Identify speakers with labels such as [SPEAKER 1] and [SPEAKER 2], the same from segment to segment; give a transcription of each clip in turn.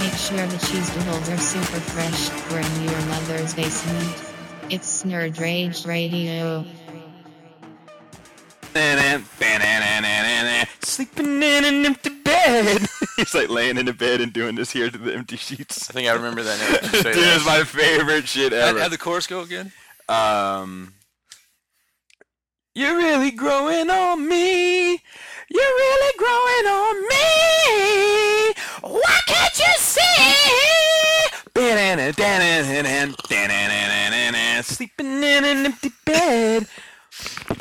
[SPEAKER 1] Make sure the cheese doodles are super fresh. We're in your mother's basement. It's Nerd Rage Radio.
[SPEAKER 2] Sleeping in an empty bed. He's like laying in a bed and doing this here to the empty sheets.
[SPEAKER 3] I think I remember that now. that you
[SPEAKER 2] Dude,
[SPEAKER 3] say that.
[SPEAKER 2] it's my favorite shit
[SPEAKER 3] How'd-
[SPEAKER 2] ever.
[SPEAKER 3] how'd the chorus go again?
[SPEAKER 2] Um, you're really growing on me. You're really growing on me. Why can't you see? Sleeping in an empty bed.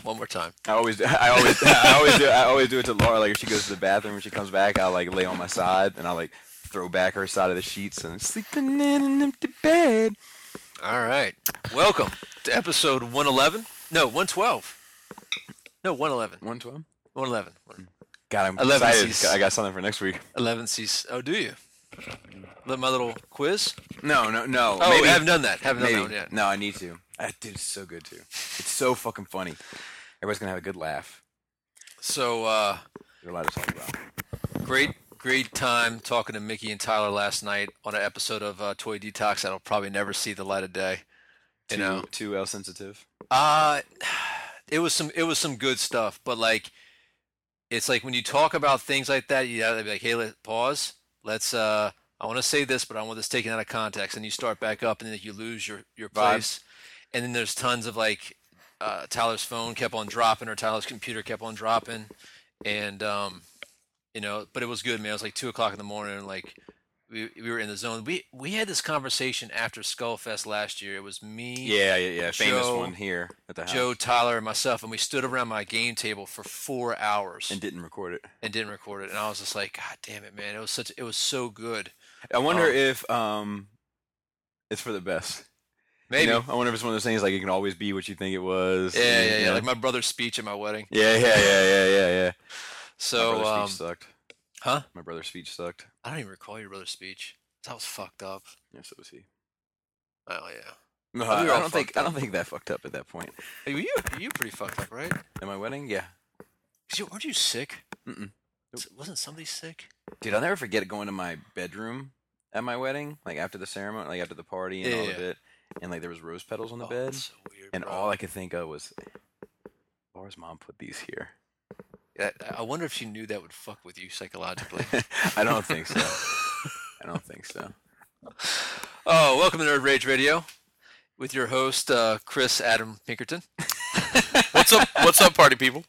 [SPEAKER 3] One more time.
[SPEAKER 2] I always, I always, I always do, I always do it to Laura. Like if she goes to the bathroom, when she comes back, I like lay on my side and I like throw back her side of the sheets and sleeping in an empty bed.
[SPEAKER 3] All right. Welcome to episode 111. No, 112. No, 111.
[SPEAKER 2] One twelve.
[SPEAKER 3] 111. One-
[SPEAKER 2] God, I'm
[SPEAKER 3] Eleven
[SPEAKER 2] excited.
[SPEAKER 3] C's.
[SPEAKER 2] I got something for next week.
[SPEAKER 3] 11 C's. Oh, do you? Let my little quiz.
[SPEAKER 2] No, no, no.
[SPEAKER 3] Oh,
[SPEAKER 2] maybe,
[SPEAKER 3] I haven't done that. Haven't
[SPEAKER 2] maybe.
[SPEAKER 3] done that one yet.
[SPEAKER 2] No, I need to. That dude's so good too. It's so fucking funny. Everybody's gonna have a good laugh.
[SPEAKER 3] So, uh,
[SPEAKER 2] There's a lot to talk about.
[SPEAKER 3] great, great time talking to Mickey and Tyler last night on an episode of uh, Toy Detox that'll probably never see the light of day. You
[SPEAKER 2] Too-
[SPEAKER 3] know,
[SPEAKER 2] too L sensitive.
[SPEAKER 3] Uh it was some it was some good stuff, but like it's like when you talk about things like that, you gotta be like, hey, let pause. Let's uh I wanna say this, but I want this taken out of context. And you start back up and then you lose your, your
[SPEAKER 2] Vibe.
[SPEAKER 3] place. And then there's tons of like uh Tyler's phone kept on dropping or Tyler's computer kept on dropping. And um you know, but it was good, man. It was like two o'clock in the morning and like we, we were in the zone. We we had this conversation after Skullfest last year. It was me,
[SPEAKER 2] Yeah, yeah, yeah. Famous
[SPEAKER 3] Joe-
[SPEAKER 2] one here at the house.
[SPEAKER 3] Joe, Tyler, and myself, and we stood around my game table for four hours
[SPEAKER 2] and
[SPEAKER 3] and,
[SPEAKER 2] didn't record it.
[SPEAKER 3] didn't record it. And I was just like, God damn it, man! It was such, it was so good.
[SPEAKER 2] I wonder
[SPEAKER 3] Oh.
[SPEAKER 2] if um, it's for the best.
[SPEAKER 3] Maybe,
[SPEAKER 2] You know, I wonder if it's one of those things like it can always be what you think it was.
[SPEAKER 3] yeah,
[SPEAKER 2] and,
[SPEAKER 3] yeah,
[SPEAKER 2] you
[SPEAKER 3] yeah,
[SPEAKER 2] know.
[SPEAKER 3] Like my brother's speech at my wedding.
[SPEAKER 2] yeah, yeah, yeah, yeah, yeah, yeah. My
[SPEAKER 3] So,
[SPEAKER 2] brother's
[SPEAKER 3] um,
[SPEAKER 2] speech sucked.
[SPEAKER 3] huh?
[SPEAKER 2] My brother's speech sucked.
[SPEAKER 3] I don't even recall your brother's speech. That was fucked up.
[SPEAKER 2] Yeah, so was he.
[SPEAKER 3] Oh yeah.
[SPEAKER 2] No,
[SPEAKER 3] were
[SPEAKER 2] I, I
[SPEAKER 3] all
[SPEAKER 2] don't think
[SPEAKER 3] fucked
[SPEAKER 2] I don't think that fucked up at that point.
[SPEAKER 3] Hey, were you you were pretty fucked up, right?
[SPEAKER 2] At my wedding, yeah.
[SPEAKER 3] 'Cause you weren't you sick?
[SPEAKER 2] Mm-mm.
[SPEAKER 3] S- Wasn't somebody sick?
[SPEAKER 2] Dude, I'll never forget going to my bedroom at my wedding, like after the ceremony, like after the party and all
[SPEAKER 3] Yeah.
[SPEAKER 2] of it, and like there was rose petals on the
[SPEAKER 3] oh,
[SPEAKER 2] bed,
[SPEAKER 3] that's so weird,
[SPEAKER 2] and
[SPEAKER 3] bro.
[SPEAKER 2] all I could think of was, Laura's mom put these here.
[SPEAKER 3] I- I wonder if she knew that would fuck with you psychologically.
[SPEAKER 2] I don't think so. I don't think so.
[SPEAKER 3] Oh, welcome to Nerd Rage Radio with your host, uh, Chris Adam Pinkerton.
[SPEAKER 4] What's up? What's up, party people?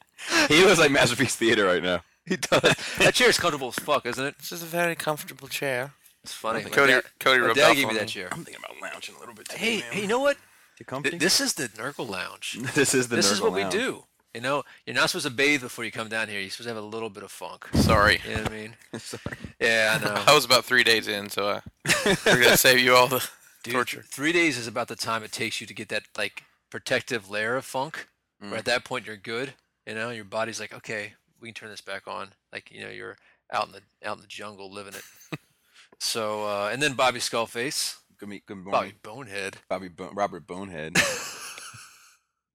[SPEAKER 2] He was like masterpiece theater right now.
[SPEAKER 3] He does. that chair is comfortable as fuck, isn't it?
[SPEAKER 4] This is a very comfortable chair.
[SPEAKER 3] It's funny. My
[SPEAKER 4] Cody,
[SPEAKER 3] dad-
[SPEAKER 4] Cody
[SPEAKER 3] my
[SPEAKER 4] rubbed
[SPEAKER 3] dad
[SPEAKER 4] off
[SPEAKER 3] gave
[SPEAKER 4] on
[SPEAKER 3] me that
[SPEAKER 4] me.
[SPEAKER 3] chair.
[SPEAKER 2] I'm thinking about lounging a little bit. Today,
[SPEAKER 3] Hey,
[SPEAKER 2] man.
[SPEAKER 3] hey, you know what?
[SPEAKER 2] you
[SPEAKER 3] Th-
[SPEAKER 2] comfy?
[SPEAKER 3] This is the Nurgle Lounge.
[SPEAKER 2] This is the
[SPEAKER 3] this is
[SPEAKER 2] Nurgle
[SPEAKER 3] what
[SPEAKER 2] Lounge.
[SPEAKER 3] we do. You know, you're not supposed to bathe before you come down here. You're supposed to have a little bit of funk.
[SPEAKER 4] Sorry,
[SPEAKER 3] You know what I mean?
[SPEAKER 2] Sorry.
[SPEAKER 3] Yeah, I know.
[SPEAKER 4] I was about three days in, so I, we're gonna save you all the
[SPEAKER 3] Dude,
[SPEAKER 4] torture.
[SPEAKER 3] Three days is about the time it takes you to get that like protective layer of funk. Where
[SPEAKER 2] Mm.
[SPEAKER 3] at that point you're good. You know, your body's like, okay, we can turn this back on. Like you know, you're out in the out in the jungle living it. so uh, and then Bobby Skullface,
[SPEAKER 2] Good, me- good morning,
[SPEAKER 3] Bobby Bonehead,
[SPEAKER 2] Bobby Bo- Robert Bonehead.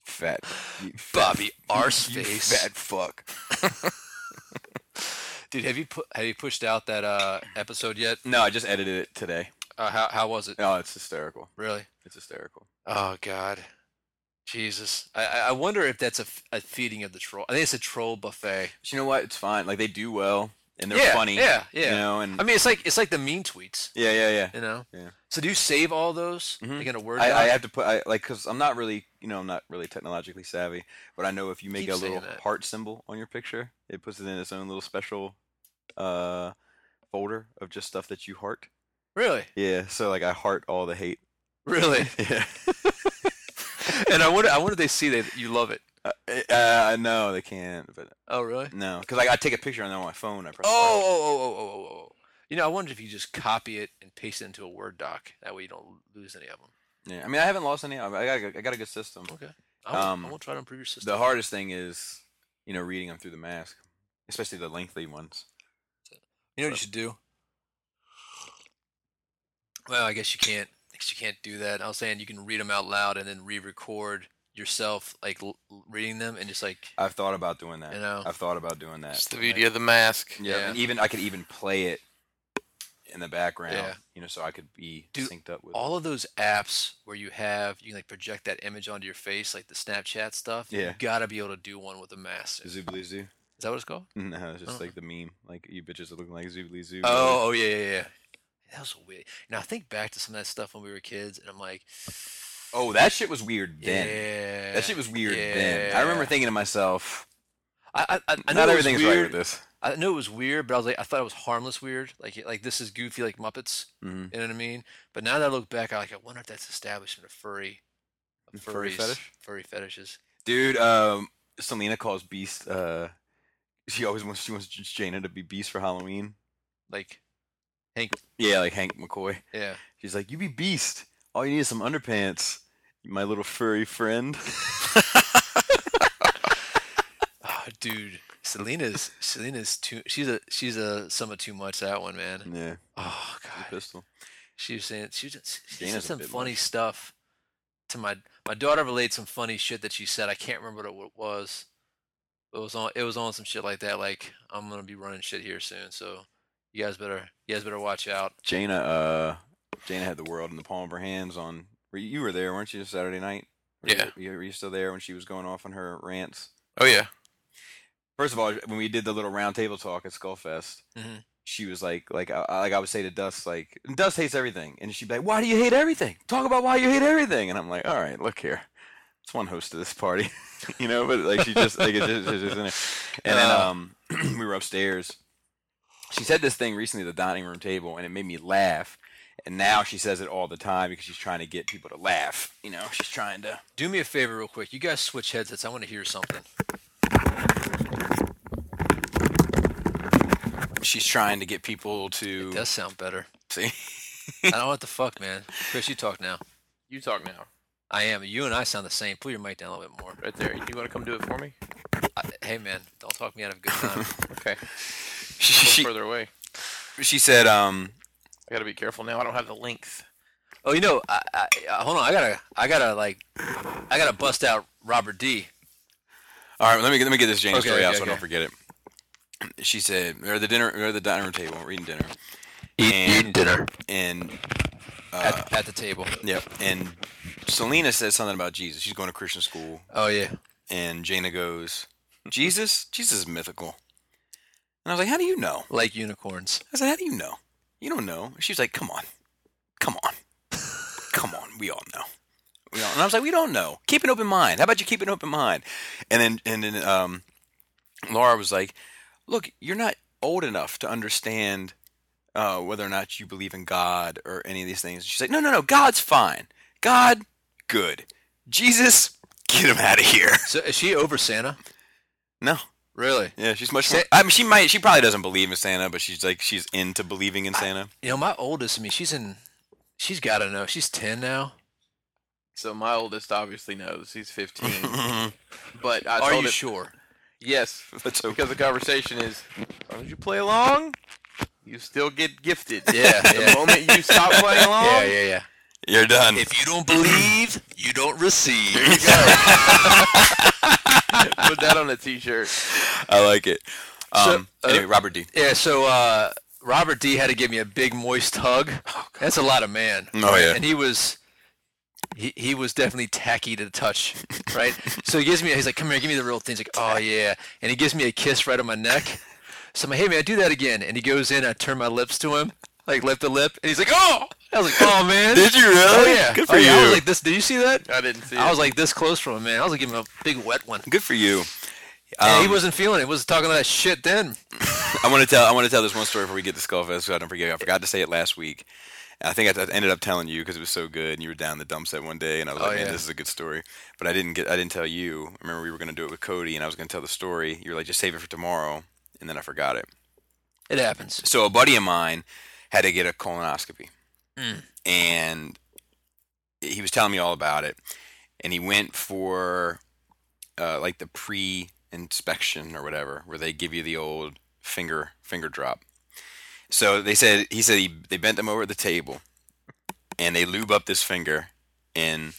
[SPEAKER 2] fat, you fat,
[SPEAKER 3] Bobby
[SPEAKER 2] you
[SPEAKER 3] Arseface.
[SPEAKER 2] fat fuck.
[SPEAKER 3] Dude, have you pu- have you pushed out that uh, episode yet?
[SPEAKER 2] No, I just edited it today.
[SPEAKER 3] Uh, how how was it?
[SPEAKER 2] Oh, it's hysterical.
[SPEAKER 3] Really?
[SPEAKER 2] It's hysterical.
[SPEAKER 3] Oh God, Jesus! I I- I wonder if that's a, f- a feeding of the troll. I think it's a troll buffet.
[SPEAKER 2] But you know what? It's fine. Like they do well and they're
[SPEAKER 3] yeah,
[SPEAKER 2] funny.
[SPEAKER 3] Yeah, yeah.
[SPEAKER 2] You know, and
[SPEAKER 3] I mean, it's like it's like the mean tweets.
[SPEAKER 2] yeah, yeah, yeah.
[SPEAKER 3] You know.
[SPEAKER 2] Yeah.
[SPEAKER 3] So do you save all those
[SPEAKER 2] Mhm.
[SPEAKER 3] like in a word?
[SPEAKER 2] I, I
[SPEAKER 3] doc?
[SPEAKER 2] have to put I, like because I'm not really you know I'm not really technologically savvy, but I know if you make
[SPEAKER 3] Keep
[SPEAKER 2] a little
[SPEAKER 3] saying that.
[SPEAKER 2] heart symbol on your picture, it puts it in its own little special uh, folder of just stuff that you heart.
[SPEAKER 3] really,
[SPEAKER 2] Yeah, so like I heart all the hate.
[SPEAKER 3] really.
[SPEAKER 2] Yeah,
[SPEAKER 3] and I wonder I wonder if they see that you love it.
[SPEAKER 2] uh, I know they can't, but
[SPEAKER 3] Oh really?
[SPEAKER 2] no, because like I take a picture and then on my phone I press.
[SPEAKER 3] Oh oh oh oh oh oh. oh. You know, I wonder if you just copy it and paste it into a Word doc. That way you don't lose any of them.
[SPEAKER 2] Yeah, I mean, I haven't lost any. I got a, good- I got a good system.
[SPEAKER 3] Okay. I will,
[SPEAKER 2] Um,
[SPEAKER 3] I will try to improve your system.
[SPEAKER 2] The hardest thing is, you know, reading them through the mask, especially the lengthy ones.
[SPEAKER 3] You know what you should do? Well, I guess you can't. I guess you can't do that. I was saying you can read them out loud and then re-record yourself, like l- l- reading them, and just like
[SPEAKER 2] I've thought about doing that.
[SPEAKER 3] You know.
[SPEAKER 2] I've thought about doing that.
[SPEAKER 4] It's the beauty of the mask.
[SPEAKER 2] Yeah,
[SPEAKER 3] Yeah.
[SPEAKER 2] and even I could even play it in the background.
[SPEAKER 3] Yeah.
[SPEAKER 2] You know, so I could be
[SPEAKER 3] Do
[SPEAKER 2] synced up with. it.
[SPEAKER 3] all of those apps where you have you can like project that image onto your face, like the Snapchat stuff.
[SPEAKER 2] Yeah.
[SPEAKER 3] You gotta be able to do one with a mask. Is
[SPEAKER 2] Zoobly Zoo.
[SPEAKER 3] that what it's called?
[SPEAKER 2] No, it's just
[SPEAKER 3] Uh-uh.
[SPEAKER 2] like the meme. Like you bitches are looking like Zoobly Zoo.
[SPEAKER 3] Oh, oh yeah, yeah, yeah. That was weird. Now I think back to some of that stuff when we were kids, and I'm like,
[SPEAKER 2] oh, that shit was weird then.
[SPEAKER 3] yeah,
[SPEAKER 2] That shit was weird then. I remember
[SPEAKER 3] yeah.
[SPEAKER 2] thinking to myself,
[SPEAKER 3] I, I, I, I know
[SPEAKER 2] not
[SPEAKER 3] it was
[SPEAKER 2] everything's right
[SPEAKER 3] weird.
[SPEAKER 2] with this.
[SPEAKER 3] I know it was weird, but I was like, I thought it was harmless weird. Like, it- like this is goofy, like Muppets.
[SPEAKER 2] hmm
[SPEAKER 3] You know what I mean? But now that I look back, I like, I wonder if that's establishment of furry, of
[SPEAKER 2] Furry
[SPEAKER 3] furries,
[SPEAKER 2] fetish?
[SPEAKER 3] furry fetishes.
[SPEAKER 2] Dude, um, Selena calls Beast. Uh, she always wants she wants Jaina to be Beast for Halloween.
[SPEAKER 3] Like,
[SPEAKER 2] Yeah, like Hank McCoy.
[SPEAKER 3] yeah,
[SPEAKER 2] She's like, "You be Beast. All you need is some underpants, my little furry friend."
[SPEAKER 3] oh, dude, Selena's Selena's too. She's a she's a summer too much. That one, man.
[SPEAKER 2] yeah,
[SPEAKER 3] Oh
[SPEAKER 2] the
[SPEAKER 3] god,
[SPEAKER 2] pistol.
[SPEAKER 3] she was saying she was just- she said
[SPEAKER 2] Dana's a
[SPEAKER 3] some
[SPEAKER 2] bit
[SPEAKER 3] funny stuff to my my daughter relayed some funny shit that she said. I can't remember what it was. It was on it was on some shit like that. Like I'm gonna be running shit here soon, so you guys better you guys better watch out.
[SPEAKER 2] Jaina, uh, Jaina had the world in the palm of her hands. On were you you were there, weren't you? Saturday night. Were you-
[SPEAKER 4] Yeah.
[SPEAKER 2] You, were you still there when she was going off on her rants?
[SPEAKER 4] Oh yeah.
[SPEAKER 2] First of all, when we did the little round table talk at Skullfest,
[SPEAKER 3] Mhm.
[SPEAKER 2] she was like, like, I, I- like I would say to Dust, like, Dust hates everything, and she'd be like, "Why do you hate everything? Talk about why you hate everything." And I'm like, "All right, look here, it's one host of this party, you know." But like, she just like it just, it just in it. And then
[SPEAKER 3] Uh.
[SPEAKER 2] um, we were upstairs. She said this thing recently at the dining room table, and it made me laugh. And now she says it all the time because she's trying to get people to laugh. You know, she's trying to.
[SPEAKER 3] Do me a favor, real quick. You guys switch headsets. I want to hear something.
[SPEAKER 2] She's trying to get people to.
[SPEAKER 3] It does sound better.
[SPEAKER 2] See?
[SPEAKER 3] I don't know what the fuck, man. Chris, you talk now.
[SPEAKER 4] You talk now.
[SPEAKER 3] I am. You and I sound the same. Pull your mic down a little bit more.
[SPEAKER 4] Right there. You want to come do it for me?
[SPEAKER 3] I, hey, man, don't talk me out of a good time.
[SPEAKER 4] Okay. A little
[SPEAKER 2] She,
[SPEAKER 4] further away.
[SPEAKER 2] she said, um,
[SPEAKER 4] I gotta be careful now. I don't have the length.
[SPEAKER 3] oh, you know, I, I, I- hold on. I gotta, I gotta like, I gotta bust out Robert D.
[SPEAKER 2] All right, let me let me get this Jane
[SPEAKER 3] Okay,
[SPEAKER 2] story out
[SPEAKER 3] okay,
[SPEAKER 2] so I don't
[SPEAKER 3] okay.
[SPEAKER 2] forget it. She said, "We're at the dinner, we're at the dining room table, we're eating dinner, and,
[SPEAKER 3] dinner
[SPEAKER 2] and uh,
[SPEAKER 3] at, at the table.
[SPEAKER 2] yep, and Selena says something about Jesus. She's going to Christian school,
[SPEAKER 3] Oh yeah.
[SPEAKER 2] and Jaina goes, "Jesus, Jesus is mythical." And I was like, "How do you know?"
[SPEAKER 3] Like unicorns.
[SPEAKER 2] I said, "How do you know? You don't know." She was like, "Come on, come on, come on. We all know." We all, and I was like, "We don't know. Keep an open mind. How about you keep an open mind?" And then and then um, Laura was like, "Look, you're not old enough to understand uh, whether or not you believe in God or any of these things." She's like, "No, no, no. God's fine. God, good. Jesus, get him out of here."
[SPEAKER 3] So is she over Santa?
[SPEAKER 2] No.
[SPEAKER 3] Really?
[SPEAKER 2] Yeah, she's much.
[SPEAKER 3] Sa-
[SPEAKER 2] More, I mean, she might. She probably doesn't believe in Santa, but she's like she's into believing in Santa.
[SPEAKER 3] You know, my oldest. I mean, she's in. She's gotta know. She's ten now.
[SPEAKER 4] So my oldest obviously knows. He's 15. but I
[SPEAKER 3] Are
[SPEAKER 4] told
[SPEAKER 3] you
[SPEAKER 4] him
[SPEAKER 3] sure?
[SPEAKER 4] yes
[SPEAKER 2] Let's hope.
[SPEAKER 4] because the conversation is, as long as you play along, you still get gifted.
[SPEAKER 3] Yeah, yeah.
[SPEAKER 4] The moment you stop playing along,
[SPEAKER 3] Yeah, yeah, yeah.
[SPEAKER 2] You're done.
[SPEAKER 3] If you don't believe, you don't receive. There you go.
[SPEAKER 4] put that on a t-shirt.
[SPEAKER 2] I like it.
[SPEAKER 3] So,
[SPEAKER 2] Um, anyway,
[SPEAKER 3] uh,
[SPEAKER 2] Robert D.
[SPEAKER 3] Yeah, so uh, Robert D had to give me a big moist hug. That's a lot of man.
[SPEAKER 2] Oh, yeah.
[SPEAKER 3] And he was he, he was definitely tacky to the touch, right? so he gives me he's like, "Come here, give me the real thing." He's like, "Oh yeah." And he gives me a kiss right on my neck. So I'm like, "Hey man, do that again." And he goes in, I turn my lips to him, like lip to lip, and he's like, "Oh." I was like, "Oh man."
[SPEAKER 2] you really?
[SPEAKER 3] Oh yeah.
[SPEAKER 2] Good
[SPEAKER 3] Oh,
[SPEAKER 2] for you.
[SPEAKER 3] yeah. I was like, "This did you see that?"
[SPEAKER 4] I didn't see.
[SPEAKER 3] I
[SPEAKER 4] it.
[SPEAKER 3] was like this close from him, man. I was like giving him a big wet one.
[SPEAKER 2] Good for you.
[SPEAKER 3] and he
[SPEAKER 2] Um,
[SPEAKER 3] wasn't feeling it. He wasn't talking all that shit then.
[SPEAKER 2] I want to tell. I want to tell this one story before we get to Skullfest, so I don't forget. I forgot to say it last week. I think I, I ended up telling you because it was so good, and you were down in the dump set one day, and I was
[SPEAKER 3] Oh,
[SPEAKER 2] like, "Man,
[SPEAKER 3] yeah.
[SPEAKER 2] this is a good story." But I didn't get. I didn't tell you. Remember, we were going to do it with Cody, and I was going to tell the story. You were like, "Just save it for tomorrow," and then I forgot it.
[SPEAKER 3] It happens.
[SPEAKER 2] So a buddy of mine had to get a colonoscopy, and he was telling me all about it, and he went for uh, like the pre-inspection or whatever, where they give you the old finger finger drop. So they said he said he, they bent him over at the table, and they lube up this finger, and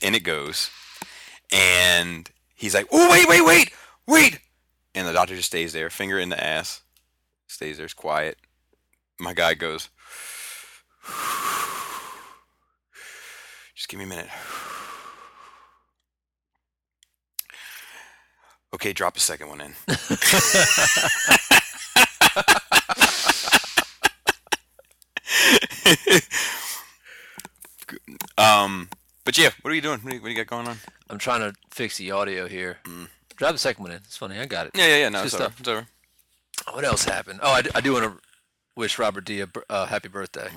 [SPEAKER 2] and it goes, and he's like, "Oh wait, wait, wait, wait!" And the doctor just stays there, finger in the ass, stays there, is quiet. My guy goes, "Just give me a minute." Okay, drop a second one in. um, but yeah, what are you doing? What do you, what do you got going on?
[SPEAKER 3] I'm trying to fix the audio here. Drop the second one in. It's funny. I got it.
[SPEAKER 2] Yeah, yeah, yeah. No,
[SPEAKER 3] It's
[SPEAKER 2] it's
[SPEAKER 3] good
[SPEAKER 2] over.
[SPEAKER 3] stuff.
[SPEAKER 2] It's over.
[SPEAKER 3] What else happened? Oh, I, d- I do want to wish Robert D a b- uh, happy birthday.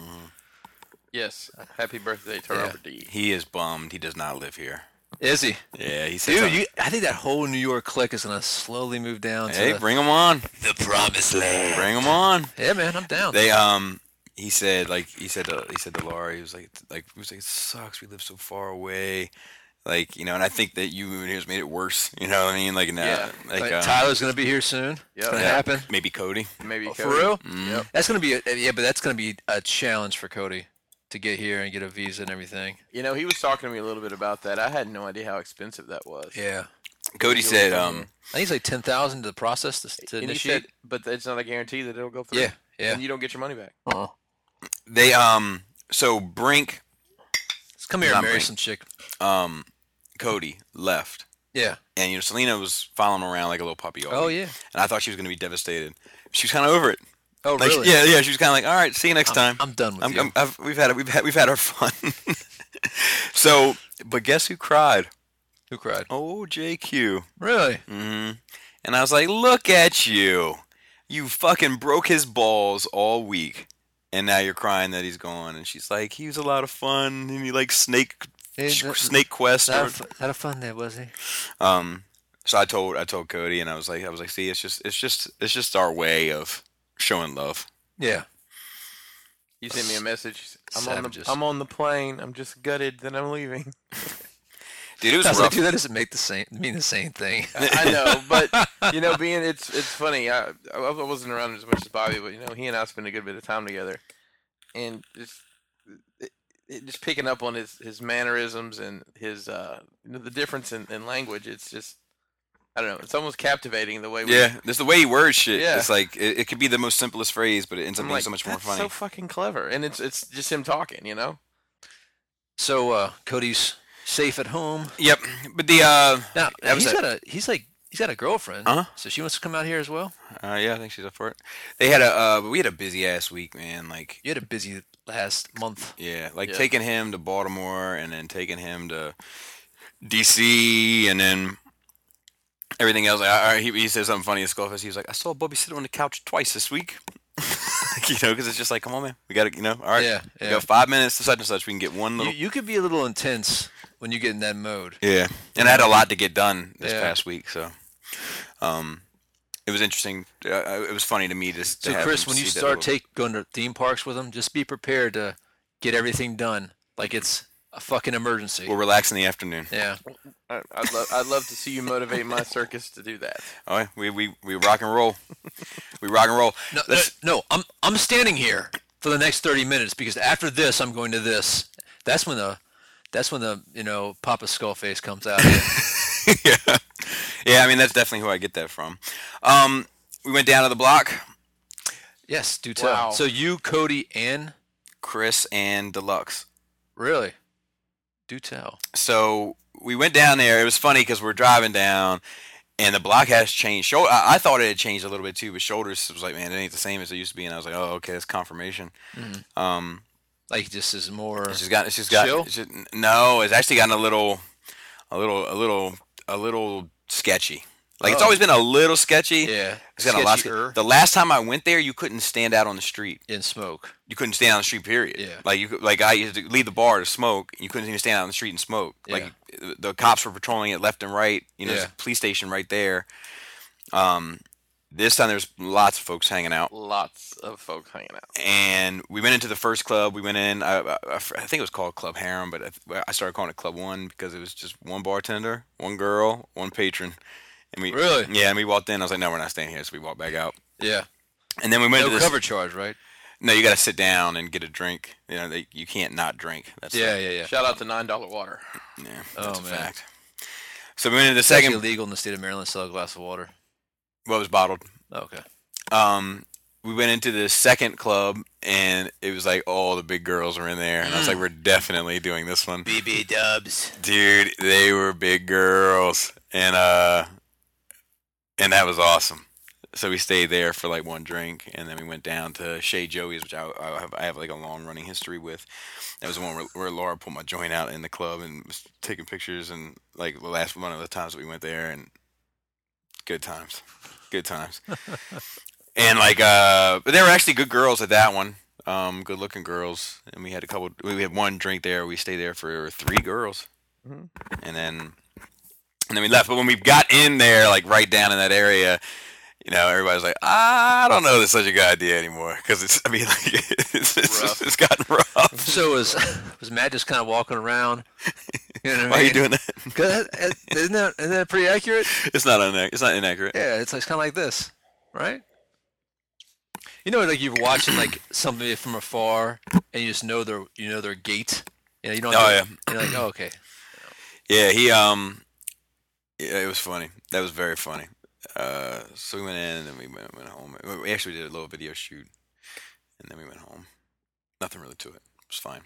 [SPEAKER 4] Yes. Happy birthday to
[SPEAKER 3] Yeah.
[SPEAKER 4] Robert D.
[SPEAKER 2] He is bummed. He does not live here.
[SPEAKER 3] Is he?
[SPEAKER 2] Yeah, he said.
[SPEAKER 3] Dude,
[SPEAKER 2] something.
[SPEAKER 3] you, I think that whole New York clique is gonna slowly move down to
[SPEAKER 2] hey,
[SPEAKER 3] the,
[SPEAKER 2] bring him on.
[SPEAKER 3] the promised land.
[SPEAKER 2] Bring him on.
[SPEAKER 3] Yeah, man, I'm down.
[SPEAKER 2] They um. He said like he said to, he said to Laura he was like it's- like he was like it sucks we live so far away, like you know and I think that you moving here has made it worse you know what I mean like now
[SPEAKER 4] Yeah.
[SPEAKER 2] like,
[SPEAKER 3] Like,
[SPEAKER 2] uh,
[SPEAKER 3] Tyler's gonna be here soon. It's
[SPEAKER 4] Yeah.
[SPEAKER 3] gonna
[SPEAKER 2] yeah,
[SPEAKER 3] happen.
[SPEAKER 2] maybe Cody
[SPEAKER 4] Maybe
[SPEAKER 3] Oh, for
[SPEAKER 4] Cody.
[SPEAKER 3] real?
[SPEAKER 2] Mm.
[SPEAKER 3] That's gonna be a, yeah, but that's gonna be a challenge for Cody to get here and get a visa and everything.
[SPEAKER 4] You know, he was talking to me a little bit about that. I had no idea how expensive that was.
[SPEAKER 3] Yeah,
[SPEAKER 2] Cody said um
[SPEAKER 3] I think it's like ten thousand to process to, to
[SPEAKER 4] And he
[SPEAKER 3] initiate.
[SPEAKER 4] said, but it's not a guarantee that it'll go through.
[SPEAKER 3] yeah, yeah.
[SPEAKER 4] And you don't get your money back.
[SPEAKER 3] Uh-uh.
[SPEAKER 2] they um so Brink
[SPEAKER 3] Let's come here
[SPEAKER 2] Not
[SPEAKER 3] and marry
[SPEAKER 2] me.
[SPEAKER 3] some chick.
[SPEAKER 2] um Cody left
[SPEAKER 3] Yeah.
[SPEAKER 2] and you know Selena was following him around like a little puppy all
[SPEAKER 3] Oh
[SPEAKER 2] week.
[SPEAKER 3] yeah.
[SPEAKER 2] and I thought she was going to be devastated. She was kind of over it.
[SPEAKER 3] Oh
[SPEAKER 2] Like,
[SPEAKER 3] really?
[SPEAKER 2] Yeah, yeah. She was kind of like, "All right, see you next
[SPEAKER 3] I'm,
[SPEAKER 2] time."
[SPEAKER 3] I'm done with
[SPEAKER 2] I'm,
[SPEAKER 3] you.
[SPEAKER 2] I'm, I've, we've had it. We've had we've had our fun. so, but guess who cried?
[SPEAKER 3] Who cried?
[SPEAKER 2] Oh, JQ.
[SPEAKER 3] Really?
[SPEAKER 2] hmm And I was like, "Look at you! You fucking broke his balls all week, and now you're crying that he's gone." And she's like, "He was a lot of fun, and he like snake
[SPEAKER 3] Hey,
[SPEAKER 2] sh-
[SPEAKER 3] that-
[SPEAKER 2] snake quest."
[SPEAKER 3] Not a,
[SPEAKER 2] Or,
[SPEAKER 3] fu- not a fun day, was he?
[SPEAKER 2] um. So I told I told Cody, and I was like, I was like, "See, it's just it's just it's just our way of showing love."
[SPEAKER 3] Yeah.
[SPEAKER 4] You sent me a message. He said, I'm on, the,
[SPEAKER 3] Savages.
[SPEAKER 4] I'm on the plane. I'm just gutted that I'm leaving.
[SPEAKER 2] Dude, it was
[SPEAKER 3] I was
[SPEAKER 2] rough.
[SPEAKER 3] like, dude, that doesn't make the same mean the same thing.
[SPEAKER 4] I know, but you know, being it's it's funny. I I I wasn't around as much as Bobby, but you know, he and I spent a good bit of time together, and just it, it, just picking up on his his mannerisms and his uh you know, the difference in, in language. It's just I don't know. It's almost captivating the way we.
[SPEAKER 2] Yeah, there's the way he words shit.
[SPEAKER 4] Yeah.
[SPEAKER 2] It's like it, it could be the most simplest phrase, but it ends up
[SPEAKER 4] I'm
[SPEAKER 2] being
[SPEAKER 4] like,
[SPEAKER 2] so much more
[SPEAKER 4] "That's
[SPEAKER 2] funny.
[SPEAKER 4] so fucking clever, and it's it's just him talking, you know.
[SPEAKER 3] So uh, Cody's safe at home.
[SPEAKER 2] yep, but the uh,
[SPEAKER 3] Now
[SPEAKER 2] That
[SPEAKER 3] he's
[SPEAKER 2] was
[SPEAKER 3] got a he's like he's got a girlfriend.
[SPEAKER 2] Uh-huh.
[SPEAKER 3] So she wants to come out here as well.
[SPEAKER 2] uh yeah, I think she's up for it. They had a uh, we had a busy ass week, man. Like
[SPEAKER 3] You had a busy last month.
[SPEAKER 2] yeah, like
[SPEAKER 4] Yeah.
[SPEAKER 2] taking him to Baltimore and then taking him to D.C. and then everything else. Like, I, I- he, he said something funny at Skullfest. He was like, "I saw Bobby sit on the couch twice this week." you know, because it's just like, come on, man, we got to, you know, all right,
[SPEAKER 3] Yeah,
[SPEAKER 2] we
[SPEAKER 3] yeah.
[SPEAKER 2] got five minutes to such and such. We can get one
[SPEAKER 3] You,
[SPEAKER 2] little
[SPEAKER 3] you could be a little intense when you get in that mode.
[SPEAKER 2] Yeah, and I had a lot to get done this
[SPEAKER 3] Yeah.
[SPEAKER 2] past week, so um, it was interesting. Uh, Uh, it was funny to me to. to
[SPEAKER 3] So
[SPEAKER 2] have
[SPEAKER 3] Chris,
[SPEAKER 2] him
[SPEAKER 3] when you
[SPEAKER 2] see that
[SPEAKER 3] start
[SPEAKER 2] little-
[SPEAKER 3] take going to theme parks with him, just be prepared to get everything done like it's a fucking emergency.
[SPEAKER 2] we'll relax in the afternoon.
[SPEAKER 3] Yeah.
[SPEAKER 4] I, I'd love I'd love to see you motivate my circus to do that.
[SPEAKER 2] Oh, yeah, we we we rock and roll. we rock and roll.
[SPEAKER 3] No, no,
[SPEAKER 2] Let's-
[SPEAKER 3] no, I'm I'm standing here for the next 30 minutes because after this I'm going to this. That's when the that's when the, you know, Papa Skullface comes out.
[SPEAKER 2] yeah, yeah. I mean, that's definitely who I get that from. Um, we went down to the block.
[SPEAKER 3] yes, do tell.
[SPEAKER 4] Wow.
[SPEAKER 3] So you, Cody, and
[SPEAKER 2] Chris and Deluxe.
[SPEAKER 3] really do tell.
[SPEAKER 2] so we went down there. It was funny because we're driving down, and the block has changed. Shoulder, I, I thought it had changed a little bit too, but shoulders was like, man, it ain't the same as it used to be. And I was like, oh, okay, that's confirmation. Um,
[SPEAKER 3] Like this is more
[SPEAKER 2] it's just got, it's just got,
[SPEAKER 3] Mm-hmm. Chill?
[SPEAKER 2] it's just- no, it's actually gotten a little, a little, a little, a little sketchy. Like it's
[SPEAKER 3] Oh.
[SPEAKER 2] always been a little sketchy.
[SPEAKER 3] yeah,
[SPEAKER 2] It's gotten a lot.
[SPEAKER 3] sketchier
[SPEAKER 2] ske- The last time I went there, you couldn't stand out on the street.
[SPEAKER 3] in smoke.
[SPEAKER 2] You couldn't stand on the street. Period.
[SPEAKER 3] Yeah.
[SPEAKER 2] Like you, could- like I used to leave the bar to smoke. You couldn't even stand out on the street and smoke. Like the cops were patrolling it left and right. You know, there's
[SPEAKER 3] Yeah.
[SPEAKER 2] a police station right there. Um, This time there's lots of folks hanging out,
[SPEAKER 4] Lots of folk hanging out.
[SPEAKER 2] and we went into the first club. We went in. I, I, I think it was called Club Harem, but I, th- I started calling it Club One because it was just one bartender, one girl, one patron, and we
[SPEAKER 3] Really?
[SPEAKER 2] yeah. And we walked in. I was like, no, we're not staying here. So we walked back out,
[SPEAKER 3] Yeah.
[SPEAKER 2] and then we went
[SPEAKER 3] No
[SPEAKER 2] to this.
[SPEAKER 3] cover charge, right?
[SPEAKER 2] No, you got to sit down and get a drink. You know, they, you can't not drink. That's
[SPEAKER 3] Yeah, yeah, yeah.
[SPEAKER 4] Shout out to nine dollar water.
[SPEAKER 2] yeah,
[SPEAKER 3] Oh,
[SPEAKER 2] that's a
[SPEAKER 3] man.
[SPEAKER 2] fact. So we went into the
[SPEAKER 3] It's actually
[SPEAKER 2] second.
[SPEAKER 3] illegal in the state of Maryland to sell a glass of water.
[SPEAKER 2] What was bottled?
[SPEAKER 3] Okay.
[SPEAKER 2] um, we went into the second club and it was like all the big girls were in there and I
[SPEAKER 3] Mm.
[SPEAKER 2] was like we're definitely doing this one
[SPEAKER 3] BB Dubs.
[SPEAKER 2] dude they were big girls and uh and that was awesome so we stayed there for like one drink and then we went down to Shea Joey's which I, I, have, I have like a long running history with that was the one where, where Laura pulled my joint out in the club and was taking pictures and like the last one of the times that we went there and good times good times and like uh but they were actually good girls at that one um good looking girls and we had a couple we had one drink there we stayed there for three girls and then and then we left but when we got in there like right down in that area you know everybody's like "Ah, i don't know this is such a good idea anymore because it's i mean like it's, it's,
[SPEAKER 4] Rough.
[SPEAKER 2] it's gotten rough
[SPEAKER 3] So was was Matt just kind of walking around? You know what I
[SPEAKER 2] why are you
[SPEAKER 3] mean?
[SPEAKER 2] doing that
[SPEAKER 3] 'Cause that- that- Isn't that, isn't that pretty accurate?
[SPEAKER 2] it's not inaccurate it's not inaccurate
[SPEAKER 3] Yeah, it's, like, kind of like this, right? You know, like you're watching like somebody from afar, and you just know their you know their gait. You know, you don't.
[SPEAKER 2] Oh,
[SPEAKER 3] have to- You're like, oh, okay.
[SPEAKER 2] Yeah, he um, yeah, it was funny. That was very funny. Uh, so we went in and then we went, went home. We- We actually did a little video shoot, and then we went home. Nothing really to it. It was fine.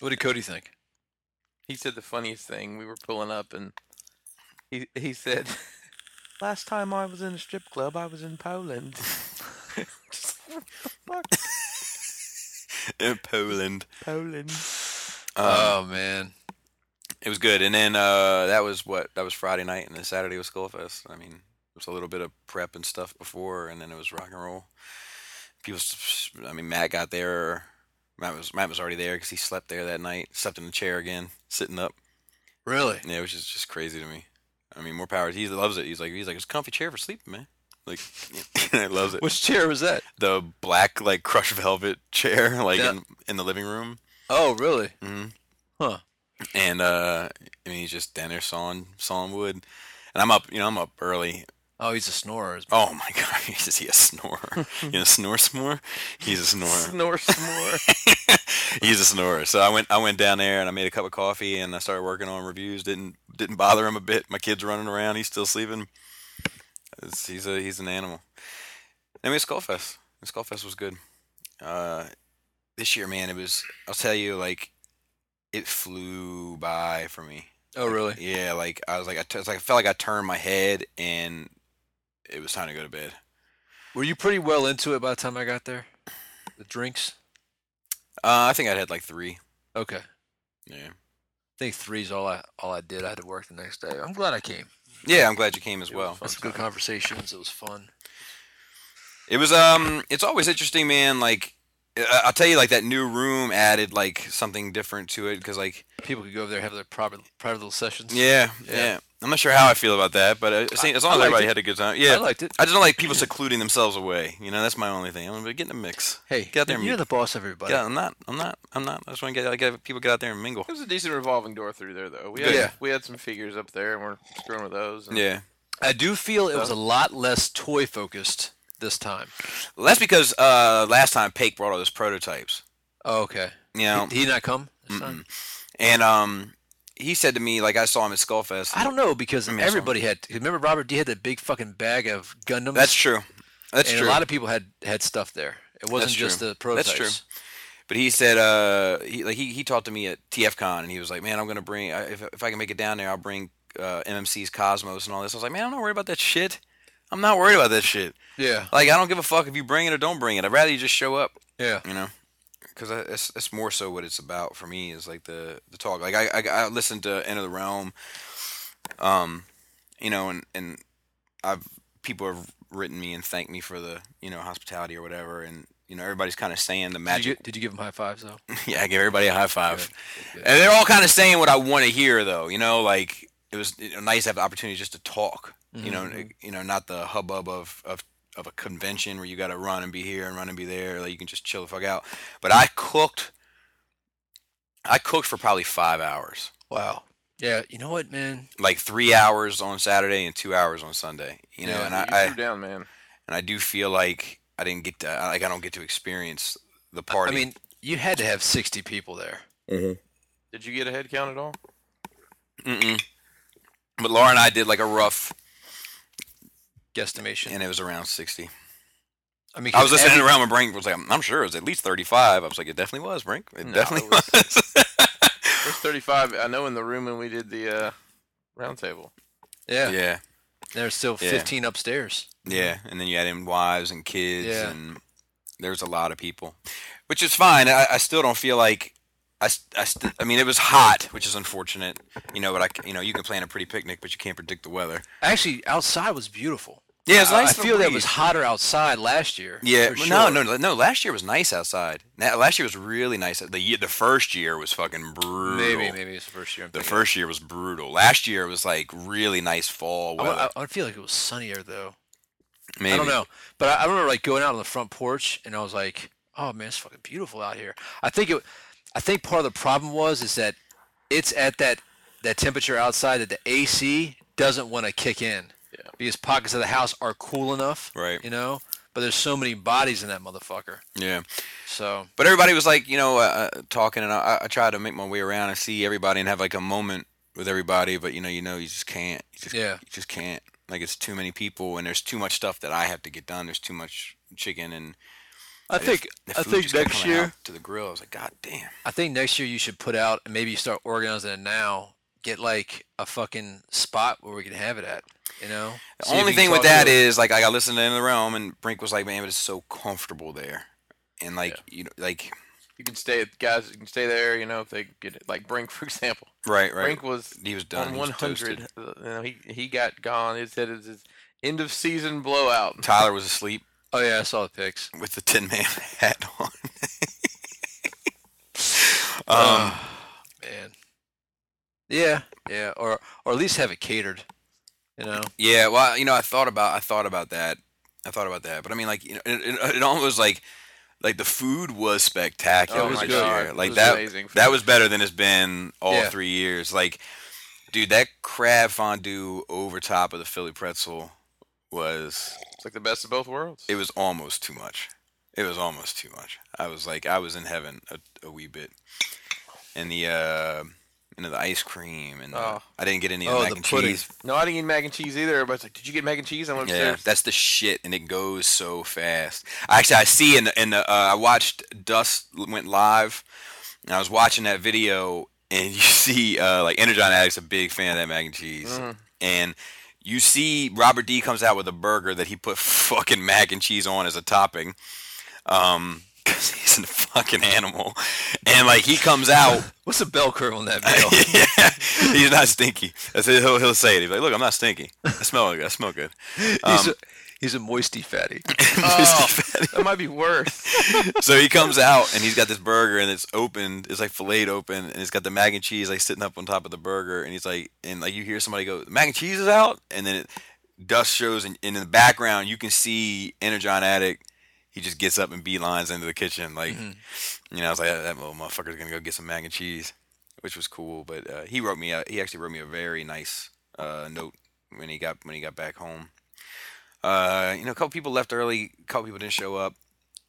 [SPEAKER 3] What did Cody think?
[SPEAKER 4] He said the funniest thing. We were pulling up and he he said Last time I was in a strip club I was in Poland. Just like, what the fuck?
[SPEAKER 2] In Poland,
[SPEAKER 4] Poland.
[SPEAKER 2] uh,
[SPEAKER 3] oh man,
[SPEAKER 2] it was good. And then uh, that was what that was Friday night, and then Saturday was Skullfest. I mean, it was a little bit of prep and stuff before, and then it was rock and roll. People, s- I mean, Matt got there. Matt was Matt was already there because he slept there that night. Slept in the chair again, sitting up.
[SPEAKER 3] really?
[SPEAKER 2] Yeah, which is just crazy to me. I mean, more power. He loves it. He's like, he's like, it's a comfy chair for sleeping, man. Like, he loves it.
[SPEAKER 3] Which chair was that?
[SPEAKER 2] The black, like, crushed velvet chair, like
[SPEAKER 3] Yeah.
[SPEAKER 2] in, in the living room.
[SPEAKER 3] Oh, really?
[SPEAKER 2] Mhm.
[SPEAKER 3] Huh.
[SPEAKER 2] And uh, I mean, he's just down there sawing, sawing wood. And I'm up, you know, I'm up early.
[SPEAKER 3] Oh, he's a snorer.
[SPEAKER 2] Oh my god, is he a snorer? you know, snore s'more. He's a snorer.
[SPEAKER 4] Snore s'more.
[SPEAKER 2] He's a snorer. So I went I went down there and I made a cup of coffee and I started working on reviews. Didn't didn't bother him a bit. My kid's running around. He's still sleeping. It's- he's a he's an animal. I mean, Skullfest. Skullfest was good. Uh, this year, man, it was. I'll tell you, like, it flew by for me.
[SPEAKER 3] Oh, really?
[SPEAKER 2] Yeah, like I was like I, t- it's like I felt like I turned my head and it was time to go to bed.
[SPEAKER 3] Were you pretty well into it by the time I got there? The drinks?
[SPEAKER 2] Uh, I think I'd had like three.
[SPEAKER 3] Okay. I
[SPEAKER 2] Yeah.
[SPEAKER 3] think three's all I all I did. I had to work the next day. I'm glad I came.
[SPEAKER 2] Yeah, Oh, I'm glad you came as
[SPEAKER 4] It was
[SPEAKER 2] well.
[SPEAKER 4] fun.
[SPEAKER 3] That's some good conversations. It was fun.
[SPEAKER 2] It was um. It's always interesting, man. Like I- I'll tell you, like that new room added like something different to it because like
[SPEAKER 3] People could go over there have their private private little sessions.
[SPEAKER 2] yeah, yeah I'm not sure how I feel about that, but uh, see, as long
[SPEAKER 3] I
[SPEAKER 2] as
[SPEAKER 3] liked
[SPEAKER 2] everybody
[SPEAKER 3] it.
[SPEAKER 2] had a good time, yeah.
[SPEAKER 3] I liked it.
[SPEAKER 2] I just don't like people secluding themselves away. You know, that's my only thing. I'm gonna get in a mix.
[SPEAKER 3] Hey,
[SPEAKER 2] Get out there and
[SPEAKER 3] you're
[SPEAKER 2] meet-
[SPEAKER 3] the boss of everybody.
[SPEAKER 2] Yeah, I'm not. I'm not. I'm not. I just want to get, I get people get out there and mingle.
[SPEAKER 4] It was a decent revolving door through there though. We
[SPEAKER 2] Good.
[SPEAKER 4] had
[SPEAKER 3] Yeah.
[SPEAKER 4] we had some figures up there and we're screwing with those. And
[SPEAKER 2] Yeah.
[SPEAKER 3] I do feel it was a lot less toy focused this time.
[SPEAKER 2] Well, that's because uh, last time Pake brought all those prototypes.
[SPEAKER 3] Oh, okay.
[SPEAKER 2] You know,
[SPEAKER 3] Did he not come? this time?
[SPEAKER 2] and um, he said to me like I saw him at Skullfest.
[SPEAKER 3] I don't know because
[SPEAKER 2] mean, I saw him.
[SPEAKER 3] everybody had. Remember, Robert D had that big fucking bag of Gundams.
[SPEAKER 2] That's true. That's
[SPEAKER 3] and
[SPEAKER 2] true.
[SPEAKER 3] a lot of people had had stuff there. It wasn't
[SPEAKER 2] That's
[SPEAKER 3] just
[SPEAKER 2] true.
[SPEAKER 3] the
[SPEAKER 2] That's
[SPEAKER 3] prototypes.
[SPEAKER 2] true. But he said, uh, he like he, he talked to me at TFCon, and he was like, "Man, I'm gonna bring I- if if I can make it down there, I'll bring uh, MMC's Cosmos and all this." I was like, "Man, I'm not worried about that shit. I'm not worried about that shit.
[SPEAKER 3] Yeah,
[SPEAKER 2] Like, I don't give a fuck if you bring it or don't bring it. I'd rather you just show up,
[SPEAKER 3] yeah.
[SPEAKER 2] you know." Because that's, that's more so what it's about for me is like the the talk. Like I I, I listened to Enter the Realm, um, you know, and and I've people have written me and thanked me for the you know hospitality or whatever, and you know everybody's kind of saying the
[SPEAKER 3] Did
[SPEAKER 2] magic.
[SPEAKER 3] you, did you give him high fives though?
[SPEAKER 2] Yeah, I give everybody a high five. And they're all kind of saying what I want to hear, though. You know,
[SPEAKER 3] Mm-hmm.
[SPEAKER 2] like it was you know, nice to have the opportunity just to talk. You know, you know, not the hubbub of of of a convention where you got to run and be here and run and be there. Like you can just chill the fuck out. But I cooked. I cooked for probably five hours.
[SPEAKER 4] Wow.
[SPEAKER 3] Yeah, you know what, man?
[SPEAKER 2] Like three hours on Saturday and two hours on Sunday. You know,
[SPEAKER 3] Yeah,
[SPEAKER 2] and
[SPEAKER 4] You
[SPEAKER 2] I, I
[SPEAKER 4] threw down, man.
[SPEAKER 2] and I do feel like I didn't get to like I don't get to experience the party.
[SPEAKER 3] I mean, you had to have 60 people there.
[SPEAKER 4] Did you get a head count at all?
[SPEAKER 2] Mm-mm. But Laura and I did like a rough,
[SPEAKER 3] Guesstimation.
[SPEAKER 2] and it was around sixty.
[SPEAKER 3] I mean,
[SPEAKER 2] I was
[SPEAKER 3] 'cause
[SPEAKER 2] listening
[SPEAKER 3] every-
[SPEAKER 2] around, and Brink was like, "I'm, I'm sure it was at least 35." I was like, "It definitely was, Brink. It
[SPEAKER 4] No,
[SPEAKER 2] definitely
[SPEAKER 4] it
[SPEAKER 2] was."
[SPEAKER 4] was- There's 35. I know in the room when we did the uh, round table.
[SPEAKER 3] yeah,
[SPEAKER 2] yeah,
[SPEAKER 3] there's still
[SPEAKER 2] Yeah.
[SPEAKER 3] 15 upstairs.
[SPEAKER 2] yeah. And then you had in wives and kids,
[SPEAKER 3] Yeah.
[SPEAKER 2] and there's a lot of people, which is fine. I, I still don't feel like I. s- I, st- I mean, it was hot, which is unfortunate, you know. But I, c- you know, you can plan a pretty picnic, but you can't predict the weather.
[SPEAKER 3] Actually, outside was beautiful.
[SPEAKER 2] Yeah, it's
[SPEAKER 3] I-
[SPEAKER 2] nice.
[SPEAKER 3] I feel that was hotter outside last year.
[SPEAKER 2] Yeah,
[SPEAKER 3] for
[SPEAKER 2] well, no,
[SPEAKER 3] sure.
[SPEAKER 2] no, no, no. Last year was nice outside. Na- Last year was really nice. The year, the first year was fucking brutal.
[SPEAKER 3] Maybe, maybe it's the first year. I'm
[SPEAKER 2] The
[SPEAKER 3] thinking.
[SPEAKER 2] first year was brutal. Last year was like really nice fall
[SPEAKER 3] I,
[SPEAKER 2] weather.
[SPEAKER 3] I, I feel like it was sunnier though.
[SPEAKER 2] Maybe.
[SPEAKER 3] I don't know, but I, I remember like going out on the front porch and I was like, "Oh man, it's fucking beautiful out here." I think it, I think part of the problem was is that it's at that that temperature outside that the AC doesn't want to kick in
[SPEAKER 4] Yeah.
[SPEAKER 3] because pockets of the house are cool enough,
[SPEAKER 2] Right.
[SPEAKER 3] You know, but there's so many bodies in that motherfucker.
[SPEAKER 2] Yeah,
[SPEAKER 3] So
[SPEAKER 2] but everybody was like, you know, uh, uh, talking, and I, I tried to make my way around and see everybody and have like a moment with everybody. But you know, you know, you just can't. You just,
[SPEAKER 3] Yeah.
[SPEAKER 2] You just can't. Like it's too many people, and there's too much stuff that I have to get done. There's too much chicken, and
[SPEAKER 3] I
[SPEAKER 2] the
[SPEAKER 3] think
[SPEAKER 2] f- the
[SPEAKER 3] I
[SPEAKER 2] food
[SPEAKER 3] think
[SPEAKER 2] just kept
[SPEAKER 3] next
[SPEAKER 2] coming out
[SPEAKER 3] year
[SPEAKER 2] to the grill. I was like, God damn.
[SPEAKER 3] I think next year you should put out and maybe start organizing it now. Get like a fucking spot where we can have it at. You know.
[SPEAKER 2] The
[SPEAKER 3] See if
[SPEAKER 2] only
[SPEAKER 3] you can
[SPEAKER 2] thing with
[SPEAKER 3] talk to
[SPEAKER 2] that
[SPEAKER 3] a-
[SPEAKER 2] is like like I listened to In the Realm and Brink was like, Man, but it's so comfortable there. And like you know like
[SPEAKER 4] You can stay, guys. You can stay there. You know, if they get it. like Brink, for example.
[SPEAKER 2] Right, right.
[SPEAKER 4] Brink was
[SPEAKER 2] he was done.
[SPEAKER 4] on
[SPEAKER 2] he was
[SPEAKER 4] 100.
[SPEAKER 2] toasted.
[SPEAKER 4] uh, You know, he he got gone. He said it was his end of season blowout.
[SPEAKER 2] Tyler was asleep
[SPEAKER 3] Oh yeah, I saw the pics.
[SPEAKER 2] with the tin man hat on.
[SPEAKER 4] Uh.
[SPEAKER 2] um
[SPEAKER 3] Oh, man. Yeah, yeah, or or at least have it catered. You know.
[SPEAKER 2] Yeah, well, you know, I thought about I thought about that. I thought about that. But I mean like you know it, it, it almost like like the food was spectacular
[SPEAKER 4] Oh
[SPEAKER 3] was
[SPEAKER 2] this
[SPEAKER 3] good.
[SPEAKER 2] year.
[SPEAKER 4] It
[SPEAKER 2] Like
[SPEAKER 4] was
[SPEAKER 2] that
[SPEAKER 4] amazing
[SPEAKER 2] that
[SPEAKER 4] food.
[SPEAKER 2] was better than it's been all
[SPEAKER 3] Yeah.
[SPEAKER 2] three years. Like dude, that crab fondue over top of the Philly pretzel was
[SPEAKER 4] It's like the best of both worlds.
[SPEAKER 2] it was almost too much. It was almost too much. I was like, I was in heaven a, a wee bit, and the uh, you know the ice cream, and the,
[SPEAKER 4] Oh.
[SPEAKER 2] I didn't get any of
[SPEAKER 3] Oh,
[SPEAKER 2] the mac
[SPEAKER 3] the
[SPEAKER 2] and
[SPEAKER 3] pudding.
[SPEAKER 2] cheese.
[SPEAKER 4] no, I didn't eat mac and cheese either. Everybody's like, "Did you get mac and cheese?" I went
[SPEAKER 2] Yeah,
[SPEAKER 4] upstairs.
[SPEAKER 2] that's the shit, and it goes so fast. Actually, I see in the, in the uh, I watched Dust went live, and I was watching that video, and you see uh, like Energon Addict's a big fan of that mac and cheese, and you see Robert D comes out with a burger that he put fucking mac and cheese on as a topping, um, because he's a fucking animal, and like he comes out.
[SPEAKER 3] What's the bell curve on that meal?
[SPEAKER 2] yeah, he's not stinky. That's it. He'll, he'll say it. He's like, "Look, I'm not stinky. I smell. I smell good." Um,
[SPEAKER 3] he's, a, he's a moisty fatty.
[SPEAKER 4] Oh, that might be worse.
[SPEAKER 2] so he comes out and he's got this burger and it's open, it's like filleted open, and it's got the mac and cheese like sitting up on top of the burger, and he's like, and like you hear somebody go, mac and cheese is out, and then it, dust shows, and, and in the background you can see Energon Addict. He just gets up and beelines into the kitchen, like you know. I was like, that, that little motherfucker's gonna go get some mac and cheese, which was cool. But uh, he wrote me, a, he actually wrote me a very nice uh, note when he got when he got back home. Uh, you know, a couple people left early, a couple people didn't show up.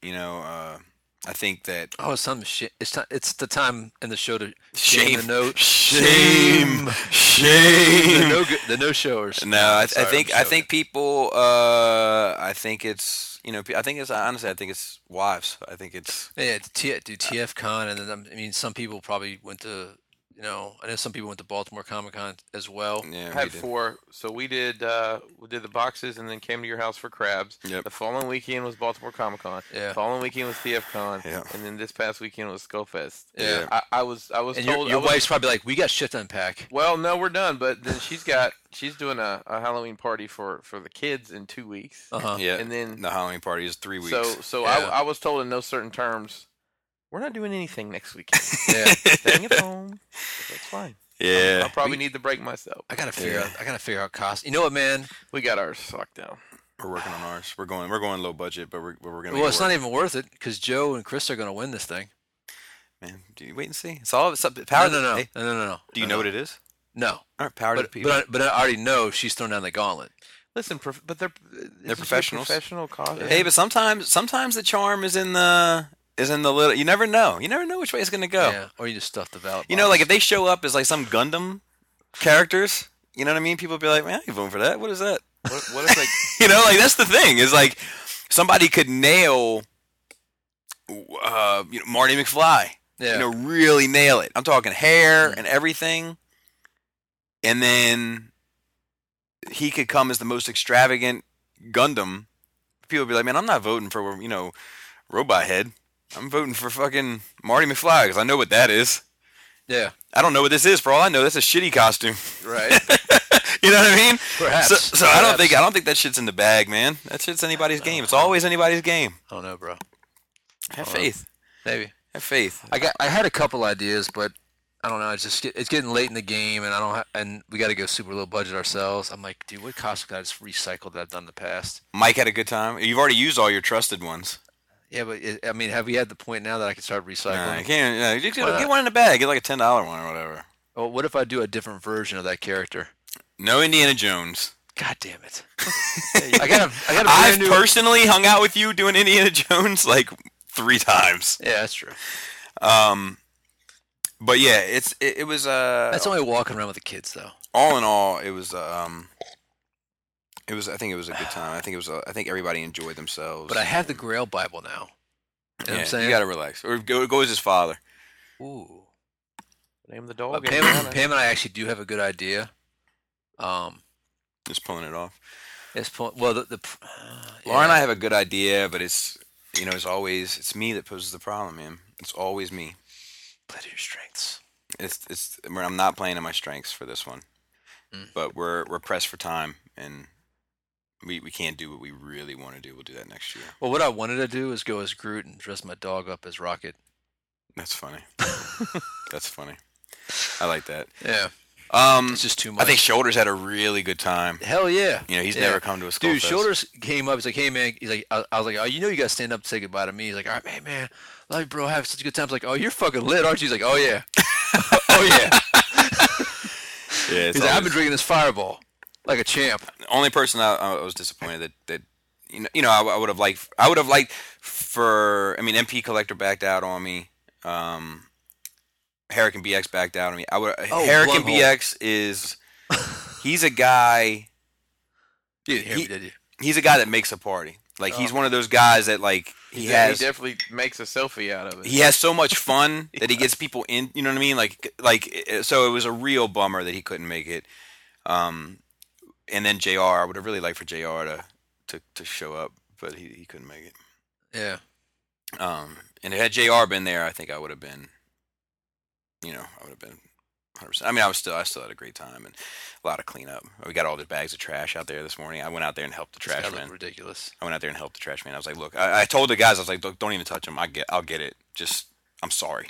[SPEAKER 2] You know, uh, I think that
[SPEAKER 3] Oh, it's time to shit. It's time. It's the time in the show to shame
[SPEAKER 2] shame,
[SPEAKER 3] the note.
[SPEAKER 2] shame,
[SPEAKER 3] The
[SPEAKER 2] shame.
[SPEAKER 3] no, go- the no showers.
[SPEAKER 2] No, I,
[SPEAKER 3] Sorry,
[SPEAKER 2] I
[SPEAKER 3] I'm
[SPEAKER 2] think I
[SPEAKER 3] joking.
[SPEAKER 2] think people. Uh, I think it's you know. I think it's honestly. I think it's wives. I think it's
[SPEAKER 3] Yeah, T- dude, TF Con, and then um, I mean, some people probably went to, you know, I know some people went to Baltimore Comic Con as well.
[SPEAKER 2] yeah.
[SPEAKER 4] I
[SPEAKER 2] we
[SPEAKER 4] had
[SPEAKER 2] did.
[SPEAKER 4] four. So we did uh, we did the boxes and then came to your house for crabs.
[SPEAKER 2] Yep.
[SPEAKER 4] The following weekend was Baltimore Comic Con.
[SPEAKER 3] Yeah.
[SPEAKER 4] The following weekend was TF Con.
[SPEAKER 2] Yeah.
[SPEAKER 4] And then this past weekend was Skullfest.
[SPEAKER 2] Yeah.
[SPEAKER 4] I, I was I was
[SPEAKER 3] And
[SPEAKER 4] told
[SPEAKER 3] your, your
[SPEAKER 4] I was-
[SPEAKER 3] wife's probably like, "We got shit to unpack."
[SPEAKER 4] Well, no, we're done. But then she's got she's doing a, a Halloween party for for the kids in two weeks.
[SPEAKER 3] Uh huh.
[SPEAKER 2] Yeah,
[SPEAKER 4] and then-
[SPEAKER 2] Uh-huh. the Halloween party is three weeks.
[SPEAKER 4] So so
[SPEAKER 3] Yeah.
[SPEAKER 4] I, I was told in no certain terms, we're not doing anything next weekend.
[SPEAKER 3] Yeah.
[SPEAKER 4] Staying at home. That's fine.
[SPEAKER 2] yeah,
[SPEAKER 4] I'll probably need the break myself.
[SPEAKER 3] I gotta figure
[SPEAKER 2] Yeah.
[SPEAKER 3] out. I gotta figure out cost. You know what, man?
[SPEAKER 4] We got ours locked down.
[SPEAKER 2] We're working on ours. We're going. We're going low budget, but we're we're gonna.
[SPEAKER 3] Well,
[SPEAKER 2] make
[SPEAKER 3] it's
[SPEAKER 2] it work.
[SPEAKER 3] not even worth it because Joe and Chris are going to win this thing.
[SPEAKER 2] Man, do you wait and see? It's all it's up- power.
[SPEAKER 3] no, no, no,
[SPEAKER 2] hey,
[SPEAKER 3] no, no, no, no.
[SPEAKER 2] do you know
[SPEAKER 3] no, no.
[SPEAKER 2] what it is?
[SPEAKER 3] No,
[SPEAKER 2] All right, power to the
[SPEAKER 3] but
[SPEAKER 2] people.
[SPEAKER 3] but I, but I already know she's thrown down the gauntlet.
[SPEAKER 4] Listen, prof- but they're uh, they're
[SPEAKER 2] professionals.
[SPEAKER 4] Professional cause.
[SPEAKER 2] Hey, but sometimes sometimes the charm is in the is in the little. You never know. You never know which way it's gonna go.
[SPEAKER 3] Yeah, or you just stuff the ballot.
[SPEAKER 2] You know,
[SPEAKER 3] box.
[SPEAKER 2] like if they show up as like some Gundam characters, you know what I mean? People be like, "Man, I ain't voting for that. What is that?"
[SPEAKER 4] what, what if like
[SPEAKER 2] you know, like that's the thing is like somebody could nail, uh, you know, Marty McFly.
[SPEAKER 3] yeah,
[SPEAKER 2] You know, really nail it. I'm talking hair and everything, and then he could come as the most extravagant Gundam. People would be like, "Man, I'm not voting for you know, Robot Head. I'm voting for fucking Marty McFly because I know what that is."
[SPEAKER 3] yeah,
[SPEAKER 2] I don't know what this is. For all I know, that's a shitty costume.
[SPEAKER 3] right.
[SPEAKER 2] you know what I mean?
[SPEAKER 3] Perhaps.
[SPEAKER 2] So, so I don't
[SPEAKER 3] Perhaps.
[SPEAKER 2] think I don't think that shit's in the bag, man. That shit's anybody's game. It's always anybody's game.
[SPEAKER 3] I don't know, bro.
[SPEAKER 2] Have
[SPEAKER 3] Oh.
[SPEAKER 2] faith.
[SPEAKER 3] Maybe
[SPEAKER 2] Have faith.
[SPEAKER 3] I got. I had a couple ideas, but I don't know. It's just get, it's getting late in the game, and I don't. Ha- and we got to go super low budget ourselves. I'm like, dude, what costume can I just recycle that I've done in the past?
[SPEAKER 2] Mike had a good time. You've already used all your trusted ones.
[SPEAKER 3] Yeah, but it, I mean, have we had the point now that I can start
[SPEAKER 2] Nah,
[SPEAKER 3] recycling?
[SPEAKER 2] Uh, you can't. yeah, you just
[SPEAKER 3] Why
[SPEAKER 2] get,
[SPEAKER 3] not?
[SPEAKER 2] get one in the bag. Get like a ten dollar one or whatever.
[SPEAKER 3] Well, what if I do a different version of that character?
[SPEAKER 2] No Indiana Jones.
[SPEAKER 3] God damn it! I got a, I got a
[SPEAKER 2] I've
[SPEAKER 3] brand new.
[SPEAKER 2] personally hung out with you doing Indiana Jones like three times.
[SPEAKER 3] yeah, that's true.
[SPEAKER 2] Um, but yeah, it's it, it was uh
[SPEAKER 3] That's only walking around with the kids, though.
[SPEAKER 2] all in all, it was um, it was. I think it was a good time. I think it was. A, I think everybody enjoyed themselves.
[SPEAKER 3] But I have the Grail Bible now. You know what
[SPEAKER 2] Yeah,
[SPEAKER 3] I'm saying?
[SPEAKER 2] you gotta relax. Or go, go as his father.
[SPEAKER 3] Ooh.
[SPEAKER 4] name the
[SPEAKER 3] But
[SPEAKER 4] dog?
[SPEAKER 3] Pam, Pam and I actually do have a good idea. Um,
[SPEAKER 2] Just pulling it off.
[SPEAKER 3] it's po- well the, the pr- uh,
[SPEAKER 2] Laura and I
[SPEAKER 3] yeah.
[SPEAKER 2] have a good idea, but it's you know it's always it's me that poses the problem, man. It's always me.
[SPEAKER 3] play to your strengths.
[SPEAKER 2] It's it's where I'm not playing to my strengths for this one.
[SPEAKER 3] Mm.
[SPEAKER 2] But we're we're pressed for time and. We, we can't do what we really want to do. We'll do that next year.
[SPEAKER 3] Well, what I wanted to do is go as Groot and dress my dog up as Rocket.
[SPEAKER 2] That's funny. That's funny. I like that.
[SPEAKER 3] Yeah,
[SPEAKER 2] Um,
[SPEAKER 3] it's just too much.
[SPEAKER 2] I think Shoulders had a really good time.
[SPEAKER 3] Hell yeah.
[SPEAKER 2] You know, he's
[SPEAKER 3] Yeah.
[SPEAKER 2] never come to a school.
[SPEAKER 3] Dude, shoulders came up. He's like, "Hey man," he's like, "I, I was like, oh, you know, you gotta stand up to say goodbye to me." He's like, "All right, man, man, love you, bro. Have such a good time." I was like, "Oh, you're fucking lit, aren't you?" He's like, "Oh yeah, oh yeah."
[SPEAKER 2] Yeah, it's
[SPEAKER 3] He's like, "I've
[SPEAKER 2] always-
[SPEAKER 3] been drinking this Fireball like a champ."
[SPEAKER 2] the only person I, I was disappointed that that you know you know I, I would have liked I would have liked for I mean MP Collector backed out on me. Um, Herrick and BX backed out on me. I would
[SPEAKER 3] Oh,
[SPEAKER 2] Herrick and
[SPEAKER 3] Blumhole.
[SPEAKER 2] BX is he's a guy
[SPEAKER 3] You didn't hear
[SPEAKER 2] He-
[SPEAKER 3] me, did you?
[SPEAKER 2] he's a guy that makes a party. Like he's
[SPEAKER 4] Oh.
[SPEAKER 2] one of those guys that like he
[SPEAKER 4] yeah,
[SPEAKER 2] has
[SPEAKER 4] he definitely makes a selfie out of it.
[SPEAKER 2] he has so much fun that he gets people in. You know what I mean? Like, like uh, so it was a real bummer that he couldn't make it. Um, and then Jr. I would have really liked for Jr. to to, to show up, but he, he couldn't make it.
[SPEAKER 3] Yeah.
[SPEAKER 2] Um, and had Jr. been there, I think I would have been. You know, I would have been. 100%. I mean, I was still I still had a great time and a lot of cleanup. We got all the bags of trash out there this morning. I went out there and helped the
[SPEAKER 3] It's
[SPEAKER 2] trash
[SPEAKER 3] gotta
[SPEAKER 2] man.
[SPEAKER 3] look ridiculous.
[SPEAKER 2] I went out there and helped the trash man. I was like, look, I, I told the guys, I was like, look, don't even touch them. I get, I'll get it. Just, I'm sorry.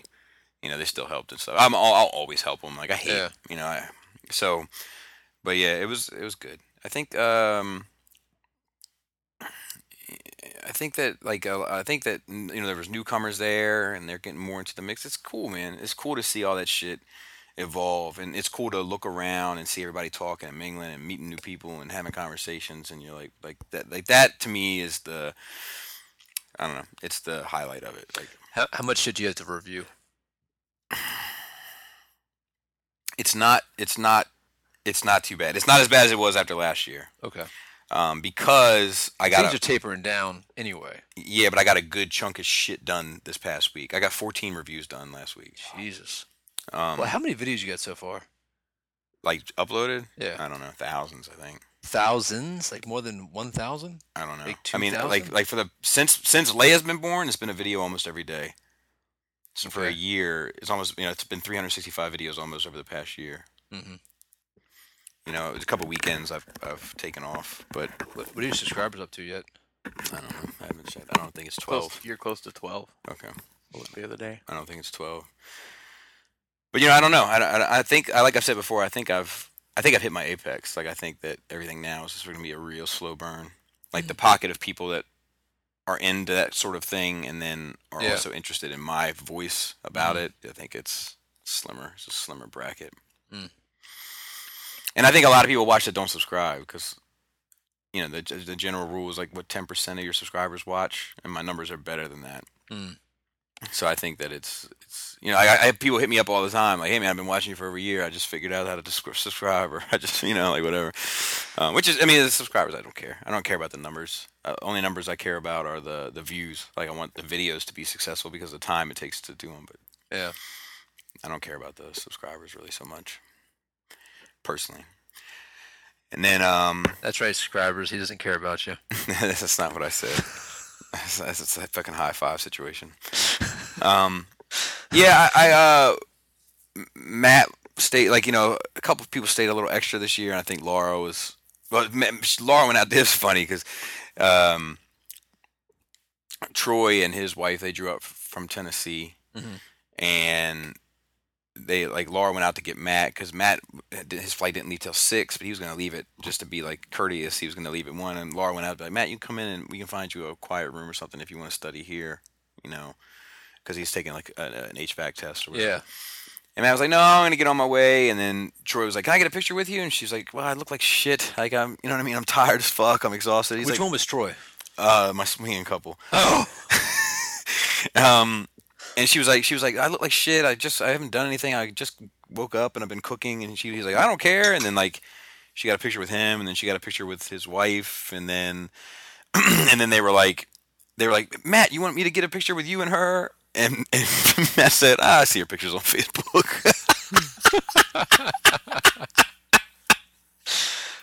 [SPEAKER 2] You know, they still helped and stuff. I'm, I'll, I'll always help them. Like I hate,
[SPEAKER 3] Yeah.
[SPEAKER 2] you know, I, so, but yeah, it was, it was good. I think, um, I think that like uh, I think that n- you know there was newcomers there and they're getting more into the mix. It's cool, man. It's cool to see all that shit evolve and it's cool to look around and see everybody talking and mingling and meeting new people and having conversations and you're like like that like that to me is the I don't know, it's the highlight of it. Like
[SPEAKER 3] How, how much shit do you have to review?
[SPEAKER 2] it's not it's not it's not too bad. It's not as bad as it was after last year.
[SPEAKER 3] Okay.
[SPEAKER 2] Um because I got
[SPEAKER 3] Things
[SPEAKER 2] a-
[SPEAKER 3] are tapering down anyway.
[SPEAKER 2] yeah, but I got a good chunk of shit done this past week. I got 14 reviews done last week.
[SPEAKER 3] Jesus.
[SPEAKER 2] Um
[SPEAKER 3] Well, how many videos you got so far?
[SPEAKER 2] like uploaded?
[SPEAKER 3] Yeah.
[SPEAKER 2] I don't know, thousands, I think.
[SPEAKER 3] Thousands? Like more than one thousand?
[SPEAKER 2] I don't know.
[SPEAKER 3] Like
[SPEAKER 2] I mean,
[SPEAKER 3] 2,000?
[SPEAKER 2] like like for the since since Leia's been born, it's been a video almost every day. So for a
[SPEAKER 3] Okay.
[SPEAKER 2] year, it's almost you know it's been 365 videos almost over the past year.
[SPEAKER 3] Mm-hmm.
[SPEAKER 2] You know, it was a couple weekends I've I've taken off, but
[SPEAKER 3] What, what are your subscribers up to yet?
[SPEAKER 2] I don't know. I haven't checked. I don't think it's
[SPEAKER 4] Close-
[SPEAKER 2] 12.
[SPEAKER 4] You're close to twelve.
[SPEAKER 2] Okay.
[SPEAKER 4] What was it the other day?
[SPEAKER 2] I don't think it's 12. But you know, I don't know. I, I, I think I like I've said before. I think I've I think I've hit my apex. Like I think that everything now is just going to be a real slow burn. like the
[SPEAKER 3] Mm-hmm.
[SPEAKER 2] pocket of people that are into that sort of thing and then are
[SPEAKER 3] Yeah. Mm-hmm.
[SPEAKER 2] also interested in my voice about it. I think it's slimmer. It's a slimmer bracket.
[SPEAKER 3] Mm.
[SPEAKER 2] And I think a lot of people watch that don't subscribe because you know the g- the general rule is like what 10% of your subscribers watch and my numbers are better than that.
[SPEAKER 3] Mm.
[SPEAKER 2] So I think that it's it's you know I, I have people hit me up all the time like hey man I've been watching you for over a year I just figured out how to descri- subscribe or I just you know like whatever um, which is I mean the subscribers I don't care I don't care about the numbers uh, only numbers I care about are the the views like I want the videos to be successful because of the time it takes to do them but
[SPEAKER 3] Yeah.
[SPEAKER 2] I don't care about the subscribers really so much personally and then um
[SPEAKER 3] That's right, subscribers. He doesn't care about you.
[SPEAKER 2] that's not what I said. That's, that's, that's a fucking high five situation. Um, yeah, I, I uh, M- Matt stayed like you know a couple of people stayed a little extra this year, and I think Laura was. Well, Ma- Laura went out. This is funny because um, Troy and his wife they drew up from Tennessee,
[SPEAKER 3] Mhm.
[SPEAKER 2] and they like Laura went out to get Matt because Matt uh, his flight didn't leave till six, but he was going to leave it just to be like courteous. He was going to leave at one, and Laura went out. Like Matt, you come in and we can find you a quiet room or something if you want to study here, you know, because he's taking like a, an HVAC test or whatever.
[SPEAKER 3] Yeah.
[SPEAKER 2] And Matt was like, "No, I'm gonna get on my way." And then Troy was like, "Can I get a picture with you?" And she's like, "Well, I look like shit. Like I'm, you know what I mean? I'm tired as fuck. I'm exhausted." He's
[SPEAKER 3] Which
[SPEAKER 2] like,
[SPEAKER 3] one was Troy?
[SPEAKER 2] Uh, my swinging couple.
[SPEAKER 3] Oh.
[SPEAKER 2] Um, and she was like, she was like, "I look like shit. I just, I haven't done anything. I just woke up and I've been cooking." And she, he's like, "I don't care." And then like, she got a picture with him, and then she got a picture with his wife, and then, and then they were like, they were like, "Matt, you want me to get a picture with you and her?" And, and Matt said, ah, "I see your pictures on Facebook."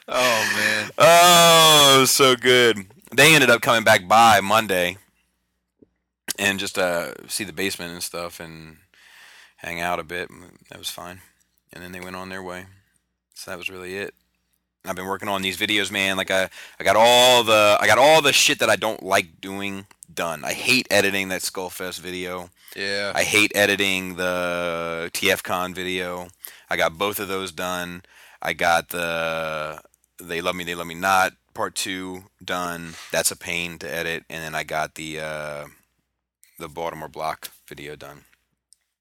[SPEAKER 3] Oh man.
[SPEAKER 2] Oh, it was so good. They ended up coming back by Monday and just uh, see the basement and stuff and hang out a bit. and That was fine. And then they went on their way. So that was really it. And I've been working on these videos, man. Like I, I got all the I got all the shit that I don't like doing done. I hate editing that Skullfest video.
[SPEAKER 3] Yeah.
[SPEAKER 2] I hate editing the TFCon video. I got both of those done. I got the They Love Me, They Love Me Not part two done. That's a pain to edit. And then I got the uh, the Baltimore Block video done.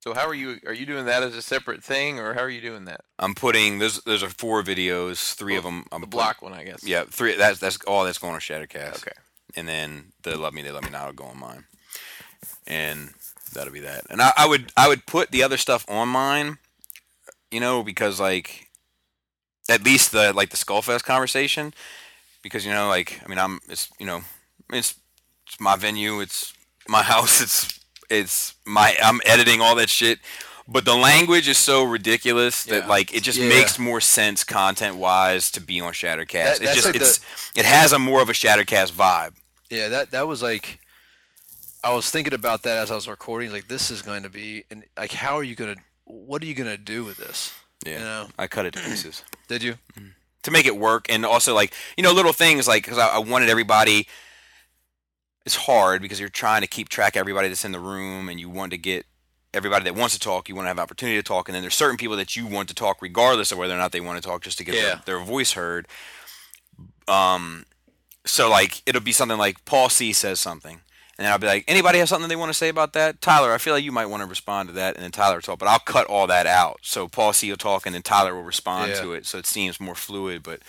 [SPEAKER 4] So how are you? Are you doing that as a separate thing, or how are you doing that?
[SPEAKER 2] I'm putting there's there's are four videos. Three of them. I'm
[SPEAKER 4] Oh, The block one, I guess.
[SPEAKER 2] Yeah, three. That's that's all that's going on Shattercast.
[SPEAKER 4] Okay.
[SPEAKER 2] and then the love me they love me not will go on mine and that'll be that and I, I would i would put the other stuff on mine you know because like at least the like the skullfest conversation because you know like i mean i'm it's you know it's it's my venue it's my house it's it's my i'm editing all that shit but the language is so ridiculous that
[SPEAKER 3] Yeah.
[SPEAKER 2] like it just
[SPEAKER 3] Yeah.
[SPEAKER 2] makes more sense content wise to be on Shattercast.
[SPEAKER 3] That-
[SPEAKER 2] it
[SPEAKER 3] that's
[SPEAKER 2] just
[SPEAKER 3] like the-
[SPEAKER 2] it's it has a more of a Shattercast vibe.
[SPEAKER 3] Yeah, that that was like I was thinking about that as I was recording like this is going to be and like how are you going to what are you going to do with this?
[SPEAKER 2] Yeah,
[SPEAKER 3] You know?
[SPEAKER 2] I cut it to pieces
[SPEAKER 3] Did you?
[SPEAKER 2] to make it work, and also like you know little things like because I, I wanted everybody. It's hard because you're trying to keep track of everybody that's in the room, and you want to get everybody that wants to talk. You want to have opportunity to talk, and then there's certain people that you want to talk regardless of whether or not they want to talk, just to get
[SPEAKER 3] Yeah.
[SPEAKER 2] their, their voice heard. Um, so like it'll be something like Paul C says something. And I'll be like, anybody have something they want to say about that? Tyler, I feel like you might want to respond to that, and then Tyler will talk. But I'll cut all that out, so Paul C will talk, and then Tyler will respond
[SPEAKER 3] Yeah.
[SPEAKER 2] to it, so it seems more fluid. But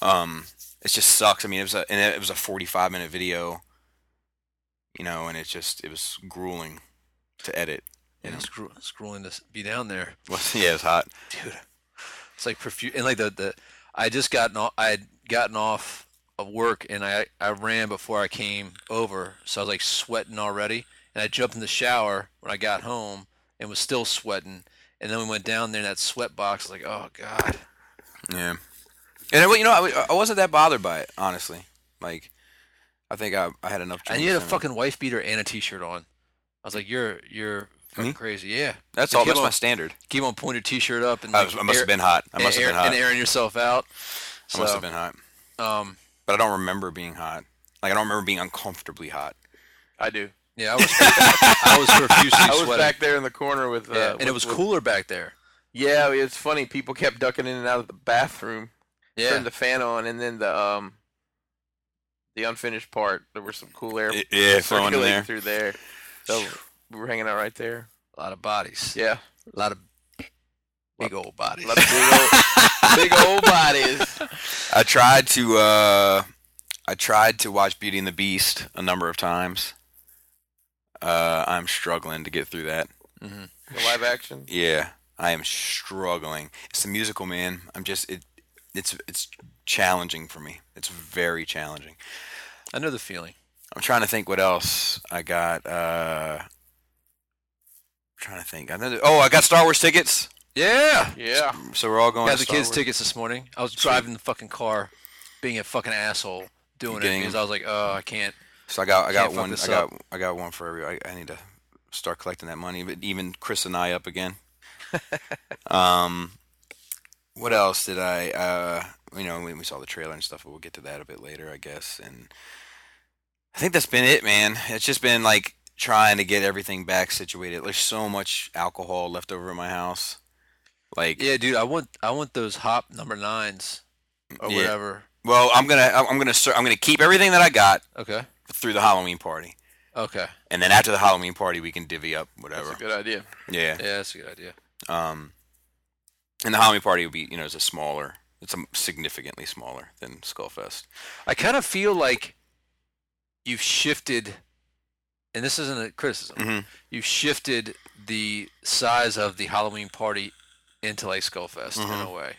[SPEAKER 2] um, it just sucks. I mean, it was a and it was a forty-five minute video, you know, and it just it was grueling to edit. You
[SPEAKER 3] And
[SPEAKER 2] know,
[SPEAKER 3] it's, gru- it's grueling to s- be down there.
[SPEAKER 2] Well, yeah, it's hot.
[SPEAKER 3] It's like perfume and like the the I just gotten off I had gotten off of work and I I ran before I came over, so I was like sweating already. And I jumped in the shower when I got home and was still sweating. And then we went down there in that sweat box. Like, oh god,
[SPEAKER 2] Yeah, and well, you know, I, I wasn't that bothered by it, honestly. Like, I think I I had enough.
[SPEAKER 3] and you had a
[SPEAKER 2] drinks and-
[SPEAKER 3] fucking wife beater and a t-shirt on. I was like, you're you're fucking
[SPEAKER 2] Me?
[SPEAKER 3] crazy. Yeah,
[SPEAKER 2] That's
[SPEAKER 3] You
[SPEAKER 2] all.
[SPEAKER 3] keep
[SPEAKER 2] That's
[SPEAKER 3] on-
[SPEAKER 2] my standard.
[SPEAKER 3] keep on pulling your t-shirt up and
[SPEAKER 2] I,
[SPEAKER 3] like,
[SPEAKER 2] Oh, was, I must
[SPEAKER 3] air-
[SPEAKER 2] have been hot. I must
[SPEAKER 3] and,
[SPEAKER 2] have been
[SPEAKER 3] air- and
[SPEAKER 2] hot.
[SPEAKER 3] airing yourself out.
[SPEAKER 2] I
[SPEAKER 3] So,
[SPEAKER 2] must have been hot.
[SPEAKER 3] um,
[SPEAKER 2] but I don't remember being hot. Like I don't remember being uncomfortably hot.
[SPEAKER 4] I do.
[SPEAKER 3] yeah, I was I was profusely
[SPEAKER 4] I was
[SPEAKER 3] sweating.
[SPEAKER 4] back there in the corner with. Uh,
[SPEAKER 3] Yeah, and
[SPEAKER 4] with-
[SPEAKER 3] it was
[SPEAKER 4] with-
[SPEAKER 3] cooler back there.
[SPEAKER 4] Yeah, it's funny. People kept ducking in and out of the bathroom.
[SPEAKER 3] Yeah,
[SPEAKER 4] Turned the fan on, and then the um, the unfinished part. There were some cool air
[SPEAKER 2] Y- yeah, flowing in
[SPEAKER 4] circulating
[SPEAKER 2] there.
[SPEAKER 4] through there. So we were hanging out right there.
[SPEAKER 3] A lot of bodies.
[SPEAKER 4] Yeah,
[SPEAKER 3] A lot of big old bodies.
[SPEAKER 4] a lot of big old, big old bodies.
[SPEAKER 2] I tried to uh, I tried to watch Beauty and the Beast a number of times. Uh, I'm struggling to get through that.
[SPEAKER 3] Mm-hmm.
[SPEAKER 4] The live action.
[SPEAKER 2] Yeah, I am struggling. It's a musical, man. I'm just it. It's it's challenging for me. It's very challenging.
[SPEAKER 3] I know the feeling.
[SPEAKER 2] I'm trying to think what else I got. Uh, trying to think. I know. Oh, I got Star Wars tickets.
[SPEAKER 3] Yeah.
[SPEAKER 4] Yeah,
[SPEAKER 2] So we're all going.
[SPEAKER 3] Got
[SPEAKER 2] to
[SPEAKER 3] the
[SPEAKER 2] Star
[SPEAKER 3] kids
[SPEAKER 2] Wars.
[SPEAKER 3] tickets this morning. I was driving the fucking car, being a fucking asshole, doing
[SPEAKER 2] Getting-
[SPEAKER 3] it because I was like, oh, I can't.
[SPEAKER 2] So I got I got
[SPEAKER 3] Can't fuck
[SPEAKER 2] one I
[SPEAKER 3] this
[SPEAKER 2] got I got one for every I, I need to start collecting that money, but even Chris and I up again. um what else did I uh you know, when we saw the trailer and stuff, but we'll get to that a bit later, I guess. And I think that's been it, man. It's just been like trying to get everything back situated. There's so much alcohol left over in my house. Like
[SPEAKER 3] Yeah, dude, I want I want those hop number nines or
[SPEAKER 2] Yeah.
[SPEAKER 3] whatever.
[SPEAKER 2] well, I'm going to I'm going to I'm going to keep everything that I got
[SPEAKER 3] Okay.
[SPEAKER 2] through the Halloween party.
[SPEAKER 3] Okay.
[SPEAKER 2] And then after the Halloween party, we can divvy up
[SPEAKER 4] that's
[SPEAKER 2] whatever.
[SPEAKER 4] a good idea.
[SPEAKER 2] Yeah.
[SPEAKER 3] Yeah, that's a good idea.
[SPEAKER 2] Um, and the Halloween party would be, you know, is a smaller, it's a significantly smaller than Skullfest.
[SPEAKER 3] I kind of feel like you've shifted, and this isn't a criticism.
[SPEAKER 2] Mhm.
[SPEAKER 3] You've shifted the size of the Halloween party into like Skullfest in a way.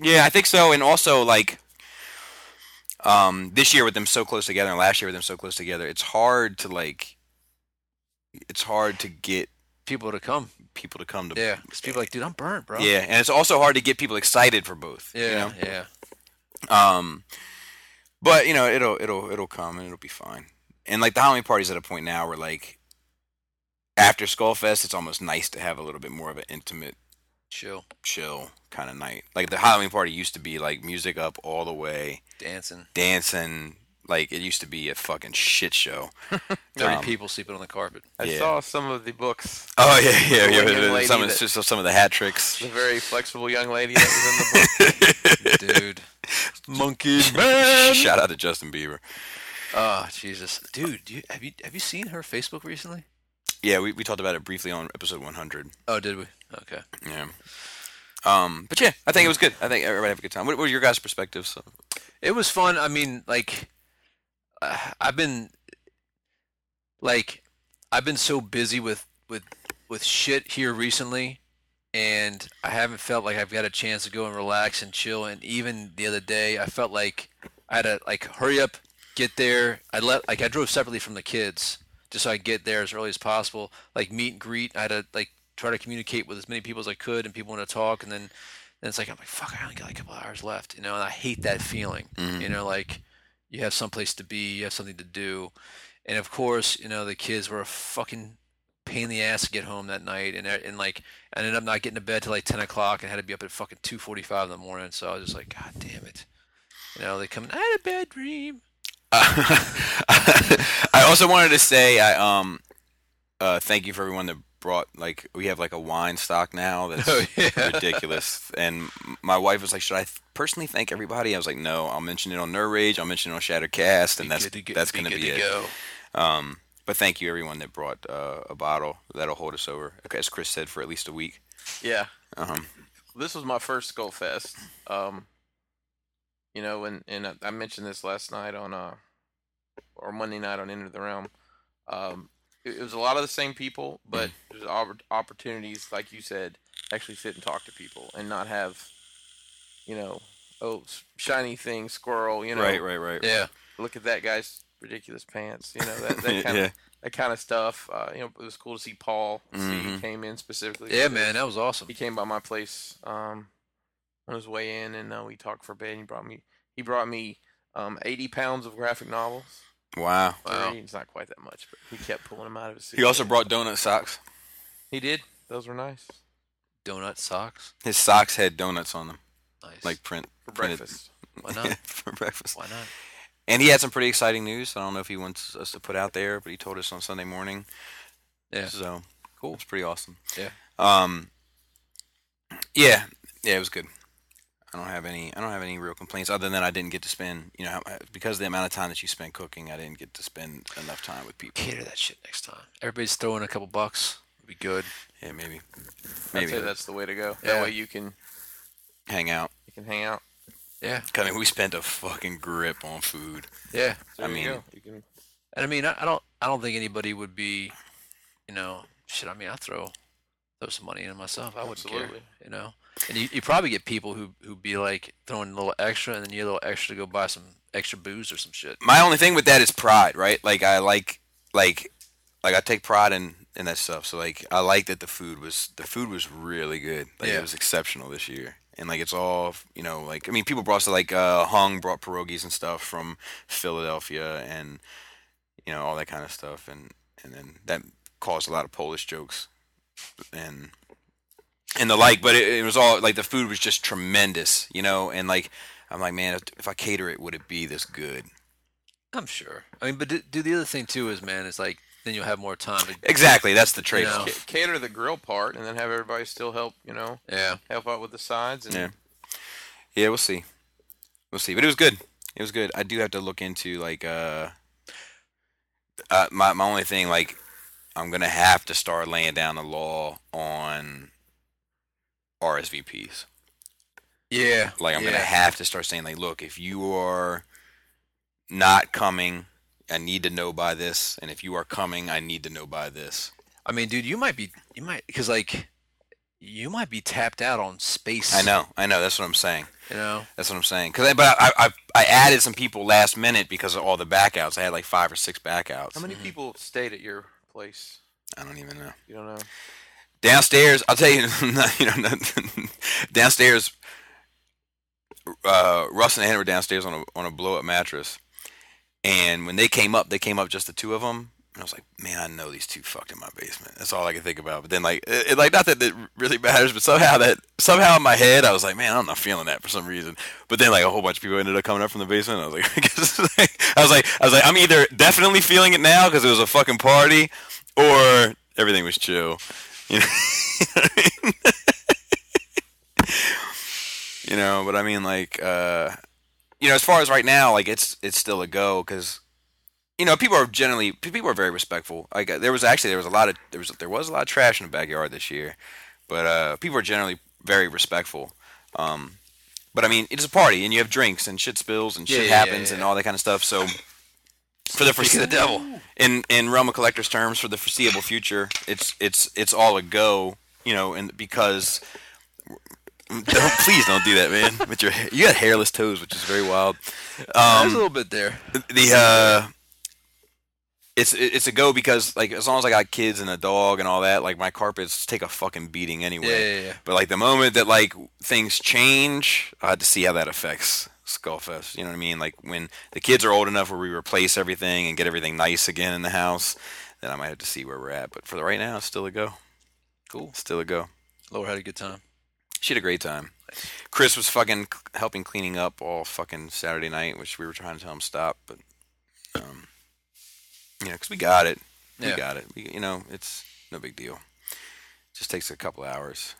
[SPEAKER 2] Yeah, I think so. And also, like, um, this year with them so close together, and last year with them so close together, it's hard to like, it's hard to get
[SPEAKER 3] People to come,
[SPEAKER 2] people to come to.
[SPEAKER 3] yeah, because people are like, dude, I'm burnt, bro.
[SPEAKER 2] Yeah, and it's also hard to get people excited for both. you
[SPEAKER 3] yeah,
[SPEAKER 2] know?
[SPEAKER 3] yeah.
[SPEAKER 2] Um, but you know, it'll it'll it'll come and it'll be fine. And like the Halloween party's at a point now where like after Skullfest, it's almost nice to have a little bit more of an intimate,
[SPEAKER 3] Chill,
[SPEAKER 2] chill kind of night. Like the Halloween party used to be like music up all the way,
[SPEAKER 3] dancing.
[SPEAKER 2] dancing. Like it used to be a fucking shit show.
[SPEAKER 3] Thirty
[SPEAKER 2] Um,
[SPEAKER 3] people sleeping on the carpet.
[SPEAKER 4] I
[SPEAKER 2] Yeah.
[SPEAKER 4] saw some of the books.
[SPEAKER 2] Oh yeah, yeah,
[SPEAKER 4] The
[SPEAKER 2] yeah.
[SPEAKER 4] young
[SPEAKER 2] yeah,
[SPEAKER 4] lady
[SPEAKER 2] Some of
[SPEAKER 4] that-
[SPEAKER 2] just some of the hat tricks.
[SPEAKER 4] The very flexible young lady that was in the book.
[SPEAKER 3] dude. Monkey man.
[SPEAKER 2] Shout out to Justin Bieber.
[SPEAKER 3] Oh Jesus, dude, do you, have you have you seen her Facebook recently?
[SPEAKER 2] Yeah, we, we talked about it briefly on episode 100.
[SPEAKER 3] Oh, did we? Okay.
[SPEAKER 2] Yeah. Um, but yeah, I think it was good. I think everybody have a good time. What, what were your guys' perspectives?
[SPEAKER 3] It was fun. I mean, like, uh, I've been, like, I've been so busy with with with shit here recently, and I haven't felt like I've got a chance to go and relax and chill. And even the other day, I felt like I had to like hurry up, get there. I let like I drove separately from the kids just so I could get there as early as possible. Like meet and greet. I had to like try to communicate with as many people as I could, and people want to talk, and then. And it's like I'm like, fuck, I only got like a couple hours left, you know, and I hate that feeling. You
[SPEAKER 2] Mm-hmm.
[SPEAKER 3] know, like you have someplace to be, you have something to do. And of course, you know, the kids were a fucking pain in the ass to get home that night and uh, and like I ended up not getting to bed till like ten o'clock and had to be up at fucking two forty five in the morning. So I was just like, God damn it. You know, they come I had a bad dream.
[SPEAKER 2] I also wanted to say I um uh thank you for everyone that brought like we have like a wine stock now that's
[SPEAKER 3] Oh, yeah.
[SPEAKER 2] ridiculous and my wife was like should I personally thank everybody I was like no I'll mention it on Nerd Rage I'll mention it on Shattercast and that's
[SPEAKER 3] Good to go-
[SPEAKER 2] that's gonna
[SPEAKER 3] good
[SPEAKER 2] be
[SPEAKER 3] to
[SPEAKER 2] it
[SPEAKER 3] go.
[SPEAKER 2] um but thank you everyone that brought uh, a bottle that'll hold us over as Chris said for at least a week
[SPEAKER 4] yeah.
[SPEAKER 2] um
[SPEAKER 4] this was my first Skullfest. Um, you know, and and I- I mentioned this last night on uh, or Monday night on Enter the Realm. Um, it, it was a lot of the same people, but
[SPEAKER 2] Mm-hmm.
[SPEAKER 4] there's oppor- opportunities, like you said, to actually sit and talk to people and not have, you know, oh s- shiny thing squirrel, you know,
[SPEAKER 2] right right right
[SPEAKER 3] Yeah.
[SPEAKER 4] look at that guy's ridiculous pants, you know, that that kind
[SPEAKER 2] Yeah.
[SPEAKER 4] of that kind of stuff. Uh, you know, it was cool to see Paul. See, he
[SPEAKER 2] Mhm.
[SPEAKER 4] came in specifically.
[SPEAKER 3] Yeah,
[SPEAKER 4] for this
[SPEAKER 3] man, that was awesome.
[SPEAKER 4] he came by my place um, on his way in, and uh, we talked for a bit. And he brought me he brought me um, eighty pounds of graphic novels.
[SPEAKER 2] wow
[SPEAKER 4] to
[SPEAKER 3] Wow.
[SPEAKER 4] read. It's not quite that much, but he kept pulling them out of his.
[SPEAKER 2] he also
[SPEAKER 4] suitcase.
[SPEAKER 2] brought donut socks
[SPEAKER 4] he did. Those were nice
[SPEAKER 3] Donut socks.
[SPEAKER 2] his socks had donuts on them
[SPEAKER 3] Nice.
[SPEAKER 2] like print
[SPEAKER 4] for
[SPEAKER 2] printed-
[SPEAKER 4] breakfast.
[SPEAKER 3] why not?
[SPEAKER 2] for breakfast.
[SPEAKER 3] Why not?
[SPEAKER 2] And he had some pretty exciting news. I don't know if he wants us to put out there, but he told us on Sunday morning.
[SPEAKER 3] Yeah.
[SPEAKER 2] So cool. It's pretty awesome.
[SPEAKER 3] Yeah.
[SPEAKER 2] Um. Yeah. Yeah. It was good. I don't have any. I don't have any real complaints other than I didn't get to spend. You know, because of the amount of time that you spent cooking, I didn't get to spend enough time with people.
[SPEAKER 3] Cater that shit next time. Everybody's throwing a couple bucks. It'd be good.
[SPEAKER 2] Yeah, maybe.
[SPEAKER 4] I'd
[SPEAKER 2] Maybe
[SPEAKER 4] say that's the way to go.
[SPEAKER 3] Yeah.
[SPEAKER 4] That way you can
[SPEAKER 2] hang out.
[SPEAKER 4] you can hang out.
[SPEAKER 3] Yeah,
[SPEAKER 2] I mean, we spent a fucking grip on food.
[SPEAKER 3] yeah.
[SPEAKER 4] There
[SPEAKER 2] I
[SPEAKER 4] you
[SPEAKER 2] mean-
[SPEAKER 4] go. you can
[SPEAKER 3] And I mean, I, I don't, I don't think anybody would be, you know, shit. I mean, I throw, throw some money in myself. I wouldn't care,
[SPEAKER 4] Absolutely.
[SPEAKER 3] you know. And you, you probably get people who who be like throwing a little extra, and then you a little extra to go buy some extra booze or some shit.
[SPEAKER 2] My only thing with that is pride, right? Like I like, like, like I take pride in in that stuff. So like, I like that the food was the food was really good. Like
[SPEAKER 3] Yeah.
[SPEAKER 2] it was exceptional this year. And like it's all you know, like I mean, people brought so like uh, Hung brought pierogies and stuff from Philadelphia, and you know all that kind of stuff, and and then that caused a lot of Polish jokes, and and the like. But it, it was all like the food was just tremendous, you know. And like I'm like, man, if- if I cater it, would it be this good?
[SPEAKER 3] I'm sure. I mean, but do, do the other thing too is, man, is like then you'll have more time to.
[SPEAKER 2] Exactly, that's the trade.
[SPEAKER 3] No.
[SPEAKER 4] ca- cater the grill part, and then have everybody still help. You know,
[SPEAKER 3] Yeah.
[SPEAKER 4] help out with the sides. And
[SPEAKER 2] Yeah. Yeah, we'll see, we'll see. But it was good. It was good. I do have to look into like uh, uh my my only thing like I'm gonna have to start laying down a law on RSVPs.
[SPEAKER 3] Yeah.
[SPEAKER 2] Like I'm
[SPEAKER 3] yeah.
[SPEAKER 2] gonna have to start saying like, look, if you are not coming, I need to know by this, and if you are coming, I need to know by this.
[SPEAKER 3] I mean, dude, you might be, you might, because like, you might be tapped out on space.
[SPEAKER 2] I know, Um, I know. That's what I'm saying.
[SPEAKER 3] You know.
[SPEAKER 2] That's what I'm saying. Cause I, but I, I I added some people last minute because of all the backouts. I had like five or six backouts. Mm-hmm.
[SPEAKER 4] How many people stayed at your place?
[SPEAKER 2] I don't even know.
[SPEAKER 4] You don't know.
[SPEAKER 2] Downstairs, I'll tell you, no, you know, nothing. downstairs, uh, Russ and Anna were downstairs on a on a blow up mattress, and when they came up, they came up just the two of them. And I was like, man, I know these two fucked in my basement. That's all I could think about. But then, like, it, it- like not that it really matters, but somehow that somehow in my head, I was like, man, I'm not feeling that for some reason. But then, like, a whole bunch of people ended up coming up from the basement. And I was like, I, guess, I was like, I was like, I'm either definitely feeling it now because it was a fucking party, or everything was chill. You know, you know, but I mean, like, uh, you know, as far as right now, like, it's it's still a go because, you know, people are generally people are very respectful. Like, uh, there was actually there was a lot of there was there was a lot of trash in the backyard this year, but uh, people are generally very respectful. Um, but I mean, it's a party, and you have drinks, and shit spills, and
[SPEAKER 3] Yeah,
[SPEAKER 2] shit
[SPEAKER 3] yeah, yeah,
[SPEAKER 2] happens, and
[SPEAKER 3] yeah.
[SPEAKER 2] all that kind of stuff. So, for the
[SPEAKER 3] Speak of the
[SPEAKER 2] foreseeable
[SPEAKER 3] devil.
[SPEAKER 2] in in realm of collectors terms for the foreseeable future it's it's it's all a go you know and because don't, please don't do that man with your ha- you got hairless toes which is very wild Um,
[SPEAKER 3] There's a little bit there.
[SPEAKER 2] the uh it's it- it's a go because like as long as I got kids and a dog and all that like my carpets take a fucking beating anyway
[SPEAKER 3] Yeah, yeah, yeah.
[SPEAKER 2] but like the moment that like things change I had to see how that affects Skullfest you know what I mean like when the kids are old enough where we replace everything and get everything nice again in the house then I might have to see where we're at but for the right now it's still a go
[SPEAKER 3] Cool.
[SPEAKER 2] still a go
[SPEAKER 3] Lord had a good time.
[SPEAKER 2] she had a great time. Chris was fucking c- helping cleaning up all fucking Saturday night, which we were trying to tell him stop, but um, you know, 'cause we got it, we
[SPEAKER 3] Yeah.
[SPEAKER 2] got it. We, you know, it's no big deal. Just takes a couple hours.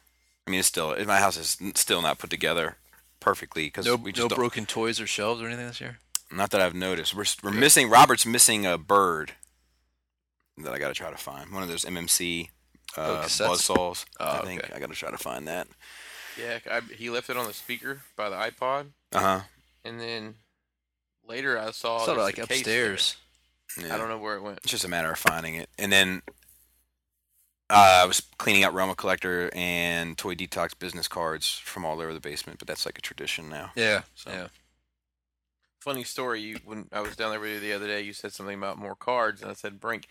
[SPEAKER 2] I mean, it's still my house is n- still not put together perfectly because
[SPEAKER 3] No,
[SPEAKER 2] we
[SPEAKER 3] no
[SPEAKER 2] just don't-
[SPEAKER 3] broken toys or shelves or anything this year.
[SPEAKER 2] not that I've noticed. We're s- we're missing Robert's missing a bird that I got to try to find. One of those MMC
[SPEAKER 3] Oh,
[SPEAKER 2] uh,
[SPEAKER 3] cassettes?
[SPEAKER 2] buzzsaws. I
[SPEAKER 3] Oh,
[SPEAKER 2] think
[SPEAKER 3] okay.
[SPEAKER 2] I got to try to find that.
[SPEAKER 4] Yeah, I, he left it on the speaker by the iPod,
[SPEAKER 2] Uh huh.
[SPEAKER 4] and then later I saw
[SPEAKER 3] I saw it
[SPEAKER 4] Oh, there's
[SPEAKER 3] like
[SPEAKER 4] a case
[SPEAKER 3] upstairs.
[SPEAKER 4] there. I don't know where it went.
[SPEAKER 2] It's just a matter of finding it. And then uh, I was cleaning out Realm of Collector and Toy Detox business cards from all over the basement, but that's like a tradition now.
[SPEAKER 3] Yeah,
[SPEAKER 2] So-
[SPEAKER 3] yeah.
[SPEAKER 4] Funny story. You when I was down there with you the other day, you said something about more cards, and I said Brink.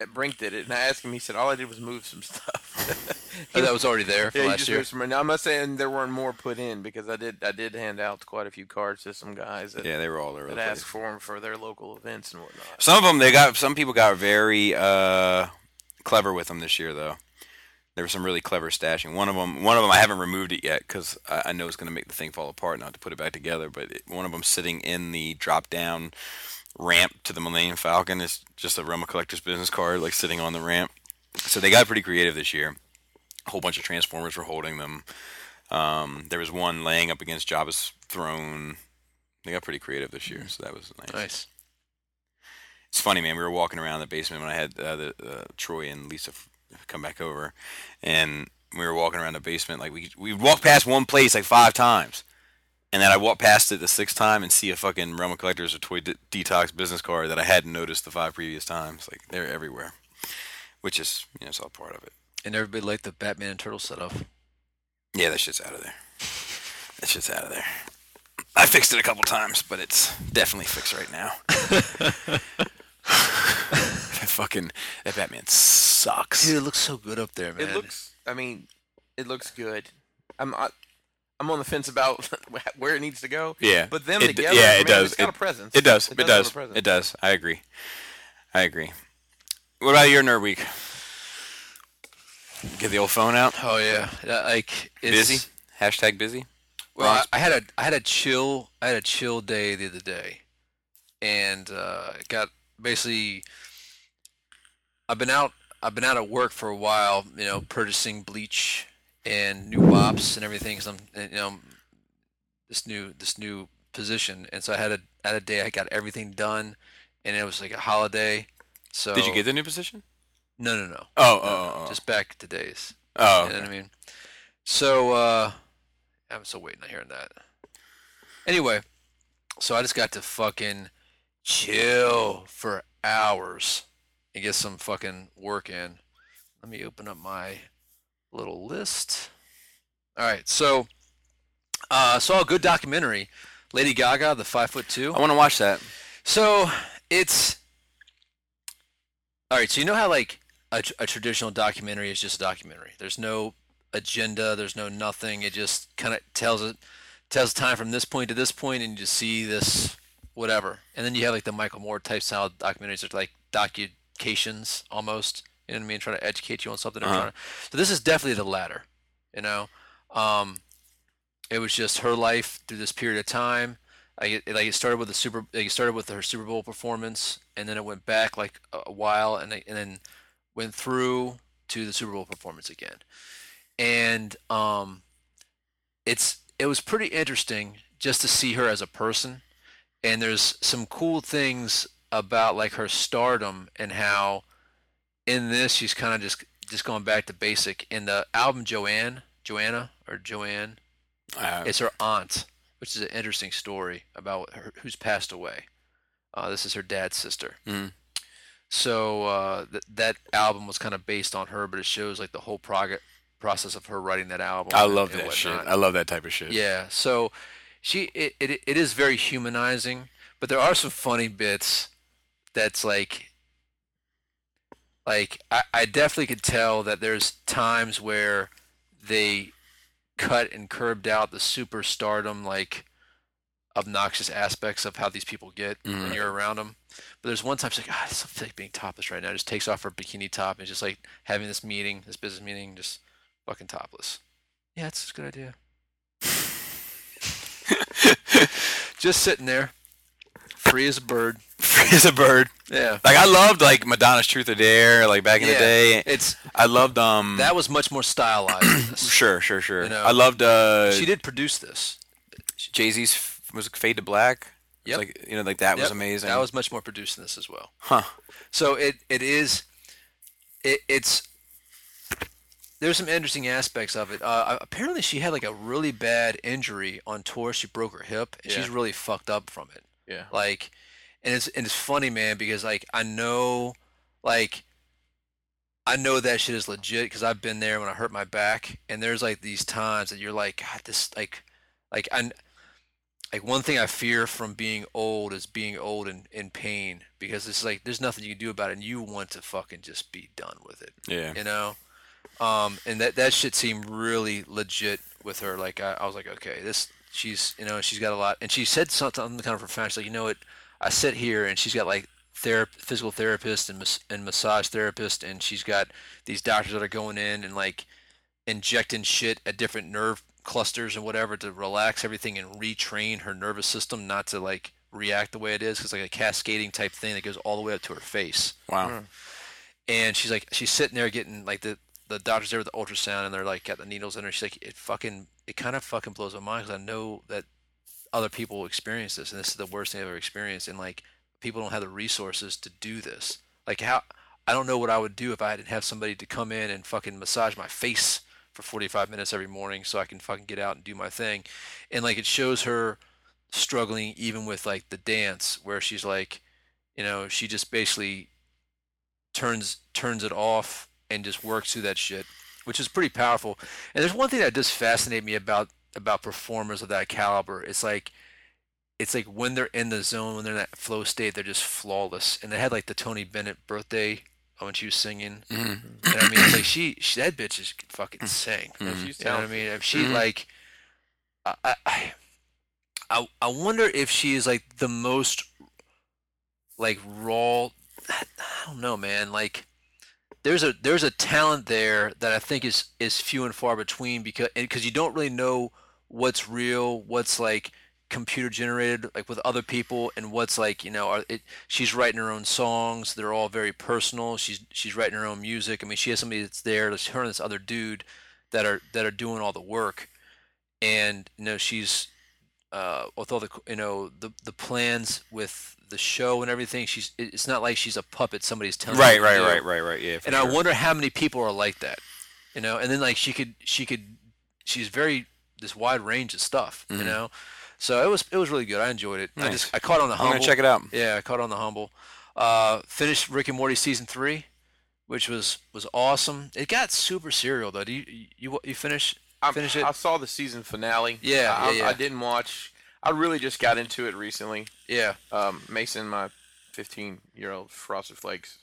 [SPEAKER 4] uh, Brink did it, and I asked him. He said all I did was move some stuff.
[SPEAKER 3] Oh, that was already there for
[SPEAKER 4] yeah, you
[SPEAKER 3] last
[SPEAKER 4] just
[SPEAKER 3] year.
[SPEAKER 4] moved some. Now I'm not saying there weren't more put in because I did. I did hand out quite a few cards to some guys that,
[SPEAKER 2] Yeah, they were all over the
[SPEAKER 4] that
[SPEAKER 2] place.
[SPEAKER 4] asked for them for their local events and whatnot.
[SPEAKER 2] Some of them they got. Some people got very uh, clever with them this year, though. There was some really clever stashing. One of them, one of them, I haven't removed it yet because I, I know it's going to make the thing fall apart and I have to put it back together. But it, one of them sitting in the drop down ramp to the Millennium Falcon is just a Realm of Collector's business card, like sitting on the ramp. So they got pretty creative this year. A whole bunch of Transformers were holding them. Um, there was one laying up against Jabba's throne. They got pretty creative this year, so that was nice.
[SPEAKER 3] Nice.
[SPEAKER 2] It's funny, man. We were walking around the basement when I had uh, the, uh, Troy and Lisa f- come back over, and we were walking around the basement. Like we we walked past one place like five times, and then I walked past it the sixth time and see a fucking Realm of Collectors or Toy De- Detox business card that I hadn't noticed the five previous times. Like they're everywhere, which is you know it's all part of it.
[SPEAKER 3] And everybody liked the Batman and Turtle setup.
[SPEAKER 2] Yeah, that shit's out of there. That shit's out of there. I fixed it a couple times, but it's definitely fixed right now. that fucking that Batman sucks.
[SPEAKER 3] Dude, it looks so good up there, man.
[SPEAKER 4] It looks. I mean, it looks good. I'm. I, I'm on the fence about where it needs to go.
[SPEAKER 2] Yeah,
[SPEAKER 4] but them
[SPEAKER 2] It-
[SPEAKER 4] together.
[SPEAKER 2] yeah, it
[SPEAKER 4] I mean,
[SPEAKER 2] does.
[SPEAKER 4] It's got
[SPEAKER 2] It-
[SPEAKER 4] a presence.
[SPEAKER 2] It does. It
[SPEAKER 4] have a
[SPEAKER 2] does.
[SPEAKER 4] presence.
[SPEAKER 2] It does. I agree. I agree. What about your nerd week? Get the old phone out.
[SPEAKER 3] Oh yeah, Yeah, like it's,
[SPEAKER 2] Busy. Hashtag busy.
[SPEAKER 3] Well, I,
[SPEAKER 2] Ron's-
[SPEAKER 3] I had a I had a chill I had a chill day the other day, and uh, got basically. I've been out I've been out at work for a while, you know, purchasing bleach and new wops and everything. Cause I'm and, you know this new this new position, and so I had a had a day I got everything done, and it was like a holiday. So
[SPEAKER 2] Did you get the new position?
[SPEAKER 3] No, no, no.
[SPEAKER 2] Oh,
[SPEAKER 3] No, no,
[SPEAKER 2] oh, oh.
[SPEAKER 3] just back to days.
[SPEAKER 2] Oh,
[SPEAKER 3] You know
[SPEAKER 2] okay.
[SPEAKER 3] what I mean? So uh I'm still waiting on hearing that. Anyway, so I just got to fucking chill for hours and get some fucking work in. Let me open up my little list. All right, so uh saw a good documentary, Lady Gaga, the five foot two.
[SPEAKER 2] I want to watch that.
[SPEAKER 3] So it's all right. So you know how like a, tr- a traditional documentary is just a documentary. There's no agenda. There's no nothing. It just kind of tells it tells time from this point to this point, and you just see this whatever. And then you have like the Michael Moore type style documentaries, that are like docucations almost. You know what I mean? Trying to educate you on something. or
[SPEAKER 2] Uh-huh.
[SPEAKER 3] trying to- So this is definitely the latter. You know, um, it was just her life through this period of time. Like it, like it started with the super, like it started with her Super Bowl performance, and then it went back like a, a while, and, they- and then went through to the Super Bowl performance again. And um, it's it was pretty interesting just to see her as a person and there's some cool things about like her stardom and how in this she's kind of just just going back to basic in the album joanne joanna or joanne
[SPEAKER 2] Uh,
[SPEAKER 3] it's her aunt which is an interesting story about her who's passed away uh, this is her dad's sister
[SPEAKER 2] Mhm.
[SPEAKER 3] so uh, th- that album was kind of based on her but it shows like the whole prog- process of her writing that album
[SPEAKER 2] I
[SPEAKER 3] and-
[SPEAKER 2] love
[SPEAKER 3] and
[SPEAKER 2] that shit.
[SPEAKER 3] whatnot.
[SPEAKER 2] I love that type of shit.
[SPEAKER 3] Yeah. So she it, it it is very humanizing, but there are some funny bits that's like like I, I definitely could tell that there's times where they cut and curbed out the superstardom like obnoxious aspects of how these people get when
[SPEAKER 2] Mhm.
[SPEAKER 3] you're around them. But there's one time she's like, ah, I just feel like being topless right now. Just takes off her bikini top and is just like having this meeting, this business meeting, just fucking topless. Yeah, it's a good idea. just sitting there, free as a bird.
[SPEAKER 2] Free as a bird.
[SPEAKER 3] Yeah.
[SPEAKER 2] Like I loved like Madonna's Truth or Dare. Like back in the
[SPEAKER 3] Yeah.
[SPEAKER 2] day,
[SPEAKER 3] It's
[SPEAKER 2] I loved um.
[SPEAKER 3] that was much more stylized. than this.
[SPEAKER 2] sure, sure, sure.
[SPEAKER 3] You know.
[SPEAKER 2] I loved uh.
[SPEAKER 3] She did produce this.
[SPEAKER 2] Jay Z's f- was it Fade to Black. It
[SPEAKER 3] Yep.
[SPEAKER 2] was Like you know, like that was
[SPEAKER 3] Yep,
[SPEAKER 2] amazing.
[SPEAKER 3] That was much more produced than this as well.
[SPEAKER 2] huh.
[SPEAKER 3] So it it is, it, it's. There's some interesting aspects of it. Uh, apparently, she had like a really bad injury on tour. She broke her hip, and she's
[SPEAKER 4] Yeah.
[SPEAKER 3] really fucked up from it.
[SPEAKER 4] Yeah.
[SPEAKER 3] Like, and it's and it's funny, man, because like I know, like, I know that shit is legit because I've been there when I hurt my back, and there's like these times that you're like, God, this like, like I, like one thing I fear from being old is being old and in pain because it's like there's nothing you can do about it, and you want to fucking just be done with it
[SPEAKER 2] Yeah.
[SPEAKER 3] you know um and that that shit seemed really legit with her like I, I was like okay this she's you know she's got a lot and she said something kind of profound she's like you know what i sit here and she's got like therap- physical therapist and, mas- and massage therapist and she's got these doctors that are going in and like injecting shit at different nerve clusters and whatever to relax everything and retrain her nervous system not to like react the way it is because like a cascading type thing that goes all the way up to her face
[SPEAKER 2] Wow.
[SPEAKER 3] and she's like she's sitting there getting like the the doctor's there with the ultrasound and they're like got the needles in her. She's like, it fucking, it kind of fucking blows my mind because I know that other people experience this and this is the worst thing I've ever experienced. And like, people don't have the resources to do this. Like, how, I don't know what I would do if I didn't have somebody to come in and fucking massage my face for 45 minutes every morning so I can fucking get out and do my thing. And like, it shows her struggling even with like the dance where she's like, you know, she just basically turns turns it off and just works through that shit, which is pretty powerful. And there's one thing that just fascinated me about about performers of that caliber. It's like it's like when they're in the zone, when they're in that flow state, they're just flawless. And they had like the Tony Bennett birthday when she was singing.
[SPEAKER 2] Mm-hmm.
[SPEAKER 3] And I mean, it's like she, she that bitch is fucking sing.
[SPEAKER 4] Yeah,
[SPEAKER 2] Mm-hmm.
[SPEAKER 4] she's
[SPEAKER 3] You know what I
[SPEAKER 4] talented.
[SPEAKER 3] mean? If she
[SPEAKER 2] Mhm.
[SPEAKER 3] like, I, I, I, I wonder if she is like the most, like raw. I don't know, man. Like, there's a there's a talent there that I think is is few and far between because because you don't really know what's real, what's like computer generated, like with other people, and what's like you know. Are, it, she's writing her own songs. They're all very personal. She's she's writing her own music. I mean, she has somebody that's there. It's her and this other dude that are that are doing all the work, and you know she's uh, with all the you know the the plans with the show and everything. She's it- it's not like she's a puppet. Somebody's telling her
[SPEAKER 2] Right,
[SPEAKER 3] what
[SPEAKER 2] right,
[SPEAKER 3] to do.
[SPEAKER 2] right, right, right. Yeah. for
[SPEAKER 3] And I
[SPEAKER 2] sure.
[SPEAKER 3] wonder how many people are like that, you know. And then like she could she could she's very this wide range of stuff, you know. So it was it was really good. I enjoyed it. I
[SPEAKER 2] Mm-hmm. Nice.
[SPEAKER 3] just I caught on the
[SPEAKER 2] I'm
[SPEAKER 3] humble.
[SPEAKER 2] gonna check it out.
[SPEAKER 3] Yeah, I caught on the humble. Uh, finished Rick and Morty season three, which was was awesome. It got super serial though. Do you you you finish
[SPEAKER 4] I'm-
[SPEAKER 3] finish it?
[SPEAKER 4] I saw the season finale.
[SPEAKER 3] Yeah,
[SPEAKER 4] I,
[SPEAKER 3] yeah,
[SPEAKER 4] I,
[SPEAKER 3] yeah.
[SPEAKER 4] I didn't watch. I really just got into it recently.
[SPEAKER 3] yeah.
[SPEAKER 4] Um, Mason, my 15 year old Frosted Flakes,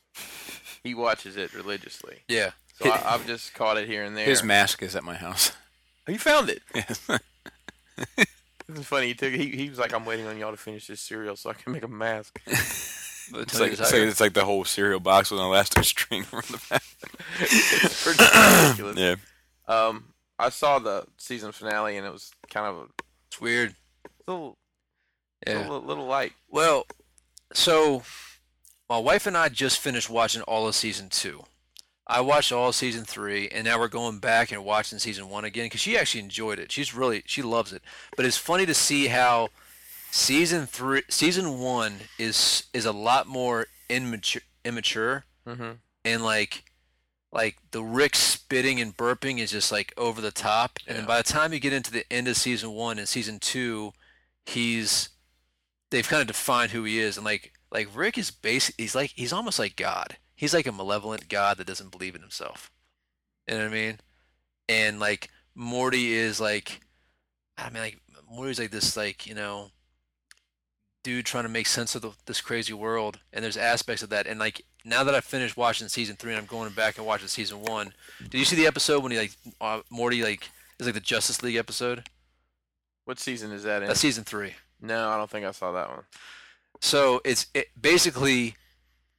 [SPEAKER 4] he watches it religiously.
[SPEAKER 3] Yeah.
[SPEAKER 4] So I, I've just caught it here and there.
[SPEAKER 2] His mask is at my house.
[SPEAKER 4] you found it.
[SPEAKER 2] Yes.
[SPEAKER 4] It's funny. He took. He, he was like, "I'm waiting on y'all to finish this cereal so I can make a mask."
[SPEAKER 2] It's like, it's, like, it's like the whole cereal box with an elastic string around the back.
[SPEAKER 4] It's pretty ridiculous.
[SPEAKER 2] Yeah.
[SPEAKER 4] Um, I saw the season finale and it was kind of a
[SPEAKER 3] it's weird.
[SPEAKER 4] little,
[SPEAKER 3] Yeah.
[SPEAKER 4] little, little light.
[SPEAKER 3] Well, so my wife and I just finished watching all of season two. I watched all of season three, and now we're going back and watching season one again because she actually enjoyed it. She's really she loves it. But it's funny to see how season three, season one is is a lot more immature, immature,
[SPEAKER 4] Mhm.
[SPEAKER 3] and like like the Rick spitting and burping is just like over the top. And then by the time you get into the end of season one and season two, he's they've kind of defined who he is and like like Rick is basic he's like he's almost like God. He's like a malevolent god that doesn't believe in himself. You know what I mean? And like Morty is like I mean like Morty's like this like, you know, dude trying to make sense of the, this crazy world and there's aspects of that and like now that I finished watching season 3 and I'm going back and watching season 1. Did you see the episode when he like uh, Morty like is like the Justice League episode?
[SPEAKER 4] What season is that in?
[SPEAKER 3] That's season 3.
[SPEAKER 4] no, I don't think I saw that one.
[SPEAKER 3] So it's it, basically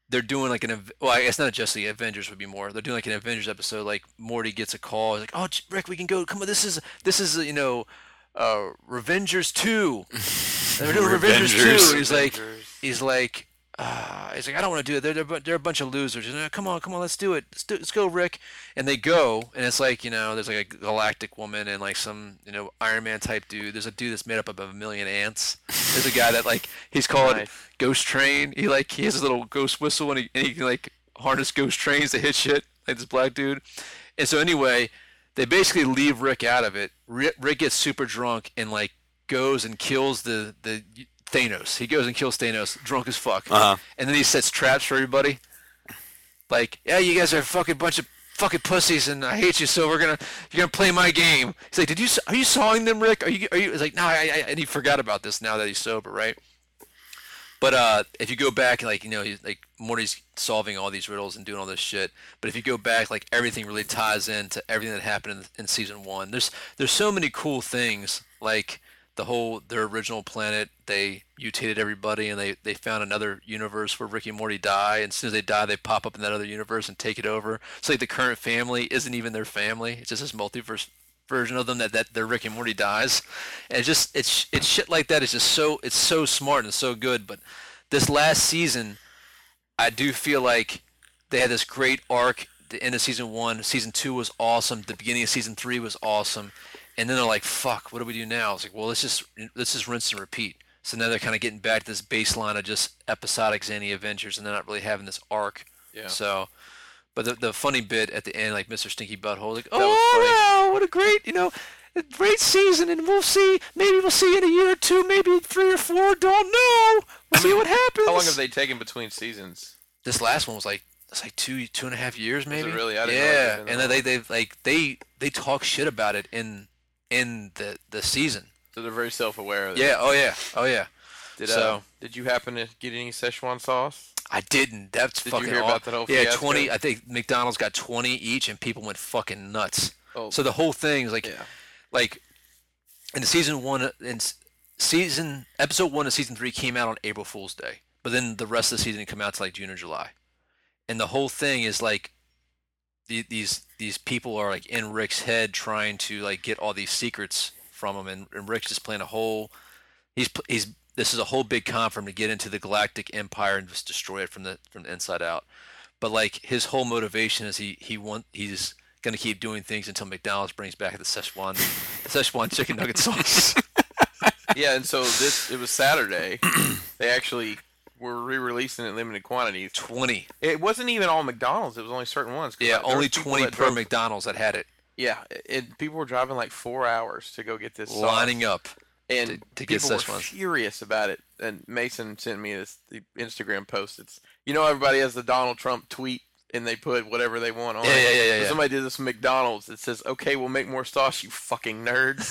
[SPEAKER 3] they're doing like an av- well, I guess not just the Avengers would be more. They're doing like an Avengers episode. Like Morty gets a call, he's like, "Oh, J- Rick, we can go. Come on, this is this is you know, uh, Revengers two. And They're doing Revengers
[SPEAKER 2] Revengers.
[SPEAKER 3] two. He's like,
[SPEAKER 4] Avengers.
[SPEAKER 3] he's like, ah, he's like, I don't want to do it. They're they're, bu- they're a bunch of losers. He's like, come on, come on, let's do it. Let's do, let's go, Rick. And they go, and it's like you know, there's like a galactic woman and like some you know Iron Man type dude. There's a dude that's made up of a million ants. There's a guy that like he's called
[SPEAKER 4] Nice.
[SPEAKER 3] Ghost Train. He like he has his little ghost whistle and he and he can like harness ghost trains to hit shit like this black dude. And so anyway, they basically leave Rick out of it. Rick, Rick gets super drunk and like goes and kills the the Thanos. He goes and kills Thanos, drunk as fuck.
[SPEAKER 2] Uh-huh.
[SPEAKER 3] And then he sets traps for everybody. Like, yeah, you guys are a fucking bunch of fucking pussies, and I hate you. So we're gonna you're gonna play my game. He's like, did you s- are you sawing them, Rick? Are you are you? It's like, no, I, I and he forgot about this now that he's sober, right? But uh, if you go back, like you know, he's, like Morty's solving all these riddles and doing all this shit. But if you go back, like everything really ties into everything that happened in, in season one. There's there's so many cool things, like the whole their original planet. They mutated everybody, and they they found another universe where Ricky and Morty die. And as soon as they die, they pop up in that other universe and take it over. So like the current family isn't even their family. It's just this multiverse version of them that that their Rick and Morty dies, and it's just it's it's shit like that. It's just so it's so smart and so good. But this last season, I do feel like they had this great arc. the end of season one. Season two was awesome. The beginning of season three was awesome. And then they're like, "Fuck, what do we do now?" It's like, "Well, let's just let's just rinse and repeat." So now they're kind of getting back to this baseline of just episodic Xanny adventures, and they're not really having this arc.
[SPEAKER 4] Yeah.
[SPEAKER 3] So, but the, the funny bit at the end, like Mr. Stinky Butthole, like,
[SPEAKER 4] was
[SPEAKER 3] oh, wow, what a great, you know, a great season, and we'll see, maybe we'll see in a year or two, maybe three or four, don't know. We'll see what happens.
[SPEAKER 4] How long have they taken between seasons?
[SPEAKER 3] This last one was like, it's like two, two and a half years, maybe.
[SPEAKER 4] really? I didn't know it was
[SPEAKER 3] yeah,
[SPEAKER 4] been that
[SPEAKER 3] and then they, they, like, they, they talk shit about it in, in the, the season.
[SPEAKER 4] So they're very self-aware of that.
[SPEAKER 3] Yeah, oh yeah, oh yeah.
[SPEAKER 4] Did, uh,
[SPEAKER 3] so-
[SPEAKER 4] did you happen to get any Szechuan sauce?
[SPEAKER 3] I didn't. That's
[SPEAKER 4] Did you
[SPEAKER 3] fucking
[SPEAKER 4] hear
[SPEAKER 3] aw-
[SPEAKER 4] about that whole
[SPEAKER 3] Yeah,
[SPEAKER 4] fiasco?
[SPEAKER 3] twenty. I think McDonald's got twenty each, and people went fucking nuts.
[SPEAKER 4] Oh.
[SPEAKER 3] So the whole thing is like,
[SPEAKER 4] Yeah.
[SPEAKER 3] like, in season one, in s- season episode one of season three came out on April Fool's Day, but then the rest of the season didn't come out to like June or July, and the whole thing is like, the, these these people are like in Rick's head trying to like get all these secrets from him, and, and Rick's just playing a whole he's pl- he's this is a whole big con for him to get into the galactic empire and just destroy it from the from the inside out but like his whole motivation is he he want he's gonna keep doing things until mcdonald's brings back the szechuan szechuan chicken nugget sauce
[SPEAKER 4] yeah, and so this it was Saturday. they actually were re-releasing it in limited quantities.
[SPEAKER 3] 20
[SPEAKER 4] It wasn't even all McDonald's. It was only certain ones. 'cause,
[SPEAKER 3] yeah
[SPEAKER 4] like, there
[SPEAKER 3] only
[SPEAKER 4] was people
[SPEAKER 3] 20
[SPEAKER 4] that
[SPEAKER 3] per
[SPEAKER 4] drove-
[SPEAKER 3] mcdonald's that had it
[SPEAKER 4] Yeah, and people were driving like four hours to go get this sauce.
[SPEAKER 3] lining up
[SPEAKER 4] and
[SPEAKER 3] to- to get
[SPEAKER 4] people
[SPEAKER 3] such
[SPEAKER 4] were
[SPEAKER 3] ones.
[SPEAKER 4] furious about it. And Mason sent me this the Instagram post. It's you know everybody has the Donald Trump tweet and they put whatever they want on
[SPEAKER 3] Yeah,
[SPEAKER 4] it.
[SPEAKER 3] yeah, yeah, yeah,
[SPEAKER 4] But
[SPEAKER 3] yeah.
[SPEAKER 4] Somebody did this from McDonald's. It says, "Okay, we'll make more sauce, you fucking nerds."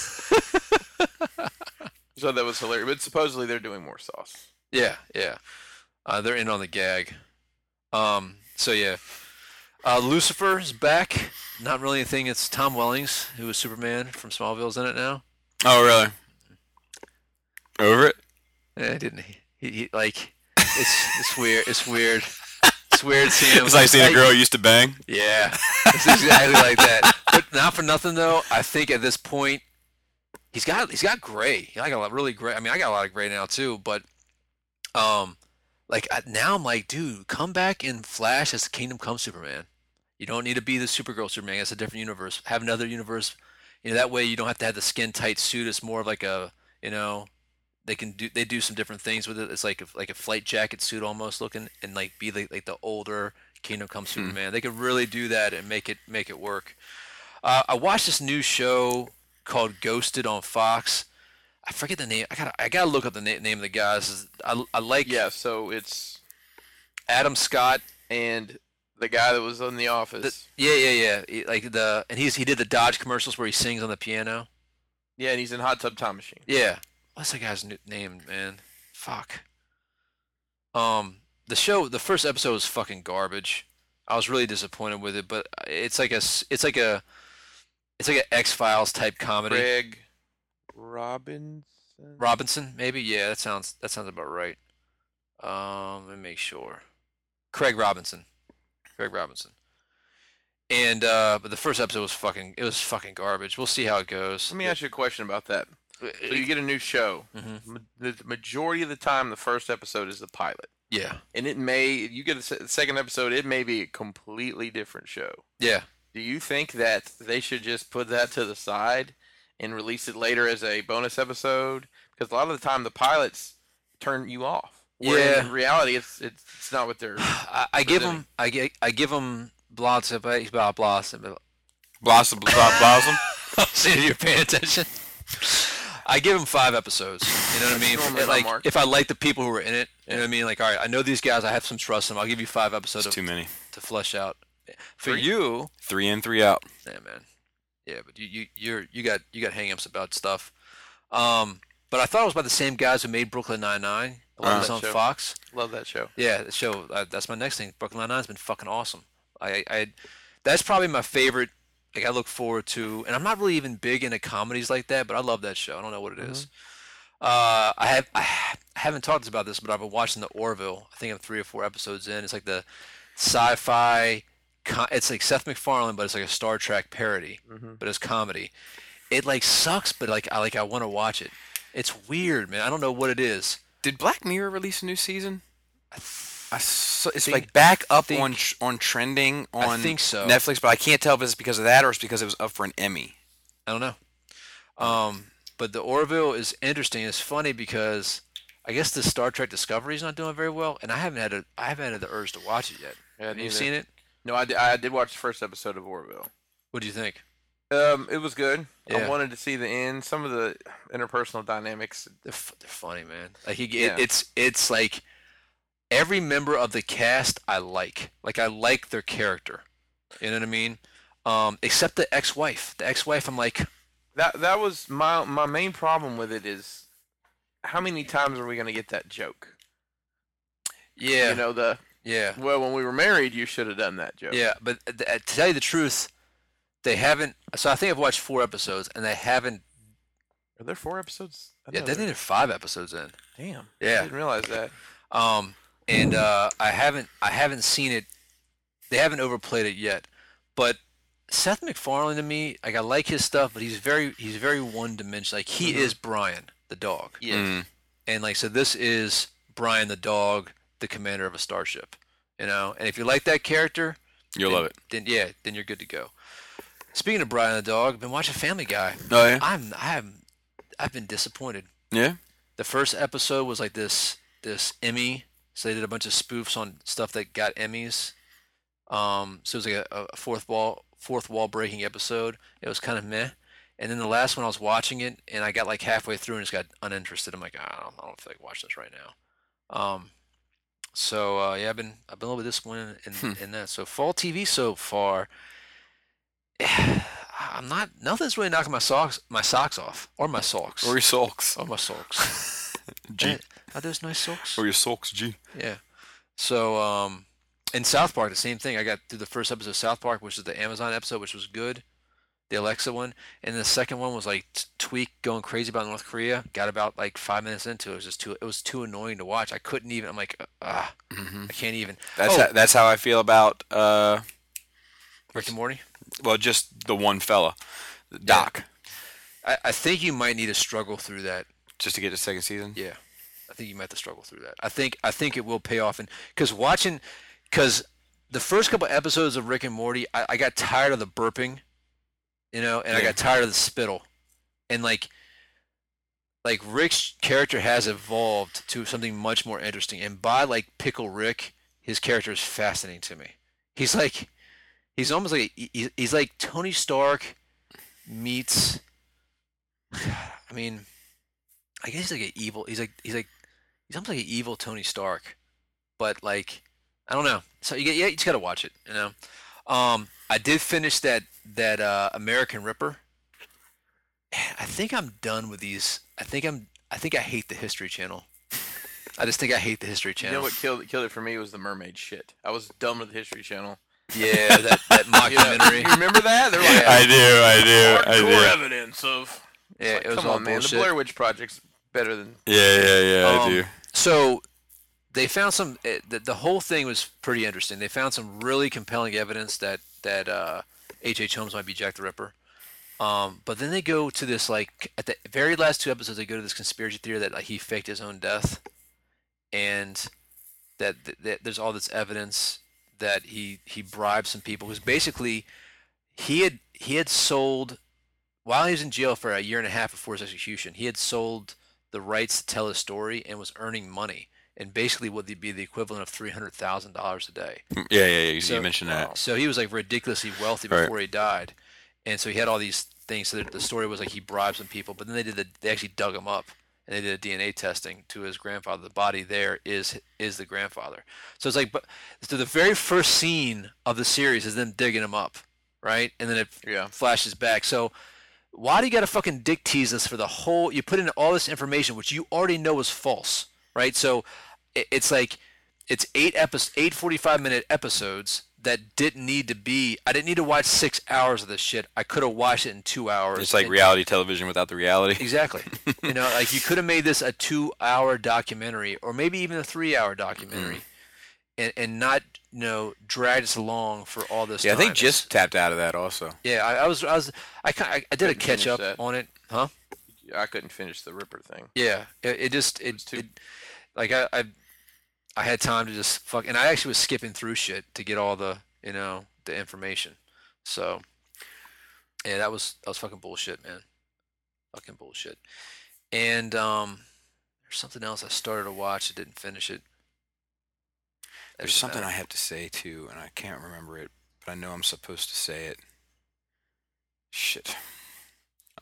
[SPEAKER 4] so that was hilarious. But supposedly they're doing more sauce.
[SPEAKER 3] yeah yeah uh, they're in on the gag um so yeah uh, Lucifer's back. Not really anything. It's Tom Wellings, who was Superman from Smallville's in it now.
[SPEAKER 2] Oh, really? Over it?
[SPEAKER 3] Eh, didn't he? He, he like it's it's weird. It's weird. It's weird seeing him.
[SPEAKER 2] It's like seeing a girl you used to bang.
[SPEAKER 3] Yeah, it's exactly like that. But not for nothing though. I think at this point, he's got he's got gray. I got a lot, really gray. I mean, I got a lot of gray now too. But um, like I, now I'm like, dude, come back in Flash as the Kingdom Come Superman. You don't need to be the Supergirl Superman. It's a different universe. Have another universe. You know that way you don't have to have the skin tight suit. It's more of like a you know they can do they do some different things with it. It's like a, like a flight jacket suit almost looking, and like be like, like the older Kingdom Come Superman. They could really do that and make it make it work. Uh, I watched this new show called Ghosted on Fox. I forget the name. I gotta I gotta look up the na- name of the guy. This is- I I like
[SPEAKER 4] Yeah, so it's
[SPEAKER 3] Adam Scott.
[SPEAKER 4] and the guy that was in the
[SPEAKER 3] The-
[SPEAKER 4] office.
[SPEAKER 3] yeah, yeah, yeah. He- like the and he's he did the Dodge commercials where he sings on the piano.
[SPEAKER 4] yeah, and he's in Hot Tub Time Machine.
[SPEAKER 3] Yeah. What's that guy's n- name, man? Fuck. Um, the show, the first episode was fucking garbage. I was really disappointed with it, but it's like a, s- it's like a, it's like a X Files type comedy.
[SPEAKER 4] Greg Robinson.
[SPEAKER 3] Robinson, maybe? Yeah, that sounds that sounds about right. Um, let me make sure. Craig Robinson, Craig Robinson. And uh, but the first episode was fucking, it was fucking garbage. We'll see how it goes.
[SPEAKER 4] Let me ask you a question about that. So you get a new show.
[SPEAKER 3] Mhm.
[SPEAKER 4] Ma- The majority of the time, the first episode is the pilot,
[SPEAKER 3] Yeah,
[SPEAKER 4] and it may you get a se- second episode. It may be a completely different show.
[SPEAKER 3] yeah.
[SPEAKER 4] Do you think that they should just put that to the side and release it later as a bonus episode? Because a lot of the time, the pilots turn you off. Where
[SPEAKER 3] Yeah.
[SPEAKER 4] In reality, it's it's, it's not what they're.
[SPEAKER 3] I, I give
[SPEAKER 4] Presenting.
[SPEAKER 3] him, I give, I give him uh, blots of blah blah. blah.
[SPEAKER 2] Blossom, blossom, blossom.
[SPEAKER 3] See if you're paying attention. I give him five episodes. You know what I mean?
[SPEAKER 4] Normally
[SPEAKER 3] It,
[SPEAKER 4] my
[SPEAKER 3] like,
[SPEAKER 4] mark.
[SPEAKER 3] if I like the people who are in it, you know what I mean? Like, all right, I know these guys. I have some trust in them. I'll give you five episodes
[SPEAKER 2] It's too
[SPEAKER 3] to,
[SPEAKER 2] many.
[SPEAKER 3] to flesh out. For
[SPEAKER 4] Three.
[SPEAKER 3] you,
[SPEAKER 2] Three in, three out.
[SPEAKER 3] yeah, man, yeah, but you, you, you're, you got, you got hangups about stuff. Um, but I thought it was by the same guys who made Brooklyn Nine Nine.
[SPEAKER 4] Uh-huh.
[SPEAKER 3] was on
[SPEAKER 4] Sure.
[SPEAKER 3] Fox.
[SPEAKER 4] Love that show.
[SPEAKER 3] Yeah, the show. Uh, that's my next thing. Brooklyn Nine Nine's been fucking awesome. I, I, that's probably my favorite. Like I look forward to, and I'm not really even big into comedies like that, but I love that show. I don't know what it is. Uh, I have, I ha- I haven't talked about this, but I've been watching the Orville. I think I'm three or four episodes in. It's like the sci-fi. Co- it's like Seth MacFarlane, but it's like a Star Trek parody, but it's comedy. It like sucks, but like I like I want to watch it. It's weird, man. I don't know what it is.
[SPEAKER 2] Did Black Mirror release a new season? I s- it's
[SPEAKER 3] Think-
[SPEAKER 2] like back up
[SPEAKER 3] think-
[SPEAKER 2] on tr- on trending
[SPEAKER 3] I
[SPEAKER 2] on
[SPEAKER 3] think so.
[SPEAKER 2] Netflix, but I can't tell if it's because of that or it's because it was up for an Emmy.
[SPEAKER 3] I don't know. Um, but the Orville is interesting. It's funny because I guess the Star Trek Discovery is not doing very well, and I haven't had a I haven't had the urge to watch it yet.
[SPEAKER 4] Yeah,
[SPEAKER 3] Have you
[SPEAKER 4] neither.
[SPEAKER 3] seen it?
[SPEAKER 4] No, I did, I did watch the first episode of Orville.
[SPEAKER 3] What do you think?
[SPEAKER 4] Um, it was good.
[SPEAKER 3] Yeah.
[SPEAKER 4] I wanted to see the end. Some of the interpersonal dynamics.
[SPEAKER 3] They're f- they're funny, man. Like it,
[SPEAKER 4] Yeah.
[SPEAKER 3] it, it's it's like every member of the cast I like. Like I like their character. You know what I mean? Um, except the ex-wife. The ex-wife, I'm like,
[SPEAKER 4] That that was my my main problem with it is how many times are we going to get that joke?
[SPEAKER 3] yeah,
[SPEAKER 4] You know the
[SPEAKER 3] yeah,
[SPEAKER 4] well when we were married you should have done that joke.
[SPEAKER 3] yeah. But uh, th- uh, to tell you the truth, they haven't. So I think I've watched four episodes, and they haven't.
[SPEAKER 4] Are there four episodes? I
[SPEAKER 3] Yeah,
[SPEAKER 4] know
[SPEAKER 3] they
[SPEAKER 4] there-
[SPEAKER 3] needed five episodes in.
[SPEAKER 4] Damn.
[SPEAKER 3] Yeah.
[SPEAKER 4] I didn't realize that.
[SPEAKER 3] Um, and uh, I haven't I haven't seen it. They haven't overplayed it yet. But Seth MacFarlane to me, like I like his stuff, but he's very he's very one dimensional. Like
[SPEAKER 4] Mm-hmm.
[SPEAKER 3] he is Brian the dog,
[SPEAKER 4] Yes.
[SPEAKER 2] Mm-hmm. Mm.
[SPEAKER 3] and like so this is Brian the dog, the commander of a starship. You know, and if you like that character,
[SPEAKER 2] You'll
[SPEAKER 3] then,
[SPEAKER 2] love it.
[SPEAKER 3] Then yeah, then you're good to go. Speaking of Brian the dog, been watching Family Guy.
[SPEAKER 2] Oh yeah,
[SPEAKER 3] I'm I'm I've been disappointed
[SPEAKER 2] yeah.
[SPEAKER 3] the first episode was like this this Emmy. So they did a bunch of spoofs on stuff that got Emmys. Um, so it was like a, a fourth wall fourth wall breaking episode. It was kind of meh. And then the last one I was watching it, and I got like halfway through and just got uninterested. I'm like, I don't, I don't feel like watching this right now. Um, so uh, yeah, I've been I've been a little bit disappointed in, in that. So fall TV so far, I'm not nothing's really knocking my socks my socks off or my socks
[SPEAKER 2] Or your socks,
[SPEAKER 3] or my socks.
[SPEAKER 2] G.
[SPEAKER 3] Eh, Are those nice socks?
[SPEAKER 2] Or your socks, G.
[SPEAKER 3] Yeah. So, um, in South Park, the same thing. I got through the first episode of South Park, which is the Amazon episode, which was good, the Alexa one, and the second one was like t- tweak going crazy about North Korea. Got about like five minutes into it, it was just too. It was too annoying to watch. I couldn't even. I'm like, ah, I can't even.
[SPEAKER 2] That's
[SPEAKER 3] Oh.
[SPEAKER 2] how, that's how I feel about uh,
[SPEAKER 3] Rick and Morty.
[SPEAKER 2] well, just the one fella, Doc,
[SPEAKER 3] I, I think you might need to struggle through that.
[SPEAKER 2] just to get the second season.
[SPEAKER 3] Yeah, I think you might have to struggle through that. I think I think it will pay off, and because watching, because the first couple episodes of Rick and Morty, I, I got tired of the burping, you know, and I
[SPEAKER 2] Yeah.
[SPEAKER 3] got tired of the spittle, and like, like Rick's character has evolved to something much more interesting, and by like Pickle Rick, his character is fascinating to me. He's like, he's almost like he- he- he's like Tony Stark meets. I mean, I guess he's like an evil. He's like he's like he's almost like an evil Tony Stark, but like I don't know. So you get yeah, you just gotta watch it. You know. Um, I did finish that that uh, American Ripper. I think I'm done with these. I think I'm. I think I hate the History Channel. I just think I hate the History
[SPEAKER 4] You
[SPEAKER 3] Channel.
[SPEAKER 4] know what killed killed it for me was the mermaid shit. I was done with the History Channel.
[SPEAKER 3] Yeah, that, that
[SPEAKER 4] You know,
[SPEAKER 3] mockumentary.
[SPEAKER 4] you remember that? They're like,
[SPEAKER 3] Yeah.
[SPEAKER 2] I do, I do,
[SPEAKER 4] hardcore
[SPEAKER 2] I
[SPEAKER 4] evidence of.
[SPEAKER 3] Yeah,
[SPEAKER 4] Like,
[SPEAKER 3] it was
[SPEAKER 4] come
[SPEAKER 3] all
[SPEAKER 4] on, man.
[SPEAKER 3] bullshit.
[SPEAKER 4] The Blair Witch Project's better than.
[SPEAKER 2] do. Yeah, yeah, yeah, I
[SPEAKER 3] Um,
[SPEAKER 2] do.
[SPEAKER 3] So they found some. It, the, the whole thing was pretty interesting. They found some really compelling evidence that that uh, H. H. Holmes might be Jack the Ripper. Um, but then they go to this like at the very last two episodes, they go to this conspiracy theory that like, he faked his own death, and that, that there's all this evidence that he he bribed some people because basically he had he had sold while he was in jail for a year and a half before his execution, he had sold the rights to tell his story and was earning money, and basically would be the equivalent of three hundred thousand dollars a day.
[SPEAKER 2] Yeah, yeah, yeah. You,
[SPEAKER 3] So- oh,
[SPEAKER 2] you mentioned that.
[SPEAKER 3] So he was like ridiculously wealthy
[SPEAKER 2] Right.
[SPEAKER 3] before he died, and so he had all these things. So the- the story was like he bribed some people, but then they did the they actually dug him up and they did a DNA testing to his grandfather. The body there is is the grandfather. So it's like, but so the very first scene of the series is them digging him up, right? And then it
[SPEAKER 4] Yeah.
[SPEAKER 3] flashes back. So why do you gotta fucking dick tease us for the whole? You put in all this information which you already know is false, right? So i- it's like it's eight episodes, eight forty-five minute episodes that didn't need to be. I didn't need to watch six hours of this shit. I could have watched it in two hours.
[SPEAKER 2] It's like
[SPEAKER 3] and-
[SPEAKER 2] reality television without the reality.
[SPEAKER 3] Exactly. you know, like you could have made this a two-hour documentary, or maybe even a three-hour documentary,
[SPEAKER 2] Mm.
[SPEAKER 3] and and not you know drag us along for all this.
[SPEAKER 2] Yeah, I
[SPEAKER 3] time.
[SPEAKER 2] think
[SPEAKER 3] It's-
[SPEAKER 2] just tapped out of that also.
[SPEAKER 3] Yeah, I, I was, I was, I kind, I, I did a
[SPEAKER 4] Couldn't finish
[SPEAKER 3] catch up
[SPEAKER 4] that.
[SPEAKER 3] on it, huh?
[SPEAKER 4] I couldn't finish the Ripper thing.
[SPEAKER 3] Yeah, it, it just, it,
[SPEAKER 4] was too-
[SPEAKER 3] it- like I, I, I had time to just fuck, and I actually was skipping through shit to get all the you know the information. So yeah, that was that was fucking bullshit, man. Fucking bullshit. And um, there's something else I started to watch. I didn't finish it. That
[SPEAKER 2] There's
[SPEAKER 3] doesn't
[SPEAKER 2] something I
[SPEAKER 3] matter.
[SPEAKER 2] have to say too, and I can't remember it, but I know I'm supposed to say it. Shit.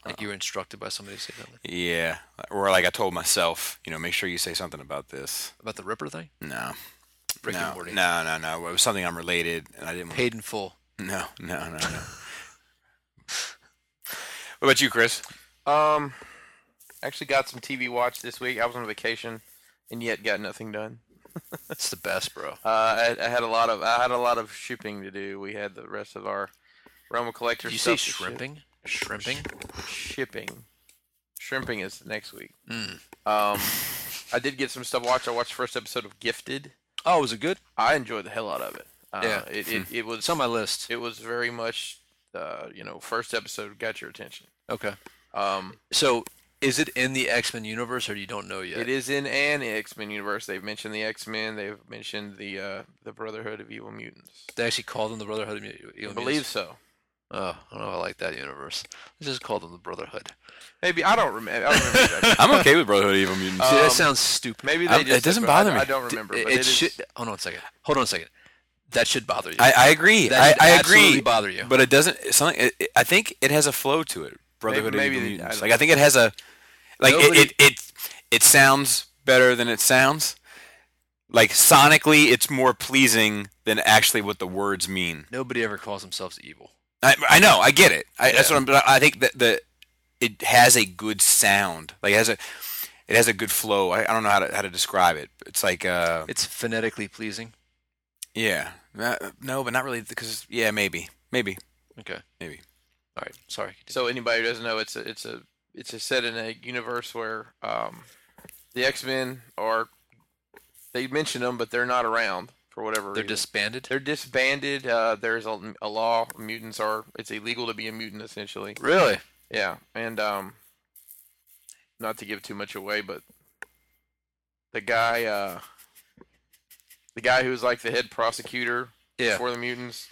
[SPEAKER 3] like you were instructed by somebody to say that like,
[SPEAKER 2] Yeah. Or like I told myself, you know, make sure you say something about this.
[SPEAKER 3] about the Ripper thing.
[SPEAKER 2] No.
[SPEAKER 3] Rick
[SPEAKER 2] no,
[SPEAKER 3] and Morty.
[SPEAKER 2] No, no, no. It was something I'm related, and I didn't. want-
[SPEAKER 3] Paid in full.
[SPEAKER 2] No, no, no, no. what about you, Chris?
[SPEAKER 4] Um, actually got some TV watch this week. I was on vacation, and yet got nothing done.
[SPEAKER 3] That's the best, bro.
[SPEAKER 4] Uh, I, I had a lot of I had a lot of shipping to do. We had the rest of our Roma collector.
[SPEAKER 3] Did you say
[SPEAKER 4] stuff to ship-
[SPEAKER 3] shrimping? Shrimping?
[SPEAKER 4] Shipping. Shrimping is next week.
[SPEAKER 3] Mm.
[SPEAKER 4] Um, I did get some stuff watched. I watched the first episode of Gifted.
[SPEAKER 3] Oh, was it good?
[SPEAKER 4] I enjoyed the hell out of it. Uh,
[SPEAKER 3] Yeah. Hmm.
[SPEAKER 4] It, it, it was
[SPEAKER 3] It's on my list.
[SPEAKER 4] it was very much uh, you know first episode got your attention.
[SPEAKER 3] Okay.
[SPEAKER 4] Um,
[SPEAKER 3] So, is it in the X Men universe, or you don't know yet?
[SPEAKER 4] It is in an X Men universe. They've mentioned the X Men. They've mentioned the uh, the Brotherhood of Evil Mutants.
[SPEAKER 3] They actually call them the Brotherhood of Mu-
[SPEAKER 4] I
[SPEAKER 3] Evil
[SPEAKER 4] believe
[SPEAKER 3] Mutants?
[SPEAKER 4] so.
[SPEAKER 3] Oh, I don't know if I like that universe. Let's just call them the Brotherhood.
[SPEAKER 4] Maybe I don't remember. I don't remember that.
[SPEAKER 2] I'm okay with Brotherhood of Evil Mutants.
[SPEAKER 3] See,
[SPEAKER 4] Um,
[SPEAKER 3] that sounds stupid.
[SPEAKER 4] Maybe they
[SPEAKER 2] I'm- it
[SPEAKER 4] just.
[SPEAKER 2] doesn't
[SPEAKER 4] I-
[SPEAKER 2] bother
[SPEAKER 4] I,
[SPEAKER 2] me.
[SPEAKER 4] don't remember.
[SPEAKER 3] it
[SPEAKER 4] but
[SPEAKER 3] it
[SPEAKER 4] is-
[SPEAKER 3] should. Hold on a second. Hold on a second. That should bother you.
[SPEAKER 2] I, I agree.
[SPEAKER 3] That should
[SPEAKER 2] I, I
[SPEAKER 3] absolutely
[SPEAKER 2] agree.
[SPEAKER 3] bother you.
[SPEAKER 2] But it doesn't. it's Something. It, it- I think it has a flow to it. Brotherhood
[SPEAKER 4] maybe
[SPEAKER 2] of Evil
[SPEAKER 4] they- I
[SPEAKER 2] Mutants.
[SPEAKER 4] don't
[SPEAKER 2] Like I think it has a. Like it,
[SPEAKER 3] Nobody-
[SPEAKER 2] it, it it sounds better than it sounds. Like sonically, it's more pleasing than actually what the words mean.
[SPEAKER 3] Nobody ever calls themselves evil.
[SPEAKER 2] I, I know. I get it. I, That's what I'm. But I think that the it has a good sound. Like it has a it has a good flow. I, I don't know how to how to describe it. It's like uh
[SPEAKER 3] It's phonetically pleasing.
[SPEAKER 2] yeah Uh, no, but not really because yeah maybe maybe
[SPEAKER 3] Okay.
[SPEAKER 2] maybe
[SPEAKER 3] All right. Sorry.
[SPEAKER 4] So anybody who doesn't know, it's a it's a it's a set in a universe where um, the X Men are. They mention them, but they're not around for whatever.
[SPEAKER 3] They're
[SPEAKER 4] reason.
[SPEAKER 3] disbanded.
[SPEAKER 4] they're disbanded. Uh, there's a, a law. Mutants are. It's illegal to be a mutant essentially.
[SPEAKER 3] really?
[SPEAKER 4] Yeah, and um, not to give too much away, but the guy, uh, the guy who's like the head prosecutor
[SPEAKER 3] Yeah.
[SPEAKER 4] for the mutants,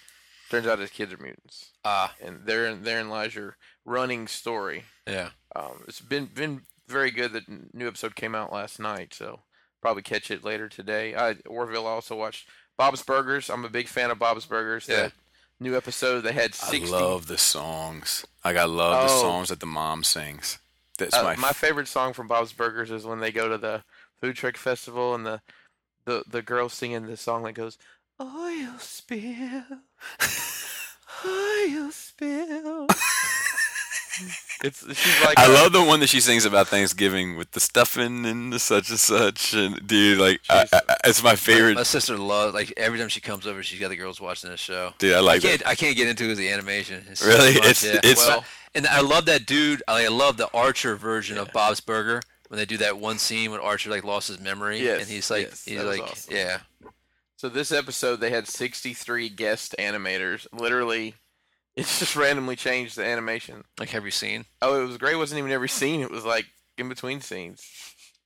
[SPEAKER 4] turns out his kids are mutants,
[SPEAKER 3] Ah.
[SPEAKER 4] and therein therein lies your running story.
[SPEAKER 3] yeah.
[SPEAKER 4] Um, it's been been very good. The n- new episode came out last night, so probably catch it later today. I Orville I also watched Bob's Burgers. I'm a big fan of Bob's Burgers.
[SPEAKER 3] Yeah.
[SPEAKER 4] That new episode they had
[SPEAKER 2] I
[SPEAKER 4] 60
[SPEAKER 2] love the songs. Like I love the
[SPEAKER 4] Oh.
[SPEAKER 2] songs that the mom sings. That's
[SPEAKER 4] Uh,
[SPEAKER 2] my,
[SPEAKER 4] my favorite song from Bob's Burgers is when they go to the food truck festival and the the the girl singing the song that goes oil spill, oil spill. it's she's like
[SPEAKER 2] I
[SPEAKER 4] uh,
[SPEAKER 2] love the one that she sings about Thanksgiving with the stuffing and the such and such and dude like I, I, I- it's my favorite.
[SPEAKER 3] My sister loves like every time she comes over, she's got the girls watching this show.
[SPEAKER 2] Dude, I
[SPEAKER 3] I
[SPEAKER 2] like
[SPEAKER 3] can't,
[SPEAKER 2] that.
[SPEAKER 3] I can't get into the animation. It's so
[SPEAKER 2] Really?
[SPEAKER 3] much,
[SPEAKER 2] It's-
[SPEAKER 3] yeah.
[SPEAKER 2] it's-
[SPEAKER 3] well, and I love that dude. I, I love the Archer version of Bob's Burger when they do that one scene when Archer like lost his memory
[SPEAKER 4] Yes,
[SPEAKER 3] and he's like,
[SPEAKER 4] yes,
[SPEAKER 3] he's
[SPEAKER 4] that was
[SPEAKER 3] like,
[SPEAKER 4] awesome.
[SPEAKER 3] yeah,
[SPEAKER 4] So this episode they had 63 guest animators. Literally, it's just randomly changed the animation.
[SPEAKER 3] like have you seen?
[SPEAKER 4] Oh, it was great. It wasn't even every scene. It was like in between scenes.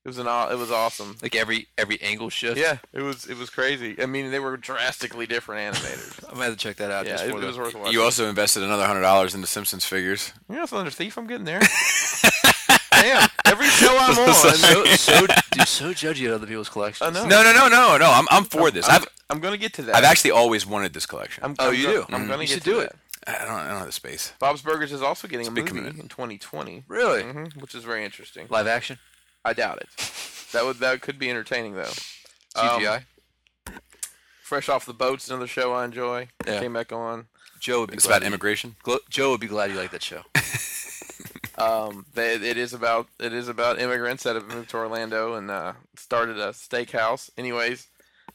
[SPEAKER 4] It was an aw- it was awesome.
[SPEAKER 3] Like every every angle shift.
[SPEAKER 4] Yeah, it was it was crazy. I mean, they were drastically different animators.
[SPEAKER 3] I'm gonna have to check that out.
[SPEAKER 4] yeah,
[SPEAKER 3] just
[SPEAKER 4] it,
[SPEAKER 3] for
[SPEAKER 4] it
[SPEAKER 3] the-
[SPEAKER 4] was worth watching.
[SPEAKER 2] You also invested another hundred dollars in the Simpsons figures.
[SPEAKER 4] You're not Thunder Thief. I'm getting there. Damn. Every show I'm
[SPEAKER 2] Sorry.
[SPEAKER 3] so
[SPEAKER 4] on.
[SPEAKER 3] so dude, so judgy at other people's collections.
[SPEAKER 4] I know.
[SPEAKER 2] No, no, no, no, no. I'm I'm for this.
[SPEAKER 4] Oh. I'm,
[SPEAKER 2] I've
[SPEAKER 4] I'm gonna get to that.
[SPEAKER 2] I've actually always wanted this collection.
[SPEAKER 4] I'm,
[SPEAKER 3] Oh,
[SPEAKER 4] I'm
[SPEAKER 3] you
[SPEAKER 4] gonna-
[SPEAKER 3] do?
[SPEAKER 4] I'm gonna
[SPEAKER 3] You
[SPEAKER 4] get
[SPEAKER 3] should
[SPEAKER 4] to
[SPEAKER 3] do
[SPEAKER 4] that.
[SPEAKER 3] it.
[SPEAKER 2] I don't I don't have the space.
[SPEAKER 4] Bob's Burgers is also getting a
[SPEAKER 2] big
[SPEAKER 4] movie
[SPEAKER 2] commitment.
[SPEAKER 4] in 2020,
[SPEAKER 3] Really?
[SPEAKER 4] hmm which is very interesting.
[SPEAKER 3] Live action
[SPEAKER 4] I doubt it. That would that could be entertaining though. Um,
[SPEAKER 3] CGI.
[SPEAKER 4] Fresh off the boats, another show I enjoy.
[SPEAKER 3] Yeah.
[SPEAKER 4] Came back on.
[SPEAKER 3] Joe would be
[SPEAKER 2] It's
[SPEAKER 3] glad
[SPEAKER 2] about
[SPEAKER 3] you-
[SPEAKER 2] immigration.
[SPEAKER 3] Glo- Joe would be glad you like that show.
[SPEAKER 4] Um, they, it is about it is about immigrants that have moved to Orlando and uh, started a steakhouse. Anyways,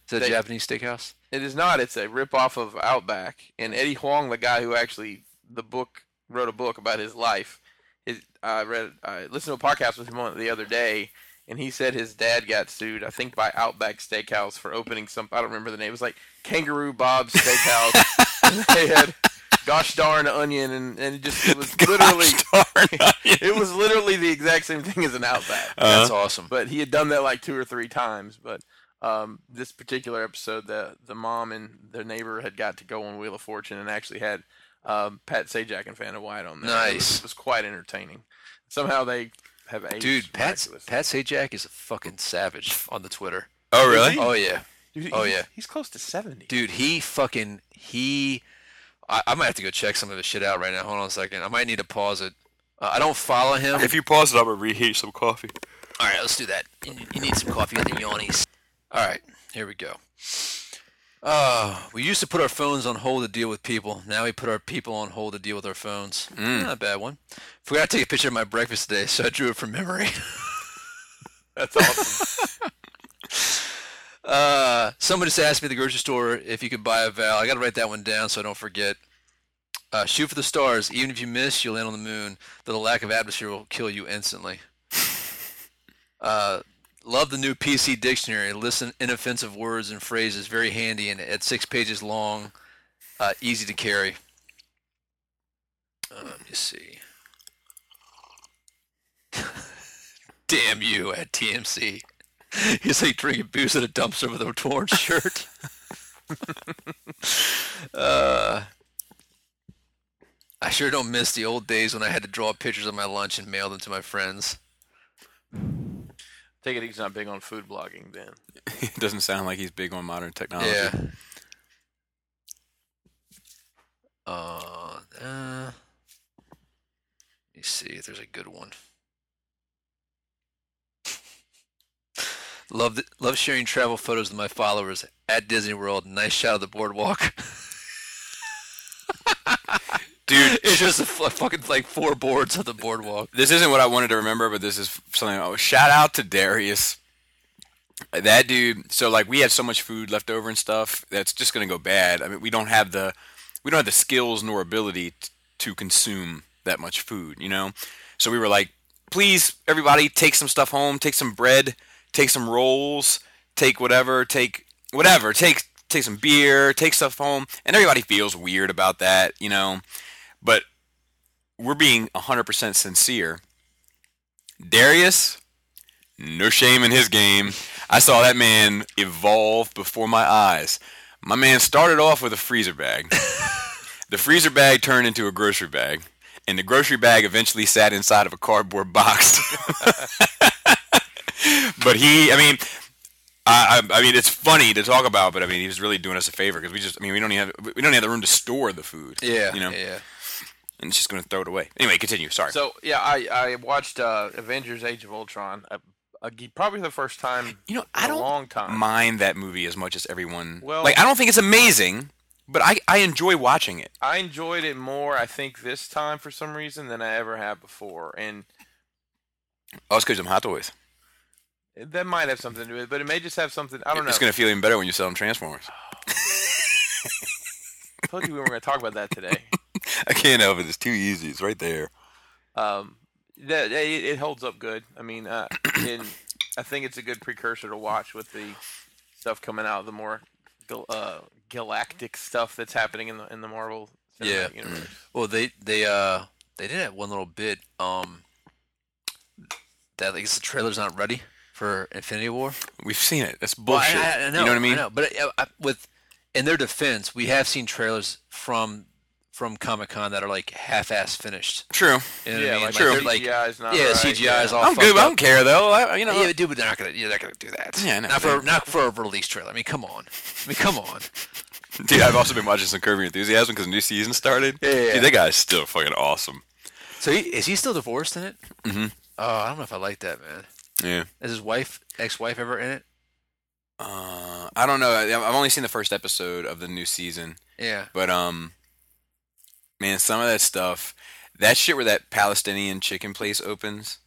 [SPEAKER 3] It's a
[SPEAKER 4] They-
[SPEAKER 3] Japanese steakhouse.
[SPEAKER 4] It is not. It's a ripoff of Outback. And Eddie Huang, the guy who actually the book wrote a book about his life, his, I read, I listened to a podcast with him on it the other day, and he said his dad got sued, I think, by Outback Steakhouse for opening some. I don't remember the name. It was like Kangaroo Bob's Steakhouse. and they had gosh darn onion, and and it just it was literally it was literally the exact same thing as an Outback. Uh,
[SPEAKER 3] That's awesome.
[SPEAKER 4] But he had done that like two or three times. But um, this particular episode, the the mom and the neighbor had got to go on Wheel of Fortune and actually had um, Pat Sajak and Vanna White on there. It was,
[SPEAKER 3] Nice.
[SPEAKER 4] it was quite entertaining. Somehow they have aged.
[SPEAKER 3] Dude, Pat
[SPEAKER 4] miraculously.
[SPEAKER 3] Pat Sajak is a fucking savage on the Twitter.
[SPEAKER 2] Oh
[SPEAKER 4] really?
[SPEAKER 2] really?
[SPEAKER 4] He-
[SPEAKER 3] Oh yeah,
[SPEAKER 4] Dude, he-
[SPEAKER 3] oh,
[SPEAKER 4] he's-
[SPEAKER 3] yeah.
[SPEAKER 4] he's close to seventy.
[SPEAKER 3] dude, he fucking he. I, I might have to go check some of his shit out right now. Hold on a second. I might need to pause it. Uh, I don't follow him.
[SPEAKER 2] If you pause it, I'm gonna reheat some coffee.
[SPEAKER 3] All right, let's do that. You, you need some coffee at the yawnies. All right, here we go. Uh, we used to put our phones on hold to deal with people. Now we put our people on hold to deal with our phones. Not a bad one. Forgot to take a picture of my breakfast today, so I drew it from memory.
[SPEAKER 4] That's awesome.
[SPEAKER 3] Uh, somebody just asked me at the grocery store if you could buy a vowel. I got to write that one down so I don't forget. Uh, shoot for the stars. Even if you miss, you'll land on the moon. Though the lack of atmosphere will kill you instantly. uh, love the new PC dictionary. Listen, inoffensive words and phrases. Very handy and at six pages long, uh, easy to carry. Uh, let me see. Damn you at TMC. He's like drinking booze at a dumpster with a torn shirt. uh, I sure don't miss the old days when I had to draw pictures of my lunch and mail them to my friends.
[SPEAKER 4] Take it he's not big on food blogging then.
[SPEAKER 2] it doesn't sound like he's big on modern technology.
[SPEAKER 3] yeah. Uh, uh, let me see if there's a good one. Love the, love sharing travel photos with my followers at Disney World. Nice shot of the boardwalk.
[SPEAKER 2] Dude,
[SPEAKER 3] It's just a f- fucking like four boards of the boardwalk.
[SPEAKER 2] this isn't what I wanted to remember, but this is something. Oh, shout out to Darius. That dude. So like, we had so much food left over and stuff that's just gonna go bad. I mean, we don't have the we don't have the skills nor ability t- to consume that much food. You know, so we were like, please, everybody, take some stuff home. Take some bread. Take some rolls. Take whatever. Take whatever. Take take some beer. Take stuff home. And everybody feels weird about that. You know, but we're being 100% sincere. Darius, no shame in his game. I saw that man evolve before my eyes. My man started off with a freezer bag. the freezer bag turned into a grocery bag, and the grocery bag eventually sat inside of a cardboard box. but he, I mean, I, I, I mean, it's funny to talk about, but I mean, he was really doing us a favor because we just, I mean, we don't even have, we don't have the room to store the food.
[SPEAKER 3] Yeah,
[SPEAKER 2] you know,
[SPEAKER 3] yeah.
[SPEAKER 2] and it's just going to throw it away. Anyway, continue. Sorry.
[SPEAKER 4] So yeah, I I watched uh, Avengers: Age of Ultron. Uh, uh, probably the first time
[SPEAKER 2] you know,
[SPEAKER 4] in
[SPEAKER 2] I
[SPEAKER 4] a
[SPEAKER 2] don't
[SPEAKER 4] long time.
[SPEAKER 2] mind that movie as much as everyone.
[SPEAKER 4] Well-
[SPEAKER 2] like, I don't think it's amazing, but I, I enjoy watching it.
[SPEAKER 4] I enjoyed it more, I think, this time for some reason than I ever have before, and
[SPEAKER 2] Oh, it's because I'm hot toys.
[SPEAKER 4] that might have something to do with it. But it may just have something. I don't know.
[SPEAKER 2] It's going to feel even better when you sell them Transformers.
[SPEAKER 4] I told you we were going to talk about that today.
[SPEAKER 2] I can't help it. It's too easy. It's right there.
[SPEAKER 4] um, that it, it holds up good. I mean, uh, and I think it's a good precursor to watch with the stuff coming out, the more gal- uh, galactic stuff that's happening in the in the Marvel. Cinematic
[SPEAKER 3] Yeah. Mm.
[SPEAKER 4] Universe.
[SPEAKER 3] Well, they they uh they did have one little bit um that I guess the trailer's not ready for Infinity War.
[SPEAKER 2] We've seen it. That's
[SPEAKER 3] Well, I-
[SPEAKER 2] bullshit.
[SPEAKER 3] I, I know,
[SPEAKER 2] you know what I mean?
[SPEAKER 3] But uh, I, with in their defense, we have seen trailers from from Comic Con that are like half-ass finished.
[SPEAKER 2] True.
[SPEAKER 3] You know
[SPEAKER 4] yeah,
[SPEAKER 3] what I mean?
[SPEAKER 4] like,
[SPEAKER 2] True.
[SPEAKER 3] they're, like-
[SPEAKER 4] CGI is not
[SPEAKER 3] yeah,
[SPEAKER 4] right,
[SPEAKER 3] CGI is
[SPEAKER 4] yeah.
[SPEAKER 3] all.
[SPEAKER 2] I'm
[SPEAKER 3] fucked
[SPEAKER 2] good. I
[SPEAKER 3] Up.
[SPEAKER 2] don't care though. I, you know,
[SPEAKER 3] Yeah, dude, but they're not gonna. Yeah, they're not gonna do that.
[SPEAKER 2] Yeah, I know.
[SPEAKER 3] not for not for a release trailer. I mean, come on. I mean, come on.
[SPEAKER 2] dude. I've also been watching some Curb Your Enthusiasm because new season started.
[SPEAKER 3] Yeah, yeah, yeah.
[SPEAKER 2] Dude, that guy's still fucking awesome.
[SPEAKER 3] So he, is he still divorced in it?
[SPEAKER 2] Mm-hmm.
[SPEAKER 3] Oh, I don't know if I like that, man.
[SPEAKER 2] Yeah.
[SPEAKER 3] Is his wife, ex-wife, ever in it?
[SPEAKER 2] Uh, I don't know. I- I've only seen the first episode of the new season.
[SPEAKER 3] Yeah.
[SPEAKER 2] But um, man, some of that stuff, that shit where that Palestinian chicken place opens,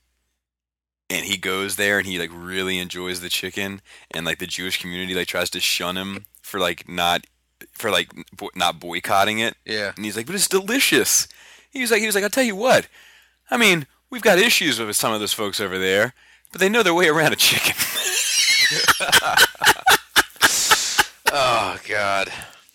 [SPEAKER 2] and he goes there and he like really enjoys the chicken, and like the Jewish community like tries to shun him for like not for like bo- not boycotting it,
[SPEAKER 3] Yeah.
[SPEAKER 2] and he's like, but it's delicious. He was like, he was like, I'll tell you what, I mean, we've got issues with some of those folks over there, but they know their way around a chicken.
[SPEAKER 3] Oh God.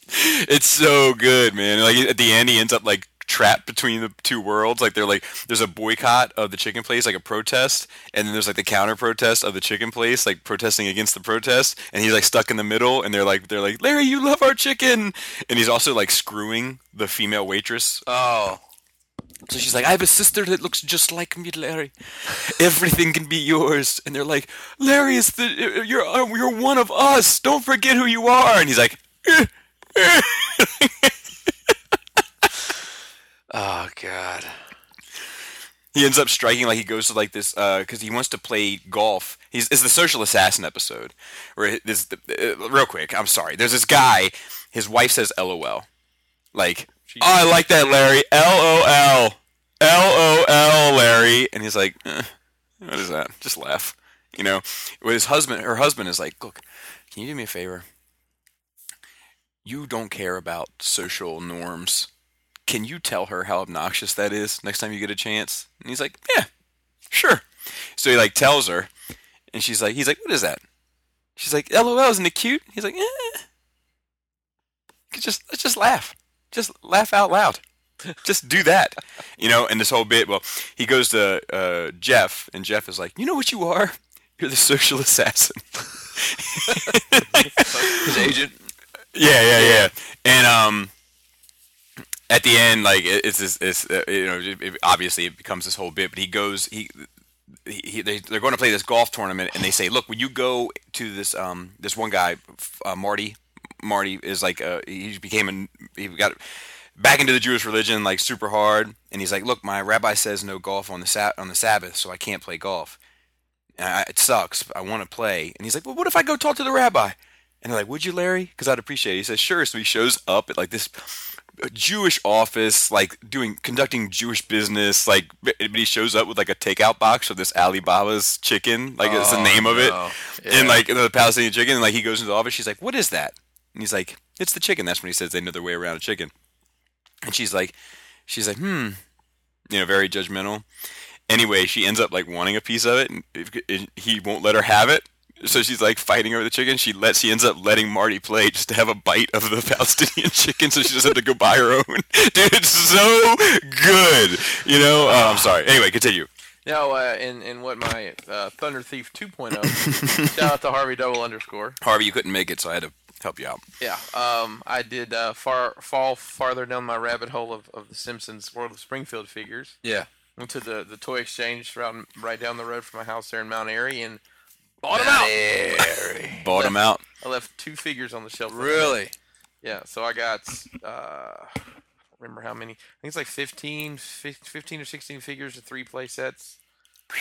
[SPEAKER 2] It's so good, man. Like at the end, he ends up like trapped between the two worlds. Like they're like there's a boycott of the chicken place, like a protest, and then there's like the counter protest of the chicken place, like protesting against the protest, and he's like stuck in the middle and they're like they're like, Larry, you love our chicken and he's also like screwing the female waitress.
[SPEAKER 3] Oh,
[SPEAKER 2] So she's like, I have a sister that looks just like me, Larry. Everything can be yours. And they're like, Larry is the you're you're one of us. Don't forget who you are. And he's like,
[SPEAKER 3] oh God.
[SPEAKER 2] he ends up striking like he goes to like this because he wants to play golf. He's it's the social assassin episode where this uh, real quick. I'm sorry. There's this guy. His wife says LOL, like oh, I like that Larry LOL LOL Larry, and he's like, eh, what is that? Just laugh, you know. With his husband, her husband is like, look, can you do me a favor? You don't care about social norms can you tell her how obnoxious that is next time you get a chance? And he's like, yeah, sure. So he like tells her, and she's like, he's like, what is that? She's like, LOL, isn't it cute? He's like, eh. Let's Just let's just laugh, just laugh out loud, just do that, you know. And this whole bit, well, he goes to uh, Jeff, and Jeff is like, you know what you are? You're the social assassin.
[SPEAKER 3] His agent.
[SPEAKER 2] Yeah, yeah, yeah. And um, at the end, like it, it's this, it's uh, you know, it, it- obviously it becomes this whole bit. But he goes, he, he, he they, they're going to play this golf tournament, and they say, look, when you go to this um, this one guy, f- uh, Marty, Marty is like, uh, he became an, he got back into the Jewish religion like super hard, and he's like, look, my rabbi says no golf on the sa- on the Sabbath, so I can't play golf. And I, it sucks. but I want to play. And he's like, well, what if I go talk to the rabbi? And they're like, would you, Larry? Because I'd appreciate it. He says, sure. So he shows up at like this uh, Jewish office, like doing, conducting Jewish business. Like, but he shows up with like a takeout box of this Alibaba's chicken. Like, it's the
[SPEAKER 3] Oh,
[SPEAKER 2] name of it.
[SPEAKER 3] no.
[SPEAKER 2] And
[SPEAKER 3] Yeah.
[SPEAKER 2] like the Palestinian chicken. And like, he goes into the office. She's like, what is that? And he's like, it's the chicken. That's when he says they know their way around a chicken. And she's like, she's like, hmm, you know, very judgmental. Anyway, she ends up like wanting a piece of it, and if- and he won't let her have it. So she's like fighting over the chicken. She lets she ends up letting Marty play just to have a bite of the Palestinian chicken, so she doesn't have to go buy her own. Dude, it's so good. You know, uh, I'm sorry. Anyway, continue.
[SPEAKER 4] Now, uh, in, in what my uh, Thunder Thief 2.0, shout out to Harvey Double underscore.
[SPEAKER 2] Harvey, you couldn't make it, so I had to help you out.
[SPEAKER 4] Yeah, um, I did uh, far fall farther down my rabbit hole of, of the Simpsons World of Springfield figures.
[SPEAKER 3] Yeah.
[SPEAKER 4] Went to the, the toy exchange right, right down the road from my house there in Mount Airy and bought them out.
[SPEAKER 3] Larry.
[SPEAKER 2] Bought him out.
[SPEAKER 4] I left two figures on the shelf.
[SPEAKER 3] really?
[SPEAKER 4] Yeah, so I got, uh, I don't remember how many. I think it's like 15, fif- 15 or 16 figures of three play sets.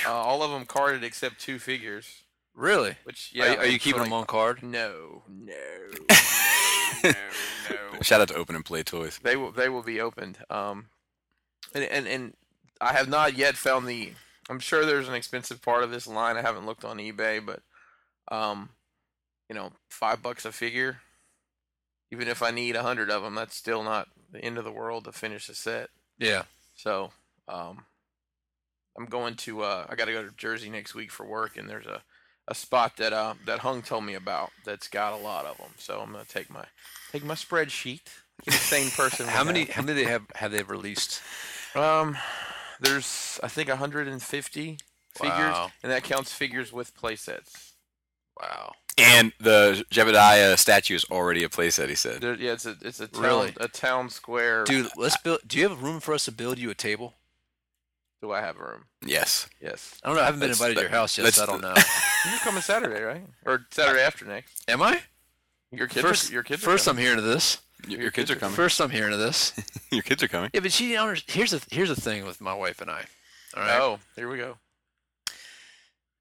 [SPEAKER 4] Uh, all of them carded except two figures.
[SPEAKER 3] Really?
[SPEAKER 4] Which
[SPEAKER 3] Yeah.
[SPEAKER 4] yeah,
[SPEAKER 3] Are, are you
[SPEAKER 4] it's
[SPEAKER 3] keeping
[SPEAKER 4] like-
[SPEAKER 3] them on card?
[SPEAKER 4] No, no, no, no.
[SPEAKER 2] Shout out to Open and Play Toys.
[SPEAKER 4] They will they will be opened. Um, and and and I have not yet found the. I'm sure there's an expensive part of this line. I haven't looked on eBay, but um, you know, five bucks a figure. Even if I need a hundred of them, that's still not the end of the world to finish a set.
[SPEAKER 3] Yeah.
[SPEAKER 4] So, um, I'm going to. Uh, I got to go to Jersey next week for work, and there's a, a spot that uh, that Hung told me about that's got a lot of them. So I'm gonna take my take my spreadsheet. Keep the same person.
[SPEAKER 3] How
[SPEAKER 4] would
[SPEAKER 3] many? How many they have? Have they released?
[SPEAKER 4] have. Um, there's I think 150
[SPEAKER 3] Wow.
[SPEAKER 4] figures, and that counts figures with playsets.
[SPEAKER 3] Wow.
[SPEAKER 2] And the Jebediah statue is already a playset. He said.
[SPEAKER 4] There, yeah, it's a it's a town
[SPEAKER 3] Really?
[SPEAKER 4] a town square.
[SPEAKER 3] Dude, let's build. Do you have room for us to build you a table?
[SPEAKER 4] Do I have room?
[SPEAKER 2] Yes.
[SPEAKER 4] Yes.
[SPEAKER 3] I don't know. I haven't been
[SPEAKER 2] Let's-
[SPEAKER 3] invited to your house yet,
[SPEAKER 2] let's-
[SPEAKER 3] so I don't know.
[SPEAKER 4] You're coming Saturday, right? Or Saturday after next?
[SPEAKER 3] Am I?
[SPEAKER 4] Your kids. are-
[SPEAKER 3] First,
[SPEAKER 4] your kids. are
[SPEAKER 3] first
[SPEAKER 4] coming.
[SPEAKER 3] I'm hearing of this.
[SPEAKER 2] Your, your kids are coming.
[SPEAKER 3] First, I'm hearing of this.
[SPEAKER 2] Your kids are coming.
[SPEAKER 3] Yeah, but she under- here's the here's the thing with my wife and I. All right.
[SPEAKER 4] Oh, here we go.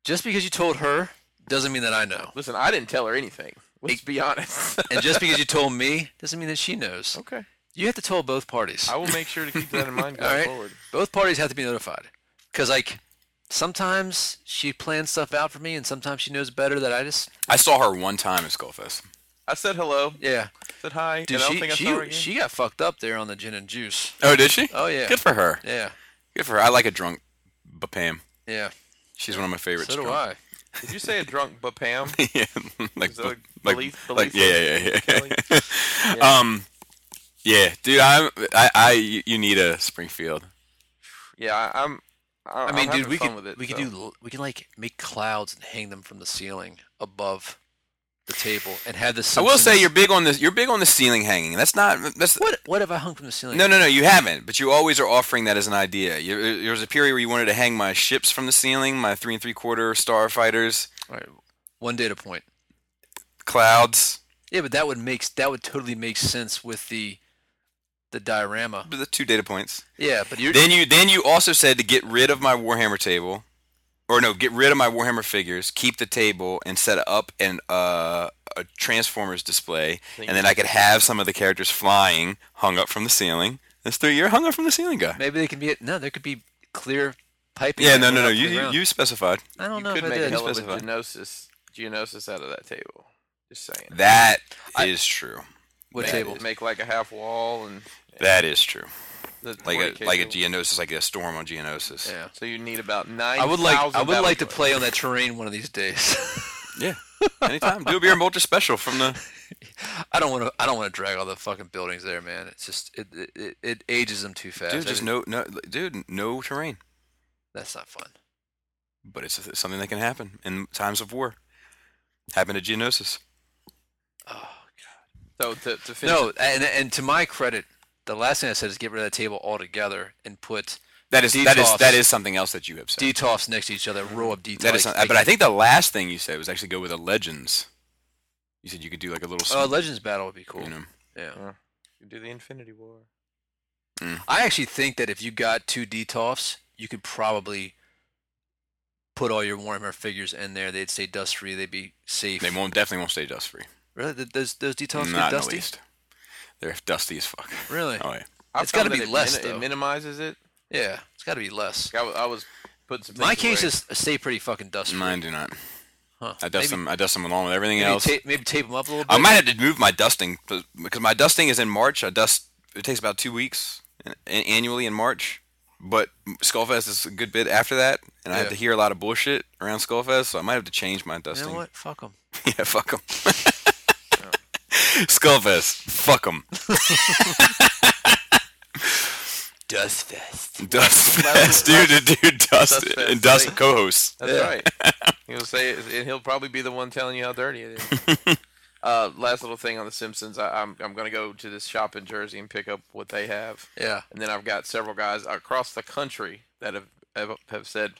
[SPEAKER 3] Just because you told her doesn't mean that I know,
[SPEAKER 4] Listen, I didn't tell her anything. Let's be honest.
[SPEAKER 3] and just because you told me doesn't mean that she knows.
[SPEAKER 4] okay.
[SPEAKER 3] You have to tell both parties.
[SPEAKER 4] I will make sure to keep that in mind
[SPEAKER 3] All
[SPEAKER 4] going
[SPEAKER 3] right.
[SPEAKER 4] forward.
[SPEAKER 3] Both parties have to be notified, because like sometimes she plans stuff out for me, and sometimes she knows better that I just
[SPEAKER 2] I saw her one time at Skullfest.
[SPEAKER 4] I said hello,
[SPEAKER 3] yeah.
[SPEAKER 4] said hi,
[SPEAKER 3] Dude,
[SPEAKER 4] and I don't
[SPEAKER 3] she
[SPEAKER 4] think I saw her
[SPEAKER 3] she
[SPEAKER 4] again.
[SPEAKER 3] she got fucked up there on the gin and juice.
[SPEAKER 2] Oh, did she?
[SPEAKER 3] Oh yeah.
[SPEAKER 2] Good for her.
[SPEAKER 3] Yeah.
[SPEAKER 2] Good for her. I like a drunk b- Pam.
[SPEAKER 3] Yeah.
[SPEAKER 2] She's one of my favorites.
[SPEAKER 3] So do
[SPEAKER 2] drunk.
[SPEAKER 3] I.
[SPEAKER 4] Did you say a drunk but Pam?
[SPEAKER 2] yeah, like,
[SPEAKER 4] Is that
[SPEAKER 2] like,
[SPEAKER 4] belief-
[SPEAKER 2] like,
[SPEAKER 4] belief
[SPEAKER 2] yeah, yeah, yeah.
[SPEAKER 4] Yeah.
[SPEAKER 2] um, Yeah, dude, I'm I, I you you need a Springfield.
[SPEAKER 4] Yeah, I, I'm. I,
[SPEAKER 3] I mean, dude, we
[SPEAKER 4] fun
[SPEAKER 3] could
[SPEAKER 4] with it,
[SPEAKER 3] we could
[SPEAKER 4] so.
[SPEAKER 3] do l- we can like make clouds and hang them from the ceiling above the table and have the.
[SPEAKER 2] I will say
[SPEAKER 3] Simpsons-
[SPEAKER 2] you're big on this. You're big on the ceiling hanging. That's not that's
[SPEAKER 3] What what have I hung from the ceiling?
[SPEAKER 2] No, no, no, you haven't. But you always are offering that as an idea. You, uh, there was a period where you wanted to hang my ships from the ceiling, my three and three quarter starfighters,
[SPEAKER 3] All right, one data point.
[SPEAKER 2] clouds,
[SPEAKER 3] Yeah, but that would make that would totally make sense with the the diorama.
[SPEAKER 2] the two data points.
[SPEAKER 3] Yeah, but you're
[SPEAKER 2] Then you, then you also said to get rid of my Warhammer table, or no, get rid of my Warhammer figures, keep the table, and set up an uh, a Transformers display,
[SPEAKER 4] Thank
[SPEAKER 2] and then I could have some of the characters flying hung up from the ceiling. That's three. You're hung up from the ceiling, guy.
[SPEAKER 3] maybe they can be no, there could be clear piping.
[SPEAKER 2] Yeah,
[SPEAKER 3] that
[SPEAKER 2] no,
[SPEAKER 3] went
[SPEAKER 2] no, no.
[SPEAKER 3] up to
[SPEAKER 2] You,
[SPEAKER 3] the
[SPEAKER 2] you,
[SPEAKER 3] ground.
[SPEAKER 2] you specified.
[SPEAKER 3] I don't
[SPEAKER 4] you
[SPEAKER 3] know if
[SPEAKER 4] could
[SPEAKER 3] I
[SPEAKER 4] make a
[SPEAKER 3] did.
[SPEAKER 4] hell of a
[SPEAKER 2] Specify.
[SPEAKER 4] genosis, genosis out of that table. Just saying.
[SPEAKER 2] That is
[SPEAKER 3] I-
[SPEAKER 2] true.
[SPEAKER 3] What
[SPEAKER 2] That
[SPEAKER 3] table?
[SPEAKER 4] Make like a half wall and
[SPEAKER 2] That is true.
[SPEAKER 4] the
[SPEAKER 2] like a
[SPEAKER 4] 40K
[SPEAKER 2] like a
[SPEAKER 4] table.
[SPEAKER 2] Geonosis, like a storm on Geonosis.
[SPEAKER 3] Yeah.
[SPEAKER 4] So you need about nine.
[SPEAKER 3] I would like I would like to play on that terrain one of these days.
[SPEAKER 2] Yeah. Anytime. Do a beer and bolter special from the
[SPEAKER 3] I don't want to I don't want to drag all the fucking buildings there, man. It's just it it- it, it ages them too fast.
[SPEAKER 2] dude.
[SPEAKER 3] I
[SPEAKER 2] Just no, no, dude. No terrain,
[SPEAKER 3] That's not fun.
[SPEAKER 2] but it's, it's something that can happen in times of war. Happened to Geonosis.
[SPEAKER 3] Oh.
[SPEAKER 4] So to, to finish
[SPEAKER 3] No, and and to my credit, the last thing I said is get rid of that table altogether and put
[SPEAKER 2] That is that is
[SPEAKER 3] Detox.
[SPEAKER 2] that is something else that you have said.
[SPEAKER 3] DTOFs next to each other, row up DTOFs.
[SPEAKER 2] that is, some- but I think the last thing you said was actually go with a legends. You said you could do like a little.
[SPEAKER 3] uh,
[SPEAKER 2] sm-
[SPEAKER 3] Legends Battle would be cool.
[SPEAKER 2] You know.
[SPEAKER 3] Yeah.
[SPEAKER 4] You do the Infinity War.
[SPEAKER 3] I actually think that if you got two DTOFs, you could probably put all your Warhammer figures in there. They'd stay dust free. They'd be safe.
[SPEAKER 2] They won't definitely won't stay dust free.
[SPEAKER 3] Really? Th- Those those DTOFs
[SPEAKER 2] Not
[SPEAKER 3] get
[SPEAKER 2] in the
[SPEAKER 3] dusty?
[SPEAKER 2] least. They're dusty as fuck.
[SPEAKER 3] Really?
[SPEAKER 2] Oh yeah.
[SPEAKER 4] I
[SPEAKER 3] It's gotta
[SPEAKER 4] found that
[SPEAKER 3] be
[SPEAKER 4] it
[SPEAKER 3] less,
[SPEAKER 4] It
[SPEAKER 3] though.
[SPEAKER 4] minimizes it.
[SPEAKER 3] Yeah. It's got to be less.
[SPEAKER 4] I, wa- I was putting some.
[SPEAKER 3] My
[SPEAKER 4] things away.
[SPEAKER 3] cases stay pretty fucking dust free.
[SPEAKER 2] Mine do not.
[SPEAKER 3] Huh.
[SPEAKER 2] I dust
[SPEAKER 3] maybe,
[SPEAKER 2] them. I dust them along with everything
[SPEAKER 3] Maybe,
[SPEAKER 2] else.
[SPEAKER 3] ta- maybe tape them up a little bit.
[SPEAKER 2] I might have to move my dusting b- because my dusting is in March. I dust. It takes about two weeks an- annually in March, but Skullfest is a good bit after that, and I have
[SPEAKER 3] Yeah.
[SPEAKER 2] to hear a lot of bullshit around Skullfest, so I might have to change my dusting.
[SPEAKER 3] you know what? Fuck them.
[SPEAKER 2] yeah, fuck them. Skullfest, fuck them.
[SPEAKER 3] Dust fest.
[SPEAKER 2] Dustfest, dude, dude, dude, dust
[SPEAKER 4] Dustfest,
[SPEAKER 2] and dust
[SPEAKER 4] right.
[SPEAKER 2] co-hosts.
[SPEAKER 4] That's
[SPEAKER 3] Yeah.
[SPEAKER 4] right. He'll say, it, and he'll probably be the one telling you how dirty it is. uh, last little thing on The Simpsons. I, I'm I'm gonna go to this shop in Jersey and pick up what they have,
[SPEAKER 3] Yeah.
[SPEAKER 4] and then I've got several guys across the country that have have, have said,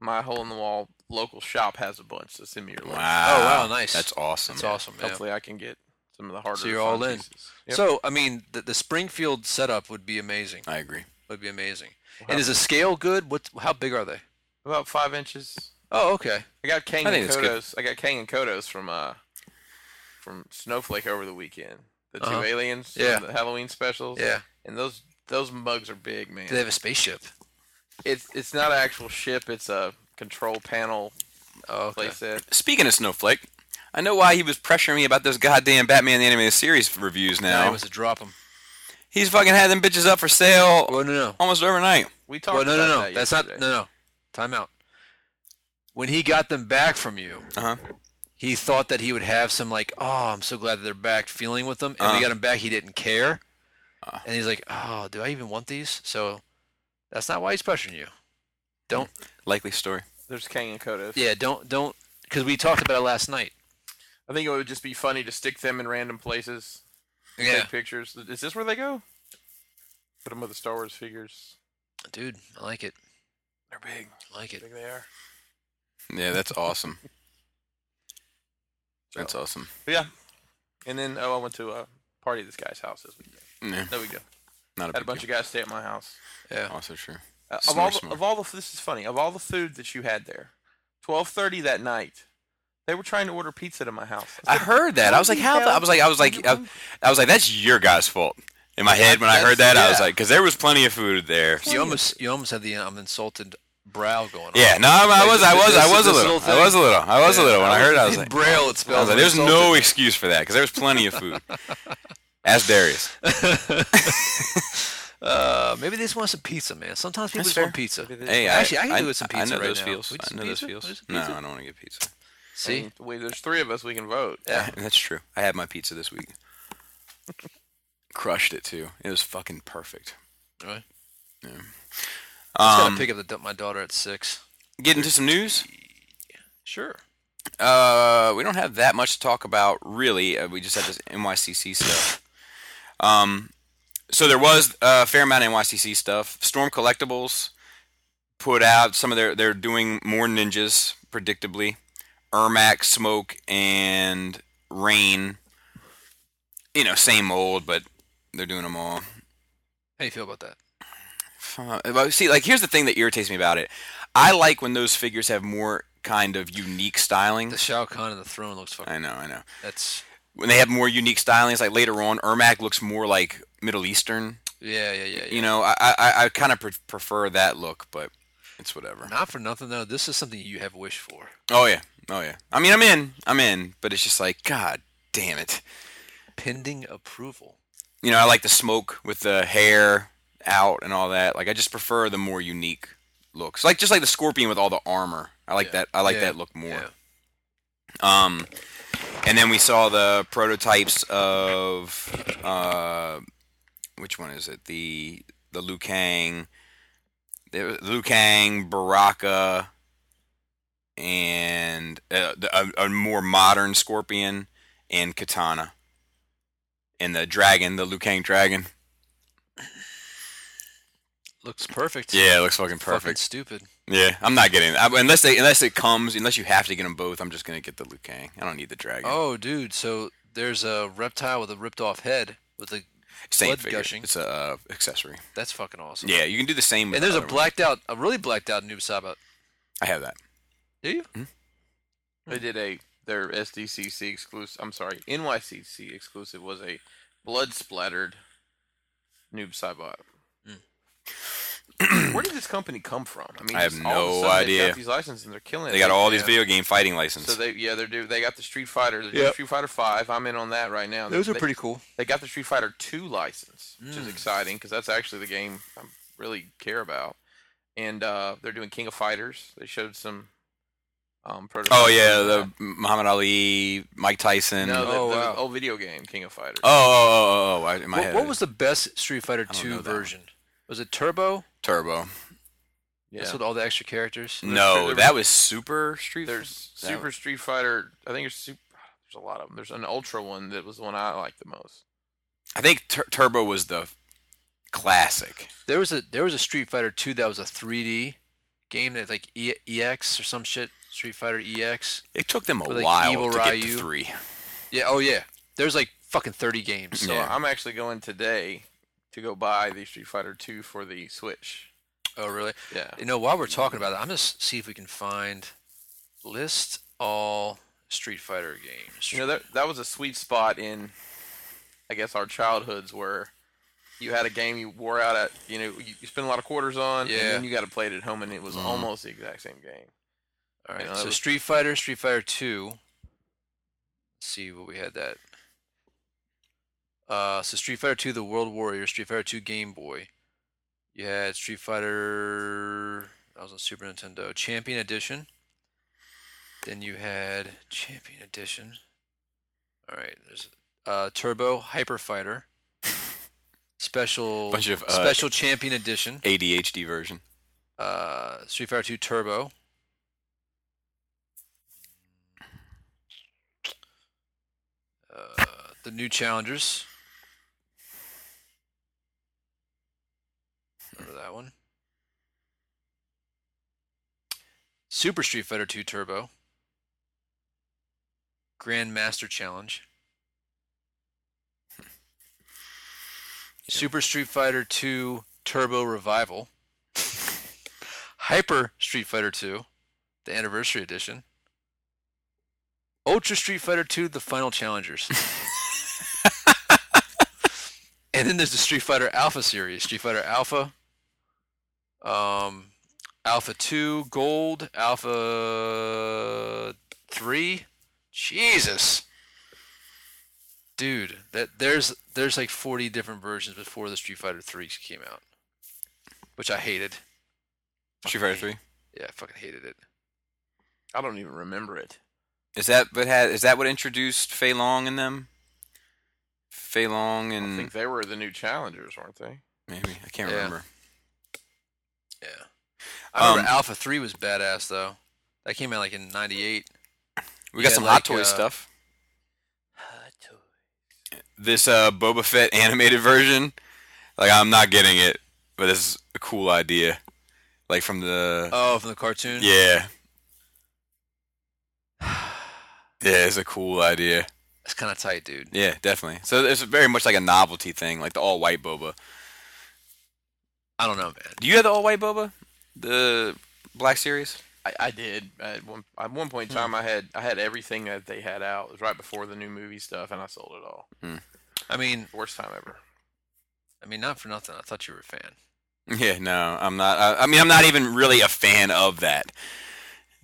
[SPEAKER 4] my hole in the wall local shop has a bunch. So send me your link.
[SPEAKER 2] Wow.
[SPEAKER 3] Oh, wow, nice.
[SPEAKER 2] That's awesome.
[SPEAKER 3] That's awesome, man.
[SPEAKER 4] Hopefully, I can get some of the harder.
[SPEAKER 3] So you're
[SPEAKER 4] to
[SPEAKER 3] all
[SPEAKER 4] find
[SPEAKER 3] in.
[SPEAKER 4] pieces. Yep.
[SPEAKER 3] So, I mean, the, the Springfield setup would be amazing.
[SPEAKER 2] I agree.
[SPEAKER 3] Would be amazing. And is the scale good? What? How big are they?
[SPEAKER 4] about five inches.
[SPEAKER 3] Oh, okay.
[SPEAKER 4] I got Kang
[SPEAKER 2] I
[SPEAKER 4] and
[SPEAKER 2] think it's good.
[SPEAKER 4] Kodos. I got Kang and Kodos from uh from Snowflake over the weekend. The 2
[SPEAKER 3] Uh-huh.
[SPEAKER 4] aliens, from
[SPEAKER 3] Yeah.
[SPEAKER 4] the Halloween specials,
[SPEAKER 3] Yeah.
[SPEAKER 4] And those those mugs are big, man.
[SPEAKER 3] Do they have a spaceship?
[SPEAKER 4] It's it's not an actual ship. It's a control panel
[SPEAKER 3] Oh, okay.
[SPEAKER 4] playset.
[SPEAKER 2] Speaking of Snowflake, I know why he was pressuring me about those goddamn Batman the Animated Series reviews
[SPEAKER 3] Now
[SPEAKER 2] now.
[SPEAKER 3] he wants to drop them.
[SPEAKER 2] He's fucking had them bitches up for sale
[SPEAKER 3] Well, Oh, no, no.
[SPEAKER 2] almost overnight.
[SPEAKER 4] We talked
[SPEAKER 3] Well, no, no,
[SPEAKER 4] about
[SPEAKER 3] no.
[SPEAKER 4] that
[SPEAKER 3] That's not. No,
[SPEAKER 4] yesterday.
[SPEAKER 3] no. Time out. When he got them back from you,
[SPEAKER 2] Uh huh.
[SPEAKER 3] he thought that he would have some like, oh, I'm so glad that they're back, feeling with them. And when
[SPEAKER 2] Uh-huh.
[SPEAKER 3] he got them back, he didn't care.
[SPEAKER 2] Uh.
[SPEAKER 3] And he's like, oh, do I even want these? So that's not why he's pressuring you. Don't.
[SPEAKER 2] Likely story.
[SPEAKER 4] There's Kang and Kodos.
[SPEAKER 3] Yeah, don't, don't. Because we talked about it last night.
[SPEAKER 4] I think it would just be funny to stick them in random places, take pictures. Is this where they go? Put them with the Star Wars figures.
[SPEAKER 3] dude, I like it.
[SPEAKER 4] They're big.
[SPEAKER 3] I like it.
[SPEAKER 4] Big they are.
[SPEAKER 2] Yeah, that's awesome. That's awesome.
[SPEAKER 4] But yeah. And then oh, I went to a party at this guy's house this weekend.
[SPEAKER 2] Yeah,
[SPEAKER 4] There we go.
[SPEAKER 2] not a,
[SPEAKER 4] Had
[SPEAKER 2] big
[SPEAKER 4] a bunch of guys stay at my house.
[SPEAKER 3] Yeah.
[SPEAKER 2] deal. Also true.
[SPEAKER 4] Uh, of
[SPEAKER 2] S'more,
[SPEAKER 4] all the,
[SPEAKER 2] s'more.
[SPEAKER 4] of all the this is funny. Of all the food that you had there, twelve thirty that night, they were trying to order pizza to my house.
[SPEAKER 2] I heard that. I was like, how? The, I was like, I was like, I, I was like, that's your guy's fault. In my head, when I heard that, I was
[SPEAKER 4] Yeah.
[SPEAKER 2] like, because there was plenty of food there.
[SPEAKER 3] You almost you almost had the um, insulted brow going on.
[SPEAKER 2] Yeah, no, I'm- I was, I was, I was a
[SPEAKER 3] This
[SPEAKER 2] little,
[SPEAKER 3] little thing.
[SPEAKER 2] I was a little, I was a little. When I heard, it, I was
[SPEAKER 3] In
[SPEAKER 2] like,
[SPEAKER 3] Braille it
[SPEAKER 2] I
[SPEAKER 3] spells.
[SPEAKER 2] was like, there's no excuse for that because there was plenty of food. Ask Darius.
[SPEAKER 3] Uh, maybe they just want some pizza, man. Sometimes people
[SPEAKER 2] That's
[SPEAKER 3] just
[SPEAKER 2] fair.
[SPEAKER 3] want pizza.
[SPEAKER 2] Hey,
[SPEAKER 3] Actually,
[SPEAKER 2] I,
[SPEAKER 3] I can do with some
[SPEAKER 2] I
[SPEAKER 3] pizza
[SPEAKER 2] know
[SPEAKER 3] right
[SPEAKER 2] those
[SPEAKER 3] now.
[SPEAKER 2] feels.
[SPEAKER 3] We just
[SPEAKER 2] I know
[SPEAKER 3] need
[SPEAKER 2] those
[SPEAKER 3] some-
[SPEAKER 2] feels.
[SPEAKER 3] there's some
[SPEAKER 2] No, I
[SPEAKER 3] pizza.
[SPEAKER 2] don't want to get pizza.
[SPEAKER 3] See,
[SPEAKER 4] Wait, there's three of us. We can vote.
[SPEAKER 3] yeah,
[SPEAKER 2] That's true. I had my pizza this week. crushed it too. It was fucking perfect.
[SPEAKER 3] Really?
[SPEAKER 2] Yeah.
[SPEAKER 3] I just
[SPEAKER 2] Um,
[SPEAKER 3] gotta pick up the, my daughter at six.
[SPEAKER 2] get into some news.
[SPEAKER 3] Sure.
[SPEAKER 2] Uh, we don't have that much to talk about, really. Uh, we just had this NYCC stuff. Um, so there was a fair amount of NYCC stuff. Storm Collectibles put out some of their. They're doing more ninjas, predictably. Ermac, Smoke, and Rain. You know, same old, but they're doing them all.
[SPEAKER 3] How do you feel about that?
[SPEAKER 2] Uh, But see, like, here's the thing that irritates me about it. I like when those figures have more kind of unique styling.
[SPEAKER 3] The Shao Kahn and the throne looks fucking.
[SPEAKER 2] I know, I know.
[SPEAKER 3] That's
[SPEAKER 2] when they have more unique stylings, like later on, Ermac looks more like Middle Eastern.
[SPEAKER 3] yeah, yeah, yeah. yeah.
[SPEAKER 2] You know, I I, I kind of pre- prefer that look, but it's whatever.
[SPEAKER 3] Not for nothing though. This is something you have wished for.
[SPEAKER 2] Oh yeah, oh yeah. I mean, I'm in, I'm in, but it's just like, god damn it.
[SPEAKER 3] Pending approval.
[SPEAKER 2] You know, I like the smoke with the hair out and all that. Like, I just prefer the more unique looks. Like just like the Scorpion with all the armor. I like
[SPEAKER 3] Yeah.
[SPEAKER 2] that. I like
[SPEAKER 3] Yeah.
[SPEAKER 2] that look more.
[SPEAKER 3] Yeah.
[SPEAKER 2] Um, and then we saw the prototypes of uh, which one is it? The the Liu Kang, the Liu Kang, Baraka, and uh, the, a, a more modern Scorpion and Katana, and the dragon, the Liu Kang dragon.
[SPEAKER 3] Looks perfect.
[SPEAKER 2] Yeah, it looks fucking
[SPEAKER 3] Fucking
[SPEAKER 2] perfect.
[SPEAKER 3] stupid.
[SPEAKER 2] Yeah, I'm not getting it I, unless they unless it comes unless you have to get them both. I'm just gonna get the Liu Kang. I don't need the dragon.
[SPEAKER 3] Oh, dude. So there's a reptile with a ripped off head with a.
[SPEAKER 2] Same
[SPEAKER 3] blood
[SPEAKER 2] figure.
[SPEAKER 3] gushing.
[SPEAKER 2] It's a uh, accessory.
[SPEAKER 3] That's fucking awesome.
[SPEAKER 2] Yeah, you can do the same. With
[SPEAKER 3] And there's
[SPEAKER 2] the
[SPEAKER 3] a
[SPEAKER 2] other
[SPEAKER 3] blacked out, a really blacked out Noob Saibot.
[SPEAKER 2] One. I have that.
[SPEAKER 3] Do you?
[SPEAKER 4] They did a their SDCC exclusive. I'm sorry, NYCC exclusive was a blood splattered noob cybot. Where did this company come from? I mean,
[SPEAKER 2] Hmm. I have
[SPEAKER 4] just all of a
[SPEAKER 2] no
[SPEAKER 4] sudden They
[SPEAKER 2] idea.
[SPEAKER 4] got these licenses and they're killing.
[SPEAKER 2] They
[SPEAKER 4] it.
[SPEAKER 2] got all
[SPEAKER 4] Yeah.
[SPEAKER 2] these video game fighting licenses.
[SPEAKER 4] So they yeah they're do they got the Street Fighter they're doing
[SPEAKER 3] Yep.
[SPEAKER 4] Street Fighter Five I'm in on that right now they,
[SPEAKER 3] cool.
[SPEAKER 4] they got the Street Fighter Two license which is
[SPEAKER 3] Mm.
[SPEAKER 4] exciting because that's actually the game I really care about and uh, they're doing King of Fighters they showed some um prototypes
[SPEAKER 2] oh
[SPEAKER 4] of
[SPEAKER 2] yeah,
[SPEAKER 4] that.
[SPEAKER 2] the Muhammad Ali, Mike Tyson.
[SPEAKER 4] No, the,
[SPEAKER 3] Oh,
[SPEAKER 4] the
[SPEAKER 3] wow.
[SPEAKER 4] old video game, King of Fighters.
[SPEAKER 2] oh, oh, oh, oh, oh, I- in my
[SPEAKER 3] What,
[SPEAKER 2] head.
[SPEAKER 3] what was the best Street Fighter
[SPEAKER 2] don't know
[SPEAKER 3] II
[SPEAKER 2] that one.
[SPEAKER 3] version? Was it Turbo?
[SPEAKER 2] Turbo?
[SPEAKER 4] yeah.
[SPEAKER 3] That's with all the extra characters.
[SPEAKER 2] No,
[SPEAKER 4] there-
[SPEAKER 2] that was Super Street.
[SPEAKER 4] There's
[SPEAKER 2] That
[SPEAKER 4] Super Street Fighter. I think there's super. There's a lot of them. There's an Ultra one that was the one I liked the most.
[SPEAKER 2] I think tur- Turbo was the classic.
[SPEAKER 3] There was a there was a Street Fighter two that was a 3D game that like e- EX or some shit. Street Fighter E EX.
[SPEAKER 2] It took them a
[SPEAKER 3] With, like,
[SPEAKER 2] while
[SPEAKER 3] Evil
[SPEAKER 2] to get to
[SPEAKER 3] Ryu.
[SPEAKER 2] three.
[SPEAKER 3] Yeah. Oh yeah. There's like fucking 30 games.
[SPEAKER 4] So
[SPEAKER 2] Yeah.
[SPEAKER 4] I'm actually going today to go buy the Street Fighter two for the Switch.
[SPEAKER 3] Oh really?
[SPEAKER 4] Yeah.
[SPEAKER 3] You know, while we're talking about it, I'm gonna s- see if we can find list all Street Fighter games.
[SPEAKER 4] You know that that was a sweet spot in, I guess, our childhoods where you had a game you wore out at. You know, you, you spent a lot of quarters on, and
[SPEAKER 3] Yeah.
[SPEAKER 4] then you got to play it at home, and it was almost the exact same game.
[SPEAKER 3] all
[SPEAKER 4] you
[SPEAKER 3] right.
[SPEAKER 4] know, that
[SPEAKER 3] so
[SPEAKER 4] was-
[SPEAKER 3] Street Fighter, Street Fighter two. Let's see what we had that. Uh, so Street Fighter two, the World Warrior, Street Fighter two, Game Boy. You had Street Fighter. I was on Super Nintendo Champion Edition. Then you had Champion Edition. All right, there's uh, Turbo Hyper Fighter. Special
[SPEAKER 2] Bunch of, uh,
[SPEAKER 3] Special Champion Edition.
[SPEAKER 2] ADHD version.
[SPEAKER 3] Uh, Street Fighter 2 Turbo. Uh, the new challengers. Remember that one? Super Street Fighter 2 Turbo. Grandmaster Challenge. Super Street Fighter 2 Turbo Revival. Hyper Street Fighter 2, the Anniversary Edition. Ultra Street Fighter 2, the Final Challengers. and then there's the Street Fighter Alpha series, Street Fighter Alpha, um, Alpha 2 Gold, Alpha 3. Jesus. Dude, that there's there's like 40 different versions before the Street Fighter 3 came out, which I hated.
[SPEAKER 2] Street Fighter three.
[SPEAKER 3] Yeah, I fucking hated it.
[SPEAKER 4] I don't even remember it.
[SPEAKER 2] Is that what had? Is that what introduced Fei Long in them? Fei Long
[SPEAKER 4] I
[SPEAKER 2] and
[SPEAKER 4] think they were the new challengers, weren't they?
[SPEAKER 2] maybe I can't
[SPEAKER 3] Yeah.
[SPEAKER 2] remember.
[SPEAKER 3] Yeah. I remember
[SPEAKER 2] Um,
[SPEAKER 3] Alpha 3 was badass, though. That came out like in 98.
[SPEAKER 2] We got
[SPEAKER 3] Yeah,
[SPEAKER 2] some
[SPEAKER 3] like,
[SPEAKER 2] Hot Toys
[SPEAKER 3] uh,
[SPEAKER 2] stuff. This uh, Boba Fett animated version, like I'm not getting it, but it's a cool idea. Like from the
[SPEAKER 3] Oh, from the cartoon?
[SPEAKER 2] yeah, yeah, it's a cool idea.
[SPEAKER 3] That's kind of tight, dude.
[SPEAKER 2] Yeah, definitely. So it's very much like a novelty thing, like the all white Boba.
[SPEAKER 3] I don't know, man.
[SPEAKER 2] Do you have the all white Boba? The Black Series?
[SPEAKER 4] I, I did. At one at one point in time, I had I had everything that they had out. It was right before the new movie stuff, and I sold it all.
[SPEAKER 3] I mean,
[SPEAKER 4] Worst time ever.
[SPEAKER 3] I mean, not for nothing. I thought you were a fan.
[SPEAKER 2] Yeah, no, I'm not. I, I mean, I'm not even really a fan of that.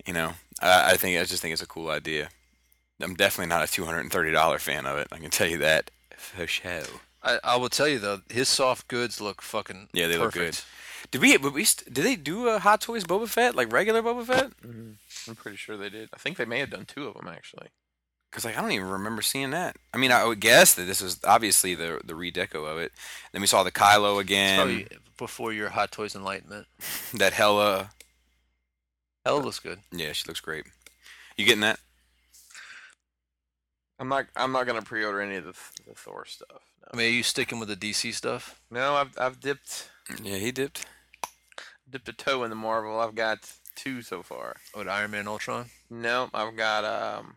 [SPEAKER 2] You know, I, I think I just think it's a cool idea. I'm definitely not a $230 fan of it. I can tell you that for sure.
[SPEAKER 3] I, I will tell you though, his soft goods look fucking
[SPEAKER 2] Yeah, they look
[SPEAKER 3] perfect.
[SPEAKER 2] good. Did we? Did we? st- Did they do a Hot Toys Boba Fett like regular Boba Fett?
[SPEAKER 4] I'm pretty sure they did. I think they may have done two of them actually.
[SPEAKER 2] Because like I don't even remember seeing that. I mean, I would guess that this was obviously the the redeco of it. Then we saw the Kylo
[SPEAKER 3] It's
[SPEAKER 2] again.
[SPEAKER 3] probably before your Hot Toys Enlightenment.
[SPEAKER 2] That Hella.
[SPEAKER 3] Hell looks good.
[SPEAKER 2] Yeah, she looks great. You getting that?
[SPEAKER 4] I'm not. I'm not gonna pre-order any of the, Th- the Thor stuff.
[SPEAKER 3] I
[SPEAKER 4] No,
[SPEAKER 3] mean, are you sticking with the DC stuff?
[SPEAKER 4] no I've I've dipped
[SPEAKER 2] Yeah, he dipped.
[SPEAKER 4] dipped a toe in the Marvel. I've got two so far.
[SPEAKER 3] With Oh, Iron Man, Ultron?
[SPEAKER 4] No, I've got um,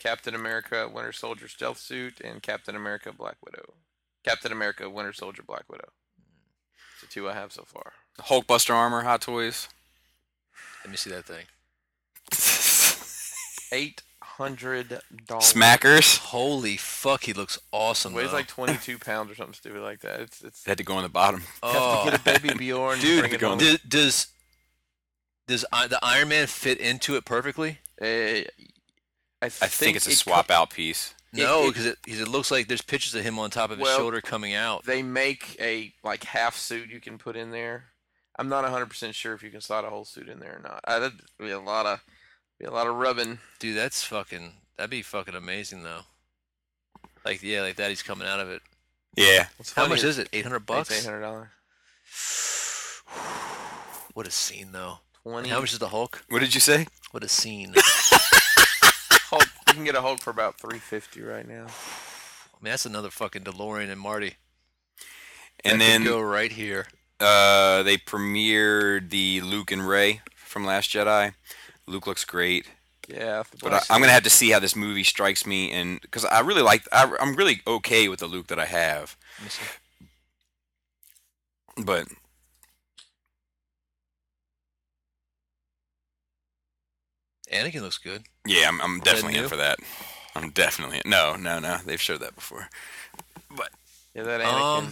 [SPEAKER 4] Captain America Winter Soldier Stealth Suit and Captain America Black Widow. Captain America Winter Soldier Black Widow. It's the two I have so far.
[SPEAKER 2] Hulkbuster armor, Hot Toys.
[SPEAKER 3] Let me see that thing.
[SPEAKER 4] Eight hundred dollars.
[SPEAKER 2] Smackers.
[SPEAKER 3] Holy fuck, he looks awesome.
[SPEAKER 4] Weighs
[SPEAKER 3] though.
[SPEAKER 4] like twenty two pounds or something stupid like that. It's it's.
[SPEAKER 2] had to go on the bottom.
[SPEAKER 3] oh,
[SPEAKER 4] Have to get a baby Bjorn. and
[SPEAKER 2] Dude,
[SPEAKER 4] bring it
[SPEAKER 2] go-
[SPEAKER 4] home.
[SPEAKER 3] does, does does I- the Iron Man fit into it perfectly?
[SPEAKER 4] Uh, I,
[SPEAKER 2] I think it's a
[SPEAKER 4] it
[SPEAKER 2] swap
[SPEAKER 4] co-
[SPEAKER 2] out piece.
[SPEAKER 3] No,
[SPEAKER 4] it-
[SPEAKER 3] because it, 'cause it looks like there's pictures of him on top of his
[SPEAKER 4] Well-
[SPEAKER 3] shoulder coming out.
[SPEAKER 4] They make a like half suit you can put in there. I'm not 100 percent sure if you can slide a whole suit in there or not. Uh, that'd be a lot of be a lot of rubbing.
[SPEAKER 3] Dude, that's fucking. That'd be fucking amazing though. Like yeah, like that he's coming out of it.
[SPEAKER 2] Yeah.
[SPEAKER 4] What's
[SPEAKER 3] How much is it? Eight hundred
[SPEAKER 4] Eight
[SPEAKER 3] bucks.
[SPEAKER 4] hundred dollars.
[SPEAKER 3] What a scene though. And
[SPEAKER 4] Twenty.
[SPEAKER 3] how much is the Hulk?
[SPEAKER 2] What did you say?
[SPEAKER 3] What a scene.
[SPEAKER 4] Hulk? You can get a Hulk for about 350 right now.
[SPEAKER 3] I mean, that's another fucking DeLorean and Marty.
[SPEAKER 2] And
[SPEAKER 3] That could
[SPEAKER 2] then
[SPEAKER 3] go right here.
[SPEAKER 2] uh, they premiered the Luke and Ray from Last Jedi. Luke looks great,
[SPEAKER 4] Yeah. the
[SPEAKER 2] but I,
[SPEAKER 4] box-
[SPEAKER 2] I'm gonna have to see how this movie strikes me, and because I really like, I, I'm really okay with the Luke that I have,
[SPEAKER 3] Let me see.
[SPEAKER 2] but
[SPEAKER 3] Anakin looks good.
[SPEAKER 2] yeah, I'm, I'm definitely in
[SPEAKER 3] new?
[SPEAKER 2] for that. I'm definitely no, no, no. They've showed that before.
[SPEAKER 4] yeah, that Anakin.
[SPEAKER 3] Um,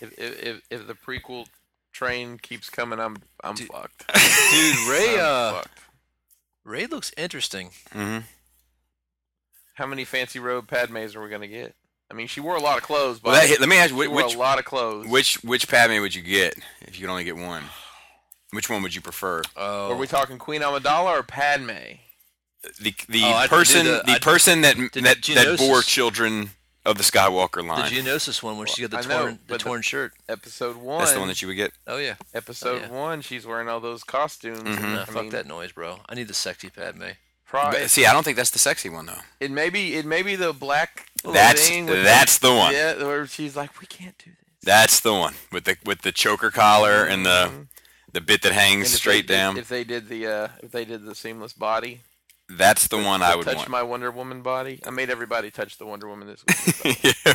[SPEAKER 4] if, if if if the prequel train keeps coming, I'm I'm
[SPEAKER 3] Dude,
[SPEAKER 4] fucked.
[SPEAKER 3] dude, Ray.
[SPEAKER 2] Um,
[SPEAKER 4] I'm
[SPEAKER 3] Uh,
[SPEAKER 4] fucked.
[SPEAKER 3] Ray looks interesting.
[SPEAKER 2] hmm
[SPEAKER 4] How many fancy robe Padmes are we gonna get? I mean, she wore a lot of clothes, but
[SPEAKER 2] Well, that, hit- let me ask you, which,
[SPEAKER 4] she wore
[SPEAKER 2] which
[SPEAKER 4] a lot of clothes.
[SPEAKER 2] which which Padme would you get if you could only get one? Which one would you prefer?
[SPEAKER 3] Oh,
[SPEAKER 4] Are we talking Queen Amidala or Padme?
[SPEAKER 2] the the
[SPEAKER 3] Oh, I did
[SPEAKER 2] person
[SPEAKER 3] the-
[SPEAKER 2] the
[SPEAKER 3] I-
[SPEAKER 2] person that
[SPEAKER 3] the
[SPEAKER 2] that, that
[SPEAKER 3] Geonosis.
[SPEAKER 2] bore children of the Skywalker
[SPEAKER 3] the
[SPEAKER 2] line.
[SPEAKER 3] Geonosis one where she got the
[SPEAKER 4] I know,
[SPEAKER 3] torn, the
[SPEAKER 4] but the-
[SPEAKER 3] torn shirt.
[SPEAKER 4] Episode one.
[SPEAKER 2] That's the one that you would get.
[SPEAKER 3] Oh yeah.
[SPEAKER 4] episode
[SPEAKER 3] oh, yeah.
[SPEAKER 4] one. She's wearing all those costumes. and
[SPEAKER 2] Mhm.
[SPEAKER 3] Nah,
[SPEAKER 4] I
[SPEAKER 3] fuck
[SPEAKER 4] mean,
[SPEAKER 3] that noise, bro. I need the sexy Padme.
[SPEAKER 4] pro-
[SPEAKER 2] But, see, I don't think that's the sexy one though.
[SPEAKER 4] it may be. It may be the black. little
[SPEAKER 2] That's
[SPEAKER 4] thing with
[SPEAKER 2] that's the one.
[SPEAKER 4] Yeah, where she's like, we can't do this. Mm-hmm.
[SPEAKER 2] That's the one with the with the choker collar and the the bit that
[SPEAKER 4] And
[SPEAKER 2] hangs
[SPEAKER 4] if they
[SPEAKER 2] straight
[SPEAKER 4] did-
[SPEAKER 2] down.
[SPEAKER 4] If they did the, uh, if they did the seamless body,
[SPEAKER 2] that's the one I
[SPEAKER 4] the
[SPEAKER 2] would
[SPEAKER 4] touch
[SPEAKER 2] want.
[SPEAKER 4] my Wonder Woman body. I made everybody touch the Wonder Woman this week.
[SPEAKER 2] Yeah.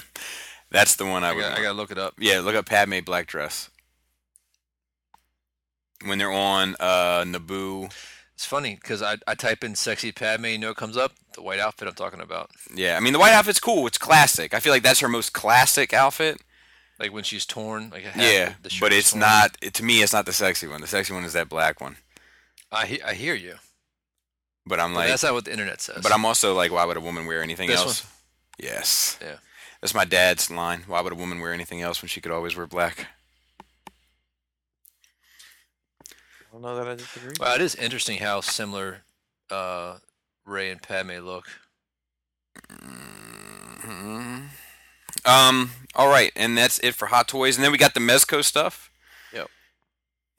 [SPEAKER 2] That's the one I
[SPEAKER 3] I
[SPEAKER 2] would.
[SPEAKER 3] got, I
[SPEAKER 2] want.
[SPEAKER 3] gotta look it up.
[SPEAKER 2] Yeah, look up Padme black dress. When they're on uh, Naboo,
[SPEAKER 3] It's funny because I, I type in sexy Padme, you know what comes up? The white outfit I'm talking about.
[SPEAKER 2] yeah, I mean the white outfit's cool. It's classic. I feel like that's her most classic outfit.
[SPEAKER 3] Like when she's torn, like a half
[SPEAKER 2] Yeah,
[SPEAKER 3] the, the shirt's
[SPEAKER 2] but it's
[SPEAKER 3] torn.
[SPEAKER 2] not. It, to me, it's not the sexy one. The sexy one is that black one.
[SPEAKER 3] I he- I hear you.
[SPEAKER 2] But I'm
[SPEAKER 3] But
[SPEAKER 2] like,
[SPEAKER 3] that's not what the internet says.
[SPEAKER 2] but I'm also like, why would a woman wear anything
[SPEAKER 3] This
[SPEAKER 2] else? Yes.
[SPEAKER 3] Yeah.
[SPEAKER 2] That's my dad's line. Why would a woman wear anything else when she could always wear black?
[SPEAKER 4] I don't know that I disagree.
[SPEAKER 3] Wow, it is interesting how similar uh, Ray and Padme look.
[SPEAKER 2] Mhm. Um, all right, and that's it for Hot Toys. And then we got the Mezco stuff.
[SPEAKER 4] Yep.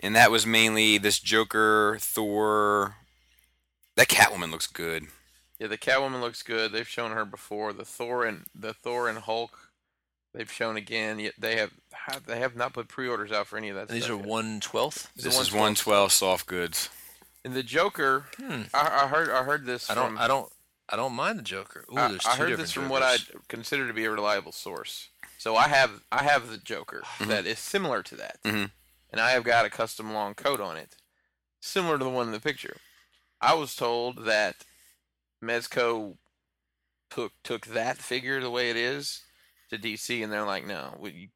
[SPEAKER 2] And that was mainly this Joker, Thor. That Catwoman looks good.
[SPEAKER 4] Yeah, the Catwoman looks good. They've shown her before. The Thor and the Thor and Hulk, they've shown again. Yet they have they have not put pre-orders out for any of that.
[SPEAKER 3] And these are
[SPEAKER 4] stuff yet.
[SPEAKER 3] one twelfth.
[SPEAKER 4] These are
[SPEAKER 2] This is
[SPEAKER 4] 112.
[SPEAKER 2] one twelve soft goods.
[SPEAKER 4] And the Joker,
[SPEAKER 3] Hmm.
[SPEAKER 4] I, I heard I heard this.
[SPEAKER 3] I don't.
[SPEAKER 4] From,
[SPEAKER 3] I don't. I don't mind the Joker. Ooh,
[SPEAKER 4] I-
[SPEAKER 3] there's two
[SPEAKER 4] I heard
[SPEAKER 3] different
[SPEAKER 4] this from what I
[SPEAKER 3] Jokers.
[SPEAKER 4] consider to be a reliable source. So I have I have the Joker
[SPEAKER 3] Mm-hmm.
[SPEAKER 4] that is similar to that,
[SPEAKER 2] Mhm.
[SPEAKER 4] and I have got a custom long coat on it, similar to the one in the picture. I was told that Mezco took took that figure the way it is to DC, and they're like, no, we, you,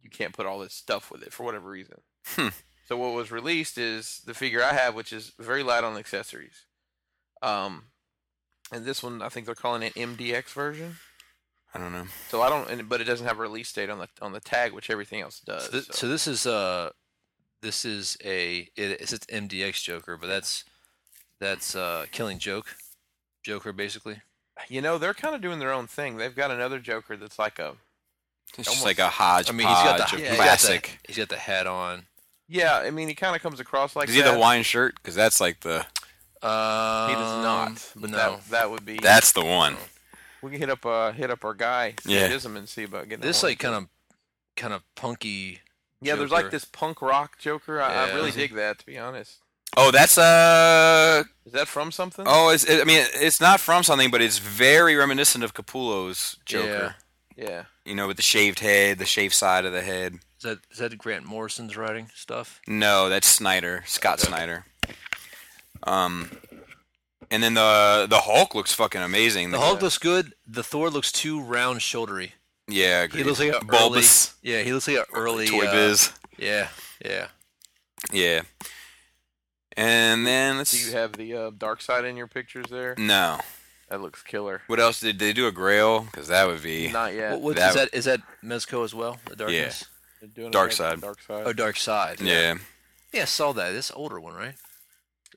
[SPEAKER 4] you can't put all this stuff with it for whatever reason.
[SPEAKER 2] Hmm.
[SPEAKER 4] So what was released is the figure I have, which is very light on accessories. Um, and this one, I think they're calling it MDX version.
[SPEAKER 2] I don't know.
[SPEAKER 4] So I don't, and, but it doesn't have a release date on the on the tag, which everything else does.
[SPEAKER 3] So, thi-
[SPEAKER 4] Uh, so-
[SPEAKER 3] so this is uh, this is a it, it's it's MDX Joker, but that's that's uh, Killing Joke, Joker basically.
[SPEAKER 4] you know, they're kind of doing their own thing. They've got another Joker that's like a
[SPEAKER 2] It's just
[SPEAKER 4] Almost-
[SPEAKER 2] like a hodgepodge
[SPEAKER 3] I mean, he's got the
[SPEAKER 2] of
[SPEAKER 3] yeah, he's got the-
[SPEAKER 2] classic.
[SPEAKER 3] he's got the hat on.
[SPEAKER 4] yeah. I mean, he kind of comes across like
[SPEAKER 2] Does he have the
[SPEAKER 4] that.
[SPEAKER 2] Hawaiian shirt? Because that's like the
[SPEAKER 3] Um,
[SPEAKER 4] He does not. But
[SPEAKER 3] No.
[SPEAKER 4] that, that would be.
[SPEAKER 2] that's the one.
[SPEAKER 4] we can hit up uh hit up our guy
[SPEAKER 2] Yeah.
[SPEAKER 4] Sadism and see about getting
[SPEAKER 3] this
[SPEAKER 4] that one.
[SPEAKER 3] like kind of kind of punky.
[SPEAKER 4] yeah. There's like
[SPEAKER 3] Joker.
[SPEAKER 4] this punk rock Joker. I, I
[SPEAKER 3] Yeah.
[SPEAKER 4] really
[SPEAKER 3] Mhm.
[SPEAKER 4] dig that. To be honest,
[SPEAKER 2] Oh, that's uh
[SPEAKER 4] is that from something?
[SPEAKER 2] oh. It's, I mean, it's not from something, but it's very reminiscent of Capullo's Joker.
[SPEAKER 4] yeah.
[SPEAKER 2] You know, with the shaved head, the shaved side of the head.
[SPEAKER 3] Is that is that Grant Morrison's writing stuff?
[SPEAKER 2] No, that's Snyder, Scott Snyder. Um, and then the the Hulk looks fucking amazing.
[SPEAKER 3] The Hulk looks good. The Thor looks too round shouldery.
[SPEAKER 2] yeah,
[SPEAKER 3] He
[SPEAKER 2] agreed.
[SPEAKER 3] looks like a
[SPEAKER 2] bulbous
[SPEAKER 3] early. Yeah, he looks like a early
[SPEAKER 2] toy
[SPEAKER 3] uh,
[SPEAKER 2] biz.
[SPEAKER 3] Yeah, yeah.
[SPEAKER 2] Yeah. And then let's
[SPEAKER 4] Do you have the uh, dark side in your pictures there?
[SPEAKER 3] Mm.
[SPEAKER 2] no.
[SPEAKER 4] That looks killer.
[SPEAKER 2] What else did they do? A Grail? Because that would be
[SPEAKER 4] Not yet.
[SPEAKER 3] What, what is
[SPEAKER 2] that-
[SPEAKER 3] that? Is that Mezco as well? The darkness.
[SPEAKER 4] They're doing
[SPEAKER 2] Dark
[SPEAKER 4] another
[SPEAKER 2] Side.
[SPEAKER 4] Dark side.
[SPEAKER 3] Oh, Dark Side.
[SPEAKER 2] yeah.
[SPEAKER 3] Yeah, I saw that. This older one, right?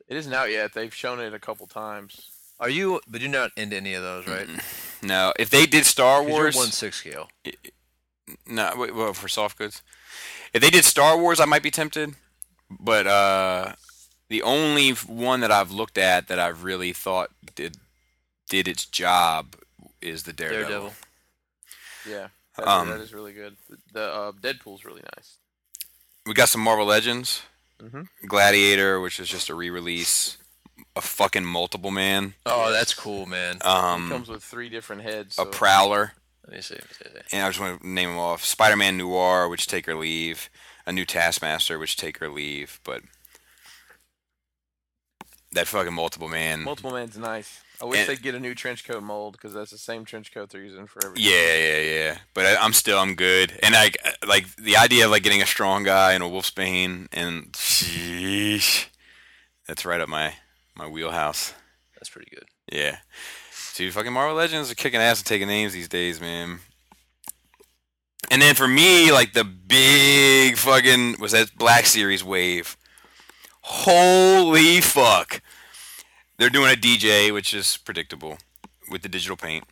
[SPEAKER 4] It isn't out yet. They've shown it a couple times.
[SPEAKER 3] Are you? But you're not into any of those, right?
[SPEAKER 2] No, if they did Star
[SPEAKER 3] 'Cause you're
[SPEAKER 2] Wars,
[SPEAKER 3] one six scale.
[SPEAKER 2] no, wait, well, for soft goods, if they did Star Wars, I might be tempted. But uh, the only f- one that I've looked at that I've really thought did did its job is the Daredevil.
[SPEAKER 3] Daredevil.
[SPEAKER 4] Yeah, that,
[SPEAKER 2] Um,
[SPEAKER 4] that is really good. The, the uh, Deadpool's really nice.
[SPEAKER 2] We got some Marvel Legends,
[SPEAKER 4] Mhm.
[SPEAKER 2] Gladiator, which is just a re-release, a fucking multiple man,
[SPEAKER 3] Oh, that's cool, man.
[SPEAKER 4] It
[SPEAKER 2] um,
[SPEAKER 4] comes with three different heads.
[SPEAKER 2] a
[SPEAKER 4] so-
[SPEAKER 2] Prowler,
[SPEAKER 3] Let me see. Let me see, let me see.
[SPEAKER 2] and I just want to name them off: Spider-Man Noir, which take or leave, a new Taskmaster, which take or leave, but. That fucking multiple man.
[SPEAKER 4] multiple man's nice. I wish
[SPEAKER 2] And-
[SPEAKER 4] they'd get a new trench coat mold because that's the same trench coat they're using for everything.
[SPEAKER 2] Yeah, yeah, yeah. But I, I'm still I'm good, and I like the idea of like getting a strong guy and a wolfsbane, and sheesh, that's right up my my wheelhouse.
[SPEAKER 3] That's pretty good.
[SPEAKER 2] Yeah, dude, fucking Marvel Legends are kicking ass and taking names these days, man. And then for me, like the big fucking was that Black Series wave. Holy fuck! They're doing a DJ, which is predictable, with the digital paint.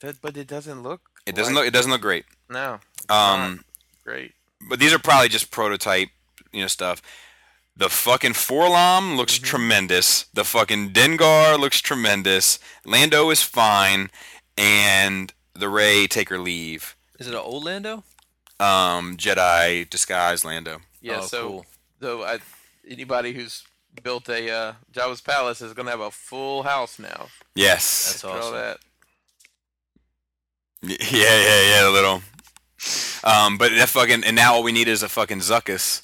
[SPEAKER 4] That- but it doesn't look.
[SPEAKER 2] It doesn't
[SPEAKER 4] like-
[SPEAKER 2] look. It doesn't look great.
[SPEAKER 4] No. it's
[SPEAKER 2] Um.
[SPEAKER 4] not Great.
[SPEAKER 2] but these are probably just prototype, you know, stuff. The fucking Forlom looks
[SPEAKER 3] Mm-hmm.
[SPEAKER 2] tremendous. The fucking Dengar looks tremendous. Lando is fine, and the Ray take or leave.
[SPEAKER 3] Is it an old Lando?
[SPEAKER 2] Um, Jedi disguise Lando.
[SPEAKER 4] Yeah.
[SPEAKER 3] Oh,
[SPEAKER 4] so,
[SPEAKER 3] cool.
[SPEAKER 4] so I, anybody who's built a uh, Java's palace is gonna have a full house now.
[SPEAKER 2] Yes.
[SPEAKER 3] That's
[SPEAKER 4] After all
[SPEAKER 3] awesome.
[SPEAKER 4] that.
[SPEAKER 2] Y- yeah, yeah, yeah. A little. Um, but that fucking and now all we need is a fucking Zuckus,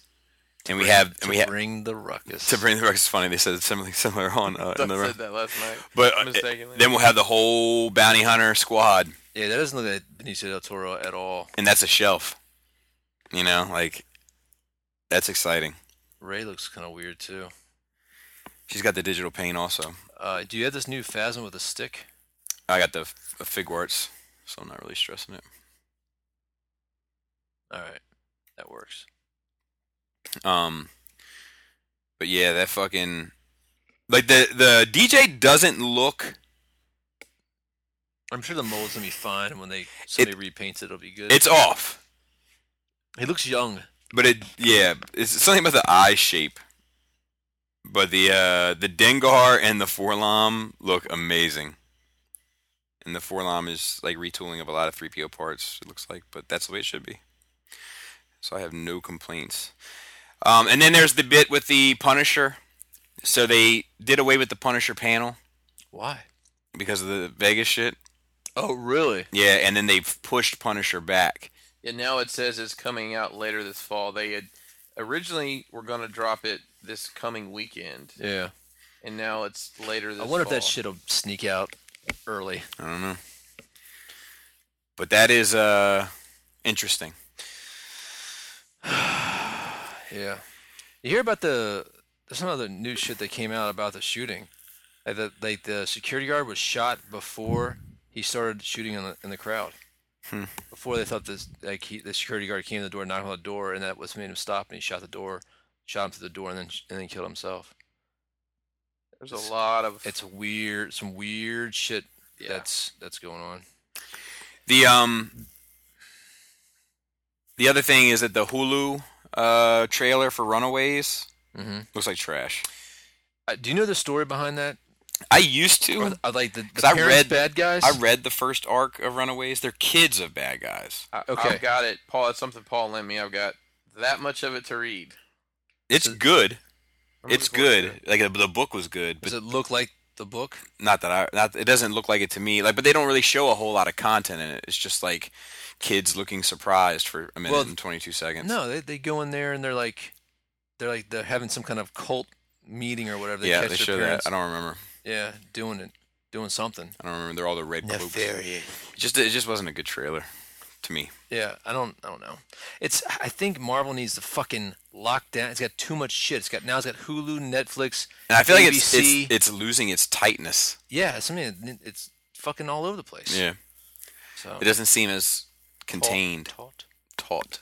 [SPEAKER 2] and we have
[SPEAKER 3] To
[SPEAKER 2] and we have
[SPEAKER 3] bring the ruckus.
[SPEAKER 2] to bring the records. Funny they said something similar on uh,
[SPEAKER 4] Doug
[SPEAKER 2] another.
[SPEAKER 4] said that last night.
[SPEAKER 2] But uh,
[SPEAKER 4] mistakenly.
[SPEAKER 2] then we'll have the whole bounty hunter squad.
[SPEAKER 3] yeah, that doesn't look like Benicio del Toro at all.
[SPEAKER 2] and that's a shelf. You know, like that's exciting.
[SPEAKER 3] Ray looks kind of weird too.
[SPEAKER 2] She's got the digital paint also.
[SPEAKER 3] Uh, do you have this new Phasm with a stick?
[SPEAKER 2] I got the f- Figuarts, so I'm not really stressing it.
[SPEAKER 3] All right, that works.
[SPEAKER 2] Um, but yeah, that fucking like the the DJ doesn't look
[SPEAKER 3] I'm sure the mold's gonna be fine, and when they somebody repaints it, it'll be good.
[SPEAKER 2] It's off,
[SPEAKER 3] he looks young.
[SPEAKER 2] but it yeah, it's something about the eye shape. But the uh, the Dengar and the Forlom look amazing. And the Forlom is like retooling of a lot of 3PO parts. It looks like, but that's the way it should be. So I have no complaints. Um, and then there's the bit with the Punisher. So they did away with the Punisher panel
[SPEAKER 3] Why?
[SPEAKER 2] because of the Vegas shit.
[SPEAKER 3] Oh, really?
[SPEAKER 2] Yeah, and then they've pushed Punisher back.
[SPEAKER 4] And now it says it's coming out later this fall. They had originally were going to drop it this coming weekend,
[SPEAKER 3] Yeah.
[SPEAKER 4] and now it's later this
[SPEAKER 3] I wonder if that
[SPEAKER 4] fall.
[SPEAKER 3] shit'll sneak out early.
[SPEAKER 2] I don't know. But that is uh interesting.
[SPEAKER 3] Yeah. You hear about the there's some other new shit that came out about the shooting. Like the, like the security guard was shot before he started shooting in the in the crowd.
[SPEAKER 2] Hmm.
[SPEAKER 3] Before they thought this like he, the security guard came to the door, knocked on the door, and that was made him stop and he shot the door, shot him through the door, and then and then killed himself.
[SPEAKER 4] There's a lot of
[SPEAKER 3] It's weird, some weird shit
[SPEAKER 4] yeah.
[SPEAKER 3] that's that's going on.
[SPEAKER 2] The um the other thing is that the Hulu uh trailer for Runaways
[SPEAKER 3] Mm-hmm.
[SPEAKER 2] looks like trash.
[SPEAKER 3] Uh, do you know the story behind that?
[SPEAKER 2] I used
[SPEAKER 3] Or,
[SPEAKER 2] to.
[SPEAKER 3] uh, like the, the
[SPEAKER 2] 'Cause I
[SPEAKER 3] parents
[SPEAKER 2] read-
[SPEAKER 3] bad guys.
[SPEAKER 2] I read the first arc of Runaways. They're kids of bad guys.
[SPEAKER 4] I,
[SPEAKER 3] okay.
[SPEAKER 4] I've got it, Paul. It's something Paul lent me. I've got that much of it to read.
[SPEAKER 2] It's
[SPEAKER 3] So-
[SPEAKER 2] good.
[SPEAKER 4] I'm
[SPEAKER 2] It's
[SPEAKER 4] looking forward to
[SPEAKER 2] good. Like the, the book was good, but
[SPEAKER 3] Does it look like the book?
[SPEAKER 2] not that I not it doesn't look like it to me. Like but they don't really show a whole lot of content in it. It's just like kids looking surprised for a minute
[SPEAKER 3] Well,
[SPEAKER 2] and 22 seconds.
[SPEAKER 3] No, they, they go in there and they're like, they're like they're having some kind of cult meeting or whatever. They
[SPEAKER 2] yeah,
[SPEAKER 3] catch
[SPEAKER 2] they
[SPEAKER 3] their
[SPEAKER 2] show
[SPEAKER 3] parents.
[SPEAKER 2] that. I don't remember.
[SPEAKER 3] Yeah, doing it, doing something.
[SPEAKER 2] I don't remember. They're all the red cloaks. Just it just wasn't a good trailer to me.
[SPEAKER 3] Yeah, I don't, I don't know. It's I think Marvel needs to fucking lock down. It's got too much shit. It's got now it's got Hulu, Netflix.
[SPEAKER 2] And I feel like it's,
[SPEAKER 3] ABC.
[SPEAKER 2] it's it's losing its tightness.
[SPEAKER 3] Yeah, it's, I mean it's fucking all over the place.
[SPEAKER 2] Yeah,
[SPEAKER 3] so
[SPEAKER 2] it doesn't seem as contained,
[SPEAKER 3] Taut.
[SPEAKER 2] taut.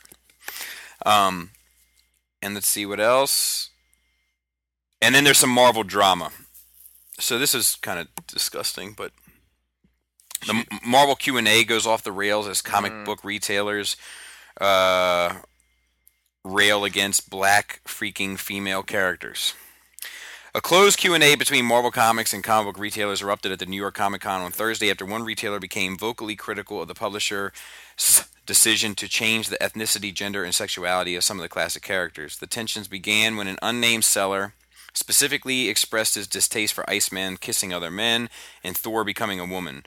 [SPEAKER 2] Um, and let's see what else. And then there's some Marvel drama. So this is kind of disgusting, but the M- Marvel Q and A goes off the rails as comic book retailers uh, rail against black freaking female characters. A closed Q&A between Marvel Comics and comic book retailers erupted at the New York Comic Con on Thursday after one retailer became vocally critical of the publisher's decision to change the ethnicity, gender, and sexuality of some of the classic characters. The tensions began when an unnamed seller specifically expressed his distaste for Iceman kissing other men and Thor becoming a woman.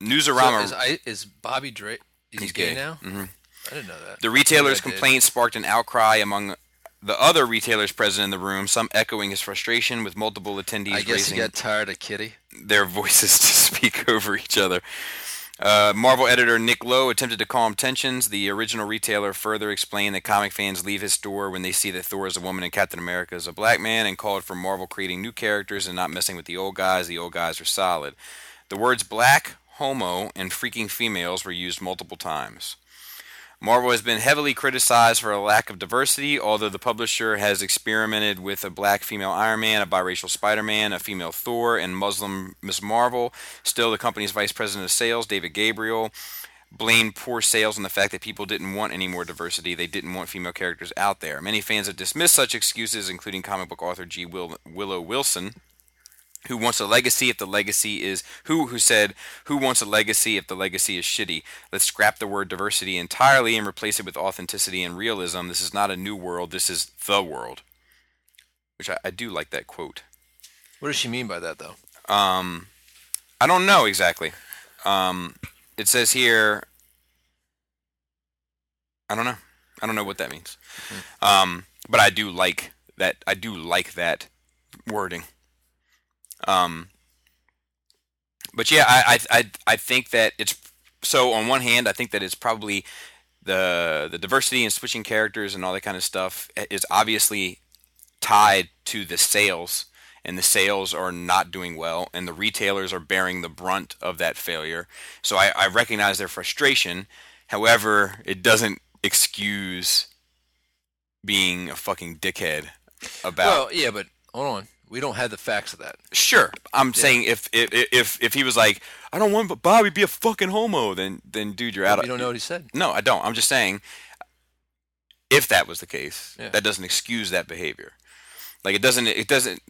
[SPEAKER 3] So
[SPEAKER 2] Newsarama
[SPEAKER 3] is, I, is Bobby Drake? Is he
[SPEAKER 2] He's
[SPEAKER 3] gay,
[SPEAKER 2] gay.
[SPEAKER 3] now? Mm-hmm. I didn't know that.
[SPEAKER 2] the retailer's
[SPEAKER 3] Yeah, I did.
[SPEAKER 2] complaint sparked an outcry among the other retailers present in the room, some echoing his frustration with multiple attendees
[SPEAKER 3] I guess
[SPEAKER 2] raising
[SPEAKER 3] he got tired of Kitty.
[SPEAKER 2] their voices to speak over each other. Uh, Marvel editor Nick Lowe attempted to calm tensions. The original retailer further explained that comic fans leave his store when they see that Thor is a woman and Captain America is a black man and called for Marvel creating new characters and not messing with the old guys. The old guys are solid. The words black, homo, and freaking females were used multiple times. Marvel has been heavily criticized for a lack of diversity, although the publisher has experimented with a black female Iron Man, a biracial Spider Man, a female Thor, and Muslim Ms. Marvel. Still, the company's vice president of sales, David Gabriel, blamed poor sales on the fact that people didn't want any more diversity. They didn't want female characters out there. Many fans have dismissed such excuses, including comic book author G. Will- Willow Wilson who wants a legacy if the legacy is who who said who wants a legacy if the legacy is shitty let's scrap the word diversity entirely and replace it with authenticity and realism this is not a new world this is the world which i, I do like that quote
[SPEAKER 3] What does she mean by that though?
[SPEAKER 2] um i don't know exactly um it says here i don't know i don't know what that means um but i do like that i do like that wording um, but yeah, I, I I I think that it's so. On one hand, I think that it's probably the the diversity and switching characters and all that kind of stuff i- is obviously tied to the sales, and the sales are not doing well, and the retailers are bearing the brunt of that failure. So I, I recognize their frustration. However, it doesn't excuse being a fucking dickhead about
[SPEAKER 3] Well, yeah, but hold on. We don't have the facts of that.
[SPEAKER 2] Sure, I'm saying if, if if if he was like, I don't want Bobby to be a fucking homo, then then dude, you're out.
[SPEAKER 3] You don't know what he said.
[SPEAKER 2] No, I don't. I'm just saying, if that was the case,
[SPEAKER 3] Yeah.
[SPEAKER 2] that doesn't excuse that behavior. Like it doesn't. It doesn't.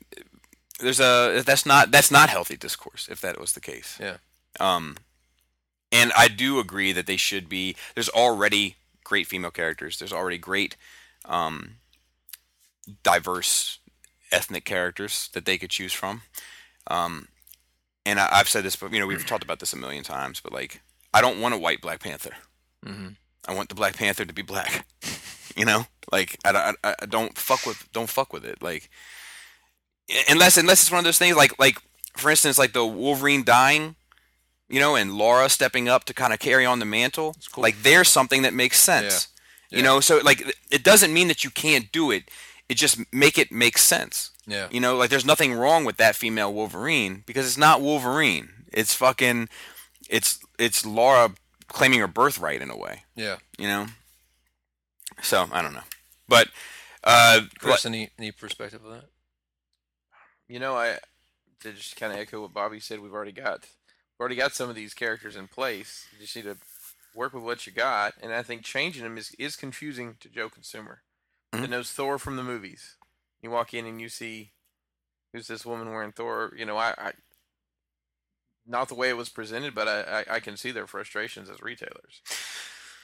[SPEAKER 2] There's a that's not that's not healthy discourse if that was the case.
[SPEAKER 3] Yeah.
[SPEAKER 2] Um, and I do agree that they should be. There's already great female characters. There's already great, um, diverse ethnic characters that they could choose from. Um, and I, I've said this, but you know, we've talked about this a million times. But like, I don't want a white Black Panther.
[SPEAKER 4] Mm-hmm.
[SPEAKER 2] I want the Black Panther to be black. You know, like I, don't- I, I don't fuck with don't fuck with it. Like unless unless it's one of those things like like for instance like the Wolverine dying, you know, and Laura stepping up to kind of carry on the mantle.
[SPEAKER 3] cool.
[SPEAKER 2] Like there's something that makes sense.
[SPEAKER 3] Yeah.
[SPEAKER 2] You know, so like it doesn't mean that you can't do it. It just make it make sense.
[SPEAKER 3] Yeah.
[SPEAKER 2] You know, like there's nothing wrong with that female Wolverine because it's not Wolverine. It's fucking it's it's Laura claiming her birthright in a way
[SPEAKER 3] Yeah.
[SPEAKER 2] you know. So I don't know, but uh,
[SPEAKER 3] Chris, any any perspective of that?
[SPEAKER 4] You know, I to just kind of echo what Bobby said. We've already got we've already got some of these characters in place. You just need to work with what you got, and I think changing them is is confusing to Joe consumer that
[SPEAKER 2] Mhm.
[SPEAKER 4] knows Thor from the movies. You walk in and you see who's this woman wearing Thor. You know, I. I not the way it was presented, but I, I, I can see their frustrations as retailers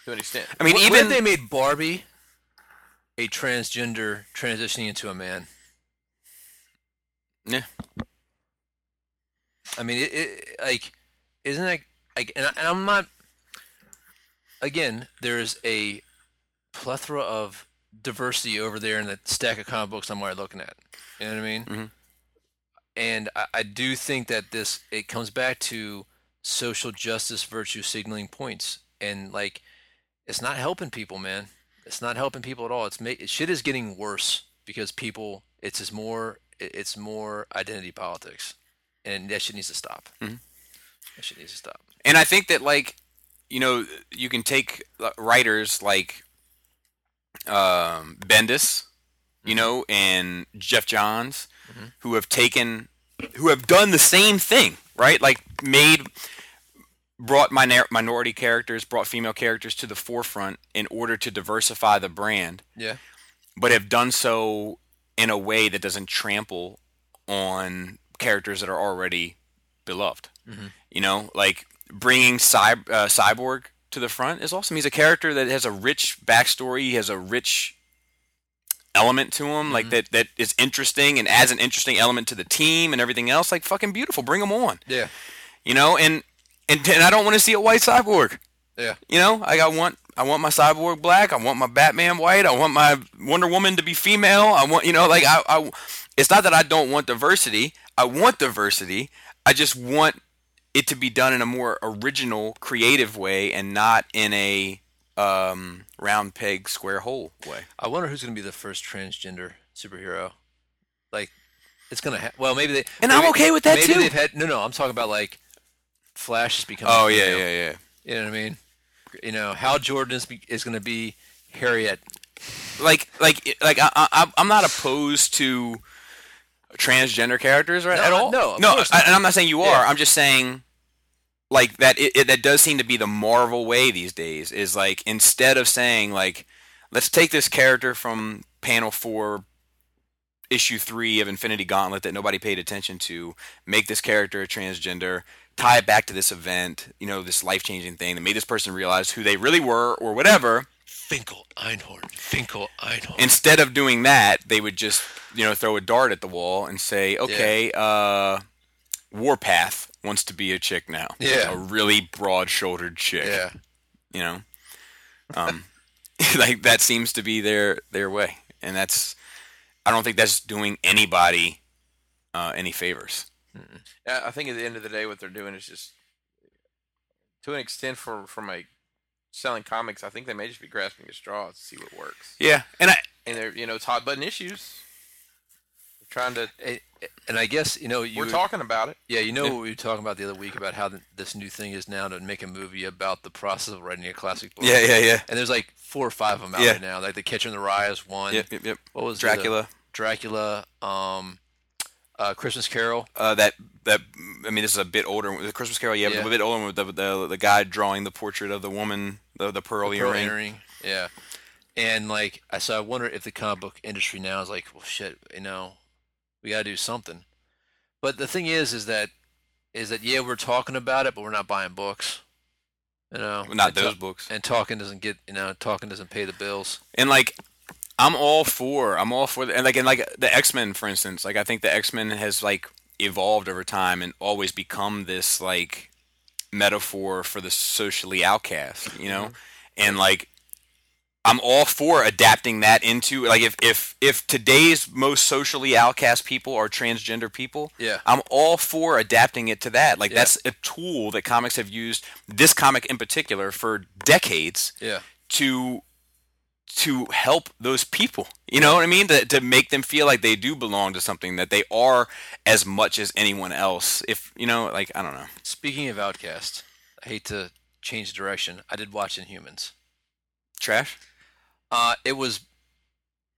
[SPEAKER 4] to an extent.
[SPEAKER 2] I mean,
[SPEAKER 3] What- what if
[SPEAKER 2] even
[SPEAKER 3] they made Barbie a transgender transitioning into a man.
[SPEAKER 2] Yeah.
[SPEAKER 3] I mean, it, it like isn't that like, and, I, and I'm not. Again, there's a plethora of diversity over there in the stack of comic books I'm already looking at. You know what I mean?
[SPEAKER 2] Mhm.
[SPEAKER 3] And I, I do think that this it comes back to social justice virtue signaling points, and like it's not helping people, man. It's not helping people at all. It's make shit is getting worse because people. It's just more. it- It's more identity politics, and that shit needs to stop.
[SPEAKER 2] Mhm.
[SPEAKER 3] That shit needs to stop.
[SPEAKER 2] and I think that like you know you can take uh, writers like um, Bendis, you know, and Jeff Johns, who have taken who have done the same thing, right? Like made brought minor- minority characters, brought female characters to the forefront in order to diversify the brand.
[SPEAKER 3] Yeah.
[SPEAKER 2] but have done so in a way that doesn't trample on characters that are already beloved. You know, like bringing Cy- uh, Cyborg to the front is awesome. He's a character that has a rich backstory, he has a rich element to him, like that that is interesting and adds an interesting element to the team and everything else. Like fucking beautiful, bring him on.
[SPEAKER 3] Yeah.
[SPEAKER 2] You know, and and, and I don't want to see a white Cyborg.
[SPEAKER 3] Yeah.
[SPEAKER 2] You know, like I want I want my cyborg black, I want my Batman white, I want my Wonder Woman to be female. I want you know, like I, I it's not that I don't want diversity. I want diversity. I just want it to be done in a more original, creative way and not in a um, round peg square hole way.
[SPEAKER 3] I wonder who's gonna be the first transgender superhero. Like, it's gonna. Ha- well, maybe they.
[SPEAKER 2] And I'm
[SPEAKER 3] maybe-
[SPEAKER 2] okay with that,
[SPEAKER 3] maybe
[SPEAKER 2] too.
[SPEAKER 3] They've had no, no. I'm talking about like, Flash is becoming.
[SPEAKER 2] Oh yeah,
[SPEAKER 3] female.
[SPEAKER 2] yeah, yeah.
[SPEAKER 3] You know what I mean? You know, Hal Jordan is, be- is gonna be Harriet.
[SPEAKER 2] Like like like I, I I'm not opposed to transgender characters right,
[SPEAKER 3] No,
[SPEAKER 2] at all.
[SPEAKER 3] no, of
[SPEAKER 2] no,
[SPEAKER 3] course
[SPEAKER 2] I,
[SPEAKER 3] not.
[SPEAKER 2] and I'm not saying you are.
[SPEAKER 3] Yeah.
[SPEAKER 2] I'm just saying like that it, it, that does seem to be the Marvel way these days is like instead of saying like let's take this character from panel 4 issue 3 of Infinity Gauntlet that nobody paid attention to make this character a transgender tie it back to this event you know this life-changing thing that made this person realize who they really were or whatever
[SPEAKER 3] Finkel Einhorn. Finkel Einhorn.
[SPEAKER 2] instead of doing that, they would just you know throw a dart at the wall and say, "Okay, uh, Warpath wants to be a chick now.
[SPEAKER 3] Yeah.
[SPEAKER 2] a really broad-shouldered chick.
[SPEAKER 3] yeah.
[SPEAKER 2] you know, um, like that seems to be their their way, and that's I don't think that's doing anybody uh, any favors.
[SPEAKER 4] I I think at the end of the day, what they're doing is just, to an extent, for from a selling comics, I think they may just be grasping at straws to see what works.
[SPEAKER 2] Yeah, and I
[SPEAKER 4] And they're, you know, it's hot button issues. They're trying to.
[SPEAKER 3] And, and I guess you know you
[SPEAKER 4] we're talking about it.
[SPEAKER 3] Yeah, you know
[SPEAKER 2] Yeah.
[SPEAKER 3] what we were talking about the other week about how th this new thing is now to make a movie about the process of writing a classic book.
[SPEAKER 2] yeah yeah yeah
[SPEAKER 3] And there's like four or five of them out
[SPEAKER 2] Yeah.
[SPEAKER 3] right now. Like The Catcher in the Rye is one.
[SPEAKER 2] yep yep yep
[SPEAKER 3] What was the other-
[SPEAKER 2] Dracula.
[SPEAKER 3] Dracula. Um, uh, Christmas Carol.
[SPEAKER 2] Uh, that that I mean, this is a bit older. one. The Christmas Carol, yeah, but
[SPEAKER 3] Yeah.
[SPEAKER 2] a bit older one with the, the the guy drawing the portrait of the woman, the the pearl
[SPEAKER 3] Pearl
[SPEAKER 2] earring.
[SPEAKER 3] earring, Yeah. And like I so I wonder if the comic book industry now is like, well shit, you know, we gotta do something. But the thing is is that is that yeah, we're talking about it, but we're not buying books. You know.
[SPEAKER 2] Well, Not
[SPEAKER 3] And ta-
[SPEAKER 2] those books.
[SPEAKER 3] and talking doesn't get you know, talking doesn't pay the bills.
[SPEAKER 2] And like, I'm all for. I'm all for. And like, and like the X Men, for instance. Like, I think the X Men has like evolved over time and always become this like metaphor for the socially outcast. You know, and like. I'm all for adapting that into like if, if if today's most socially outcast people are transgender people,
[SPEAKER 3] Yeah.
[SPEAKER 2] I'm all for adapting it to that. Like
[SPEAKER 3] Yeah.
[SPEAKER 2] that's a tool that comics have used this comic in particular for decades
[SPEAKER 3] Yeah.
[SPEAKER 2] to to help those people. You know what I mean? To to make them feel like they do belong to something, that they are as much as anyone else. If you know, like I don't know.
[SPEAKER 3] Speaking of Outcast, I hate to change direction. I did watch Inhumans.
[SPEAKER 2] Trash?
[SPEAKER 3] Uh it was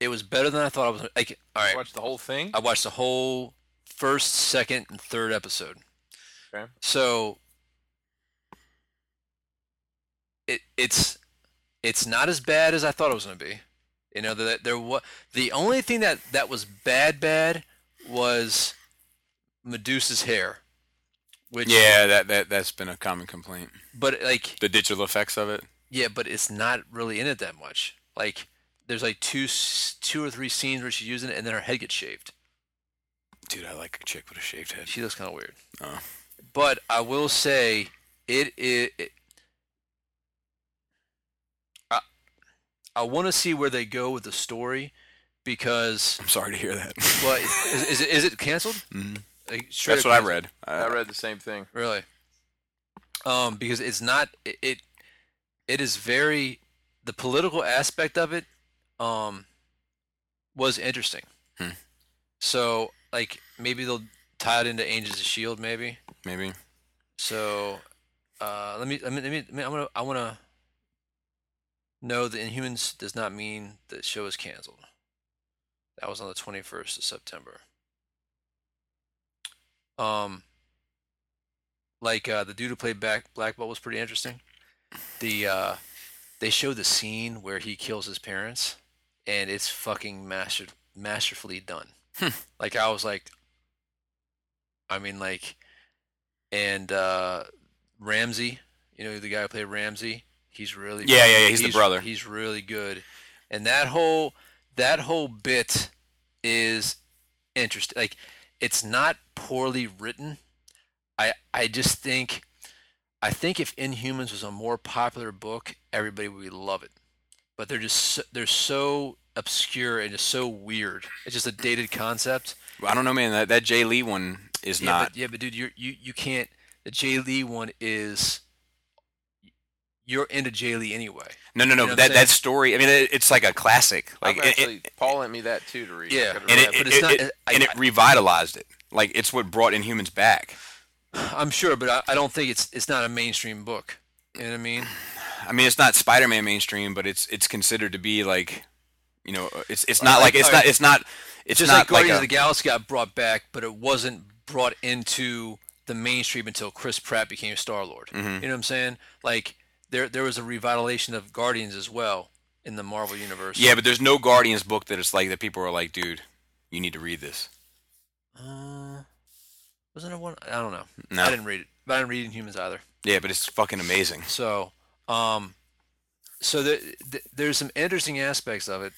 [SPEAKER 3] it was better than I thought I was like all right.
[SPEAKER 4] Watch the whole thing.
[SPEAKER 3] I watched the whole first, second, and third episode.
[SPEAKER 4] Okay.
[SPEAKER 3] So it it's it's not as bad as I thought it was going to be. You know that there was the only thing that that was bad bad was Medusa's hair, which
[SPEAKER 2] Yeah, that, that that's been a common complaint.
[SPEAKER 3] but like
[SPEAKER 2] The digital effects of it.
[SPEAKER 3] yeah, but it's not really in it that much. Like there's like two s- two or three scenes where she's using it, and then her head gets shaved.
[SPEAKER 2] Dude, I like a chick with a shaved head.
[SPEAKER 3] She looks kind of weird.
[SPEAKER 2] Oh.
[SPEAKER 3] But I will say it it. it I, I want to see where they go with the story because
[SPEAKER 2] I'm sorry to hear that.
[SPEAKER 3] well, is, is it is it canceled?
[SPEAKER 2] Mhm.
[SPEAKER 3] Like, straight
[SPEAKER 2] That's
[SPEAKER 3] up
[SPEAKER 2] what I
[SPEAKER 3] canceled?
[SPEAKER 2] read.
[SPEAKER 4] I
[SPEAKER 2] Uh,
[SPEAKER 4] read the same thing.
[SPEAKER 3] Really? Um, because it's not it, it it is very the political aspect of it um was interesting.
[SPEAKER 2] Hmm.
[SPEAKER 3] So like maybe they'll tie it into Angels of Shield E maybe.
[SPEAKER 2] maybe.
[SPEAKER 3] So, uh, let me, let me, let me, let me I'm gonna, I wanna. No, the Inhumans does not mean the show is canceled. That was on the 21st of September. Um, like uh, the dude who played Black Black Bolt was pretty interesting. The uh, they show the scene where he kills his parents, and it's fucking master masterfully done.
[SPEAKER 2] Hmm.
[SPEAKER 3] Like I was like, I mean like and uh, Ramsey, you know the guy who played Ramsey, he's really
[SPEAKER 2] Yeah, yeah, yeah, he's the brother.
[SPEAKER 3] He's really good, and that whole that whole bit is interesting. Like it's not poorly written. I I just think I think if Inhumans was a more popular book, everybody would love it. But they're just so, they're so obscure and just so weird. It's just a dated concept.
[SPEAKER 2] I don't know, man. That, that Jay Lee one is
[SPEAKER 3] Yeah,
[SPEAKER 2] not.
[SPEAKER 3] But, yeah, but dude, you you you can't. The Jay Lee one is you're into Jay Lee anyway.
[SPEAKER 2] No, no, no.
[SPEAKER 3] You know what I'm
[SPEAKER 2] that that
[SPEAKER 3] saying?
[SPEAKER 2] story. I mean, it, it's like a classic. Like,
[SPEAKER 4] I've
[SPEAKER 2] it- it-
[SPEAKER 4] actually, Paul lent me that too to read. I
[SPEAKER 3] Yeah,
[SPEAKER 4] could've
[SPEAKER 2] and
[SPEAKER 4] read
[SPEAKER 2] it,
[SPEAKER 3] Right,
[SPEAKER 2] it,
[SPEAKER 3] but it's not-
[SPEAKER 2] it-
[SPEAKER 3] it- I-
[SPEAKER 2] and it revitalized it. Like it's what brought Inhumans back.
[SPEAKER 3] I'm sure, but I, I don't think it's it's not a mainstream book. You know what I mean?
[SPEAKER 2] I mean, it's not Spider-Man mainstream, but it's it's considered to be like, you know, it's it's not like it's
[SPEAKER 3] alright.
[SPEAKER 2] not it's not it's
[SPEAKER 3] Just
[SPEAKER 2] not
[SPEAKER 3] like Guardians
[SPEAKER 2] a-
[SPEAKER 3] of the Galaxy got brought back, but it wasn't brought into the mainstream until Chris Pratt became Star Lord.
[SPEAKER 2] Mm-hmm.
[SPEAKER 3] You know what I'm saying? Like there there was a revitalization of Guardians as well in the Marvel universe.
[SPEAKER 2] yeah, but there's no Guardians book that it's like that. People are like, dude, you need to read this.
[SPEAKER 3] Uh, wasn't it one? I don't know.
[SPEAKER 2] No.
[SPEAKER 3] I didn't read it. But I didn't read Inhumans either.
[SPEAKER 2] Yeah, but it's fucking amazing.
[SPEAKER 3] So, um, so the, the, there's some interesting aspects of it.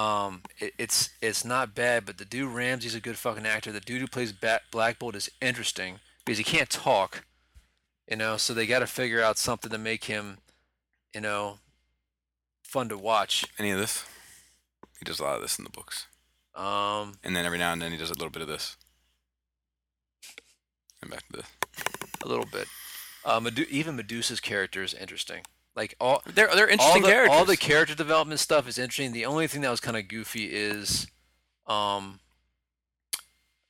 [SPEAKER 3] Um, it, it's it's not bad, but the dude Ramsey's a good fucking actor. The dude who plays Bat, Black Bolt is interesting because he can't talk, you know. So they got to figure out something to make him, you know, fun to watch.
[SPEAKER 2] Any of this? He does a lot of this in the books,
[SPEAKER 3] Um,
[SPEAKER 2] and then every now and then he does a little bit of this. And back to this.
[SPEAKER 3] a little bit. Uh, Medu- even Medusa's character is interesting. Like all
[SPEAKER 2] They're they're
[SPEAKER 3] all
[SPEAKER 2] interesting
[SPEAKER 3] the,
[SPEAKER 2] characters.
[SPEAKER 3] all the character development stuff is interesting. The only thing that was kind of goofy is, um,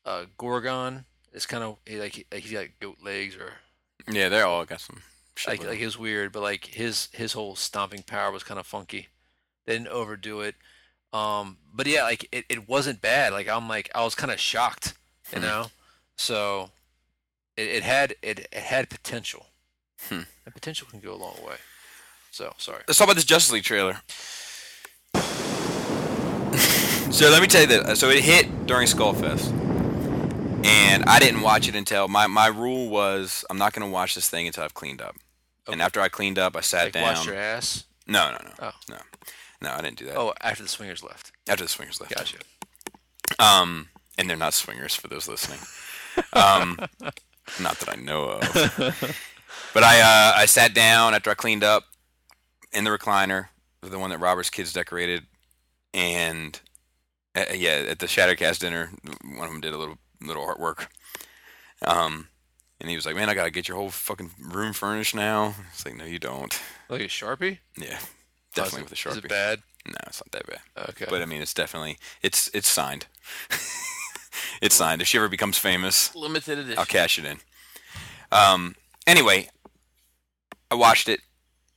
[SPEAKER 3] uh, Gorgon is kind of he, like, he- like he's got goat legs or
[SPEAKER 2] yeah, they're all got some. Shit
[SPEAKER 3] like
[SPEAKER 2] with
[SPEAKER 3] like
[SPEAKER 2] them.
[SPEAKER 3] it was weird, but like his his whole stomping power was kind of funky. They didn't overdo it. Um, but yeah, like it, it wasn't bad. Like I'm like I was kind of shocked you
[SPEAKER 2] Hmm.
[SPEAKER 3] know. So it, it had it, it had potential.
[SPEAKER 2] Hmm.
[SPEAKER 3] And potential can go a long way. So sorry.
[SPEAKER 2] Let's talk about this Justice League trailer. so let me tell you this. So it hit during Skullfest, and I didn't watch it until my my rule was I'm not going to watch this thing until I've cleaned up. And
[SPEAKER 3] Okay.
[SPEAKER 2] after I cleaned up, I sat
[SPEAKER 3] Like
[SPEAKER 2] down.
[SPEAKER 3] wash your ass.
[SPEAKER 2] No, no, no,
[SPEAKER 3] Oh.
[SPEAKER 2] no, no. I didn't do that.
[SPEAKER 3] Oh, after the swingers left.
[SPEAKER 2] After the swingers left.
[SPEAKER 3] Gotcha.
[SPEAKER 2] Um, and they're not swingers for those listening. Um, not that I know of. But I uh, I sat down after I cleaned up in the recliner, the one that Robert's kids decorated, and uh, yeah, at the Shattercast dinner, one of them did a little little artwork. Um, and he was like, "Man, I gotta get your whole fucking room furnished now." It's like, "No, you don't."
[SPEAKER 3] Like a sharpie.
[SPEAKER 2] Yeah,
[SPEAKER 3] Oh, is
[SPEAKER 2] definitely
[SPEAKER 3] it-
[SPEAKER 2] with a
[SPEAKER 3] Is
[SPEAKER 2] sharpie.
[SPEAKER 3] it bad?
[SPEAKER 2] No, it's not that bad.
[SPEAKER 3] Okay.
[SPEAKER 2] But I mean, it's definitely it's it's signed. it's signed. If she ever becomes famous,
[SPEAKER 4] Limited edition.
[SPEAKER 2] I'll cash it in. Um. Anyway, I watched it,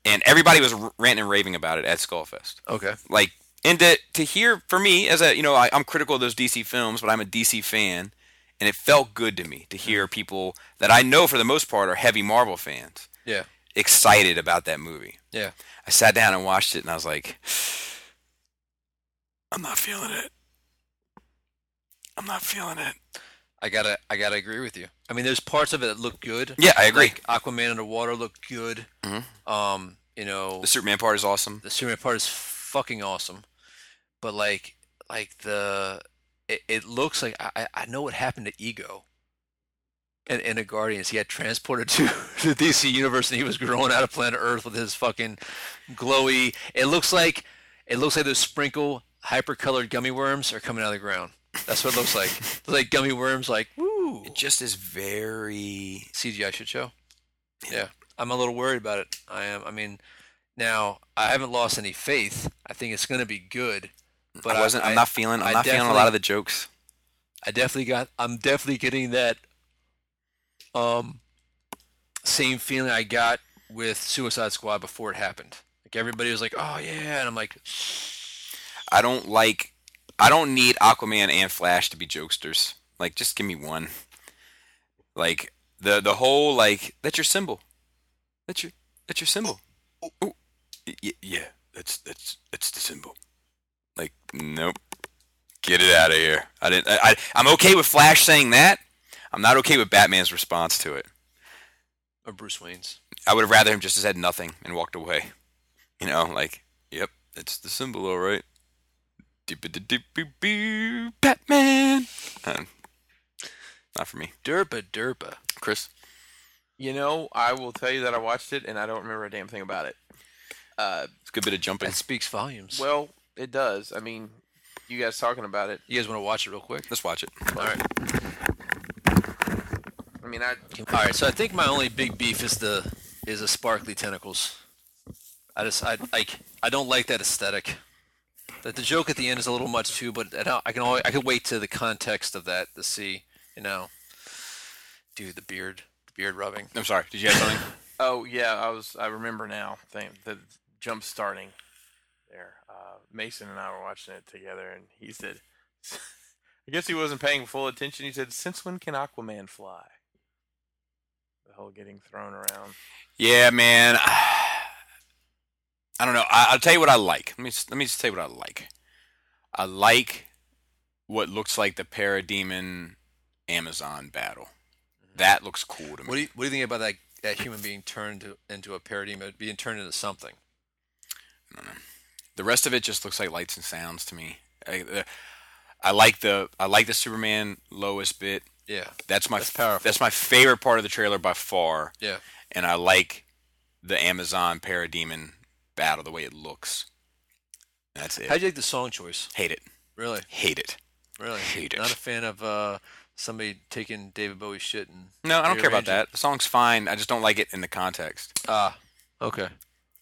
[SPEAKER 2] and everybody was r- ranting and raving about it at Skullfest.
[SPEAKER 3] okay.
[SPEAKER 2] Like, and to to hear for me as a you know I, I'm critical of those DC films, but I'm a DC fan, and it felt good to me to hear people that I know for the most part are heavy Marvel fans
[SPEAKER 3] Yeah.
[SPEAKER 2] excited about that movie.
[SPEAKER 3] Yeah.
[SPEAKER 2] I sat down and watched it, and I was like, I'm not feeling it. I'm not feeling it.
[SPEAKER 3] I gotta I gotta agree with you. I mean, there's parts of it that look good.
[SPEAKER 2] Yeah, I agree.
[SPEAKER 3] Like Aquaman underwater looked good. Um, you know,
[SPEAKER 2] The Superman part is awesome.
[SPEAKER 3] the Superman part is fucking awesome, but like like the it, it looks like I I- I know what happened to Ego. And in a Guardians, he had transported to the DC universe, and he was growing out of planet Earth with his fucking glowy. It looks like it looks like those sprinkle hyper-colored gummy worms are coming out of the ground. That's what it looks like. It's like gummy worms, like woo.
[SPEAKER 2] It just is very.
[SPEAKER 3] CGI shit show. Yeah, I'm a little worried about it. I am. I mean, now I haven't lost any faith. I think it's going to be good.
[SPEAKER 2] Mm,
[SPEAKER 3] But
[SPEAKER 2] I wasn't. I,
[SPEAKER 3] I,
[SPEAKER 2] am not feeling. I'm
[SPEAKER 3] I
[SPEAKER 2] not feeling a lot
[SPEAKER 3] definitely-
[SPEAKER 2] of the jokes.
[SPEAKER 3] I definitely got. I'm definitely getting that. Um, same feeling I got with Suicide Squad before it happened. Like everybody was like, "Oh yeah," and I'm like,
[SPEAKER 2] I don't like. I don't need Aquaman and Flash to be jokesters. Like, just give me one. Like the the whole like that's your symbol. That's your that's your symbol. Ooh, ooh. Y- y- yeah, that's that's that's the symbol. Like, nope. Get it out of here. I didn't. I, I I'm okay with Flash saying that. I'm not okay with Batman's response to it.
[SPEAKER 3] "Or Bruce Wayne's."
[SPEAKER 2] I would have rather him just have said nothing and walked away. You know, like, yep, it's the symbol, all right. Dee-ba-da-dee-bee-bee, Batman. Um, not for me,
[SPEAKER 3] Derpa derpa.
[SPEAKER 2] Chris.
[SPEAKER 4] You know, I will tell you that I watched it and I don't remember a damn thing about it. Uh,
[SPEAKER 2] It's a good bit of jumping.
[SPEAKER 3] That speaks volumes.
[SPEAKER 4] well, it does. I mean, you guys talking about it.
[SPEAKER 3] you guys want to watch it real quick?
[SPEAKER 2] Let's watch it.
[SPEAKER 3] All right.
[SPEAKER 4] I mean, I
[SPEAKER 3] All right, so I think my only big beef is the is the sparkly tentacles. I just I like I don't like that aesthetic. That the joke at the end is a little much too, but I, don't, I can always, I can wait to the context of that to see you know. Dude, the beard, the beard rubbing.
[SPEAKER 2] I'm sorry. Did you have something?
[SPEAKER 4] oh yeah, I was I remember now. Thank the jump starting there. Uh, Mason and I were watching it together, and he said, I guess he wasn't paying full attention. He said, "Since when can Aquaman fly?" The whole getting thrown around.
[SPEAKER 2] yeah, man. I don't know. I, I'll tell you what I like. Let me s- let me just tell you what I like. I like what looks like the Parademon Amazon battle. That looks cool to me.
[SPEAKER 3] What do you what do you think about that that human being turned to, into a parademon, being turned into something?
[SPEAKER 2] The rest of it just looks like lights and sounds to me. I, uh, I like the I like the Superman Lois bit.
[SPEAKER 3] Yeah,
[SPEAKER 2] That's my
[SPEAKER 3] That's powerful.
[SPEAKER 2] that's my favorite part of the trailer by far.
[SPEAKER 3] yeah,
[SPEAKER 2] And I like the Amazon Parademon battle the way it looks. That's it.
[SPEAKER 3] How'd you like the song choice?
[SPEAKER 2] hate it.
[SPEAKER 3] Really,
[SPEAKER 2] Hate it.
[SPEAKER 3] really.
[SPEAKER 2] Hate it.
[SPEAKER 3] Not a fan of uh, somebody taking David Bowie's shit and
[SPEAKER 2] No, I don't care about
[SPEAKER 3] rearranging
[SPEAKER 2] that. The song's fine. I just don't like it in the context.
[SPEAKER 3] it. Ah, okay.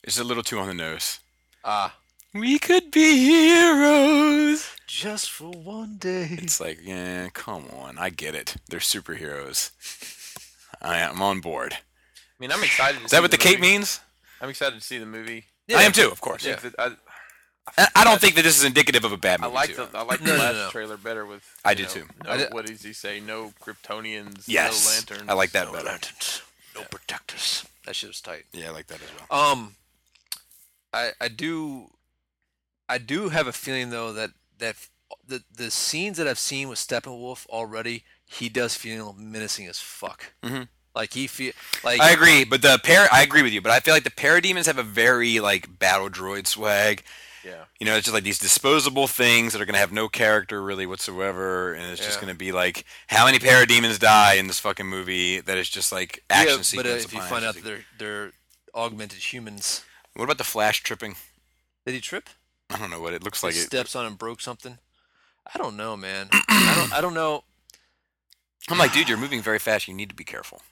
[SPEAKER 2] It's a little too on the nose.
[SPEAKER 3] Ah,
[SPEAKER 2] We could be heroes.
[SPEAKER 3] Just for one day.
[SPEAKER 2] It's like, yeah, come on. I get it. They're superheroes. I am on board.
[SPEAKER 4] I mean, I'm excited. To
[SPEAKER 2] Is that what the cape
[SPEAKER 4] movie.
[SPEAKER 2] means?
[SPEAKER 4] I'm excited to see the movie.
[SPEAKER 2] I am too, of course.
[SPEAKER 4] If it- I,
[SPEAKER 2] I, I don't think that this is indicative of a bad
[SPEAKER 4] I
[SPEAKER 2] movie.
[SPEAKER 4] like
[SPEAKER 2] too.
[SPEAKER 4] the I like
[SPEAKER 3] No,
[SPEAKER 4] the
[SPEAKER 3] no,
[SPEAKER 4] last
[SPEAKER 3] no.
[SPEAKER 4] trailer better with.
[SPEAKER 2] I
[SPEAKER 4] you
[SPEAKER 2] did
[SPEAKER 4] know,
[SPEAKER 2] too.
[SPEAKER 4] no-
[SPEAKER 3] I did-
[SPEAKER 4] what does he say? No Kryptonians.
[SPEAKER 2] Yes,
[SPEAKER 4] No lanterns.
[SPEAKER 2] I like that
[SPEAKER 4] no
[SPEAKER 2] better.
[SPEAKER 3] Lanterns, no protectors. That shit was tight.
[SPEAKER 2] Yeah, I like that as well.
[SPEAKER 3] Um, I I do, I do have a feeling though that that the the scenes that I've seen with Steppenwolf already, he does feel menacing as fuck.
[SPEAKER 2] Mhm.
[SPEAKER 3] Like he feel like
[SPEAKER 2] I agree, but the par- I agree with you, but I feel like the parademons have a very like battle droid swag.
[SPEAKER 4] Yeah.
[SPEAKER 2] You know, it's just like these disposable things that are going to have no character really whatsoever, and it's just
[SPEAKER 3] Yeah.
[SPEAKER 2] going to be like how many parademons die in this fucking movie that is just like action
[SPEAKER 3] yeah,
[SPEAKER 2] sequence.
[SPEAKER 3] but uh, if you
[SPEAKER 2] upon
[SPEAKER 3] find out
[SPEAKER 2] action
[SPEAKER 3] that
[SPEAKER 2] sequence.
[SPEAKER 3] they're they're augmented humans,
[SPEAKER 2] what about the flash tripping?
[SPEAKER 3] did he trip?
[SPEAKER 2] I don't know what it looks
[SPEAKER 3] He
[SPEAKER 2] like. It,
[SPEAKER 3] steps on and broke something. I don't know, man. I don't I don't know.
[SPEAKER 2] I'm like, dude, you're moving very fast. You need to be careful.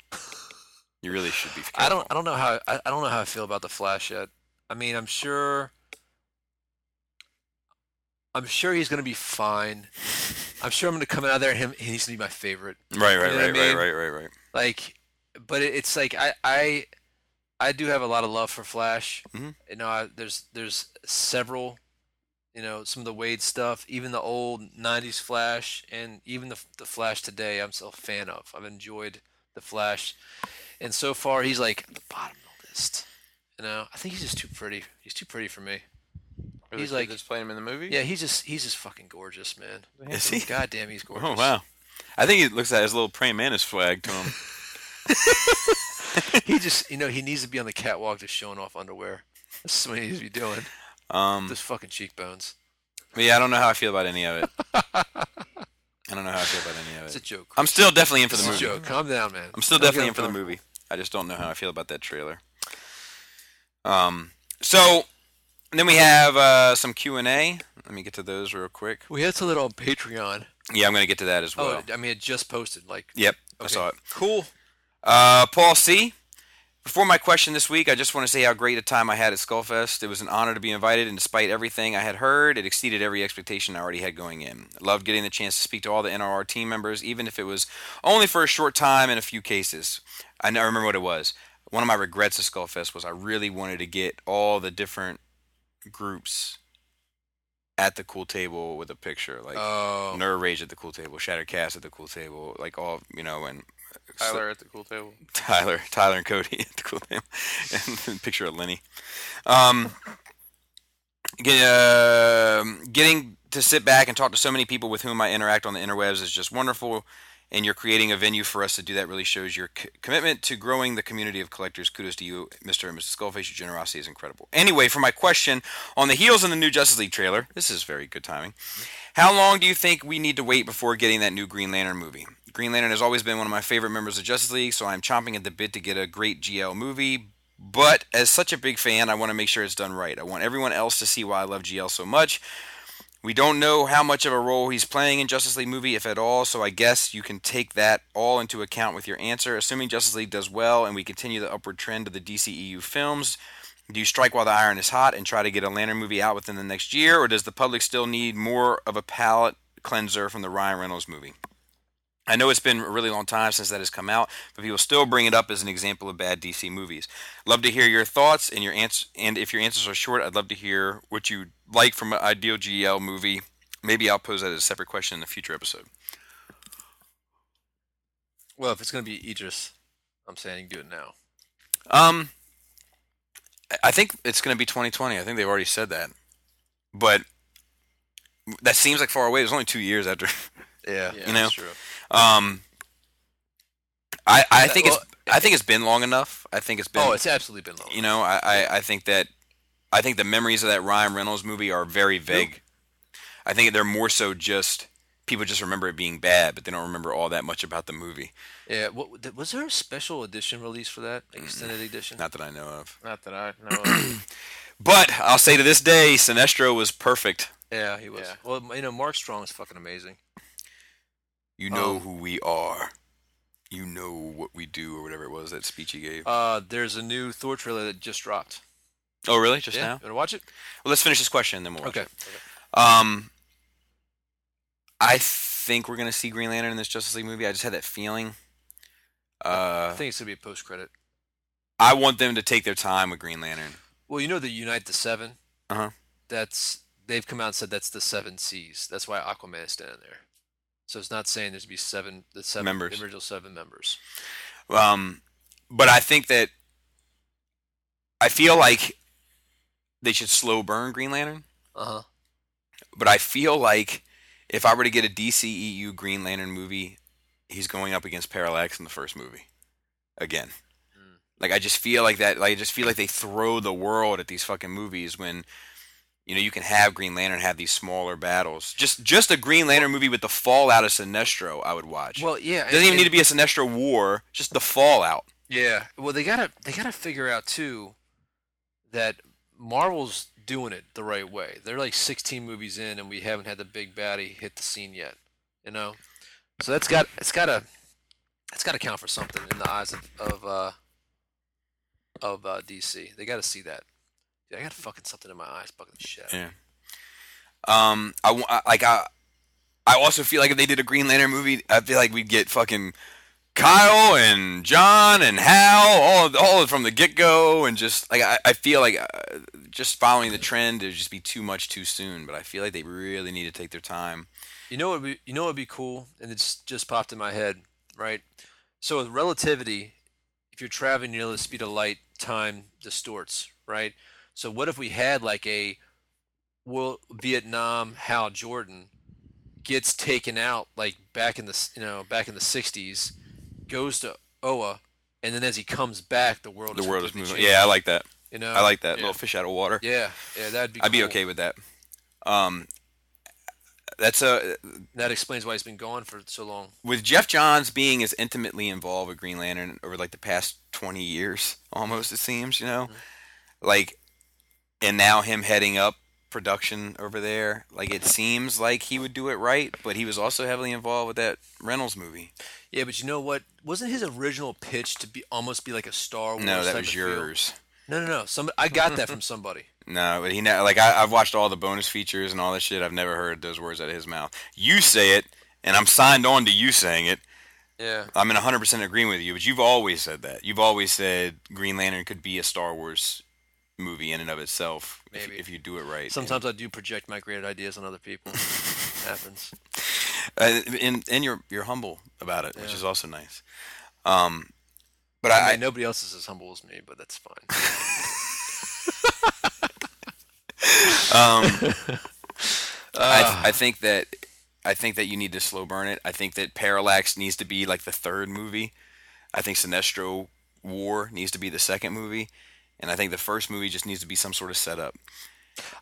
[SPEAKER 2] You really should be. Careful.
[SPEAKER 3] I don't I don't know how I, I don't know how I feel about the Flash yet. I mean, I'm sure I'm sure he's gonna be fine. I'm sure I'm gonna come out of there and him he's gonna be my favorite.
[SPEAKER 2] Right, right,
[SPEAKER 3] you know what I
[SPEAKER 2] right,
[SPEAKER 3] mean?
[SPEAKER 2] right, right, right, right.
[SPEAKER 3] Like but it, it's like I, I I do have a lot of love for Flash.
[SPEAKER 2] Mhm.
[SPEAKER 3] You know, I, there's there's several you know, some of the Wade stuff, even the old '90s Flash, and even the the Flash today, I'm still a fan of. I've enjoyed the Flash, and so far he's like at the bottom of the list. You know, I think he's just too pretty. He's too pretty for me.
[SPEAKER 4] Or
[SPEAKER 3] He's
[SPEAKER 4] the kid
[SPEAKER 3] like-
[SPEAKER 4] that's playing him in the movie.
[SPEAKER 3] Yeah, he's just he's just fucking gorgeous, man.
[SPEAKER 2] Is he?
[SPEAKER 3] God damn, he's gorgeous.
[SPEAKER 2] Oh wow. I think it looks like his little praying mantis swag to him.
[SPEAKER 3] He just you know he needs to be on the catwalk just showing off underwear. That's what he needs to be doing.
[SPEAKER 2] Um,
[SPEAKER 3] Those fucking cheekbones.
[SPEAKER 2] But yeah, I don't know how I feel about any of it. I don't know how I feel about any of
[SPEAKER 3] It's a
[SPEAKER 2] it.
[SPEAKER 3] joke.
[SPEAKER 2] I'm still definitely in for the
[SPEAKER 3] it's
[SPEAKER 2] movie.
[SPEAKER 3] a joke. Calm down, man.
[SPEAKER 2] I'm still
[SPEAKER 3] Don't get
[SPEAKER 2] definitely in for the
[SPEAKER 3] upfront.
[SPEAKER 2] movie. I just don't know how I feel about that trailer. Um, so and then we have uh, some Q and A. Let me get to those real quick.
[SPEAKER 3] We had to let on Patreon.
[SPEAKER 2] Yeah, I'm gonna get to that as
[SPEAKER 3] Oh,
[SPEAKER 2] well.
[SPEAKER 3] I mean, it just posted. Like,
[SPEAKER 2] Yep, I
[SPEAKER 3] Okay.
[SPEAKER 2] saw it.
[SPEAKER 3] Cool.
[SPEAKER 2] Uh, Paul C. Before my question this week, I just want to say how great a time I had at Skullfest. It was an honor to be invited, and despite everything I had heard, it exceeded every expectation I already had going in. I loved getting the chance to speak to all the NRR team members, even if it was only for a short time in a few cases. I now remember what it was. One of my regrets at Skullfest was I really wanted to get all the different groups at the cool table with a picture, like
[SPEAKER 3] Oh,
[SPEAKER 2] Nerd Rage at the cool table, Shattercast at the cool table, like all you know, and
[SPEAKER 4] Tyler at the cool table.
[SPEAKER 2] Tyler, Tyler and Cody at the cool name, and picture of Lenny. Um, get, um, getting to sit back and talk to so many people with whom I interact on the interwebs is just wonderful. And you're creating a venue for us to do that really shows your c- commitment to growing the community of collectors. Kudos to you, Mr. and Mrs. Skullface. Your generosity is incredible. Anyway, for my question on the heels of the new Justice League trailer, this is very good timing. How long do you think we need to wait before getting that new Green Lantern movie? Green Lantern has always been one of my favorite members of Justice League, so I'm chomping at the bit to get a great GL movie. But as such a big fan, I want to make sure it's done right. I want everyone else to see why I love GL so much. We don't know how much of a role he's playing in Justice League movie, if at all, so I guess you can take that all into account with your answer. Assuming Justice League does well and we continue the upward trend of the DCEU films, do you strike while the iron is hot and try to get a Lantern movie out within the next year, or does the public still need more of a palate cleanser from the Ryan Reynolds movie? I know it's been a really long time since that has come out, but people still bring it up as an example of bad DC movies. Love to hear your thoughts and your ans- and if your answers are short, I'd love to hear what you like from an ideal GL movie. Maybe I'll pose that as a separate question in a future episode.
[SPEAKER 3] well, if it's gonna be Idris, I'm saying you can do it now.
[SPEAKER 2] Um, I- I think it's going to be 2020. I think they've already said that, but that seems like far away. It was only two years after.
[SPEAKER 3] Yeah,
[SPEAKER 4] Yeah,
[SPEAKER 3] that's
[SPEAKER 2] know,
[SPEAKER 3] true.
[SPEAKER 2] Um, I I think
[SPEAKER 3] Well,
[SPEAKER 2] it's I think it's been long enough. I think it's been
[SPEAKER 3] oh, it's absolutely been long.
[SPEAKER 2] you know I, I I think that I think the memories of that Ryan Reynolds movie are very vague. I think they're more so just people just remember it being bad, but they don't remember all that much about the movie.
[SPEAKER 3] yeah, what th- was there a special edition release for that Like, extended edition?
[SPEAKER 2] Mm, Not that I know of.
[SPEAKER 4] Not that I know. of.
[SPEAKER 2] But I'll say to this day, Sinestro was perfect.
[SPEAKER 3] Yeah, he was.
[SPEAKER 4] Yeah.
[SPEAKER 3] Well, you know, Mark Strong is fucking amazing.
[SPEAKER 2] You know
[SPEAKER 3] Um,
[SPEAKER 2] who we are. You know what we do, or whatever it was that speech he gave.
[SPEAKER 3] Uh, there's a new Thor trailer that just dropped.
[SPEAKER 2] oh, really? Just
[SPEAKER 3] yeah,
[SPEAKER 2] now?
[SPEAKER 3] you wanna watch it?
[SPEAKER 2] Well, let's finish this question, then we'll. watch
[SPEAKER 3] Okay.
[SPEAKER 2] it. Um, I think we're gonna see Green Lantern in this Justice League movie. I just had that feeling.
[SPEAKER 3] I
[SPEAKER 2] Uh,
[SPEAKER 3] think it's gonna be a post credit.
[SPEAKER 2] I want them to take their time with Green Lantern.
[SPEAKER 3] Well, you know the Unite the Seven.
[SPEAKER 2] Uh-huh.
[SPEAKER 3] that's they've come out and said that's the seven C's. That's why Aquaman is standing there. So it's not saying there's be seven the seven
[SPEAKER 2] Members.
[SPEAKER 3] the original seven members.
[SPEAKER 2] Um, but I think that I feel like they should slow burn Green Lantern.
[SPEAKER 3] Uh huh.
[SPEAKER 2] But I feel like if I were to get a DCEU Green Lantern movie, he's going up against Parallax in the first movie again.
[SPEAKER 3] Mm.
[SPEAKER 2] Like I just feel like that. Like I just feel like they throw the world at these fucking movies when. You know, you can have Green Lantern have these smaller battles. Just, just a Green Lantern movie with the fallout of Sinestro, I would watch.
[SPEAKER 3] Well, yeah.
[SPEAKER 2] doesn't even need to be a Sinestro war, just the fallout.
[SPEAKER 3] Yeah. Well, they gotta they gotta figure out too that Marvel's doing it the right way. They're like 16 movies in, and we haven't had the big baddie hit the scene yet. You know, so that's got it's gotta it's gotta count for something in the eyes of of uh, of uh, DC. They gotta see that. Dude, I got fucking something in my eyes, fucking shit.
[SPEAKER 2] Yeah. Um, I wa- I- like I, I also feel like if they did a Green Lantern movie, I feel like we'd get fucking Kyle and John and Hal all all from the get go, and just like I, I feel like uh, just following the trend it'd just be too much too soon. But I feel like they really need to take their time.
[SPEAKER 3] You know what? Would be, you know what would be cool, and it just, just popped in my head, right? So with relativity, if you're traveling near the speed of light, time distorts, right? So what if we had like a well, Vietnam, Hal Jordan gets taken out like back in the s- you know back in the '60s, goes to Oa, and then as he comes back, the world
[SPEAKER 2] The
[SPEAKER 3] is
[SPEAKER 2] world is
[SPEAKER 3] completely
[SPEAKER 2] moving.
[SPEAKER 3] changed,
[SPEAKER 2] Yeah, I like that.
[SPEAKER 3] you know
[SPEAKER 2] I like that
[SPEAKER 3] yeah.
[SPEAKER 2] little fish out of water.
[SPEAKER 3] Yeah, yeah, that'd be.
[SPEAKER 2] I'd be
[SPEAKER 3] cool.
[SPEAKER 2] okay with that. Um, that's a
[SPEAKER 3] That explains why he's been gone for so long.
[SPEAKER 2] with Jeff Johns being as intimately involved with Green Lantern over like the past 20 years almost it seems, you know. Like and now him heading up production over there, like it seems like he would do it right, but he was also heavily involved with that Reynolds movie.
[SPEAKER 3] Yeah, but you know what? Wasn't his original pitch to be almost be like a Star Wars?
[SPEAKER 2] No, that
[SPEAKER 3] type
[SPEAKER 2] was
[SPEAKER 3] of feel?
[SPEAKER 2] yours.
[SPEAKER 3] No, no, no. Some I got that from somebody.
[SPEAKER 2] No, but he ne- like I, I've watched all the bonus features and all that shit. I've never heard those words out of his mouth. You say it, and I'm signed on to you saying it.
[SPEAKER 3] Yeah.
[SPEAKER 2] I'm in 100% agreement with you, but you've always said that. You've always said Green Lantern could be a Star Wars movie in and of itself if,
[SPEAKER 3] Maybe.
[SPEAKER 2] if you do it right.
[SPEAKER 3] Sometimes I do project my creative ideas on other people. happens.
[SPEAKER 2] Uh, and and you're you're humble about it, which
[SPEAKER 3] Yeah.
[SPEAKER 2] is also nice. Um, but
[SPEAKER 3] I,
[SPEAKER 2] I,
[SPEAKER 3] mean, nobody else is as humble as me, but that's fine.
[SPEAKER 2] um, I, I think that I think that you need to slow burn it. I think that Parallax needs to be like the third movie. I think Sinestro War needs to be the second movie, and I think the first movie just needs to be some sort of setup.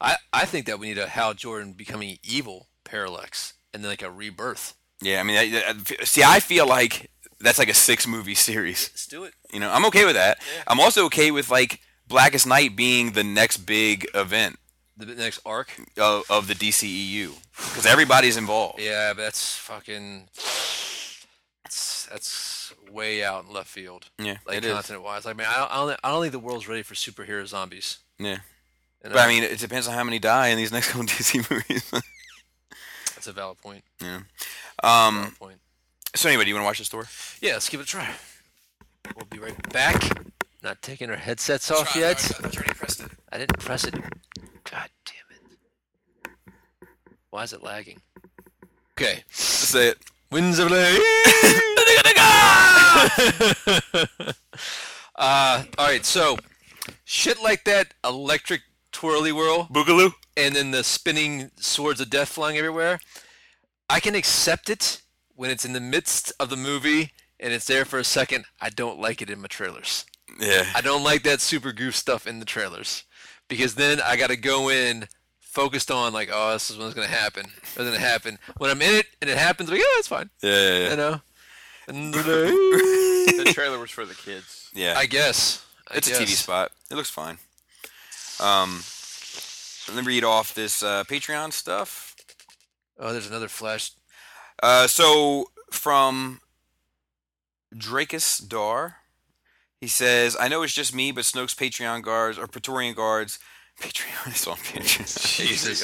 [SPEAKER 3] I I think that we need a Hal Jordan becoming evil parallax and then like a rebirth.
[SPEAKER 2] Yeah, I mean, I, I- see, I feel like that's like a six movie series.
[SPEAKER 3] Let's do it.
[SPEAKER 2] You know, I'm okay with that. I'm also okay with like Blackest Night being the next big event
[SPEAKER 3] The next arc.
[SPEAKER 2] of, of the DCEU because everybody's involved.
[SPEAKER 3] Yeah, but that's fucking. That's, that's way out in left field.
[SPEAKER 2] Yeah,
[SPEAKER 3] Like
[SPEAKER 2] it is.
[SPEAKER 3] content wise, I mean, I don't, I don't, I don't think the world's ready for superhero zombies.
[SPEAKER 2] Yeah,
[SPEAKER 3] You
[SPEAKER 2] but I mean, it depends on how many die in these next couple DC movies.
[SPEAKER 3] That's a valid point.
[SPEAKER 2] um.
[SPEAKER 3] Valid point.
[SPEAKER 2] So anyway, do you want to watch this store?
[SPEAKER 3] Yeah, let's give it a try. We'll be right back. Not taking our headsets off yet. I didn't press it. God damn it. Why is it lagging? Okay.
[SPEAKER 2] Say it.
[SPEAKER 3] Winds of uh, all right, so shit like that electric twirly whirl
[SPEAKER 2] Boogaloo.
[SPEAKER 3] and then the spinning swords of death flying everywhere. I can accept it when it's in the midst of the movie and it's there for a second. I don't like it in my trailers.
[SPEAKER 2] Yeah.
[SPEAKER 3] I don't like that super goof stuff in the trailers because then I got to go in focused on like, oh, this is what's gonna happen. It's gonna happen when I'm in it and it happens. I'm like, yeah, that's fine.
[SPEAKER 2] Yeah. Yeah.
[SPEAKER 3] You know. And-
[SPEAKER 4] the trailer was for the kids.
[SPEAKER 2] yeah.
[SPEAKER 3] I guess. I
[SPEAKER 2] It's a TV
[SPEAKER 3] guess.
[SPEAKER 2] spot. It looks fine. Um. Let me read off this uh, Patreon stuff.
[SPEAKER 3] Oh, there's another flash.
[SPEAKER 2] Uh, so from Drakus Dar, he says, "I know it's just me, but Snoke's Patreon guards or Praetorian guards, Patreon is on Patreon.
[SPEAKER 3] Jesus.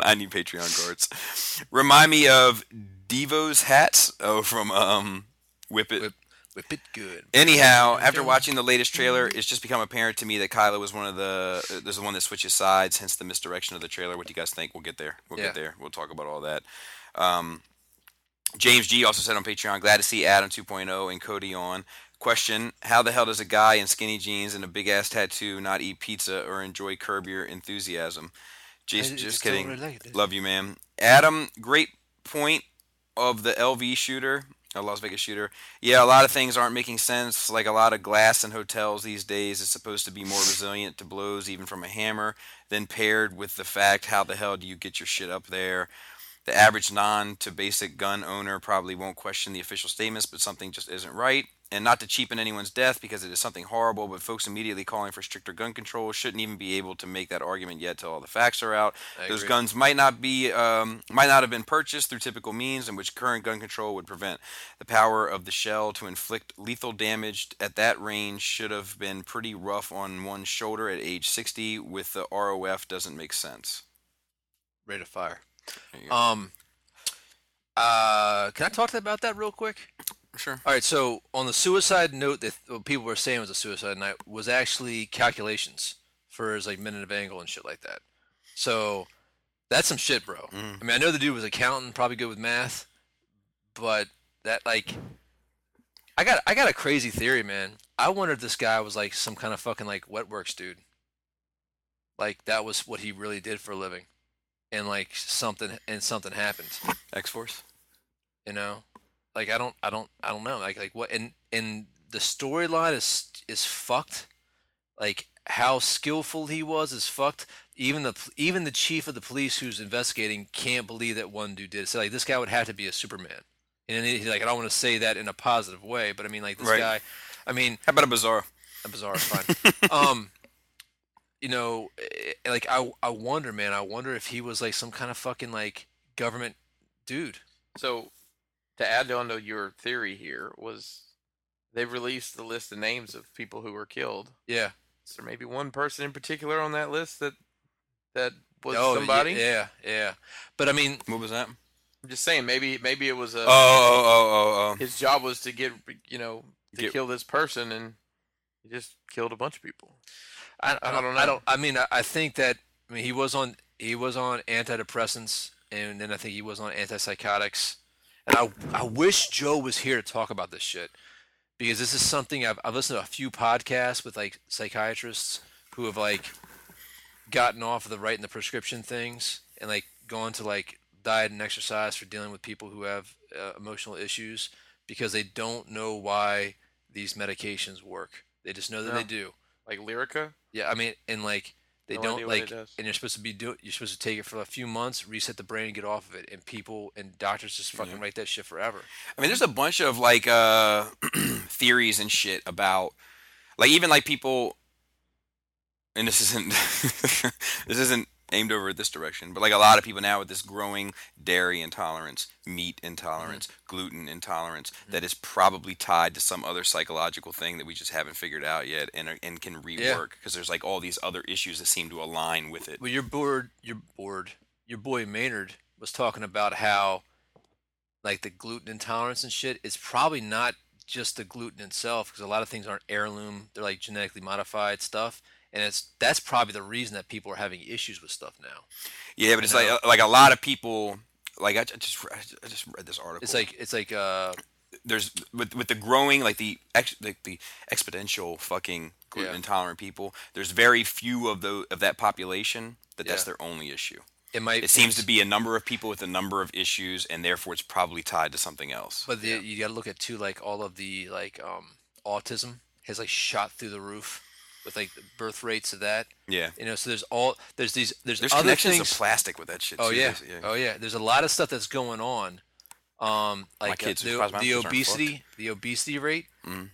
[SPEAKER 2] I need Patreon guards. Remind me of Devo's hats. Oh, from um, Whip It.
[SPEAKER 3] Whip- Whip it good.
[SPEAKER 2] Anyhow, after watching the latest trailer, it's just become apparent to me that Kylo is one of the uh, there's the one that switches sides, hence the misdirection of the trailer. What do you guys think? We'll get there. We'll
[SPEAKER 3] Yeah.
[SPEAKER 2] get there. We'll talk about all that. Um, James G also said on Patreon, glad to see Adam 2.0 and Cody on. Question: How the hell does a guy in skinny jeans and a big ass tattoo not eat pizza or enjoy Curb Your Enthusiasm? Just,
[SPEAKER 3] I
[SPEAKER 2] just
[SPEAKER 3] just don't
[SPEAKER 2] kidding.
[SPEAKER 3] relate it.
[SPEAKER 2] Love you, man. Adam, great point of the LV shooter, a Las Vegas shooter. Yeah, a lot of things aren't making sense. Like a lot of glass in hotels these days is supposed to be more resilient to blows, even from a hammer. Then paired with the fact, how the hell do you get your shit up there? The average non to basic gun owner probably won't question the official statements, but something just isn't right. And not to cheapen anyone's death because it is something horrible, but folks immediately calling for stricter gun control shouldn't even be able to make that argument yet till all the facts are out.
[SPEAKER 3] I
[SPEAKER 2] Those
[SPEAKER 3] agree.
[SPEAKER 2] guns might not be um, might not have been purchased through typical means, and which current gun control would prevent. The power of the shell to inflict lethal damage at that range should have been pretty rough on one shoulder at age 60. With the ROF, doesn't make sense.
[SPEAKER 3] Rate of fire.
[SPEAKER 2] There you go.
[SPEAKER 3] Um. Uh, can I talk about that real quick?
[SPEAKER 2] sure.
[SPEAKER 3] All right, so on the suicide note that what people were saying was a suicide note was actually calculations for his like minute of angle and shit like that. So that's some shit, bro.
[SPEAKER 2] Mm-hmm.
[SPEAKER 3] I mean, I know the dude was accountant, probably good with math, but that like I got I got a crazy theory, man. I wonder if this guy was like some kind of fucking like wet works dude. Like that was what he really did for a living. And like something and something happened
[SPEAKER 2] X Force.
[SPEAKER 3] you know like i don't i don't i don't know like like what and and the storyline is is fucked like how skillful he was is fucked even the pl- even the chief of the police who's investigating can't believe that one dude did it so like this guy would have to be a superman and then he's like i don't want to say that in a positive way but i mean like this
[SPEAKER 2] Right.
[SPEAKER 3] guy i mean
[SPEAKER 2] How about a Bizarro?
[SPEAKER 3] a bizarre fun. um, you know, eh, like I, I wonder, man. I wonder if he was like some kind of fucking like government dude.
[SPEAKER 4] So, to add on to your theory here was they released the list of names of people who were killed.
[SPEAKER 3] Yeah.
[SPEAKER 4] Is there maybe one person in particular on that list that that was
[SPEAKER 3] Oh, ye-
[SPEAKER 4] somebody?
[SPEAKER 3] Yeah, yeah. But I mean,
[SPEAKER 2] What was that?
[SPEAKER 4] I'm just saying, maybe maybe it was a
[SPEAKER 2] Oh, oh, oh, oh,
[SPEAKER 3] Um,
[SPEAKER 2] oh.
[SPEAKER 4] his job was to get you know to
[SPEAKER 2] Get-
[SPEAKER 4] kill this person, and he just killed a bunch of people.
[SPEAKER 3] I, I
[SPEAKER 4] I
[SPEAKER 3] don't,
[SPEAKER 4] don't
[SPEAKER 3] I
[SPEAKER 4] know.
[SPEAKER 3] don't. I mean, I, I think that. I mean, he was on he was on antidepressants, and then I think he was on antipsychotics. And I I wish Joe was here to talk about this shit because this is something I've I've listened to a few podcasts with like psychiatrists who have like gotten off of the writing the prescription things and like gone to like diet and exercise for dealing with people who have uh, emotional issues because they don't know why these medications work. They just know that they
[SPEAKER 4] Yeah.
[SPEAKER 3] do.
[SPEAKER 4] Like Lyrica,
[SPEAKER 3] Yeah, I mean, and like they
[SPEAKER 4] No
[SPEAKER 3] don't
[SPEAKER 4] idea what it
[SPEAKER 3] like,
[SPEAKER 4] does.
[SPEAKER 3] and you're supposed to be do you're supposed to take it for a few months, reset the brain, and get off of it. And people and doctors just fucking write that shit forever.
[SPEAKER 2] oh. I mean, there's a bunch of like uh, theories and shit about, like even like people, and this isn't this isn't aimed over this direction, but like a lot of people now with this growing dairy intolerance, meat intolerance, gluten intolerance, that is probably tied to some other psychological thing that we just haven't figured out yet, and are- and can rework because there's like all these other issues that seem to align with it.
[SPEAKER 3] Well, your board, your board, your boy Maynard was talking about how, like the gluten intolerance and shit, it's probably not just the gluten itself because a lot of things aren't heirloom; they're like genetically modified stuff, and it's that's probably the reason that people are having issues with stuff now.
[SPEAKER 2] Yeah, but it's like uh,
[SPEAKER 3] know. like
[SPEAKER 2] like a lot of people. Like I ju- just, re- I just read this article.
[SPEAKER 3] It's like it's like uh
[SPEAKER 2] there's with with the growing like the ex, like the exponential fucking gluten
[SPEAKER 3] Yeah.
[SPEAKER 2] intolerant people. There's very few of the of that population that that's
[SPEAKER 3] Yeah.
[SPEAKER 2] their only issue.
[SPEAKER 3] it might
[SPEAKER 2] It seems to be a number of people with a number of issues, and therefore it's probably tied to something else.
[SPEAKER 3] But the, you got to look at too, like all of the like um autism has like shot through the roof with like the birth rates of that.
[SPEAKER 2] yeah,
[SPEAKER 3] You know, so there's all there's these there's,
[SPEAKER 2] there's
[SPEAKER 3] other
[SPEAKER 2] connections
[SPEAKER 3] things.
[SPEAKER 2] of plastic with that shit.
[SPEAKER 3] oh
[SPEAKER 2] too.
[SPEAKER 3] yeah.
[SPEAKER 2] There's-
[SPEAKER 3] oh yeah. There's a lot of stuff that's going on. Um, like uh,
[SPEAKER 2] kids are surprised
[SPEAKER 3] the,
[SPEAKER 2] my
[SPEAKER 3] the
[SPEAKER 2] kids aren't Mm-hmm.
[SPEAKER 3] obesity, the obesity rate.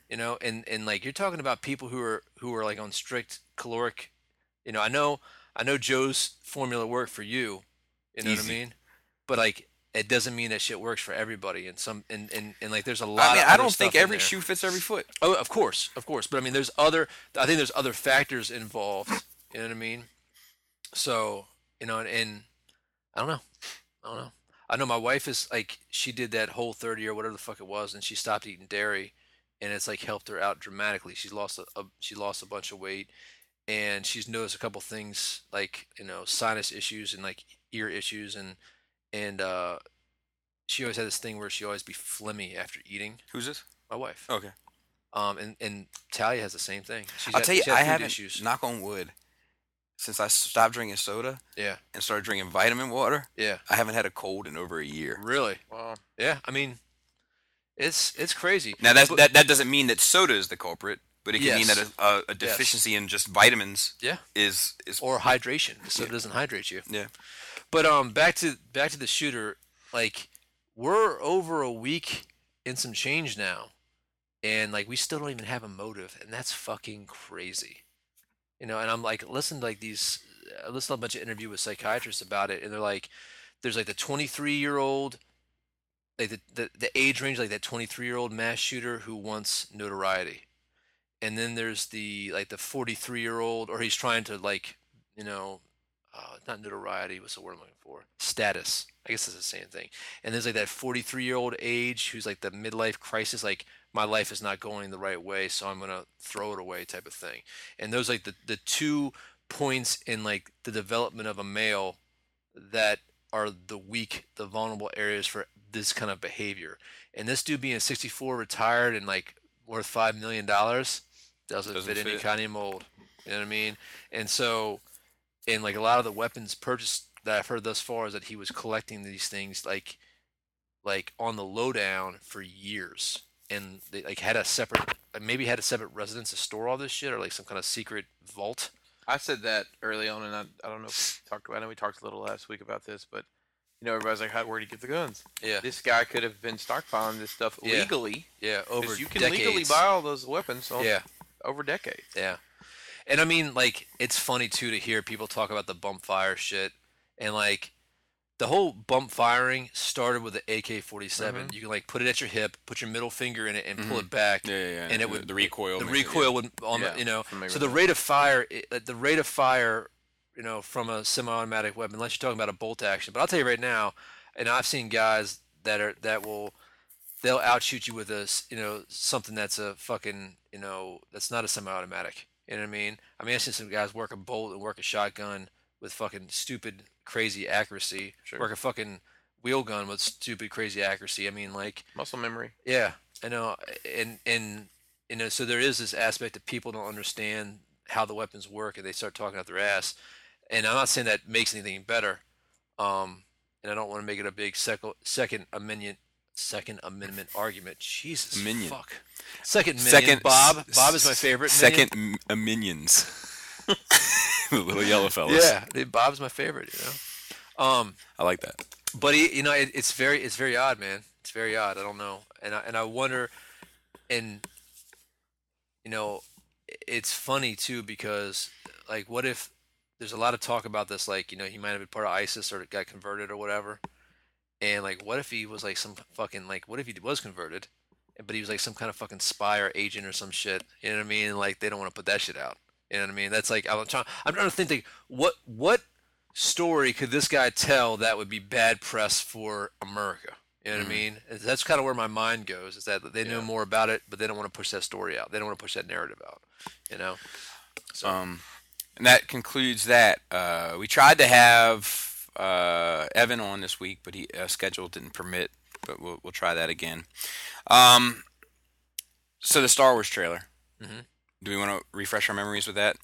[SPEAKER 3] You know, and and like you're talking about people who are who are like on strict caloric. You know, I know I know Joe's formula worked for you. You know what I
[SPEAKER 2] Easy.
[SPEAKER 3] mean? But like. It doesn't mean that shit works for everybody, and some and, and, and like there's a lot.
[SPEAKER 2] I mean,
[SPEAKER 3] of
[SPEAKER 2] I
[SPEAKER 3] other
[SPEAKER 2] don't think
[SPEAKER 3] stuff in
[SPEAKER 2] every
[SPEAKER 3] there.
[SPEAKER 2] shoe fits every foot.
[SPEAKER 3] Oh, of course, of course. But I mean, there's other. I think there's other factors involved. You know what I mean? So you know, and, and I don't know. I don't know. I know my wife is like she did that whole thirty or whatever the fuck it was, and she stopped eating dairy, and it's like helped her out dramatically. She's lost a, a she lost a bunch of weight, and she's noticed a couple things like you know sinus issues and like ear issues and and uh, she always had this thing where she always be phlegmy after eating.
[SPEAKER 2] Who's this?
[SPEAKER 3] My wife,
[SPEAKER 2] Okay.
[SPEAKER 3] um, and and Talia has the same thing. She's
[SPEAKER 2] I'll
[SPEAKER 3] had-
[SPEAKER 2] tell you,
[SPEAKER 3] she had
[SPEAKER 2] I
[SPEAKER 3] food
[SPEAKER 2] haven't.
[SPEAKER 3] issues.
[SPEAKER 2] Knock on wood. Since I stopped drinking soda
[SPEAKER 3] yeah,
[SPEAKER 2] and started drinking vitamin water,
[SPEAKER 3] yeah,
[SPEAKER 2] I haven't had a cold in over a year.
[SPEAKER 3] really,
[SPEAKER 4] Wow.
[SPEAKER 3] yeah. I mean, it's it's crazy.
[SPEAKER 2] Now that's,
[SPEAKER 3] But-
[SPEAKER 2] that that doesn't mean that soda is the culprit, but it can mean
[SPEAKER 3] Yes.
[SPEAKER 2] that a, a, a deficiency in just vitamins
[SPEAKER 3] Yeah.
[SPEAKER 2] is is
[SPEAKER 3] or hydration. So it doesn't hydrate you.
[SPEAKER 2] Yeah.
[SPEAKER 3] But um, back to back to the shooter. Like we're over a week in some change now, and like we still don't even have a motive, and that's fucking crazy. You know, and I'm like, listen, to, like these, I listened to a bunch of interview with psychiatrists about it, and they're like, there's like the 23 year old, like the, the the age range, like that 23 year old mass shooter who wants notoriety, and then there's the like the 43 year old, or he's trying to like, you know, uh, not notoriety. What's the word I'm looking for? Status. I guess it's the same thing. And there's like that 43 year old age who's like the midlife crisis, like my life is not going the right way, so I'm gonna throw it away type of thing. And those like the the two points in like the development of a male that are the weak, the vulnerable areas for this kind of behavior. And this dude being 64, retired, and like worth five million dollars doesn't,
[SPEAKER 2] Doesn't
[SPEAKER 3] fit any
[SPEAKER 2] fit.
[SPEAKER 3] kind of mold. You know what I mean? And so and like a lot of the weapons purchased that I've heard thus far is that he was collecting these things like like on the lowdown for years and they like had a separate like, maybe had a separate residence to store all this shit or like some kind of secret vault.
[SPEAKER 4] I said that early on, and I, I don't know if we talked about. I know we talked a little last week about this, but you know, everybody's like, "How? Where do you get the guns?"
[SPEAKER 3] Yeah.
[SPEAKER 4] This guy could have been stockpiling this stuff
[SPEAKER 3] Yeah.
[SPEAKER 4] legally
[SPEAKER 3] Yeah, over
[SPEAKER 4] because you can
[SPEAKER 3] decades.
[SPEAKER 4] legally buy all those weapons on,
[SPEAKER 3] Yeah.
[SPEAKER 4] over decades.
[SPEAKER 3] Yeah. And I mean, like, it's funny too to hear people talk about the bump fire shit. And like, the whole bump firing started with the AK 47.
[SPEAKER 4] Mm-hmm.
[SPEAKER 3] You can like put it at your hip, put your middle finger in it, and pull it back.
[SPEAKER 2] Yeah, yeah, yeah.
[SPEAKER 3] And it
[SPEAKER 2] The-
[SPEAKER 3] would
[SPEAKER 2] the recoil
[SPEAKER 3] The
[SPEAKER 2] makes it-
[SPEAKER 3] recoil would, on the-
[SPEAKER 4] Yeah,
[SPEAKER 3] you know.
[SPEAKER 4] familiar
[SPEAKER 3] So
[SPEAKER 4] with
[SPEAKER 3] the
[SPEAKER 4] that.
[SPEAKER 3] rate of fire, it, like, the rate of fire, you know, from a semi-automatic weapon, unless you're talking about a bolt action. But I'll tell you right now, and I've seen guys that are that will they'll outshoot you with a s- you know something that's a fucking you know that's not a semi-automatic. You know what I mean? I mean, I've seen some guys work a bolt and work a shotgun with fucking stupid crazy accuracy.
[SPEAKER 4] Sure.
[SPEAKER 3] Work a fucking wheel gun with stupid crazy accuracy. I mean, like
[SPEAKER 4] Muscle memory.
[SPEAKER 3] yeah, I know, and and you know, so there is this aspect that people don't understand how the weapons work, and they start talking out their ass. And I'm not saying that makes anything better, um, and I don't want to make it a big seco- second amendment second amendment argument. Jesus,
[SPEAKER 2] Minion.
[SPEAKER 3] fuck. Second minion.
[SPEAKER 2] Second
[SPEAKER 3] Bob. Bob is my favorite. minion.
[SPEAKER 2] Second m- uh, minions. the little yellow fellas.
[SPEAKER 3] Yeah, dude, Bob's my favorite. You know. Um,
[SPEAKER 2] I like that.
[SPEAKER 3] but he, you know, it, it's very, it's very odd, man. It's very odd. I don't know, and I, and I wonder, and you know, i- it's funny too because, like, what if there's a lot of talk about this, like, you know, he might have been part of ISIS or got converted or whatever, and like, what if he was like some fucking like, what if he was converted, but he was like some kind of fucking spy or agent or some shit, you know what I mean? Like, they don't want to put that shit out. You know what I mean? That's like I'm trying. I'm trying to think like what what story could this guy tell that would be bad press for America? You
[SPEAKER 4] Mm.
[SPEAKER 3] know what I mean? That's kind of where my mind goes. Is that they know more about it, but they don't want to push that story out. They don't want to push that narrative out. You know?
[SPEAKER 2] Um, and that concludes that. Uh, we tried to have uh, Evan on this week, but he uh, schedule didn't permit. But we'll we'll try that again. Um, so the Star Wars trailer.
[SPEAKER 3] Mhm.
[SPEAKER 2] Do we want to refresh our memories with that?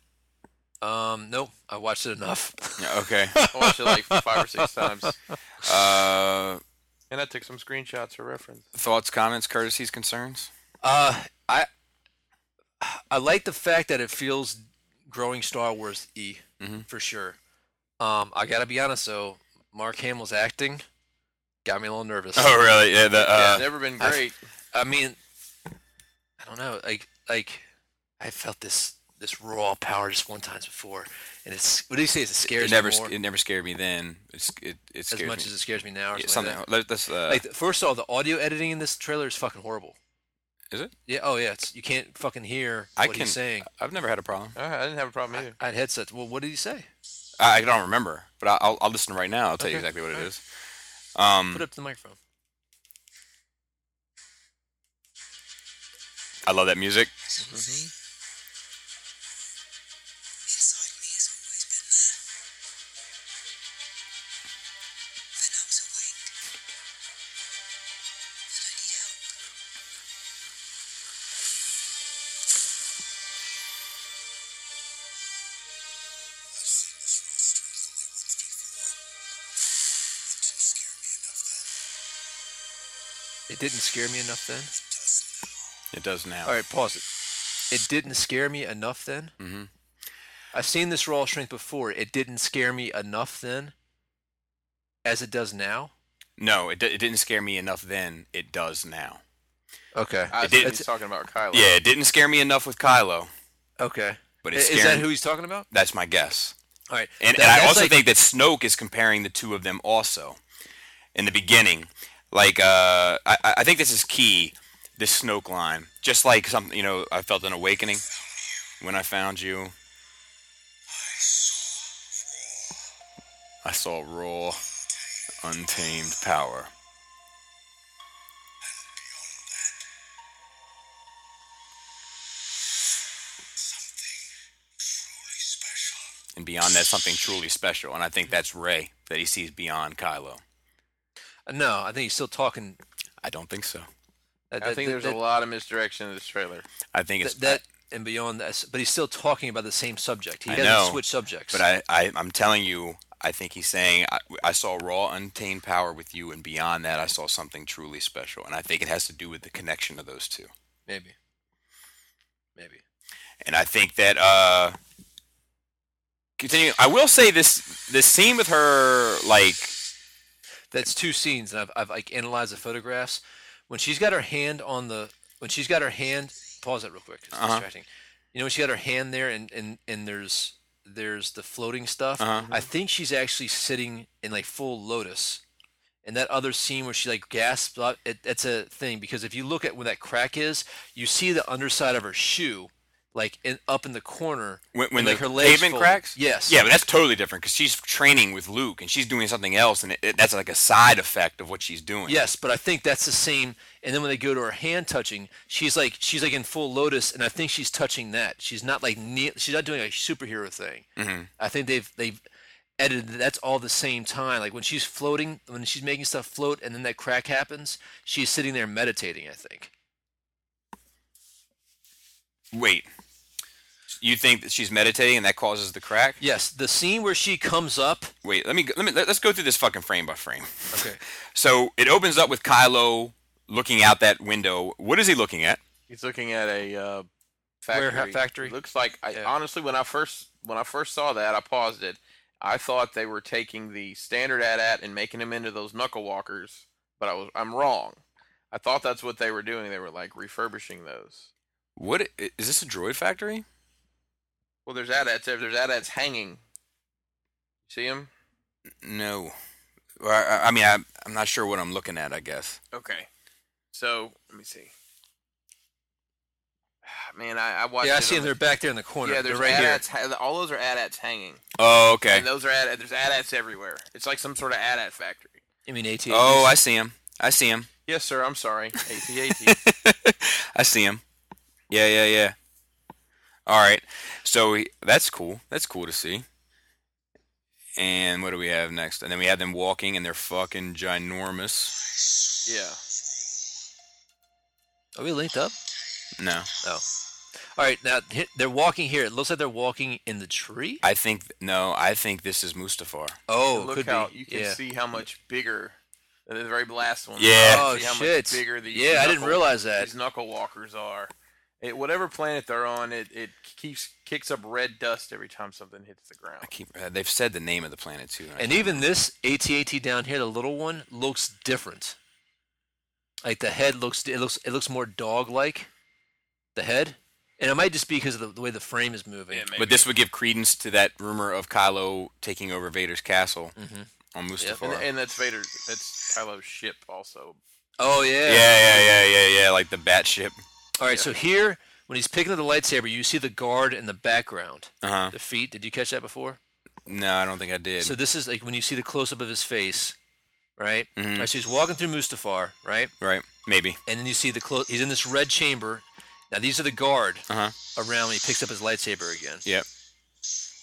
[SPEAKER 3] Um, nope. I watched it enough.
[SPEAKER 2] Yeah, okay.
[SPEAKER 4] I watched it like five or six times,
[SPEAKER 2] uh,
[SPEAKER 4] and I took some screenshots for reference.
[SPEAKER 2] thoughts, comments, courtesies, concerns.
[SPEAKER 3] Uh, I I like the fact that it feels growing Star Wars e
[SPEAKER 4] Mm-hmm.
[SPEAKER 2] Mhm.
[SPEAKER 3] for sure. Um, I gotta be honest though, Mark Hamill's acting got me a little nervous.
[SPEAKER 4] Oh,
[SPEAKER 2] Oh, really? Yeah.
[SPEAKER 3] Uh,
[SPEAKER 2] The, uh,
[SPEAKER 4] yeah, it's never been
[SPEAKER 3] I've-
[SPEAKER 4] great.
[SPEAKER 3] I mean, I don't know. Like, like I felt this this raw power just one times before, and it's what do you say? It's a scares
[SPEAKER 2] it never
[SPEAKER 3] me
[SPEAKER 2] sc-
[SPEAKER 3] more
[SPEAKER 2] it never scared me then. It's it it
[SPEAKER 3] as
[SPEAKER 2] scares
[SPEAKER 3] much
[SPEAKER 2] me.
[SPEAKER 3] as it scares me now. Or
[SPEAKER 2] Yeah,
[SPEAKER 3] something.
[SPEAKER 2] something.
[SPEAKER 3] Like,
[SPEAKER 2] Let, us uh,
[SPEAKER 3] that. like first of all, the audio editing in this trailer is fucking horrible.
[SPEAKER 2] is it?
[SPEAKER 3] Yeah. Oh yeah. It's, you can't fucking hear
[SPEAKER 2] I
[SPEAKER 3] what
[SPEAKER 2] can-
[SPEAKER 3] he's saying.
[SPEAKER 2] I've never had a problem.
[SPEAKER 4] Uh, I didn't have a problem
[SPEAKER 3] I,
[SPEAKER 4] either.
[SPEAKER 3] I had headsets. Well, what did he say?
[SPEAKER 2] I, I don't remember, but I- I'll I'll listen right now. I'll tell you
[SPEAKER 3] Okay,
[SPEAKER 2] exactly what it
[SPEAKER 3] alright.
[SPEAKER 2] is. Um,
[SPEAKER 3] Put it up to the microphone.
[SPEAKER 2] I love that music.
[SPEAKER 5] Inside me has always been there. Then I was awake. But I need help. I've seen this roster in only one three four. It didn't scare me enough then.
[SPEAKER 3] It didn't scare me enough then.
[SPEAKER 5] It does now.
[SPEAKER 2] It does now.
[SPEAKER 3] All right, pause it. It didn't scare me enough then. Mm-hmm. I've seen this raw strength before. It didn't scare me enough then, as it does now.
[SPEAKER 2] No, it, d- it didn't scare me enough then. It does now.
[SPEAKER 3] Okay.
[SPEAKER 4] I
[SPEAKER 2] did-
[SPEAKER 4] think he's talking about
[SPEAKER 3] Oh,
[SPEAKER 4] Kylo.
[SPEAKER 2] Yeah, it didn't scare me enough with Kylo.
[SPEAKER 3] okay.
[SPEAKER 2] But
[SPEAKER 3] But
[SPEAKER 2] it's
[SPEAKER 3] is, that
[SPEAKER 2] scaring-
[SPEAKER 3] who he's talking about?
[SPEAKER 2] That's my guess.
[SPEAKER 3] All right.
[SPEAKER 2] And,
[SPEAKER 3] That-
[SPEAKER 2] and I
[SPEAKER 3] that's
[SPEAKER 2] also
[SPEAKER 3] like-
[SPEAKER 2] think that Snoke is comparing the two of them also in the beginning. Like, uh, I, I I think this is key, this Snoke line. Just like something, you know, I felt an awakening when I found you. I saw raw, untamed power.
[SPEAKER 5] Truly special.
[SPEAKER 2] And beyond that, something truly special. And I think that's Ray that he sees beyond Kylo.
[SPEAKER 3] no, I think he's still talking.
[SPEAKER 2] I don't think so.
[SPEAKER 3] that-
[SPEAKER 4] I
[SPEAKER 3] that-
[SPEAKER 4] think
[SPEAKER 3] that-
[SPEAKER 4] there's
[SPEAKER 3] that-
[SPEAKER 4] a lot of misdirection in this trailer.
[SPEAKER 2] I think it's
[SPEAKER 3] that, that and beyond that, but he's still talking about the same subject. He
[SPEAKER 2] I
[SPEAKER 3] doesn't
[SPEAKER 2] know,
[SPEAKER 3] switch subjects.
[SPEAKER 2] But I, I, I'm telling you, I think he's saying, I, I saw raw, untamed power with you, and beyond that, I saw something truly special. And I think it has to do with the connection of those two.
[SPEAKER 3] maybe, maybe.
[SPEAKER 2] And I think that, uh, continue. I will say this this scene with her, like,
[SPEAKER 3] That's two scenes, and I've, I've like analyzed the photographs. When she's got her hand on the, when she's got her hand, pause that real quick. It's
[SPEAKER 2] Uh-huh.
[SPEAKER 3] distracting. You know, when she got her hand there, and and and there's there's the floating stuff.
[SPEAKER 2] Uh-huh.
[SPEAKER 3] I think she's actually sitting in like full lotus. And that other scene where she like gasps out, it, it's a thing because if you look at where that crack is, you see the underside of her shoe, like in, up in the corner.
[SPEAKER 2] when, when
[SPEAKER 3] and,
[SPEAKER 2] the
[SPEAKER 3] like her legs
[SPEAKER 2] pavement
[SPEAKER 3] fold.
[SPEAKER 2] cracks?
[SPEAKER 3] Yes.
[SPEAKER 2] Yeah, but that's totally different because she's training with Luke and she's doing something else, and it, it, that's like a side effect of what she's doing.
[SPEAKER 3] Yes, but I think that's the same. And then when they go to her hand touching, she's like she's like in full lotus, and I think she's touching that. She's not like kneel, she's not doing a superhero thing. Mm-hmm. I think they've they've edited that- that's all the same time. Like when she's floating, when she's making stuff float, and then that crack happens, she's sitting there meditating. I think.
[SPEAKER 2] Wait. You think that she's meditating and that causes the crack?
[SPEAKER 3] Yes, the scene where she comes up.
[SPEAKER 2] Wait, let me go- let me let- let's go through this fucking frame by frame.
[SPEAKER 3] Okay.
[SPEAKER 2] So it opens up with Kylo looking out that window. What is he looking at?
[SPEAKER 4] He's looking at a uh,
[SPEAKER 3] Warehouse-
[SPEAKER 4] factory.
[SPEAKER 3] factory?
[SPEAKER 4] It looks like I
[SPEAKER 3] Yeah.
[SPEAKER 4] honestly, when I first when I first saw that, I paused it. I thought they were taking the standard AT-AT and making him into those knuckle walkers, but I was I'm wrong. I thought that's what they were doing. They were like refurbishing those.
[SPEAKER 2] What i- is this a droid factory?
[SPEAKER 4] Well, there's AT-ATs. there- There's AT-ATs hanging. See him?
[SPEAKER 2] No. Or, I, I mean, I, I'm not sure what I'm looking at. I guess.
[SPEAKER 4] Okay. So let me see. Man, I, I watched.
[SPEAKER 3] yeah, I
[SPEAKER 4] it
[SPEAKER 3] see
[SPEAKER 4] on
[SPEAKER 3] them. They're back there in the corner.
[SPEAKER 4] Yeah,
[SPEAKER 3] they're
[SPEAKER 4] there's
[SPEAKER 3] right here.
[SPEAKER 4] AT-ATs. ha- All those are AT-ATs hanging.
[SPEAKER 2] Oh, okay.
[SPEAKER 4] And those are ad- there's AT-ATs everywhere. It's like some sort of AT-AT factory.
[SPEAKER 3] I mean, AT.
[SPEAKER 2] Oh, I see him. I see him.
[SPEAKER 4] Yes, sir. I'm sorry. AT-AT.
[SPEAKER 2] I see him. Yeah, yeah, yeah. All right. So he, that's cool. That's cool to see. And what do we have next? And then we have them walking, and they're fucking ginormous.
[SPEAKER 4] yeah.
[SPEAKER 3] are we linked up?
[SPEAKER 2] No,
[SPEAKER 3] No. All right, now hi- they're walking here. It looks like they're walking in the tree.
[SPEAKER 2] I think no. I think this is Mustafar.
[SPEAKER 3] Oh,
[SPEAKER 4] Look
[SPEAKER 3] could
[SPEAKER 4] how
[SPEAKER 3] be.
[SPEAKER 4] you can
[SPEAKER 3] yeah.
[SPEAKER 4] see how much bigger than the very last one.
[SPEAKER 2] Yeah.
[SPEAKER 4] You
[SPEAKER 3] Oh
[SPEAKER 4] can see how
[SPEAKER 3] shit!
[SPEAKER 4] Much bigger these
[SPEAKER 3] yeah, I didn't
[SPEAKER 4] knuckle-
[SPEAKER 3] realize that.
[SPEAKER 4] these knuckle walkers are. It, whatever planet they're on, it, it keeps kicks up red dust every time something hits the ground.
[SPEAKER 2] I keep. uh, They've said the name of the planet too. and I
[SPEAKER 3] And even this ATAT down here, the little one, looks different. Like the head looks, it looks, it looks more dog-like. The head, and it might just be because of the, the way the frame is moving.
[SPEAKER 4] Yeah,
[SPEAKER 2] But this would give credence to that rumor of Kylo taking over Vader's castle
[SPEAKER 3] Mm-hmm.
[SPEAKER 2] on Mustafar.
[SPEAKER 4] and, and that's Vader. That's Kylo's ship also.
[SPEAKER 3] oh yeah.
[SPEAKER 2] yeah, yeah, yeah, yeah, yeah, like the bat ship.
[SPEAKER 3] All right, so here when he's picking up the lightsaber, you see the guard in the background,
[SPEAKER 2] Uh huh.
[SPEAKER 3] the feet. Did you catch that before?
[SPEAKER 2] No, I don't think I did.
[SPEAKER 3] So this is like when you see the close-up of his face, right?
[SPEAKER 2] Mm-hmm.
[SPEAKER 3] All right so he's walking through Mustafar, right?
[SPEAKER 2] right? Maybe.
[SPEAKER 3] and then you see the clo- he's in this red chamber Now these are the guard
[SPEAKER 2] Uh-huh.
[SPEAKER 3] around when he picks up his lightsaber again.
[SPEAKER 2] Yep.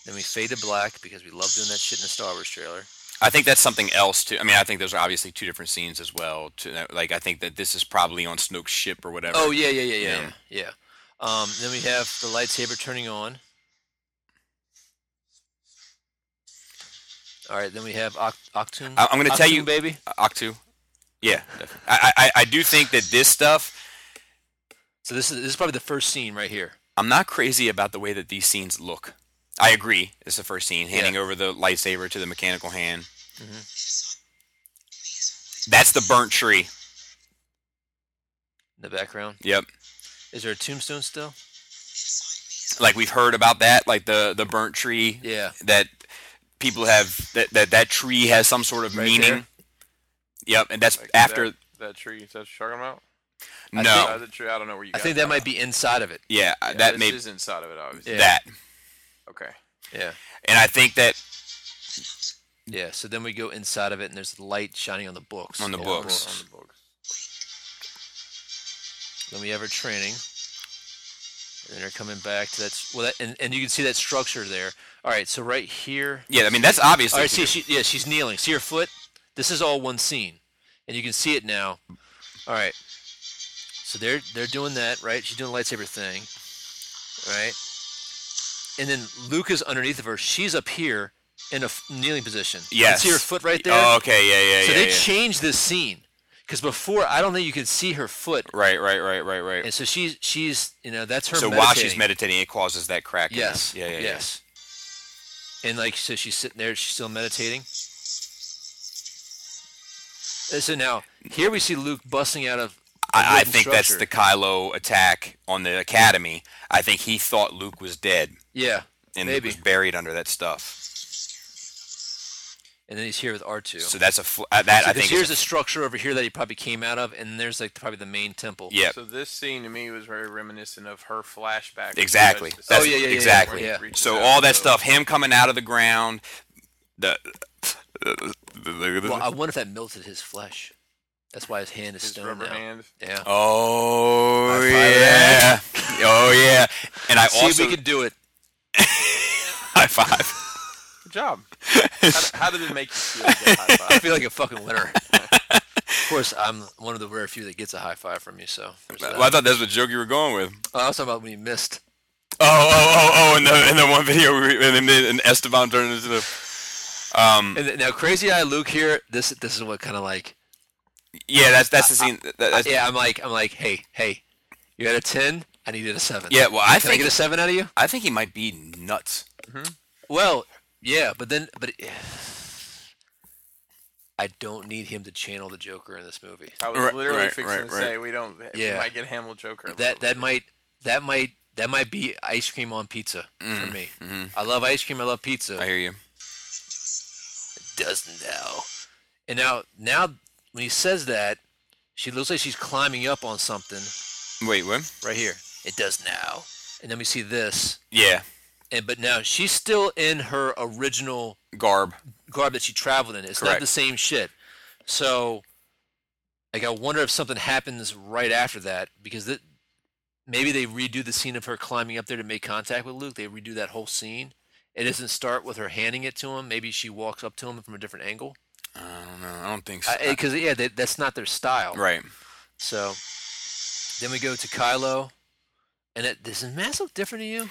[SPEAKER 3] Then we fade to black because we love doing that shit in the Star Wars trailer.
[SPEAKER 2] I think that's something else too. I mean, I think those are obviously two different scenes as well. To, like, I think that this is probably on Snoke's ship or whatever.
[SPEAKER 3] Oh yeah, yeah, yeah, yeah,
[SPEAKER 2] Yeah.
[SPEAKER 3] yeah. yeah. Um, then we have the lightsaber turning on. All right, then we have Oct- Octoon.
[SPEAKER 2] I- I'm gonna tell
[SPEAKER 3] Octoon,
[SPEAKER 2] you-
[SPEAKER 3] baby.
[SPEAKER 2] Octu. Yeah, definitely. I, I I do think that this stuff.
[SPEAKER 3] So this is this is probably the first scene right here.
[SPEAKER 2] I'm not crazy about the way that these scenes look. I agree. It's the first scene, handing over the lightsaber to the mechanical hand. That's the burnt tree.
[SPEAKER 3] in the background.
[SPEAKER 2] Yep.
[SPEAKER 3] Is there a tombstone still?
[SPEAKER 2] Like we've heard about that, like the the burnt tree
[SPEAKER 3] Yeah.
[SPEAKER 2] that people have that that, that tree has some sort of
[SPEAKER 3] Right
[SPEAKER 2] meaning.
[SPEAKER 3] there.
[SPEAKER 2] Yep, and that's
[SPEAKER 4] Like, is
[SPEAKER 2] after
[SPEAKER 4] that, that tree. Is that what you're talking about?
[SPEAKER 2] no.
[SPEAKER 4] Uh, the tree. I don't know where you.
[SPEAKER 3] I
[SPEAKER 4] got
[SPEAKER 3] think that might be inside of it.
[SPEAKER 2] yeah,
[SPEAKER 4] Yeah,
[SPEAKER 2] that
[SPEAKER 4] this
[SPEAKER 2] may
[SPEAKER 4] is inside of it, obviously.
[SPEAKER 3] Yeah.
[SPEAKER 2] that.
[SPEAKER 4] Okay.
[SPEAKER 3] Yeah.
[SPEAKER 2] And I think that
[SPEAKER 3] Yeah. So then we go inside of it, and there's light shining on the books.
[SPEAKER 2] On the
[SPEAKER 3] Yeah,
[SPEAKER 2] books.
[SPEAKER 4] On the books.
[SPEAKER 3] Then we have her training. And then they're coming back to that. s- Well, that, and, and you can see that structure there. All right. So right here.
[SPEAKER 2] yeah, I mean that's obviously
[SPEAKER 3] All right. Oh, See, she, yeah, she's kneeling. See her foot? This is all one scene, and you can see it now. All right. So they're they're doing that, right? She's doing the lightsaber thing, right? And then Luke is underneath of her. She's up here in a f- kneeling position. You can
[SPEAKER 2] Yes.
[SPEAKER 3] see her foot right there.
[SPEAKER 2] Oh, okay, yeah, yeah,
[SPEAKER 3] so
[SPEAKER 2] yeah.
[SPEAKER 3] they
[SPEAKER 2] yeah.
[SPEAKER 3] changed this scene because before I don't think you could see her foot,
[SPEAKER 2] right, right, right, right, right.
[SPEAKER 3] and so she's she's you know that's her.
[SPEAKER 2] so while she's
[SPEAKER 3] meditating.
[SPEAKER 2] meditating, it causes that crack. in
[SPEAKER 3] Yes.
[SPEAKER 2] her. Yeah, yeah, yeah.
[SPEAKER 3] yes. And like so, she's sitting there. She's still meditating. And so now here we see Luke busting out of. a
[SPEAKER 2] I, I
[SPEAKER 3] wooden
[SPEAKER 2] think that's
[SPEAKER 3] structure.
[SPEAKER 2] the Kylo attack on the Academy. I think he thought Luke was dead
[SPEAKER 3] yeah,
[SPEAKER 2] and Luke
[SPEAKER 3] maybe.
[SPEAKER 2] was buried under that stuff.
[SPEAKER 3] And then he's here with R two.
[SPEAKER 2] So that's a fl- uh, that I think.
[SPEAKER 3] here's
[SPEAKER 2] Is
[SPEAKER 3] a
[SPEAKER 2] a,
[SPEAKER 3] structure over here that he probably came out of, and there's like probably the main temple.
[SPEAKER 2] yeah,
[SPEAKER 4] So this scene to me was very reminiscent of her flashback.
[SPEAKER 2] exactly.
[SPEAKER 4] Because
[SPEAKER 2] That's-
[SPEAKER 3] Oh, yeah, yeah, yeah, yeah.
[SPEAKER 2] exactly.
[SPEAKER 3] Yeah.
[SPEAKER 2] So all that stuff, him coming out of the ground, the. the- the- the-
[SPEAKER 3] Well, I wonder if that melted his flesh. That's why his hand is
[SPEAKER 4] His
[SPEAKER 3] stone
[SPEAKER 4] rubber
[SPEAKER 3] now.
[SPEAKER 4] hand.
[SPEAKER 3] Yeah.
[SPEAKER 2] Oh
[SPEAKER 3] High five
[SPEAKER 2] yeah, oh yeah, and I
[SPEAKER 3] See,
[SPEAKER 2] also
[SPEAKER 3] we could do it.
[SPEAKER 2] high five.
[SPEAKER 4] Good job. how, how did it make you feel? to get high
[SPEAKER 3] I
[SPEAKER 4] five?
[SPEAKER 3] feel like a fucking winner. of course, I'm one of the rare few that gets a high five from you. So. there's that.
[SPEAKER 2] Well, I thought that's what joke you were going with.
[SPEAKER 3] Oh, I was talking about when you missed.
[SPEAKER 2] Oh, oh, oh, oh! In the in the one video, we, and, then- and Esteban turned into the. Um.
[SPEAKER 3] And th- now, Crazy Eye Luke here. This this is what kind of like
[SPEAKER 2] Yeah, that's that's the scene. That, that's, yeah.
[SPEAKER 3] yeah. I'm like I'm like hey hey, you had a ten. I needed a seven.
[SPEAKER 2] Well, I
[SPEAKER 3] Can I
[SPEAKER 2] think
[SPEAKER 3] get a seven out of you?
[SPEAKER 2] I think he might be nuts.
[SPEAKER 3] Well, yeah, but then but it, I don't need him to channel the Joker in this movie.
[SPEAKER 4] I was
[SPEAKER 2] Right,
[SPEAKER 4] literally
[SPEAKER 2] right,
[SPEAKER 4] fixing
[SPEAKER 2] right,
[SPEAKER 4] to
[SPEAKER 2] right.
[SPEAKER 4] say we don't.
[SPEAKER 3] Yeah.
[SPEAKER 4] We might get Hamill Joker.
[SPEAKER 3] That that might that might that might be ice cream on pizza for me. I love ice cream. I love pizza.
[SPEAKER 2] Mm-hmm. I hear you.
[SPEAKER 3] does now. And now now when he says that, she looks like she's climbing up on something.
[SPEAKER 2] Wait, what?
[SPEAKER 3] right here. It does now. And then we see this.
[SPEAKER 2] Yeah,
[SPEAKER 3] And but now she's still in her original
[SPEAKER 2] garb.
[SPEAKER 3] garb that she traveled in. It's not
[SPEAKER 2] Correct.
[SPEAKER 3] the same shit. So like I wonder if something happens right after that because that maybe they redo the scene of her climbing up there to make contact with Luke. They redo that whole scene. It doesn't start with her handing it to him. Maybe she walks up to him from a different angle.
[SPEAKER 2] I don't know. I don't think so.
[SPEAKER 3] Because yeah, they, that's not their style.
[SPEAKER 2] right.
[SPEAKER 3] So then we go to Kylo, and it, does his mask look different to you?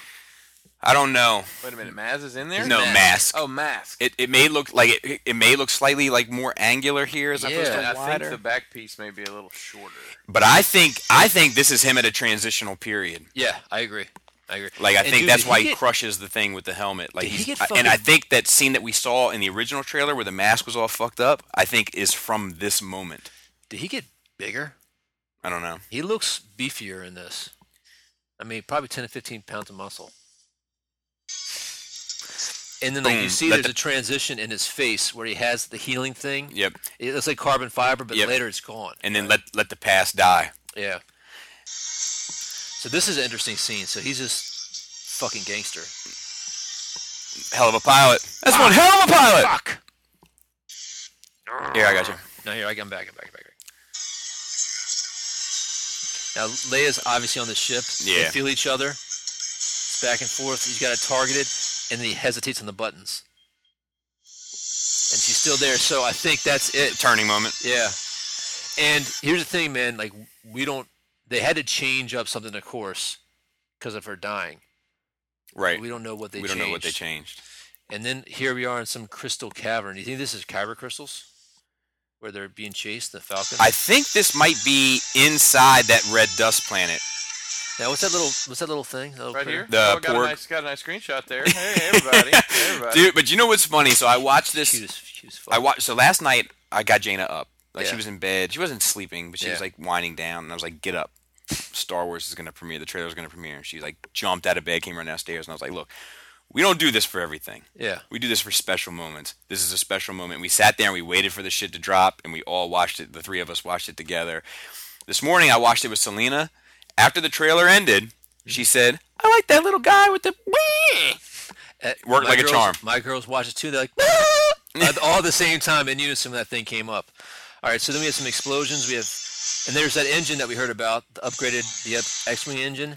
[SPEAKER 2] I don't know.
[SPEAKER 4] Wait a minute, Maz is in there.
[SPEAKER 2] No
[SPEAKER 3] mask.
[SPEAKER 2] mask.
[SPEAKER 4] Oh, mask.
[SPEAKER 2] It, it may look like it, it may look slightly like more angular here as opposed
[SPEAKER 3] Yeah,
[SPEAKER 2] to
[SPEAKER 4] I think
[SPEAKER 2] wider.
[SPEAKER 4] the back piece may be a little shorter.
[SPEAKER 2] But I think I think this is him at a transitional period.
[SPEAKER 3] Yeah, I agree. I agree.
[SPEAKER 2] Like I
[SPEAKER 3] And
[SPEAKER 2] think
[SPEAKER 3] dude,
[SPEAKER 2] that's
[SPEAKER 3] did
[SPEAKER 2] why he
[SPEAKER 3] get-
[SPEAKER 2] crushes the thing with the helmet. Like
[SPEAKER 3] Did he
[SPEAKER 2] he's,
[SPEAKER 3] get
[SPEAKER 2] I- and I
[SPEAKER 3] fucking-
[SPEAKER 2] think that scene that we saw in the original trailer where the mask was all fucked up, I think is from this moment.
[SPEAKER 3] Did he get bigger?
[SPEAKER 2] I don't know.
[SPEAKER 3] He looks beefier in this. I mean, probably ten to fifteen pounds of muscle. And then, like you
[SPEAKER 2] Boom.
[SPEAKER 3] see,
[SPEAKER 2] Mm, That
[SPEAKER 3] there's
[SPEAKER 2] the-
[SPEAKER 3] a transition in his face where he has the healing thing.
[SPEAKER 2] Yep.
[SPEAKER 3] It looks like carbon fiber, but
[SPEAKER 2] Yep.
[SPEAKER 3] later it's gone.
[SPEAKER 2] And then let let the past die.
[SPEAKER 3] Yeah. So this is an interesting scene. So he's just fucking gangster.
[SPEAKER 2] Hell of a pilot. That's one hell of a pilot.
[SPEAKER 3] Fuck.
[SPEAKER 2] Here I got you.
[SPEAKER 3] No, here I am back. I'm back. I'm back. I'm back. Now Leia's obviously on the ship. They
[SPEAKER 2] Yeah.
[SPEAKER 3] feel each other. It's back and forth. He's got it targeted, and then he hesitates on the buttons. And she's still there, so I think that's it.
[SPEAKER 2] Turning moment.
[SPEAKER 3] Yeah. And here's the thing, man. Like we don't. They had to change up something, of course, because of her dying.
[SPEAKER 2] Right.
[SPEAKER 3] We don't know what they.
[SPEAKER 2] We don't know what they
[SPEAKER 3] changed.
[SPEAKER 2] changed.
[SPEAKER 3] And then here we are in some crystal cavern. You think this is kyber crystals, where they're being chased, the Falcon?
[SPEAKER 2] I think this might be inside that red dust planet.
[SPEAKER 3] now what's that little? What's that little thing? That little
[SPEAKER 4] Right
[SPEAKER 3] critter?
[SPEAKER 4] here.
[SPEAKER 2] The
[SPEAKER 4] oh, got a
[SPEAKER 2] pork.
[SPEAKER 4] nice got a nice screenshot there. Hey everybody, hey, everybody.
[SPEAKER 2] Dude, but you know what's funny? So I watched this.
[SPEAKER 3] Cute as- cute as fuck.
[SPEAKER 2] I watched. So last night I got Jaina up. Like
[SPEAKER 3] Yeah.
[SPEAKER 2] she was in bed. She wasn't sleeping, but she was
[SPEAKER 3] Yeah.
[SPEAKER 2] like winding down. And I was like, "Get up! Star Wars is gonna premiere. The trailer's gonna premiere." And she like jumped out of bed, came running downstairs, and I was like, "Look, we don't do this for everything.
[SPEAKER 3] Yeah.
[SPEAKER 2] We do this for special moments. This is a special moment. We sat there and we waited for the shit to drop, and we all watched it. The three of us watched it together. This morning I watched it with Selena. After the trailer ended, she
[SPEAKER 3] Mm-hmm.
[SPEAKER 2] said, "I like that little guy with the."
[SPEAKER 3] Uh,
[SPEAKER 2] Worked
[SPEAKER 3] my
[SPEAKER 2] like a
[SPEAKER 3] girls-
[SPEAKER 2] charm.
[SPEAKER 3] My girls watch it too. They're like, "Ah!" At- all at the same time in unison when that thing came up. All right, so then we had some explosions. We have, and there's that engine that we heard about, the upgraded, the up- X-wing engine.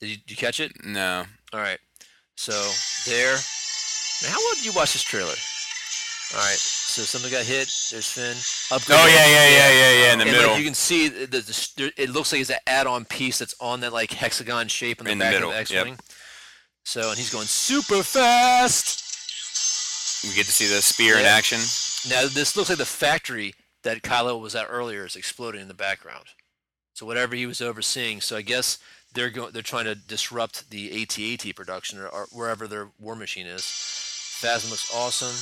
[SPEAKER 3] Did you, did you catch it?
[SPEAKER 2] No,
[SPEAKER 3] All right, so there. Now, how well did you watch this trailer? All right, so something got hit. There's Finn. Upgraded.
[SPEAKER 2] Oh yeah, yeah, yeah, yeah, yeah. In the
[SPEAKER 3] and
[SPEAKER 2] middle,
[SPEAKER 3] Like, you can see the, the, the there- it looks like it's an add-on piece that's on that like hexagon shape in the
[SPEAKER 2] In the
[SPEAKER 3] back
[SPEAKER 2] middle,
[SPEAKER 3] of the
[SPEAKER 2] yep.
[SPEAKER 3] X-wing. So and he's going super fast.
[SPEAKER 2] we get to see the spear in
[SPEAKER 3] Yeah.
[SPEAKER 2] action.
[SPEAKER 3] Now this looks like the factory that Kylo was at earlier is exploding in the background. So whatever he was overseeing, so I guess they're going they're trying to disrupt the AT-AT production or, or wherever their war machine is. Phasm looks awesome.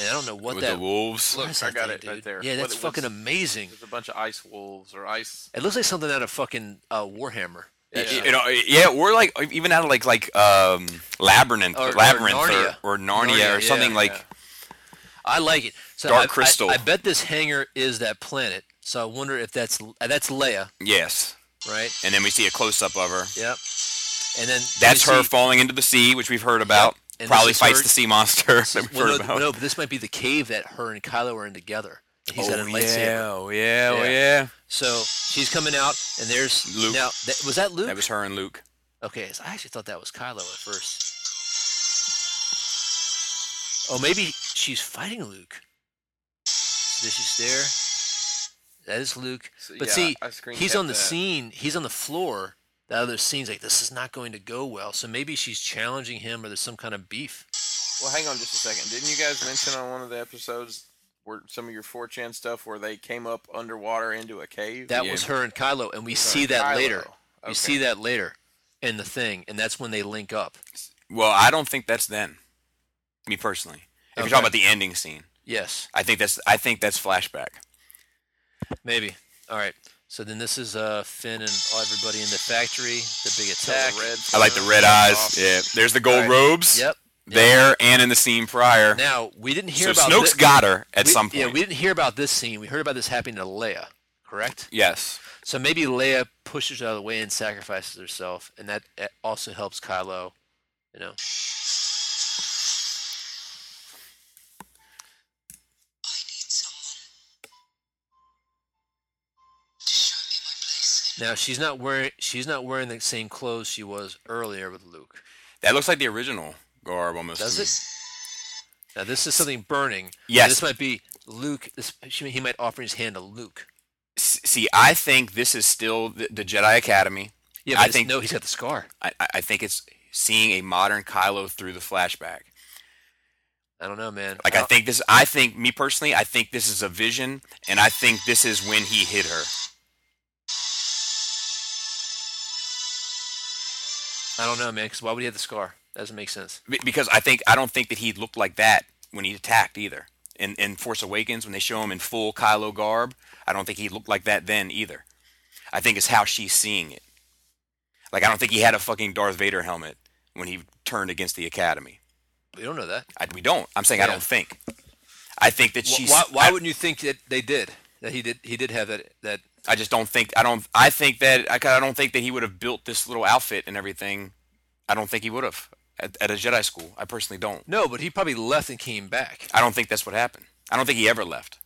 [SPEAKER 3] And I don't know what
[SPEAKER 2] with
[SPEAKER 3] that
[SPEAKER 2] the wolves.
[SPEAKER 3] what
[SPEAKER 4] Look,
[SPEAKER 3] is
[SPEAKER 4] I
[SPEAKER 3] that
[SPEAKER 4] got
[SPEAKER 3] thing,
[SPEAKER 4] it right
[SPEAKER 3] dude?
[SPEAKER 4] there.
[SPEAKER 3] Yeah,
[SPEAKER 4] What
[SPEAKER 3] that's
[SPEAKER 4] it was-
[SPEAKER 3] fucking amazing.
[SPEAKER 4] There's a bunch of ice wolves or ice.
[SPEAKER 3] It looks like something out of fucking uh, Warhammer.
[SPEAKER 2] Y- y-
[SPEAKER 4] Yeah.
[SPEAKER 2] you know, yeah, we're like even out of like like um, labyrinth,
[SPEAKER 3] Or- or
[SPEAKER 2] labyrinth, or,
[SPEAKER 3] Narnia.
[SPEAKER 2] or Narnia,
[SPEAKER 3] Narnia,
[SPEAKER 2] or something
[SPEAKER 3] yeah,
[SPEAKER 2] like.
[SPEAKER 4] yeah.
[SPEAKER 3] I like it. So
[SPEAKER 2] Dark
[SPEAKER 3] I- I-
[SPEAKER 2] Crystal.
[SPEAKER 3] I, bet this hangar is that planet. So I wonder if that's uh, that's Leia,
[SPEAKER 2] Yes,
[SPEAKER 3] right?
[SPEAKER 2] and then we see a close up of her.
[SPEAKER 3] Yep. And then
[SPEAKER 2] That's
[SPEAKER 3] you
[SPEAKER 2] her
[SPEAKER 3] see-
[SPEAKER 2] falling into the sea, which we've heard about.
[SPEAKER 3] And
[SPEAKER 2] Probably
[SPEAKER 3] this is
[SPEAKER 2] fights
[SPEAKER 3] her-
[SPEAKER 2] the sea monster that we've
[SPEAKER 3] well,
[SPEAKER 2] heard
[SPEAKER 3] no,
[SPEAKER 2] about.
[SPEAKER 3] no, but this might be the cave that her and Kylo are in together. And He's got a
[SPEAKER 2] oh,
[SPEAKER 3] lightsaber.
[SPEAKER 2] yeah, oh yeah, oh
[SPEAKER 3] Yeah.
[SPEAKER 2] yeah.
[SPEAKER 3] So she's coming out, and there's
[SPEAKER 2] Luke.
[SPEAKER 3] Now that, was that Luke?
[SPEAKER 2] That was her and Luke.
[SPEAKER 3] Okay, so I actually thought that was Kylo at first. Oh, maybe she's fighting Luke. So there she's there. That is Luke.
[SPEAKER 4] So,
[SPEAKER 3] but
[SPEAKER 4] yeah,
[SPEAKER 3] see,
[SPEAKER 4] I screen
[SPEAKER 3] he's
[SPEAKER 4] capped
[SPEAKER 3] on the
[SPEAKER 4] that.
[SPEAKER 3] scene. He's on the floor. That other scene's like this is not going to go well. So maybe she's challenging him, or there's some kind of beef.
[SPEAKER 4] Well, hang on just a second. Didn't you guys mention on one of the episodes where some of your 4chan stuff where they came up underwater into a cave?
[SPEAKER 3] That
[SPEAKER 2] Yeah.
[SPEAKER 3] was her and Kylo, and we
[SPEAKER 4] Sorry,
[SPEAKER 3] see that
[SPEAKER 4] Kylo.
[SPEAKER 3] later.
[SPEAKER 4] Okay.
[SPEAKER 3] We see that later in the thing, and that's when they link up.
[SPEAKER 2] Well, I don't think that's then. Me personally, if you're
[SPEAKER 3] Okay.
[SPEAKER 2] talking about the ending scene,
[SPEAKER 3] Yes,
[SPEAKER 2] I think that's I think that's flashback.
[SPEAKER 3] maybe. All right. So then this is uh, Finn and everybody in the factory. The big
[SPEAKER 4] Tell
[SPEAKER 3] attack.
[SPEAKER 4] the red
[SPEAKER 2] I like the
[SPEAKER 4] sun
[SPEAKER 3] Uh,
[SPEAKER 2] red
[SPEAKER 4] comes
[SPEAKER 2] eyes.
[SPEAKER 4] off.
[SPEAKER 2] Yeah, there's the gold
[SPEAKER 4] Right.
[SPEAKER 2] robes.
[SPEAKER 3] Yep.
[SPEAKER 2] There and in the scene prior.
[SPEAKER 3] Now we didn't
[SPEAKER 2] So
[SPEAKER 3] hear about
[SPEAKER 2] Snoke's
[SPEAKER 3] thi-
[SPEAKER 2] got her at
[SPEAKER 3] we-
[SPEAKER 2] some point.
[SPEAKER 3] Yeah, we didn't hear about this scene. We heard about this happening to Leia, correct?
[SPEAKER 2] yes.
[SPEAKER 3] So maybe Leia pushes out of the way and sacrifices herself, and that eh, also helps Kylo. You know.
[SPEAKER 5] I need someone to show me my place.
[SPEAKER 3] Now she's not wearing she's not wearing the same clothes she was earlier with Luke.
[SPEAKER 2] That looks like the original garb almost.
[SPEAKER 3] Does
[SPEAKER 2] to me.
[SPEAKER 3] it? Now this is something burning. and
[SPEAKER 2] Yes.
[SPEAKER 3] This might be Luke. This she, he might offer his hand to Luke.
[SPEAKER 2] S- See, I think this is still the, the Jedi Academy.
[SPEAKER 3] Yeah,
[SPEAKER 2] I
[SPEAKER 3] but it's-
[SPEAKER 2] think-
[SPEAKER 3] no, he's got the scar.
[SPEAKER 2] I, I I think it's seeing a modern Kylo through the flashback.
[SPEAKER 3] I don't know, man.
[SPEAKER 2] Like I think this. I think me personally, I think this is a vision, and I think this is when he hit her.
[SPEAKER 3] I don't know, man. Because why would he have the scar? That doesn't make sense.
[SPEAKER 2] Be- because I think I don't think that he looked like that when he attacked either. In in Force Awakens, when they show him in full Kylo garb, I don't think he looked like that then either. I think it's how she's seeing it. Like I don't think he had a fucking Darth Vader helmet when he turned against the Academy.
[SPEAKER 3] We don't know that.
[SPEAKER 2] I, we don't. I'm saying I
[SPEAKER 3] Yeah.
[SPEAKER 2] don't think. I think that
[SPEAKER 3] Wh-
[SPEAKER 2] she's.
[SPEAKER 3] why why
[SPEAKER 2] I,
[SPEAKER 3] wouldn't you think that they did? That he did. He did have that. That
[SPEAKER 2] I just don't think. I don't. I think that. I, ca- I don't think that he would have built this little outfit and everything. I don't think he would have at, at a Jedi school. I personally don't.
[SPEAKER 3] no, but he probably left and came back.
[SPEAKER 2] I don't think that's what happened. I don't think he ever left.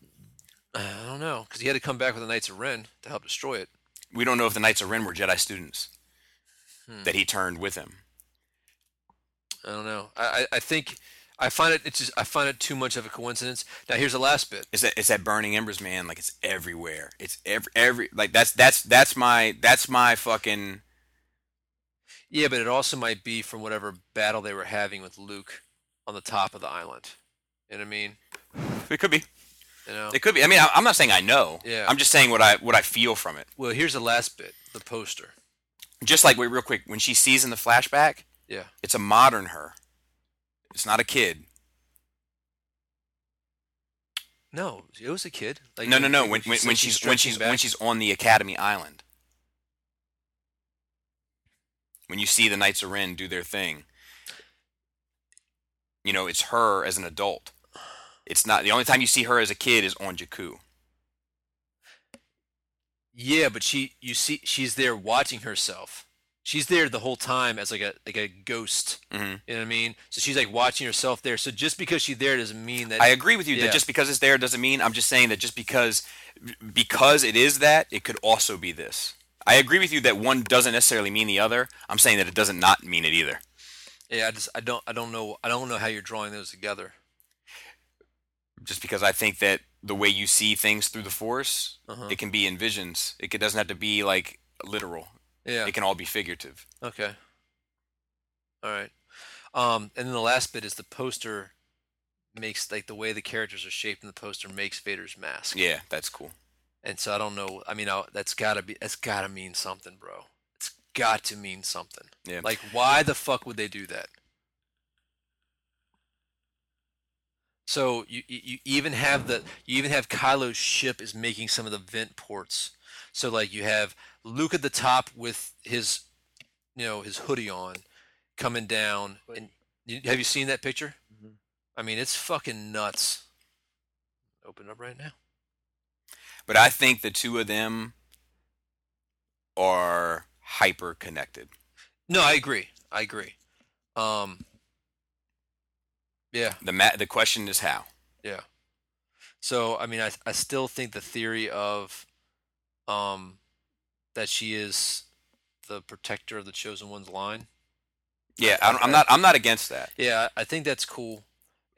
[SPEAKER 3] Uh, I don't know because he had to come back with the Knights of Ren to help destroy it.
[SPEAKER 2] We don't know if the Knights of Ren were Jedi students that he turned with him.
[SPEAKER 3] I don't know. I, I I think I find it. It's just I find it too much of a coincidence. Now here's the last bit.
[SPEAKER 2] It's that it's that burning embers, man. Like it's everywhere. It's every every like that's that's that's my that's my fucking
[SPEAKER 3] Yeah, but it also might be from whatever battle they were having with Luke on the top of the island. You know what I mean?
[SPEAKER 2] It could be.
[SPEAKER 3] You know.
[SPEAKER 2] It could be. I mean, I, I'm not saying I know.
[SPEAKER 3] Yeah.
[SPEAKER 2] I'm just saying what I what I feel from it.
[SPEAKER 3] Well, here's the last bit. The poster.
[SPEAKER 2] Just like wait, real quick, when she sees in the flashback,
[SPEAKER 3] Yeah.
[SPEAKER 2] it's a modern her. It's not a kid.
[SPEAKER 3] No, it was a kid. Like
[SPEAKER 2] no, no, no.
[SPEAKER 3] like
[SPEAKER 2] When
[SPEAKER 3] she
[SPEAKER 2] when,
[SPEAKER 3] said
[SPEAKER 2] when she's when
[SPEAKER 3] stretching
[SPEAKER 2] she's
[SPEAKER 3] back.
[SPEAKER 2] when she's on the Academy Island. When you see the Knights of Ren do their thing, you know it's her as an adult. It's not the only time you see her as a kid is on Jakku.
[SPEAKER 3] Yeah, but she you see she's there watching herself. She's there the whole time as like a like a ghost.
[SPEAKER 2] Mhm.
[SPEAKER 3] You know what I mean? So she's like watching herself there. So just because she's there doesn't mean that
[SPEAKER 2] I agree with you
[SPEAKER 3] Yeah.
[SPEAKER 2] that just because it's there doesn't mean. I'm just saying that just because because it is that, it could also be this. I agree with you that one doesn't necessarily mean the other. I'm saying that it doesn't not mean it either.
[SPEAKER 3] Yeah, I just I don't I don't know I don't know how you're drawing those together.
[SPEAKER 2] Just because I think that the way you see things through the force,
[SPEAKER 3] Uh-huh.
[SPEAKER 2] it can be in visions. It could- doesn't have to be like literal.
[SPEAKER 3] Yeah.
[SPEAKER 2] It can all be figurative.
[SPEAKER 3] Okay. All right. Um, and then the last bit is the poster makes like the way the characters are shaped in the poster makes Vader's mask.
[SPEAKER 2] Yeah, that's cool.
[SPEAKER 3] And so I don't know. I mean, I, that's gotta be that's gotta mean something, bro. It's got to mean something.
[SPEAKER 2] Yeah.
[SPEAKER 3] Like, why the fuck would they do that? So you you you even have the you even have Kylo's ship is making some of the vent ports. So like you have Luke at the top with his you know his hoodie on, coming down. And you, have you seen that picture? I mean, it's fucking nuts. Open it up right now.
[SPEAKER 2] But I think the two of them are hyper connected.
[SPEAKER 3] No, I agree. I agree. Um, yeah,
[SPEAKER 2] The ma- the question is how.
[SPEAKER 3] yeah. So, I mean, I I still think the theory of, um, that she is the protector of the chosen one's line.
[SPEAKER 2] Yeah, I don't, I'm not I'm not against that.
[SPEAKER 3] Yeah, I think that's cool.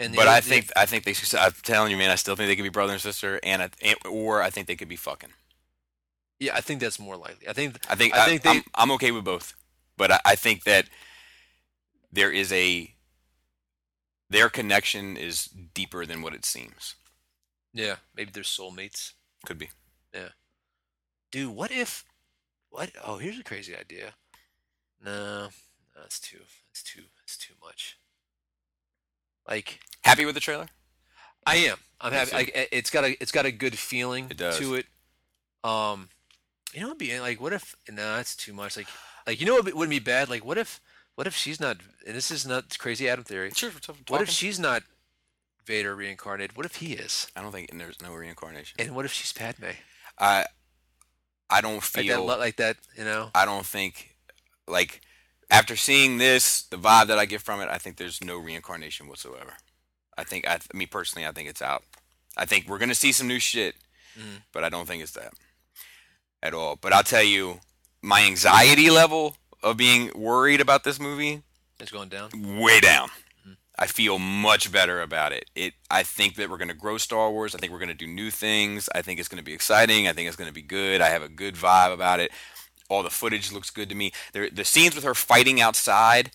[SPEAKER 3] And the
[SPEAKER 2] But
[SPEAKER 3] other-
[SPEAKER 2] I
[SPEAKER 3] the-
[SPEAKER 2] think I think they. I'm telling you, man. I still think they could be brother and sister, and, I, and or I think they could be fucking.
[SPEAKER 3] yeah, I think that's more likely. I think
[SPEAKER 2] I think I
[SPEAKER 3] I think
[SPEAKER 2] I,
[SPEAKER 3] they-
[SPEAKER 2] am I'm okay with both, but I, I think that there is a their connection is deeper than what it seems.
[SPEAKER 3] yeah, maybe they're soulmates.
[SPEAKER 2] Could be.
[SPEAKER 3] Dude, what if? What? Oh, here's a crazy idea. No, that's too. That's too. That's too much. Like.
[SPEAKER 2] Happy with the trailer?
[SPEAKER 3] I am. I'm happy.
[SPEAKER 2] too.
[SPEAKER 3] Like it- it's got a it's got a good feeling
[SPEAKER 2] It does.
[SPEAKER 3] to it. Um, you know, it'd be like what if? Nah, that's too much. Like like you know, it wouldn't be bad. Like what if? What if she's not? And this is not crazy Adam theory.
[SPEAKER 2] Sure.
[SPEAKER 3] What if she's not Vader reincarnated? What if he is?
[SPEAKER 2] I don't think and there's no reincarnation.
[SPEAKER 3] And what if she's Padme?
[SPEAKER 2] I I don't
[SPEAKER 3] Like that,
[SPEAKER 2] feel.
[SPEAKER 3] lo- like that. You know.
[SPEAKER 2] I don't think like after seeing this, the vibe that I get from it, I think there's no reincarnation whatsoever. I think I, me personally, I think it's out. I think we're gonna see some new shit,
[SPEAKER 3] Mhm.
[SPEAKER 2] but I don't think it's that at all. But I'll tell you, my anxiety level of being worried about this movie
[SPEAKER 3] It's going down.
[SPEAKER 2] way down. I feel much better about it. It I think that we're going to grow Star Wars. I think we're going to do new things. I think it's going to be exciting. I think it's going to be good. I have a good vibe about it. All the footage looks good to me. There, the scenes with her fighting outside,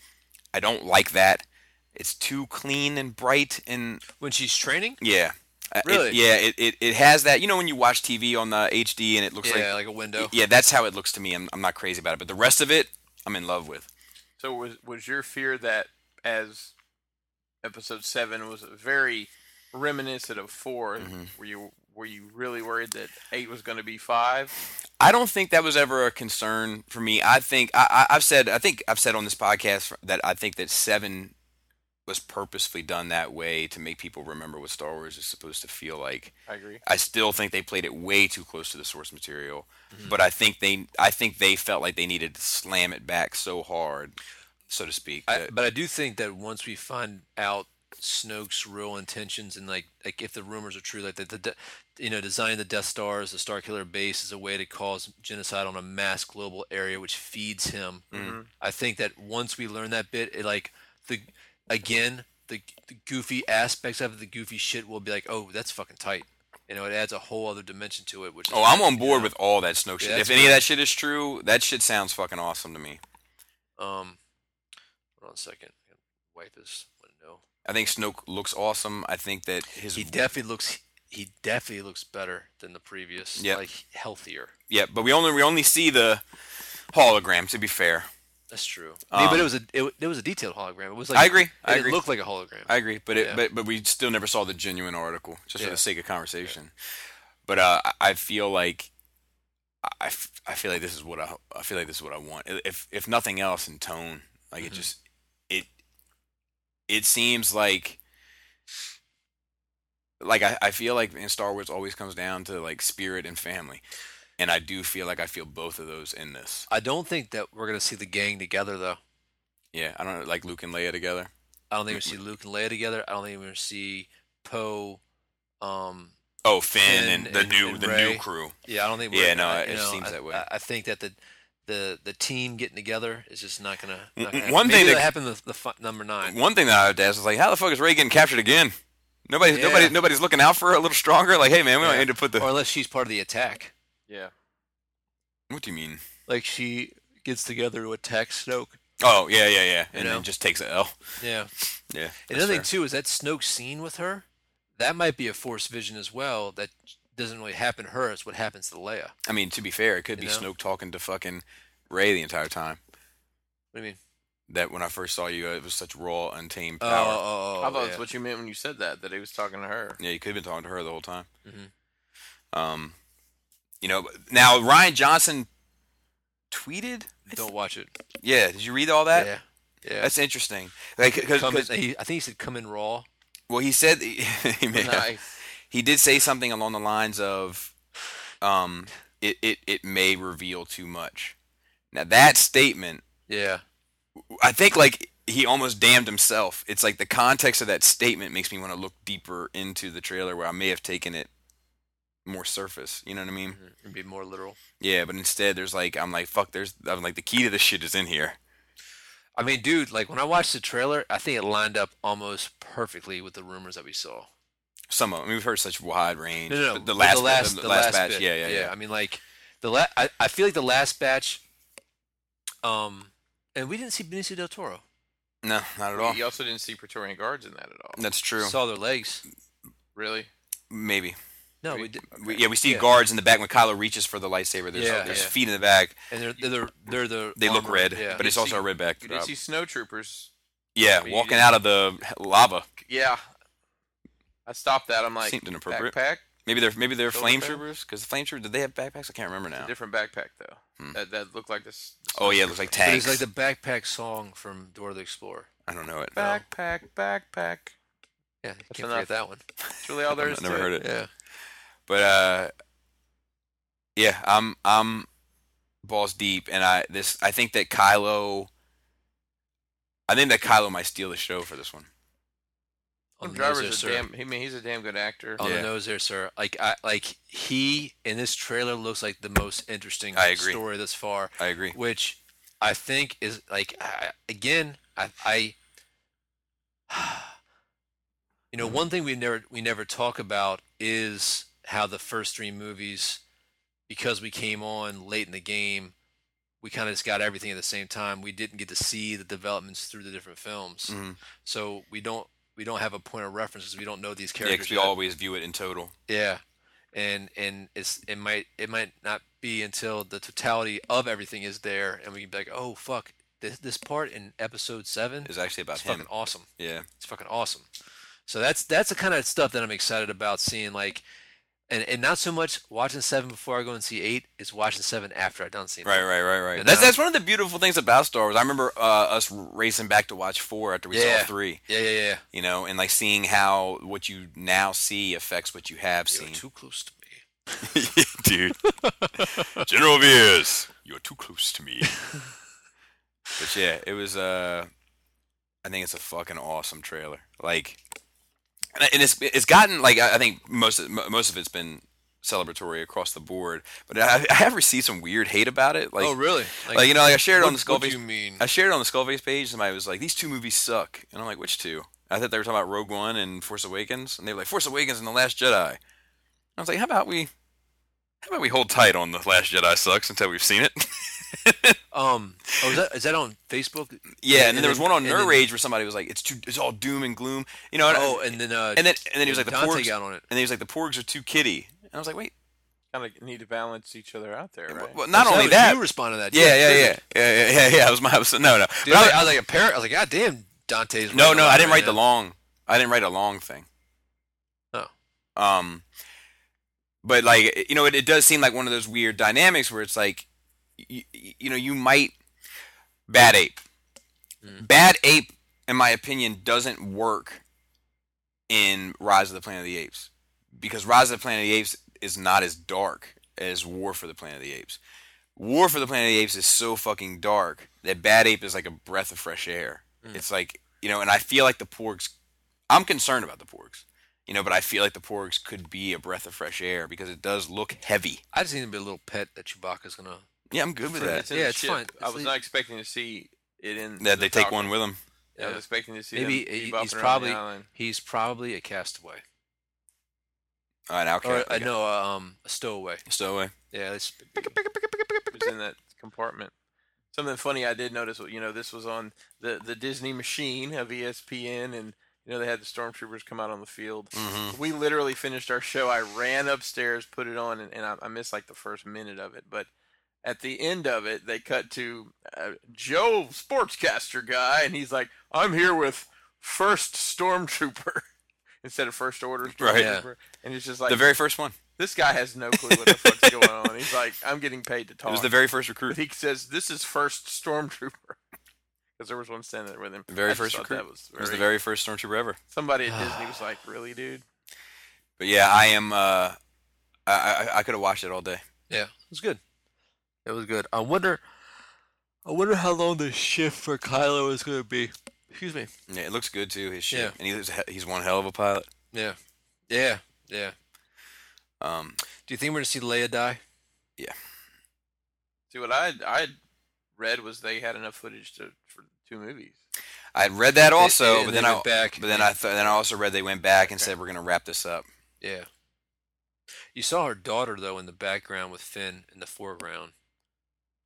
[SPEAKER 2] I don't like that. It's too clean and bright and
[SPEAKER 3] When she's training.
[SPEAKER 2] yeah. Uh, it-
[SPEAKER 3] Really?
[SPEAKER 2] yeah, it, it, it has that. You know when you watch TV on the HD and it looks like
[SPEAKER 3] Yeah, like a window.
[SPEAKER 2] yeah, that's how it looks to me. I'm I'm not crazy about it, but the rest of it, I'm in love with.
[SPEAKER 4] So was was your fear that as episode seven was very reminiscent of 4
[SPEAKER 3] Mm-hmm.
[SPEAKER 4] Were you were you really worried that eight was going to be five?
[SPEAKER 2] I don't think that was ever a concern for me. I think I, I, I've said I think I've said on this podcast that I think that seven was purposefully done that way to make people remember what Star Wars is supposed to feel like.
[SPEAKER 4] I agree.
[SPEAKER 2] I still think they played it way too close to the source material,
[SPEAKER 3] Mm-hmm.
[SPEAKER 2] but I think they I think they felt like they needed to slam it back so hard, so to speak.
[SPEAKER 3] I,
[SPEAKER 2] that-
[SPEAKER 3] but I do think that once we find out Snoke's real intentions and like like if the rumors are true, like that the, de- you know designing the Death Star as the Star Killer base is a way to cause genocide on a mass global area, which feeds him.
[SPEAKER 2] Mm-hmm.
[SPEAKER 3] I think that once we learn that bit, it like the again the, the goofy aspects of it, the goofy shit will be like, oh, that's fucking tight. You know, it adds a whole other dimension to it. Which is
[SPEAKER 2] Oh, I'm on board with all that Snoke shit.
[SPEAKER 3] Yeah,
[SPEAKER 2] if
[SPEAKER 3] that's
[SPEAKER 2] any of
[SPEAKER 3] right.
[SPEAKER 2] that shit is true, that shit sounds fucking awesome to me.
[SPEAKER 3] Um, hold on a second. I gotta Wipe this window.
[SPEAKER 2] I think Snoke looks awesome. I think that his
[SPEAKER 3] He definitely looks. He definitely looks better than the previous.
[SPEAKER 2] Yeah.
[SPEAKER 3] like healthier.
[SPEAKER 2] yeah, but we only we only see the hologram. To be fair,
[SPEAKER 3] That's true.
[SPEAKER 2] Um,
[SPEAKER 3] but it was a it, wa- it was a detailed hologram. It was like
[SPEAKER 2] I agree. I
[SPEAKER 3] it
[SPEAKER 2] agree.
[SPEAKER 3] looked like a hologram.
[SPEAKER 2] I agree, but it,
[SPEAKER 3] Yeah.
[SPEAKER 2] but but we still never saw the genuine article, just for
[SPEAKER 3] Yeah.
[SPEAKER 2] the sake of conversation. But uh, I- I feel like I, f- I feel like this is what I I feel like this is what I want. I- If if nothing else, in tone, like
[SPEAKER 3] Mm-hmm.
[SPEAKER 2] it just it it seems like like I, I feel like in Star Wars always comes down to like spirit and family, and I do feel like I feel both of those in this.
[SPEAKER 3] I don't think that we're gonna see the gang together though.
[SPEAKER 2] Yeah, I don't know, like Luke and Leia together.
[SPEAKER 3] I don't think we're gonna see Luke and Leia together. I don't think we're gonna see Poe. Um,
[SPEAKER 2] Oh, Finn and,
[SPEAKER 3] Finn
[SPEAKER 2] the
[SPEAKER 3] and-
[SPEAKER 2] new
[SPEAKER 3] and
[SPEAKER 2] the
[SPEAKER 3] Rey.
[SPEAKER 2] new crew.
[SPEAKER 3] yeah, I don't think. We're,
[SPEAKER 2] Yeah, no,
[SPEAKER 3] I-
[SPEAKER 2] it-
[SPEAKER 3] you
[SPEAKER 2] it
[SPEAKER 3] know,
[SPEAKER 2] seems
[SPEAKER 3] I-
[SPEAKER 2] that way.
[SPEAKER 3] I, I think that the the the team getting together is just not gonna. not gonna
[SPEAKER 2] One
[SPEAKER 3] happen.
[SPEAKER 2] thing
[SPEAKER 3] Maybe
[SPEAKER 2] that-
[SPEAKER 3] that happened with the fi- number nine.
[SPEAKER 2] One thing that I have to ask is like, how the fuck is Ray getting captured again? Nobody,
[SPEAKER 3] Yeah.
[SPEAKER 2] nobody, nobody's looking out for her a little stronger. Like, hey man, we don't
[SPEAKER 3] Yeah.
[SPEAKER 2] need to put the.
[SPEAKER 3] or unless she's part of the attack.
[SPEAKER 4] Yeah.
[SPEAKER 2] what do you mean?
[SPEAKER 3] Like she gets together to attack Snoke.
[SPEAKER 2] Oh yeah, yeah, yeah, and
[SPEAKER 3] know?
[SPEAKER 2] then just takes a L.
[SPEAKER 3] Yeah.
[SPEAKER 2] Yeah. that's
[SPEAKER 3] Another
[SPEAKER 2] fair.
[SPEAKER 3] thing too is that Snoke scene with her. That might be a force vision as well. That doesn't really happen to her. It's what happens to Leia.
[SPEAKER 2] I mean, to be fair, it could be
[SPEAKER 3] You know?
[SPEAKER 2] Snoke talking to fucking Ray the entire time.
[SPEAKER 3] What do you mean?
[SPEAKER 2] That when I first saw you, uh, it was such raw, untamed
[SPEAKER 3] Oh,
[SPEAKER 2] power.
[SPEAKER 3] oh, oh,
[SPEAKER 4] I thought
[SPEAKER 3] yeah.
[SPEAKER 4] that's what you meant when you said that, that he was talking to her.
[SPEAKER 2] Yeah, you could have been talking to her the whole time.
[SPEAKER 3] Mhm.
[SPEAKER 2] Um, you know, but- now Ryan Johnson tweeted.
[SPEAKER 3] Don't watch it.
[SPEAKER 2] Yeah, did you read all that?
[SPEAKER 3] yeah. Yeah.
[SPEAKER 2] That's interesting. Like, cause,
[SPEAKER 3] Come in-
[SPEAKER 2] 'cause-
[SPEAKER 3] he- I think he said come in raw.
[SPEAKER 2] well, he said he may have-
[SPEAKER 4] Nice.
[SPEAKER 2] he did say something along the lines of um it, it, it may reveal too much now that statement
[SPEAKER 3] Yeah.
[SPEAKER 2] i think like he almost damned himself it's like the context of that statement makes me want to look deeper into the trailer where i may have taken it more surface you know what i mean
[SPEAKER 3] It'd Mm-hmm. be more literal.
[SPEAKER 2] yeah but instead there's like i'm like fuck there's i'm like the key to this shit is in here
[SPEAKER 3] I mean, dude, like when I watched the trailer, I think it lined up almost perfectly with the rumors that we saw.
[SPEAKER 2] some of them. I mean, we've heard such wide range.
[SPEAKER 3] No, no, no.
[SPEAKER 2] but The last,
[SPEAKER 3] the last, the last
[SPEAKER 2] batch.
[SPEAKER 3] bit.
[SPEAKER 2] Yeah, yeah, yeah,
[SPEAKER 3] I mean, like the la- I, I feel like the last batch. Um, and we didn't see Benicio del Toro.
[SPEAKER 2] No, not at all.
[SPEAKER 4] You also didn't see Praetorian guards in that at all.
[SPEAKER 2] That's true.
[SPEAKER 3] Saw their legs.
[SPEAKER 4] Really?
[SPEAKER 2] Maybe.
[SPEAKER 3] No,
[SPEAKER 4] We-
[SPEAKER 3] we did.
[SPEAKER 2] We, yeah, we see
[SPEAKER 3] Yeah.
[SPEAKER 2] guards in the back when Kylo reaches for the lightsaber. There's,
[SPEAKER 3] Yeah,
[SPEAKER 2] there's
[SPEAKER 3] yeah.
[SPEAKER 2] feet in the back.
[SPEAKER 3] And they're they're the- they're the
[SPEAKER 2] They look
[SPEAKER 3] armor,
[SPEAKER 2] red,
[SPEAKER 3] Yeah.
[SPEAKER 2] but it's
[SPEAKER 4] You
[SPEAKER 2] also
[SPEAKER 4] see-
[SPEAKER 2] a red back.
[SPEAKER 4] You did see snowtroopers.
[SPEAKER 2] yeah,
[SPEAKER 4] but you
[SPEAKER 2] walking
[SPEAKER 4] didn't-
[SPEAKER 2] out of the lava.
[SPEAKER 4] Yeah. I stopped that. I'm like,
[SPEAKER 2] Seemed inappropriate.
[SPEAKER 4] backpack?
[SPEAKER 2] Maybe they're maybe they're
[SPEAKER 4] Those
[SPEAKER 2] flame
[SPEAKER 4] back-
[SPEAKER 2] troopers because the flame troopers did they have backpacks? I can't remember now.
[SPEAKER 4] Different backpack, though.
[SPEAKER 2] Hmm.
[SPEAKER 4] That, that looked like this. this
[SPEAKER 2] Oh yeah, it looks like
[SPEAKER 3] But
[SPEAKER 2] tanks.
[SPEAKER 3] it's like the backpack song from Dora the Explorer.
[SPEAKER 2] I don't know it.
[SPEAKER 4] Backpack, backpack.
[SPEAKER 3] Yeah, you can't
[SPEAKER 4] enough.
[SPEAKER 3] forget that one.
[SPEAKER 4] That's really all there is
[SPEAKER 2] I've never
[SPEAKER 4] to
[SPEAKER 2] heard
[SPEAKER 4] it.
[SPEAKER 2] it.
[SPEAKER 3] Yeah.
[SPEAKER 2] But uh, yeah, I'm I'm balls deep, and I this I think that Kylo. I think that Kylo might steal the show for this one.
[SPEAKER 3] On the nose
[SPEAKER 4] driver's
[SPEAKER 3] there,
[SPEAKER 4] a
[SPEAKER 3] sir.
[SPEAKER 4] damn. He, I mean, he's a damn good actor.
[SPEAKER 3] On
[SPEAKER 2] Yeah.
[SPEAKER 3] the nose there, sir. Like I like he in this trailer looks like the most interesting
[SPEAKER 2] I agree.
[SPEAKER 3] story thus far.
[SPEAKER 2] I agree.
[SPEAKER 3] which I think is like I, again, I, I you know, one thing we never we never talk about is how the first three movies, because we came on late in the game, we kind of just got everything at the same time. We didn't get to see the developments through the different films,
[SPEAKER 2] Mhm.
[SPEAKER 3] so we don't we don't have a point of reference because we don't know these
[SPEAKER 2] Yeah,
[SPEAKER 3] characters.
[SPEAKER 2] because we
[SPEAKER 3] yet.
[SPEAKER 2] always view it in total.
[SPEAKER 3] Yeah, and and it's it might it might not be until the totality of everything is there, and we can be like, oh fuck, this this part in episode seven
[SPEAKER 2] It's actually about
[SPEAKER 3] is
[SPEAKER 2] him.
[SPEAKER 3] fucking awesome.
[SPEAKER 2] Yeah.
[SPEAKER 3] It's fucking awesome. So that's that's the kind of stuff that I'm excited about seeing. Like, and and not so much watching seven before I go and see eight. It's watching seven after I've done seen.
[SPEAKER 2] Right, right, right, right.
[SPEAKER 3] You
[SPEAKER 2] That's
[SPEAKER 3] know?
[SPEAKER 2] that's one of the beautiful things about Star Wars. I remember uh, us racing back to watch four after we
[SPEAKER 3] Yeah.
[SPEAKER 2] saw three,
[SPEAKER 3] Yeah, yeah, yeah.
[SPEAKER 2] you know, and like seeing how what you now see affects what you have
[SPEAKER 3] You're
[SPEAKER 2] seen.
[SPEAKER 3] too close to me.
[SPEAKER 2] Dude, General Veers, you're too close to me. but yeah, it was. uh I think it's a fucking awesome trailer. Like, and and it's it's gotten like I I think most of, mo- most of it's been celebratory across the board. But I, I have received some weird hate about it. Like,
[SPEAKER 3] oh, really?
[SPEAKER 2] Like, you know, like I shared it on the
[SPEAKER 3] what- what
[SPEAKER 2] Skullface.
[SPEAKER 3] do you mean?
[SPEAKER 2] I shared it on the Skullface page. Somebody was like, "These two movies suck," and I'm like, "Which two? I thought they were talking about Rogue One and Force Awakens, and they were like, "Force Awakens and The Last Jedi." And I was like, "How about we, how about we hold tight on The Last Jedi sucks until we've seen it?"
[SPEAKER 3] Um, oh, is that is that on Facebook?
[SPEAKER 2] yeah, and then there was one on
[SPEAKER 3] and then-
[SPEAKER 2] Nerd Rage where somebody was like, "It's too, it's all doom and gloom," you know. And,
[SPEAKER 3] Oh, and then uh,
[SPEAKER 2] and then and then he was like, "The
[SPEAKER 3] Dante
[SPEAKER 2] Porgs,"
[SPEAKER 3] got
[SPEAKER 2] and
[SPEAKER 3] on it.
[SPEAKER 2] then he was like, "The Porgs are too kitty," and I was like, "Wait,
[SPEAKER 4] Kind of need to balance each other out there, right?
[SPEAKER 2] well, not
[SPEAKER 3] So
[SPEAKER 2] only
[SPEAKER 3] was
[SPEAKER 2] that."
[SPEAKER 3] you responded to that.
[SPEAKER 2] yeah, yeah, yeah, yeah, yeah, yeah, yeah. It was my, it was, no, no.
[SPEAKER 3] Dude,
[SPEAKER 2] But I
[SPEAKER 3] I,
[SPEAKER 2] was-
[SPEAKER 3] was, I was like a parrot. I was like, God damn, Dante's.
[SPEAKER 2] No,
[SPEAKER 3] running
[SPEAKER 2] no,
[SPEAKER 3] a
[SPEAKER 2] I
[SPEAKER 3] lot
[SPEAKER 2] didn't
[SPEAKER 3] right
[SPEAKER 2] write the
[SPEAKER 3] now."
[SPEAKER 2] long. I didn't write a long thing.
[SPEAKER 3] Oh.
[SPEAKER 2] Um. But like you know, it, it does seem like one of those weird dynamics where it's like, you, you know, you might bad ape. Bad ape, in my opinion, doesn't work in Rise of the Planet of the Apes because Rise of the Planet of the Apes is not as dark as War for the Planet of the Apes. War for the Planet of the Apes is so fucking dark that Bad Ape is like a breath of fresh air. It's like you know, and I feel like the Porgs. I'm concerned about the Porgs, you know, but I feel like the Porgs could be a breath of fresh air because it does look heavy.
[SPEAKER 3] I just need to be a little pet that Chewbacca's gonna.
[SPEAKER 2] Yeah, I'm good with that.
[SPEAKER 4] It's in
[SPEAKER 3] Yeah,
[SPEAKER 4] the
[SPEAKER 3] it's
[SPEAKER 4] ship.
[SPEAKER 3] fine.
[SPEAKER 4] I
[SPEAKER 3] It's
[SPEAKER 4] was
[SPEAKER 3] the-
[SPEAKER 4] not expecting to see it in.
[SPEAKER 2] That
[SPEAKER 4] the
[SPEAKER 2] they take
[SPEAKER 4] Falcon.
[SPEAKER 2] one with them.
[SPEAKER 4] I was expecting to see
[SPEAKER 3] Maybe
[SPEAKER 4] them
[SPEAKER 3] he-
[SPEAKER 4] bopping
[SPEAKER 3] he's
[SPEAKER 4] around the
[SPEAKER 3] probably
[SPEAKER 4] island.
[SPEAKER 3] he's probably a castaway
[SPEAKER 2] All right, okay.
[SPEAKER 3] or I know um a stowaway.
[SPEAKER 2] Stowaway.
[SPEAKER 3] Yeah, it's,
[SPEAKER 4] It was in that compartment. Something funny I did notice. You know, this was on the the Disney machine of E ESPN, and you know they had the stormtroopers come out on the field.
[SPEAKER 2] Mm-hmm.
[SPEAKER 4] We literally finished our show. I ran upstairs, put it on, and, and I, I missed like the first minute of it, but. At the end of it, they cut to uh, Joe, sportscaster guy, and he's like, "I'm here with First Stormtrooper instead of First Order Stormtrooper,"
[SPEAKER 2] Right.
[SPEAKER 3] Yeah.
[SPEAKER 4] and it's just like
[SPEAKER 2] the very first one.
[SPEAKER 4] this guy has no clue what the fuck's going on. He's like, I'm getting paid to
[SPEAKER 2] It
[SPEAKER 4] talk.
[SPEAKER 2] was the very first
[SPEAKER 4] But
[SPEAKER 2] recruit.
[SPEAKER 4] he says, "This is first stormtrooper," because there was one standing there with him.
[SPEAKER 2] The very
[SPEAKER 4] I just
[SPEAKER 2] first
[SPEAKER 4] thought
[SPEAKER 2] recruit.
[SPEAKER 4] That was
[SPEAKER 2] It was the
[SPEAKER 4] very-
[SPEAKER 2] very first stormtrooper ever.
[SPEAKER 4] Somebody at Disney was like, "Really, dude?"
[SPEAKER 2] But yeah, I am. Uh, I I, I could have watched it all day.
[SPEAKER 3] yeah, it was good. It was good. I wonder, I wonder how long the shift for Kylo is gonna be. Excuse me.
[SPEAKER 2] Yeah, it looks good too. His shit,
[SPEAKER 3] Yeah.
[SPEAKER 2] and he's he's one hell of a pilot.
[SPEAKER 3] Yeah, yeah, yeah.
[SPEAKER 2] Um,
[SPEAKER 3] Do you think we're gonna see Leia die?
[SPEAKER 4] See what I I read was they had enough footage to for two movies.
[SPEAKER 2] I had read that also,
[SPEAKER 3] and
[SPEAKER 2] but
[SPEAKER 3] they
[SPEAKER 2] then I
[SPEAKER 3] went back.
[SPEAKER 2] but then I th- then I also read they went back and said we're gonna wrap this up.
[SPEAKER 3] Yeah. You saw her daughter though in the background with Finn in the foreground.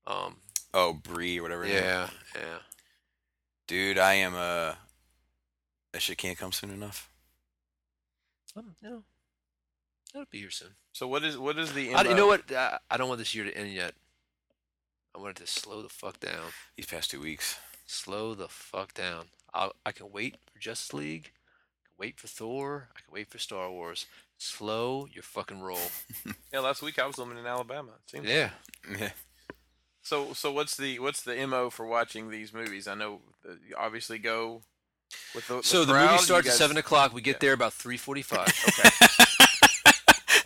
[SPEAKER 3] Um.
[SPEAKER 2] Oh, Bree or whatever. her name-
[SPEAKER 3] Yeah. Yeah.
[SPEAKER 2] dude, I am. Uh, that shit can't come soon enough.
[SPEAKER 3] Um, you know, that'll be here soon.
[SPEAKER 4] So what is what is the
[SPEAKER 3] I, you
[SPEAKER 4] MO?
[SPEAKER 3] know what? I, I don't want this year to end yet. I want it to slow the fuck down.
[SPEAKER 2] These past two weeks.
[SPEAKER 3] Slow the fuck down. I I can wait for Justice League. I can wait for Thor. I can wait for Star Wars. Slow your fucking roll.
[SPEAKER 4] Yeah, last week I was living in Alabama. It seems.
[SPEAKER 3] Yeah.
[SPEAKER 2] Yeah.
[SPEAKER 4] So so what's the what's the mo for watching these movies? I know uh, you obviously go with the
[SPEAKER 3] So the
[SPEAKER 4] crowd,
[SPEAKER 3] movie
[SPEAKER 4] you
[SPEAKER 3] starts
[SPEAKER 4] guys
[SPEAKER 3] at seven o'clock. We get there about three forty-five.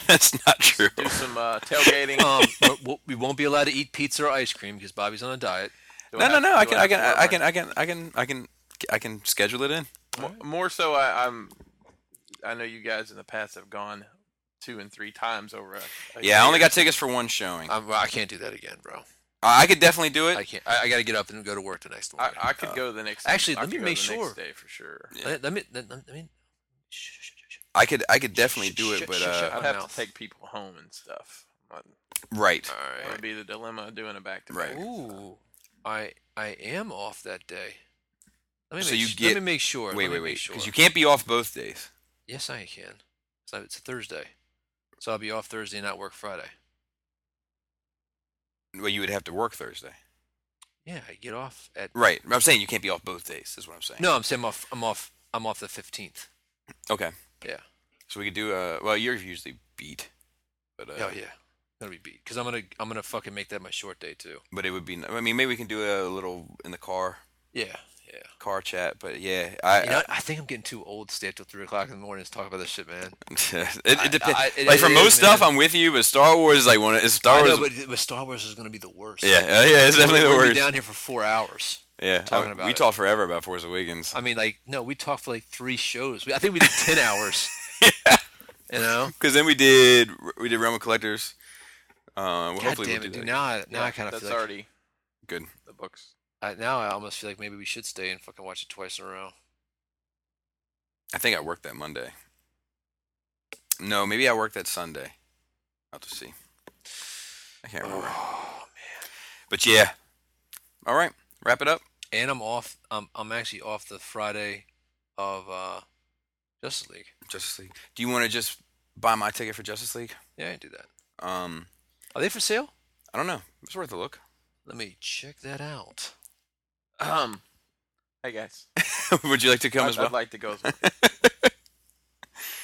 [SPEAKER 2] That's not true.
[SPEAKER 4] Do some uh, tailgating.
[SPEAKER 3] um, we'll- we won't be allowed to eat pizza or ice cream because Bobby's on a diet.
[SPEAKER 4] Do
[SPEAKER 2] No, no,
[SPEAKER 4] have-
[SPEAKER 2] no. I
[SPEAKER 4] do
[SPEAKER 2] can, I
[SPEAKER 4] have
[SPEAKER 2] can,
[SPEAKER 4] to wear
[SPEAKER 2] I
[SPEAKER 4] my-
[SPEAKER 2] can, I can, I can, I can, I can schedule it in.
[SPEAKER 4] Mo- More so, I, I'm. I know you guys in the past have gone two and three times over. A, a
[SPEAKER 2] Yeah, I only
[SPEAKER 4] year.
[SPEAKER 2] got tickets for one showing. I,
[SPEAKER 3] I'm, I can't do that again, bro.
[SPEAKER 2] I could definitely do
[SPEAKER 3] I
[SPEAKER 2] it.
[SPEAKER 3] can't. I, I got to get up and go to work the next morning.
[SPEAKER 2] uh,
[SPEAKER 4] I, I could go the next.
[SPEAKER 3] actually,
[SPEAKER 4] I
[SPEAKER 3] let
[SPEAKER 4] could
[SPEAKER 3] me
[SPEAKER 4] go
[SPEAKER 3] make
[SPEAKER 4] the next
[SPEAKER 3] sure.
[SPEAKER 4] day for sure.
[SPEAKER 3] let, let me. Let, let me. shh, shh, shh, shh, shh.
[SPEAKER 2] I could, I could definitely
[SPEAKER 3] Shh,
[SPEAKER 2] do
[SPEAKER 3] shh,
[SPEAKER 2] it. But
[SPEAKER 3] shh, shh.
[SPEAKER 2] uh,
[SPEAKER 4] I'd have
[SPEAKER 3] mouth.
[SPEAKER 4] to take people home and stuff. That
[SPEAKER 2] right.
[SPEAKER 3] All
[SPEAKER 4] would be the dilemma of doing a back to
[SPEAKER 2] Right.
[SPEAKER 4] back.
[SPEAKER 3] Ooh, I I am off that day. Let me
[SPEAKER 2] So
[SPEAKER 3] make,
[SPEAKER 2] you
[SPEAKER 3] su-
[SPEAKER 2] get-
[SPEAKER 3] let me make sure.
[SPEAKER 2] Wait,
[SPEAKER 3] let me
[SPEAKER 2] wait, wait.
[SPEAKER 3] make
[SPEAKER 2] Because
[SPEAKER 3] Sure.
[SPEAKER 2] you can't be off both days.
[SPEAKER 3] Yes, I can. So it's a Thursday, so I'll be off Thursday and not work Friday.
[SPEAKER 2] Well, you would have to work Thursday.
[SPEAKER 3] Yeah, I get off at.
[SPEAKER 2] Right. I'm saying you can't be off both days. Is what I'm saying.
[SPEAKER 3] No, I'm saying I'm off. I'm off. I'm off the fifteenth.
[SPEAKER 2] Okay.
[SPEAKER 3] Yeah.
[SPEAKER 2] So we could do. Uh. Well, you're usually beat. But uh,
[SPEAKER 3] Oh yeah. Gonna be beat because I'm gonna I'm gonna fucking make that my short day too.
[SPEAKER 2] But it would be. I mean, maybe we can do a little in the car,
[SPEAKER 3] Yeah. Yeah.
[SPEAKER 2] car chat. But yeah, I.
[SPEAKER 3] You know, I think I'm getting too old to stay up till three o'clock in the morning to talk about this shit, man.
[SPEAKER 2] it, it
[SPEAKER 3] I-
[SPEAKER 2] depends.
[SPEAKER 3] I- it-
[SPEAKER 2] like for
[SPEAKER 3] it
[SPEAKER 2] most
[SPEAKER 3] is,
[SPEAKER 2] stuff,
[SPEAKER 3] man.
[SPEAKER 2] I'm with you. But Star Wars is like one. Is Star
[SPEAKER 3] I know,
[SPEAKER 2] Wars?
[SPEAKER 3] but, but Star Wars is gonna be the worst.
[SPEAKER 2] yeah, yeah, yeah, it's definitely
[SPEAKER 3] We're
[SPEAKER 2] the
[SPEAKER 3] gonna be
[SPEAKER 2] worst.
[SPEAKER 3] down here for four hours.
[SPEAKER 2] Yeah,
[SPEAKER 3] Talking
[SPEAKER 2] I-
[SPEAKER 3] about
[SPEAKER 2] we
[SPEAKER 3] it.
[SPEAKER 2] talked forever about Force Awakens.
[SPEAKER 3] I mean, like, no, we talked for like three shows. We- I think we did ten hours. You know,
[SPEAKER 2] Because then we did we did Realm of Collectors. Uh, well,
[SPEAKER 3] God
[SPEAKER 2] hopefully
[SPEAKER 3] damn
[SPEAKER 2] we'll
[SPEAKER 3] it,
[SPEAKER 2] do
[SPEAKER 3] dude.
[SPEAKER 2] that.
[SPEAKER 3] Now, I, now I kind of
[SPEAKER 4] that's
[SPEAKER 3] feel like
[SPEAKER 4] already
[SPEAKER 2] Good.
[SPEAKER 4] the books.
[SPEAKER 3] I, now I almost feel like maybe we should stay and fucking watch it twice in a row.
[SPEAKER 2] I think I worked that Monday. No, maybe I worked that Sunday. I'll have to see. I can't remember.
[SPEAKER 4] Oh,
[SPEAKER 2] But yeah. All right. Wrap it up.
[SPEAKER 3] And I'm off. I'm I'm actually off the Friday of uh Justice League.
[SPEAKER 2] Justice League. Do you want to just buy my ticket for Justice League?
[SPEAKER 3] Yeah, I can do that.
[SPEAKER 2] Um,
[SPEAKER 3] Are they for sale?
[SPEAKER 2] I don't know. It's worth a look.
[SPEAKER 3] Let me check that out.
[SPEAKER 4] Um, hey guys,
[SPEAKER 2] Would you like to come
[SPEAKER 4] I'd,
[SPEAKER 2] as well?
[SPEAKER 4] I'd like to go. As well.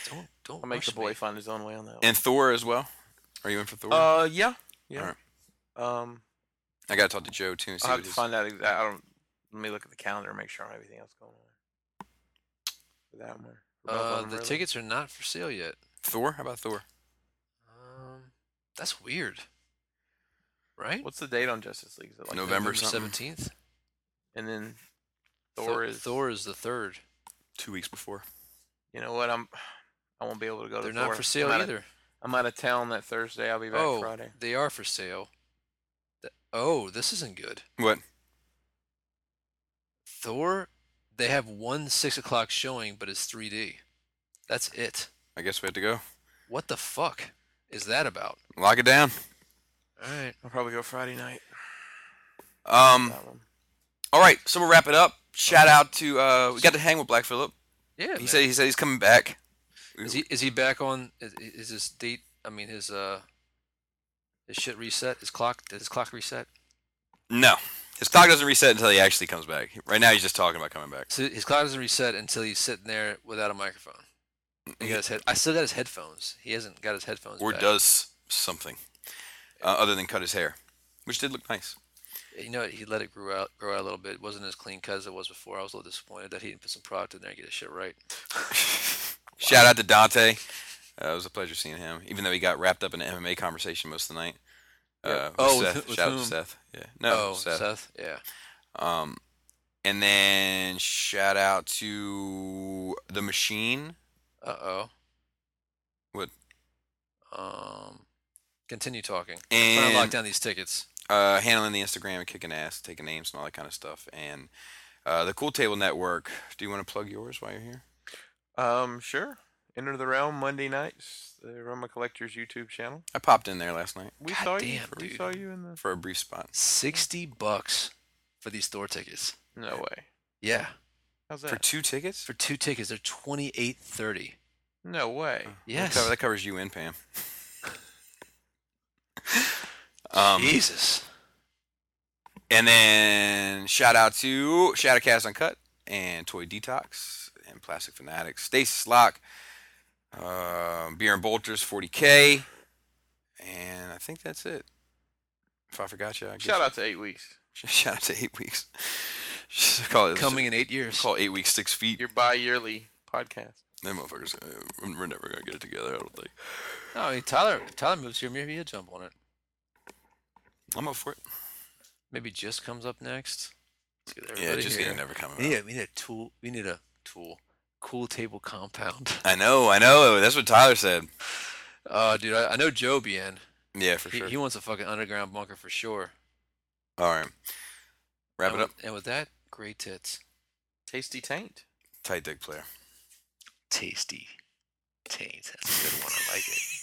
[SPEAKER 3] Don't don't
[SPEAKER 4] I'll make
[SPEAKER 3] rush
[SPEAKER 4] the boy
[SPEAKER 3] me.
[SPEAKER 4] find his own way on that. One.
[SPEAKER 2] and Thor as well. Are you in for Thor?
[SPEAKER 4] Uh, yeah, yeah.
[SPEAKER 2] Alright.
[SPEAKER 4] Um,
[SPEAKER 2] I gotta talk to Joe too. And see
[SPEAKER 4] I'll
[SPEAKER 2] what
[SPEAKER 4] have to
[SPEAKER 2] his-
[SPEAKER 4] find out. Exa- I don't. Let me look at the calendar and make sure I don't have anything else going on. For that one. for both of
[SPEAKER 3] Uh,
[SPEAKER 4] them,
[SPEAKER 3] the
[SPEAKER 4] really.
[SPEAKER 3] tickets are not for sale yet.
[SPEAKER 2] Thor. How about Thor?
[SPEAKER 3] Um, that's weird, right?
[SPEAKER 4] What's the date on Justice League? Is it like
[SPEAKER 2] November something.
[SPEAKER 3] seventeenth.
[SPEAKER 4] And then Thor is.
[SPEAKER 3] Thor is the third.
[SPEAKER 2] Two weeks before.
[SPEAKER 4] You know what? I'm. I won't be able to go
[SPEAKER 3] They're
[SPEAKER 4] to
[SPEAKER 3] not
[SPEAKER 4] Thor.
[SPEAKER 3] for sale
[SPEAKER 4] I'm out of-
[SPEAKER 3] either.
[SPEAKER 4] I'm out of town that Thursday. I'll be back
[SPEAKER 3] oh,
[SPEAKER 4] Friday.
[SPEAKER 3] they are for sale. Th- oh, this isn't good.
[SPEAKER 2] What?
[SPEAKER 3] Thor, they have one six o'clock showing, but it's 3D. That's it.
[SPEAKER 2] I guess we have to go.
[SPEAKER 3] What the fuck is that about?
[SPEAKER 2] Lock it down.
[SPEAKER 3] All right.
[SPEAKER 4] I'll probably go Friday night.
[SPEAKER 2] Um.
[SPEAKER 4] That one.
[SPEAKER 2] All right. So we'll wrap it up. Shout out to uh, we got to hang with Black Phillip. He
[SPEAKER 3] Yeah. man.
[SPEAKER 2] said he said he's coming back.
[SPEAKER 3] is he is he back on? Is, is his date? I mean, his uh, his shit reset. His clock. Did his clock reset?
[SPEAKER 2] No, his clock doesn't reset until he actually comes back. Right now he's just talking about coming back.
[SPEAKER 3] So his clock doesn't reset until he's sitting there without a microphone. He got his head. I still got his headphones. He hasn't got his headphones.
[SPEAKER 2] Or
[SPEAKER 3] back.
[SPEAKER 2] does something uh, other than cut his hair, which did look nice.
[SPEAKER 3] You know, what, he let it grow out, grow out a little bit. It wasn't as clean cut as it was before. I was a little disappointed that he didn't put some product in there and get his shit right.
[SPEAKER 2] Shout out to Dante. Uh, it was a pleasure seeing him, even though he got wrapped up in an MMA conversation most of the night. Uh, with
[SPEAKER 3] Oh, with
[SPEAKER 2] Seth.
[SPEAKER 3] who- with
[SPEAKER 2] shout out
[SPEAKER 3] whom?
[SPEAKER 2] to Seth. Yeah, no,
[SPEAKER 3] oh,
[SPEAKER 2] Seth.
[SPEAKER 3] Yeah.
[SPEAKER 2] Um, and then shout out to the machine.
[SPEAKER 3] Uh oh.
[SPEAKER 2] What?
[SPEAKER 3] Um. Continue talking. I'm trying to lock
[SPEAKER 2] And
[SPEAKER 3] down these tickets.
[SPEAKER 2] uh, handling the Instagram and kicking ass, taking names and all that kind of stuff. And uh, the Cool Table Network. Do you want to plug yours while you're here?
[SPEAKER 4] Um, sure. Enter the realm Monday nights. The Roma Collectors YouTube channel.
[SPEAKER 2] I popped in there last night
[SPEAKER 4] We
[SPEAKER 3] God
[SPEAKER 4] saw you.
[SPEAKER 3] damn,
[SPEAKER 4] We
[SPEAKER 3] dude.
[SPEAKER 4] saw you in the.
[SPEAKER 2] for a brief spot.
[SPEAKER 3] Sixty bucks for these Thor tickets.
[SPEAKER 4] No way.
[SPEAKER 3] Yeah.
[SPEAKER 4] How's
[SPEAKER 2] For
[SPEAKER 4] that?
[SPEAKER 2] two tickets?
[SPEAKER 3] For two tickets, they're twenty eight thirty.
[SPEAKER 4] No way.
[SPEAKER 2] That,
[SPEAKER 3] Yes.
[SPEAKER 2] cover- that covers you and Pam. um,
[SPEAKER 3] Jesus.
[SPEAKER 2] and then shout out to Shadowcast Uncut and Toy Detox and Plastic Fanatics, Stasis Lock, uh, Beer and Bolters 40K, and I think that's it. If I forgot you, I guess
[SPEAKER 4] Shout out to eight weeks.
[SPEAKER 2] Shout out to eight weeks. Just call it
[SPEAKER 3] Coming in eight years.
[SPEAKER 2] Call eight weeks six feet.
[SPEAKER 4] Your bi-yearly podcast.
[SPEAKER 2] Them motherfuckers, uh, we're never gonna get it together. I don't think.
[SPEAKER 3] No, I mean, Tyler. if Tyler moves here. Maybe he'll jump on it.
[SPEAKER 2] I'm up for it.
[SPEAKER 3] Maybe just comes up next. Let's get
[SPEAKER 2] Yeah,
[SPEAKER 3] everybody
[SPEAKER 2] just
[SPEAKER 3] here.
[SPEAKER 2] gonna never come.
[SPEAKER 3] We
[SPEAKER 2] Out.
[SPEAKER 3] need, a, we need a tool. We need a tool. Cool table compound.
[SPEAKER 2] I know, I know. That's what Tyler said.
[SPEAKER 3] Uh, dude, I, I know Joe be in.
[SPEAKER 2] Yeah, for
[SPEAKER 3] He,
[SPEAKER 2] sure.
[SPEAKER 3] he wants a fucking underground bunker for sure.
[SPEAKER 2] All right, wrap
[SPEAKER 3] and
[SPEAKER 2] it up.
[SPEAKER 3] With, and with that, great tits.
[SPEAKER 4] Tasty taint.
[SPEAKER 2] Tight dick player.
[SPEAKER 3] Tasty. Taint. That's a good one. I like it.